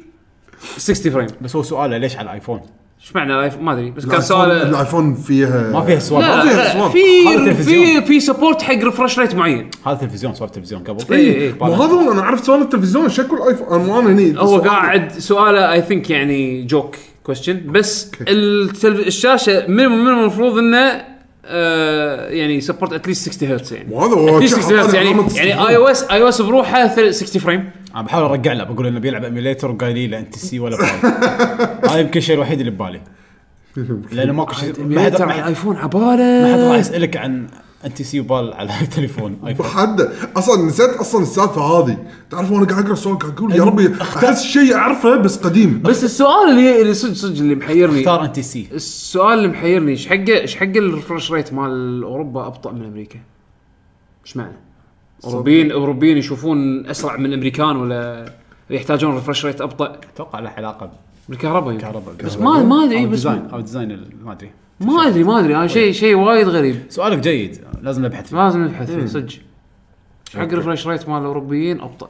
60 فريم
بس هو سؤاله ليش على الايفون؟
ايش معنى لايف ما ادري بس كان
الايفون,
سؤال
الآيفون فيها
ما فيها سوالف
لا،
ما فيها أسوار.
هذا
لا، في
تلفزيون.
في في سبورت حق ريفرش ريت معين
هذا تلفزيون سوالف تلفزيون قبل
إيه، إيه.
ما هذا هو انا عرفت سؤال التلفزيون شكل الايفون انا مو انا هني
هو قاعد سؤاله اي ثينك يعني جوك كويستشن بس التلف... الشاشه مينيموم مينيموم المفروض انه آه يعني يسبورت اتليست 60 هرتز يعني
وهذا هو
at least 60 هرتز يعني
علامة
يعني
استفهام.
اي او اس اي او اس بروحه ثل- 60 فريم
عم بحاول ارجع له بقول انه بيلعب ايميليتر وقايل لي لا انت سي ولا بال هذا يمكن الشيء الوحيد اللي ببالي لانه ماكو شيء ما حد
ميتر
ما
على
حد-
الايفون
ما حد راح
عباله
يسالك عن انت سي وبال على التليفون ايفون
حد اصلا نسيت اصلا السالفه هذه تعرف وانا قاعد اقرا السؤال قاعد اقول يا ربي احس شيء اعرفه بس قديم
بس السؤال اللي اللي صدق صدق اللي محيرني
اختار انت سي
السؤال اللي محيرني ايش حقه ايش حق الريفرش ريت مال اوروبا ابطا من امريكا؟ ايش معنى؟ اوروبيين اوروبيين يشوفون اسرع من الامريكان ولا يحتاجون ريفرش ريت ابطا
اتوقع له علاقه
بالكهرباء يمكن.
بالكهرباء
بس ما ما ادري
او
بس
ديزاين او ديزاين ال- ما ادري
ما ادري ما ادري انا شيء شيء وايد غريب
سؤالك جيد لازم نبحث فيه
لازم نبحث
إيه.
فيه صدق ايش حق الريفرش ريت مال الاوروبيين ابطا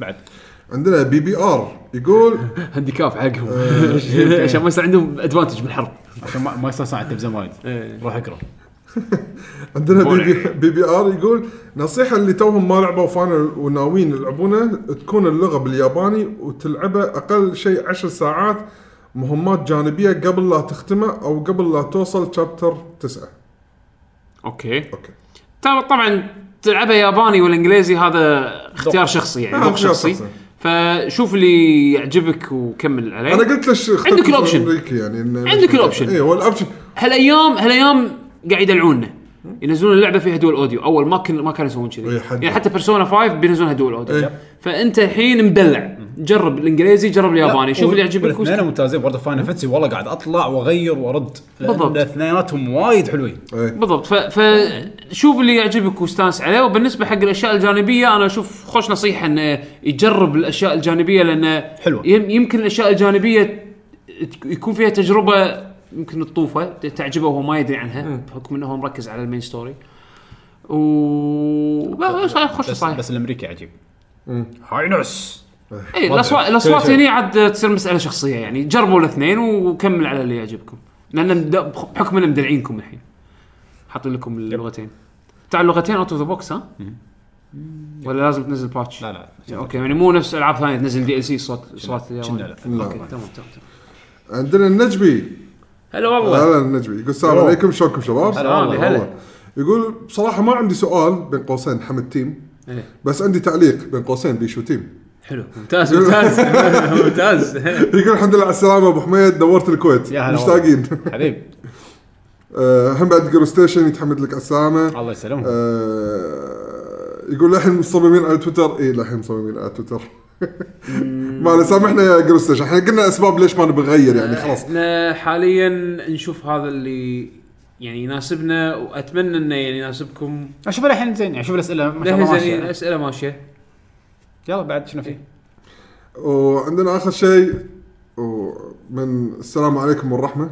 بعد
عندنا بي بي ار يقول
هانديكاب حقهم
إيه.
عشان ما يصير عندهم ادفانتج بالحرب
عشان ما ما يستانس على التلفزيون وايد
إيه.
روح اقرا
عندنا بي بي, بي بي ار يقول نصيحه اللي توهم ما لعبوا فاينل وناويين يلعبونه تكون اللغه بالياباني وتلعبه اقل شيء 10 ساعات مهمات جانبيه قبل لا تختمه او قبل لا توصل شابتر 9
اوكي
اوكي
طبعا طبعا تلعبها ياباني ولا انجليزي هذا اختيار شخصي يعني
آه،
ذوق
اختيار
شخصي
شخصي.
فشوف اللي يعجبك وكمل عليه
انا قلت ليش اخترت
عندك الأوبشن.
الامريكي يعني إن-
عندك الأوبشن.
اي هو الاوبشن
هالايام هالايام قاعد يدلعونا ينزلون اللعبه فيها دول اوديو اول ما كن ما كانوا يسوون كذي
إي، حد.
يعني حتى بيرسونا 5 بينزلونها دول اوديو
إي.
فانت الحين مدلع جرب الانجليزي جرب الياباني شوف اللي يعجبك
الاثنين
وست-
ممتازين برضه فاينل فانتسي والله قاعد اطلع واغير وارد
بالضبط.
بالضبط اثنيناتهم وايد حلوين
بالضبط فشوف اللي يعجبك واستانس عليه وبالنسبه حق الاشياء الجانبيه انا اشوف خوش نصيحه انه يجرب الاشياء الجانبيه لان
حلوة.
يم- يمكن الاشياء الجانبيه ت- يكون فيها تجربه يمكن تطوفه ت- تعجبه وهو ما يدري عنها بحكم انه هو مركز على المين ستوري و بس هاي خوش
بس,
نصايح
بس الامريكي عجيب
اي الاصوات الاصوات إيه، هني عاد تصير مساله شخصيه يعني جربوا الاثنين وكمل على اللي يعجبكم لان مد- بخ- بحكم ان مدلعينكم الحين حاطين لكم اللغتين تاع اللغتين اوت اوف ذا بوكس ها؟ ولا لازم تنزل باتش؟
لا لا
اوكي يعني مو نفس العاب ثانيه تنزل دي ال سي صوت صوت
كنا
الياباني.
لا
اوكي تمام تمام تمام.
عندنا النجبي
هلا والله
هلا النجبي يقول السلام عليكم شلونكم شباب؟
هلا والله.
والله. يقول بصراحه ما عندي سؤال بين قوسين حمد تيم
إيه.
بس عندي تعليق بين قوسين بيشو تيم
حلو ممتاز ممتاز ممتاز
يقول الحمد لله على السلامه ابو حميد دورت الكويت
يا هلا
مشتاقين
حبيب
آه، هم بعد جرو ستيشن يتحمد لك على السلامه
الله يسلمهم
آه، يقول لحين مصممين على تويتر اي لحين مصممين على تويتر ما له سامحنا يا جرستش احنا قلنا اسباب ليش ما نبي نغير يعني خلاص
احنا حاليا نشوف هذا اللي يعني يناسبنا واتمنى انه يعني يناسبكم
اشوف الحين زين يعني شوف الاسئله ما شاء
للحين
الله
زين
ماشية.
الاسئله ماشيه
يلا بعد شنو في؟
وعندنا اخر شيء و- من السلام عليكم والرحمه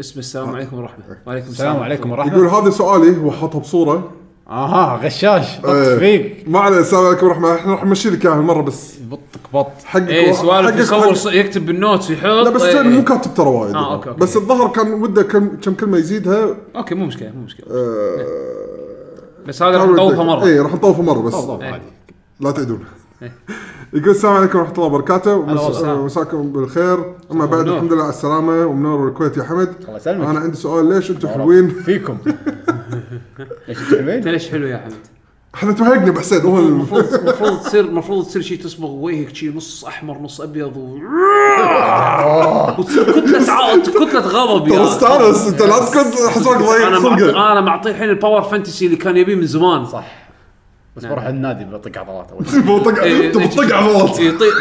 اسم السلام عليكم ورحمه وعليكم
السلام عليكم
يقول
ورحمه
هذا سؤالي هو حاطه بصوره
اها غشاش بط
إيه.
فيك
ما عليه السلام عليكم ورحمه احنا راح نمشي لك اياها هالمره بس
بطك بط إيه،
حقك
اي
و-
سوالف
حقك
يصور
وحق-
إيه، ص- يكتب بالنوتس يحط
لا بس
إيه.
زين مو كاتب ترى وايد
آه، أوكي، أوكي.
بس الظهر كان وده كم كم كلمه يزيدها
اوكي مو مشكله مو مشكله
آه،
بس هذا راح نطوفه مره
اي إيه، راح نطوفها مره بس
طب
إيه.
عادي
لا تعيدون يقول السلام عليكم ورحمه الله وبركاته ومس-
والسلام.
مساكم بالخير اما بعد
ونور.
الحمد لله على السلامه ومنور الكويت يا حمد
الله يسلمك.
انا عندي سؤال ليش انتم حلوين
فيكم
ليش تحمل؟
انت ليش حلو يا حمد
احنا توهقنا بحسين هو الم-
المفروض المفروض تصير المفروض تصير شيء تصبغ وجهك شيء نص احمر نص ابيض و... وتصير كتله ع... كتله غضب
ترى استانس انت لا تكون حسوك ضيق
انا
خلقه
معطي انا معطيه الحين الباور فانتسي اللي كان يبيه من زمان صح
بس بروح النادي بطق عضلات اول
بطق-
إيه،
تبي تطق عضلات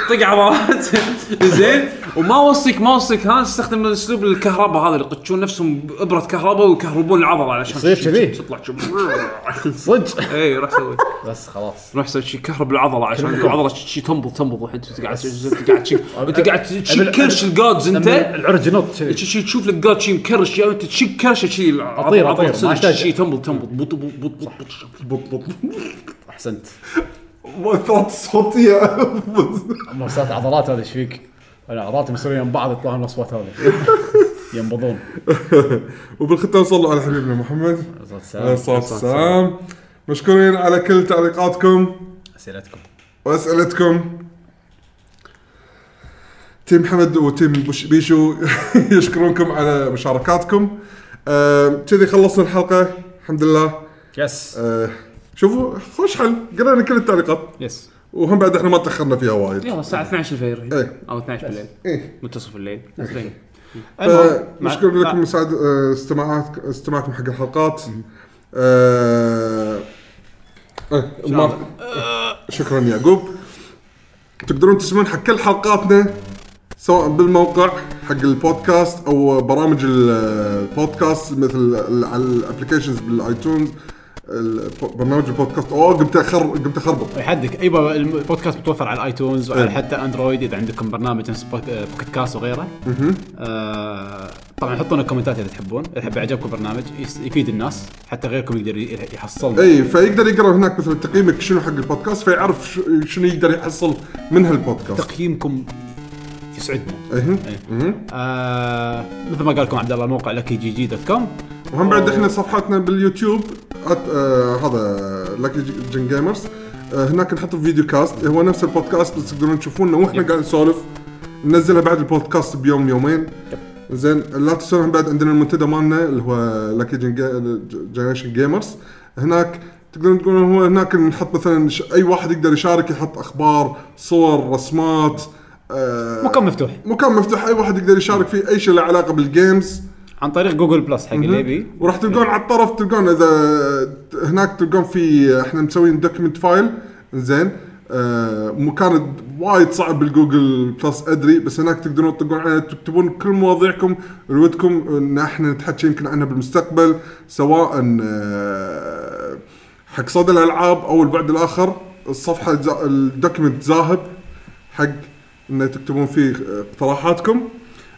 طق عضلات زين وما اوصيك ما اوصيك ها استخدم اسلوب الكهرباء هذا اللي يقطشون نفسهم بابره كهرباء ويكهربون العضله علشان
يصير
شي-
كذي؟
تطلع شو إيه،
صدق
اي روح سوي
بس خلاص
روح سوي شي كهرب العضله عشان العضله شي تنبض تنبض الحين انت قاعد انت قاعد شي- انت قاعد تشيل كرش الجادز انت
لما العرج نط كذي.
شي- شي تشوف لك جاد شي مكرش يا انت تشيل كرشه شي
أطير،
العضلة
أطير،
تصير
ما أحتاج.
شي تنبض تنبض بط بط بط بط بط
احسنت
مؤثرات الصوتيه
مؤسسات عضلات هذا ايش فيك؟ العضلات يصيرون يم بعض يطلعون الاصوات هذه ينبضون
وبالختام صلوا على حبيبنا محمد عليه الصلاه والسلام مشكورين على كل تعليقاتكم
اسئلتكم
واسئلتكم تيم حمد وتيم بوش- بيشو يشكرونكم على مشاركاتكم آم، كذي خلصنا الحلقه الحمد لله
يس
آه، شوفوا خوش حل قرينا كل التعليقات
يس
وهم بعد احنا ما تاخرنا فيها وايد
يلا الساعه 12 الفجر
إيه.
او 12 بالليل
إيه.
منتصف الليل زين
مشكور آه، لكم مساعد آه، استماعات استماعكم حق الحلقات آه، آه، ما- شكرا يعقوب تقدرون تسمعون حق كل حلقاتنا سواء بالموقع حق البودكاست او برامج ال- البودكاست مثل ال- على الابلكيشنز بالايتونز الب- برنامج البودكاست اوه قمت أخر- قمت اخربط
يحدك اي بابا، البودكاست متوفر على الايتونز وعلى حتى اندرويد اذا عندكم برنامج مثل بوك- آه، بوكيت كاست وغيره آه، طبعا حطوا لنا كومنتات اذا تحبون اذا حب عجبكم البرنامج يس- يفيد الناس حتى غيركم يقدر ي- يحصلنا
اي فيقدر يقرا هناك مثلا تقييمك شنو حق البودكاست فيعرف ش- شنو يقدر يحصل من هالبودكاست
تقييمكم يسعدنا
إيه.
آه مثل ما قال لكم عبد الله الموقع لكي جي جي دوت كوم
وهم بعد احنا صفحتنا باليوتيوب أت- آه، هذا لاكي جن جيمرز آه، هناك نحط فيديو كاست هو نفس البودكاست بس تقدرون تشوفونا واحنا قاعد نسولف ننزلها بعد البودكاست بيوم يومين زين لا تنسون هم بعد عندنا المنتدى مالنا اللي هو لاكي آه، جنريشن جيمرز هناك تقدرون تقولون هو هناك نحط مثلا ش- اي واحد يقدر يشارك يحط اخبار صور رسمات آه،
مكان مفتوح
مكان مفتوح اي واحد يقدر يشارك فيه اي شيء له علاقه بالجيمز
عن طريق جوجل بلس حق اللي يبي
وراح تلقون على الطرف تلقون اذا هناك تلقون في احنا مسويين دوكيمنت فايل زين آه مكان وايد صعب بالجوجل بلس ادري بس هناك تقدرون تطقون عليه تكتبون كل مواضيعكم اللي ودكم ان احنا نتحكي يمكن عنها بالمستقبل سواء آه حق صدى الالعاب او البعد الاخر الصفحه زا- الدوكيمنت ذاهب حق ان تكتبون فيه آه، اقتراحاتكم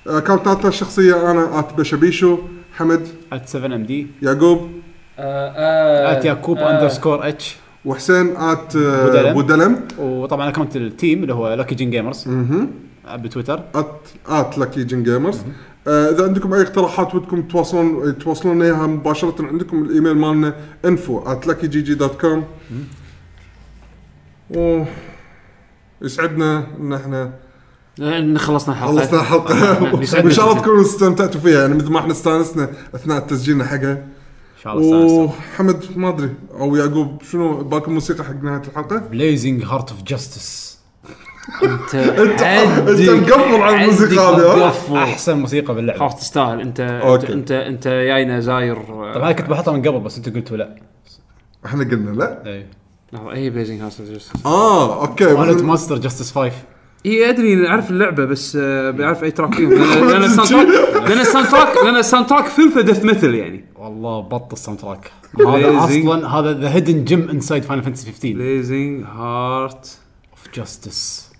آه، اكونتاتنا الشخصيه انا ات بشبيشو حمد
ات 7 ام دي
يعقوب
ات يعقوب اندرسكور اتش
وحسين ات
بودلم.
بودلم
وطبعا اكونت التيم اللي هو لكي جين جيمرز آه، بتويتر
ات ات لكي جن جيمرز آه، اذا عندكم اي اقتراحات ودكم تواصلون توصلون اياها مباشره عندكم الايميل مالنا انفو ات لكي جي جي دوت كوم يسعدنا ان احنا
خلصنا الحلقه
خلصنا الحلقه وان شاء الله تكونوا استمتعتوا فيها يعني مثل ما احنا استانسنا اثناء تسجيلنا حقها
شاء الله استانست
وحمد ما ادري او يعقوب شنو باكم موسيقى حق نهايه الحلقه؟
بليزنج هارت اوف جاستس
انت
انت مقفل على الموسيقى هذه ها؟
احسن موسيقى باللعبه
خلاص تستاهل انت انت
أوكي. طيب.
انت, انت جاينا زاير آه،
طبعا كنت بحطها من قبل بس انت قلتوا لا
احنا قلنا لا
اي
لحظة، اي بليزنج هاوس
اه
آه،
اوكي
مالت ماستر جاستس 5
اي ادري اعرف اللعبه بس آه، بعرف اي تراك فيهم لان لأن الساوند تراك لان الساوند تراك لان الساوند تراك فيلم ديث مثل يعني
والله بط الساوند تراك هذا
Blazing.
اصلا هذا ذا هيدن جيم انسايد فاينل فانتسي 15
بليزنج هارت
اوف جاستس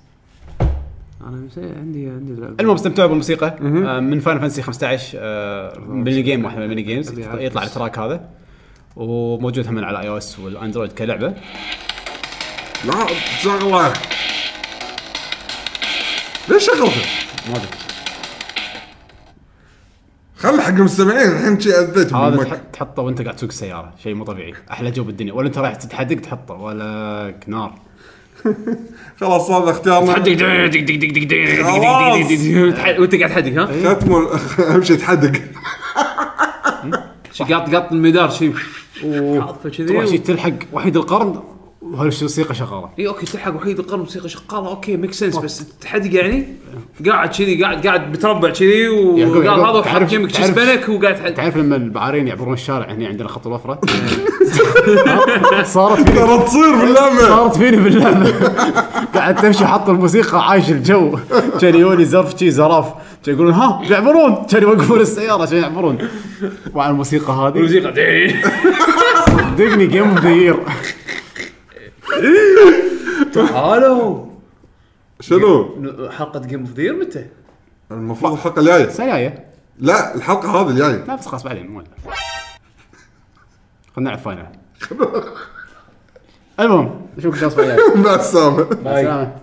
انا مس- عندي عندي اللعبه
المهم استمتعوا بالموسيقى آه، من فاينل فانتسي 15 آه، ميني جيم واحد من الميني جيمز
أبي أعرف
يطلع
بس.
التراك هذا وموجود هم على اي او اس والاندرويد كلعبه
لا شغله ليش شغلته؟
ما ادري
خل حق المستمعين الحين شي اذيتهم
هذا
بالمك.
تح- تحطه وانت قاعد تسوق السياره شيء مو طبيعي احلى جو بالدنيا ولا انت رايح تتحدق تحطه ولا نار
خلاص هذا اختيارنا
حدك دق دق دق دق دق
خلاص.
دق دق دق وانت قاعد تحدق ها
ختموا اهم شيء تحدق
شي قاط قاط المدار شي حاطه
تروح شي
كذي
تلحق وحيد القرن وهالموسيقى شغاله
اي اوكي تلحق وحيد القرن موسيقى شغاله اوكي ميك سنس بس تحدق يعني قاعد كذي قاعد قاعد بتربع كذي
يعقوب،
وقاعد
يعقوب،
هذا وحاط
تعرف-
جنبك شي
تعرف-
سبنك وقاعد تحدق
تعرف لما البعارين يعبرون الشارع هنا عندنا خط الوفره صارت فيني
ترى تصير باللعبه
صارت فيني باللعبه قاعد تمشي حاط الموسيقى عايش الجو كان يوني زرف شي زراف كان يقولون ها يعبرون كان يوقفون السياره كان يعبرون مع الموسيقى هذه
الموسيقى دي-
صدقني جيم اوف ذا يير
الو
شنو؟
حلقه جيم اوف ذير متى؟
المفروض الحلقه الجايه
سنايه
لا الحلقه هذه الجايه
لا بس خلاص بعدين مو مهم. خلنا نلعب فاينل المهم نشوفك الشخص الجاي
مع السلامه
سلامة.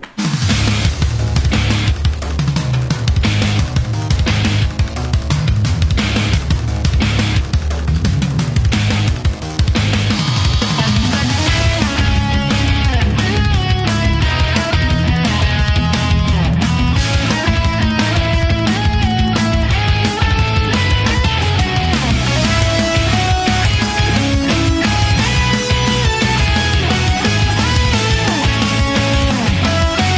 Thank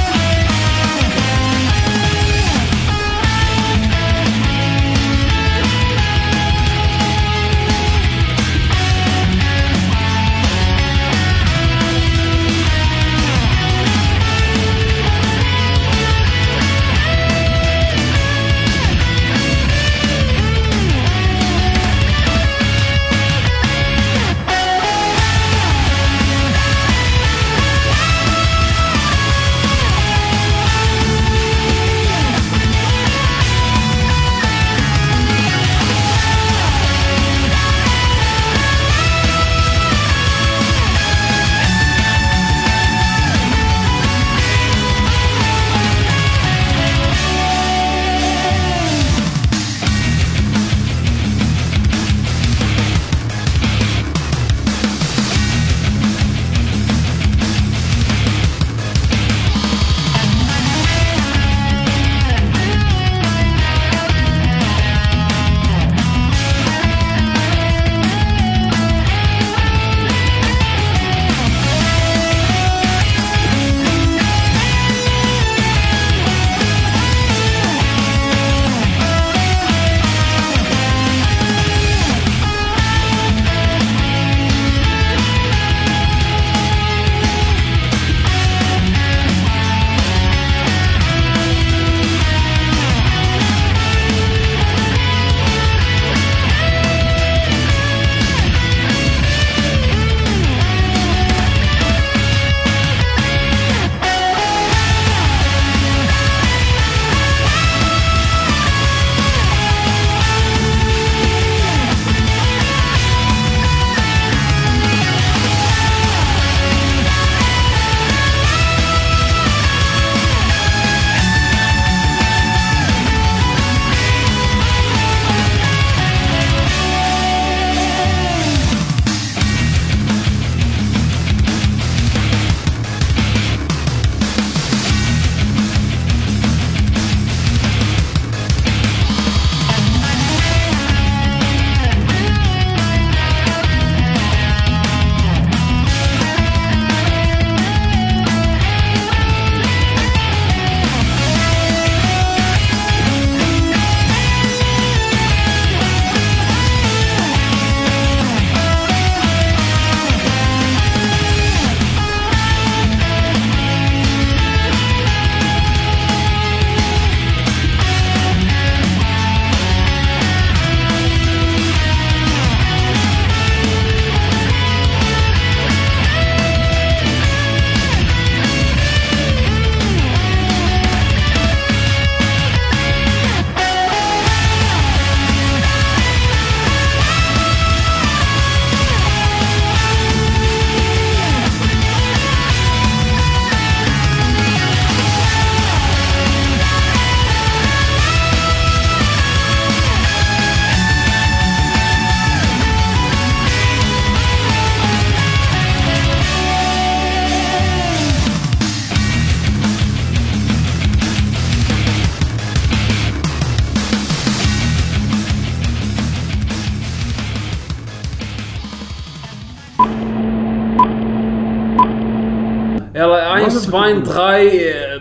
Angst Wein 3 äh,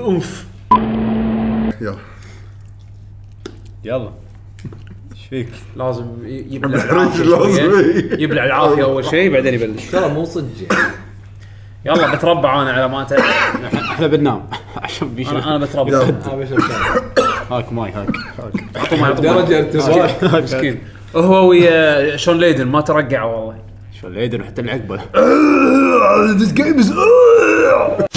Umf.
يلا
يلا ايش فيك؟
لازم ي- يبلع العافيه شوية.
لازم
يبلع العافيه اول شيء بعدين يبلش
ترى مو صدق يعني.
يلا بتربع انا على ما انت انا
احنا بننام عشان بيش
انا بتربع
يلا.
ما بشوف شيء.
هاك ماي هاك
أعطوه معي، أعطوه معي.
درجه ارتفاع
مسكين هو ويا شون ليدن ما ترقع والله
شو الليدن وحتى العقبه